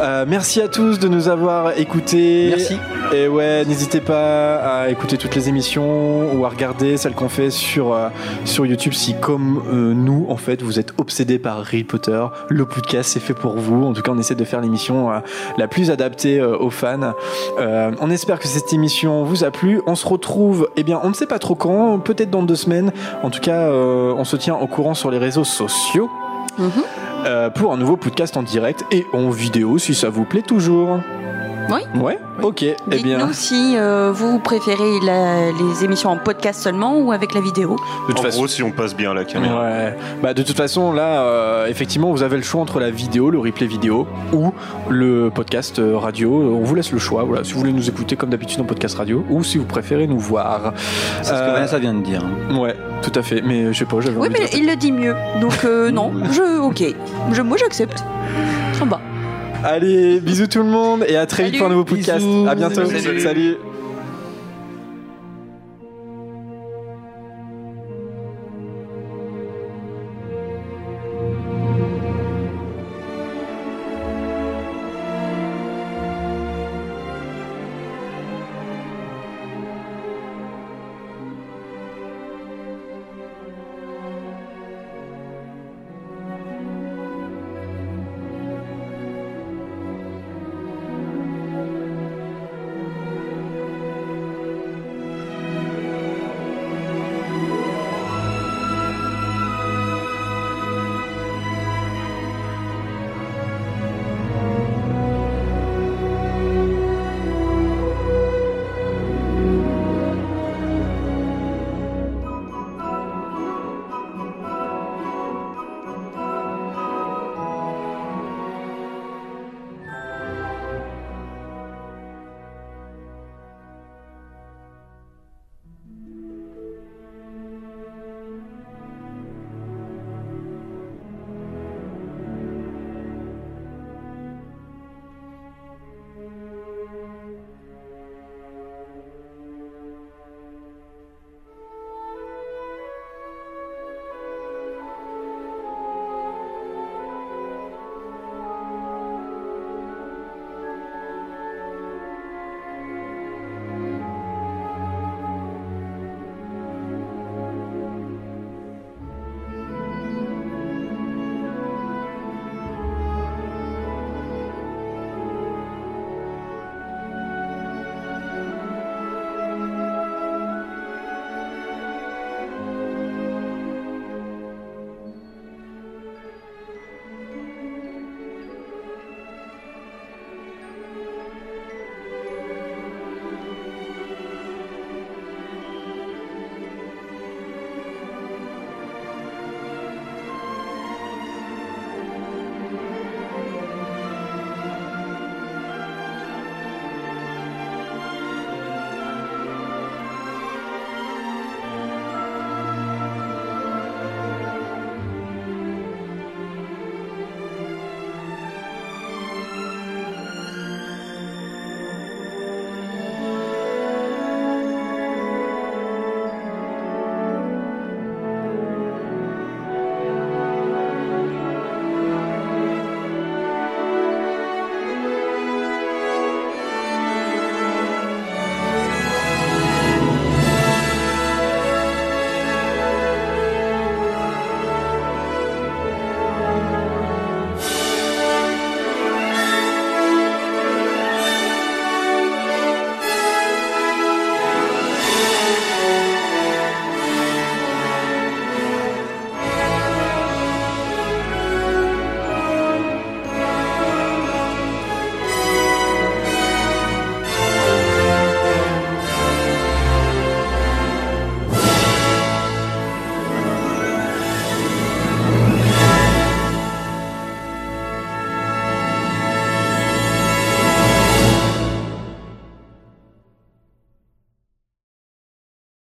[SPEAKER 1] Euh, merci à tous de nous avoir écoutés.
[SPEAKER 3] Merci.
[SPEAKER 1] Et ouais, n'hésitez pas à écouter toutes les émissions ou à regarder celles qu'on fait sur, euh, sur YouTube. Si, comme euh, nous, en fait, vous êtes obsédés par Harry Potter, le podcast c'est fait pour vous. En tout cas, on essaie de faire l'émission euh, la plus adaptée euh, aux fans. Euh, on espère que cette émission vous a plu. On se retrouve, eh bien, on ne sait pas trop quand, peut-être dans deux semaines. En tout cas, euh, on se tient au courant sur les réseaux sociaux
[SPEAKER 5] Mhm.
[SPEAKER 1] euh, pour un nouveau podcast en direct et en vidéo si ça vous plaît toujours.
[SPEAKER 5] Oui.
[SPEAKER 1] Ouais. Ok. Eh bien.
[SPEAKER 5] Dites-nous si euh, vous préférez la- les émissions en podcast seulement ou avec la vidéo.
[SPEAKER 1] De
[SPEAKER 2] En
[SPEAKER 1] toute façon.
[SPEAKER 2] gros, si on passe bien la caméra.
[SPEAKER 1] Ouais. Bah de toute façon là euh, effectivement vous avez le choix entre la vidéo, le replay vidéo ou le podcast euh, radio. On vous laisse le choix. Voilà si vous voulez nous écouter comme d'habitude en podcast radio ou si vous préférez nous voir.
[SPEAKER 3] C'est ce que
[SPEAKER 1] Euh,
[SPEAKER 3] Vanessa vient de dire. hein.
[SPEAKER 1] Ouais tout à fait. Mais je sais pas j'avais envie
[SPEAKER 5] Oui,
[SPEAKER 1] de
[SPEAKER 5] mais
[SPEAKER 1] dire ça.
[SPEAKER 5] il le dit mieux. Donc euh, non, je, ok. Je, moi, j'accepte. Ça me va.
[SPEAKER 1] Allez bisous tout le monde et à très vite
[SPEAKER 5] Salut.
[SPEAKER 1] pour un nouveau podcast.
[SPEAKER 3] Bisous.
[SPEAKER 1] À bientôt.
[SPEAKER 10] Salut.
[SPEAKER 1] Salut.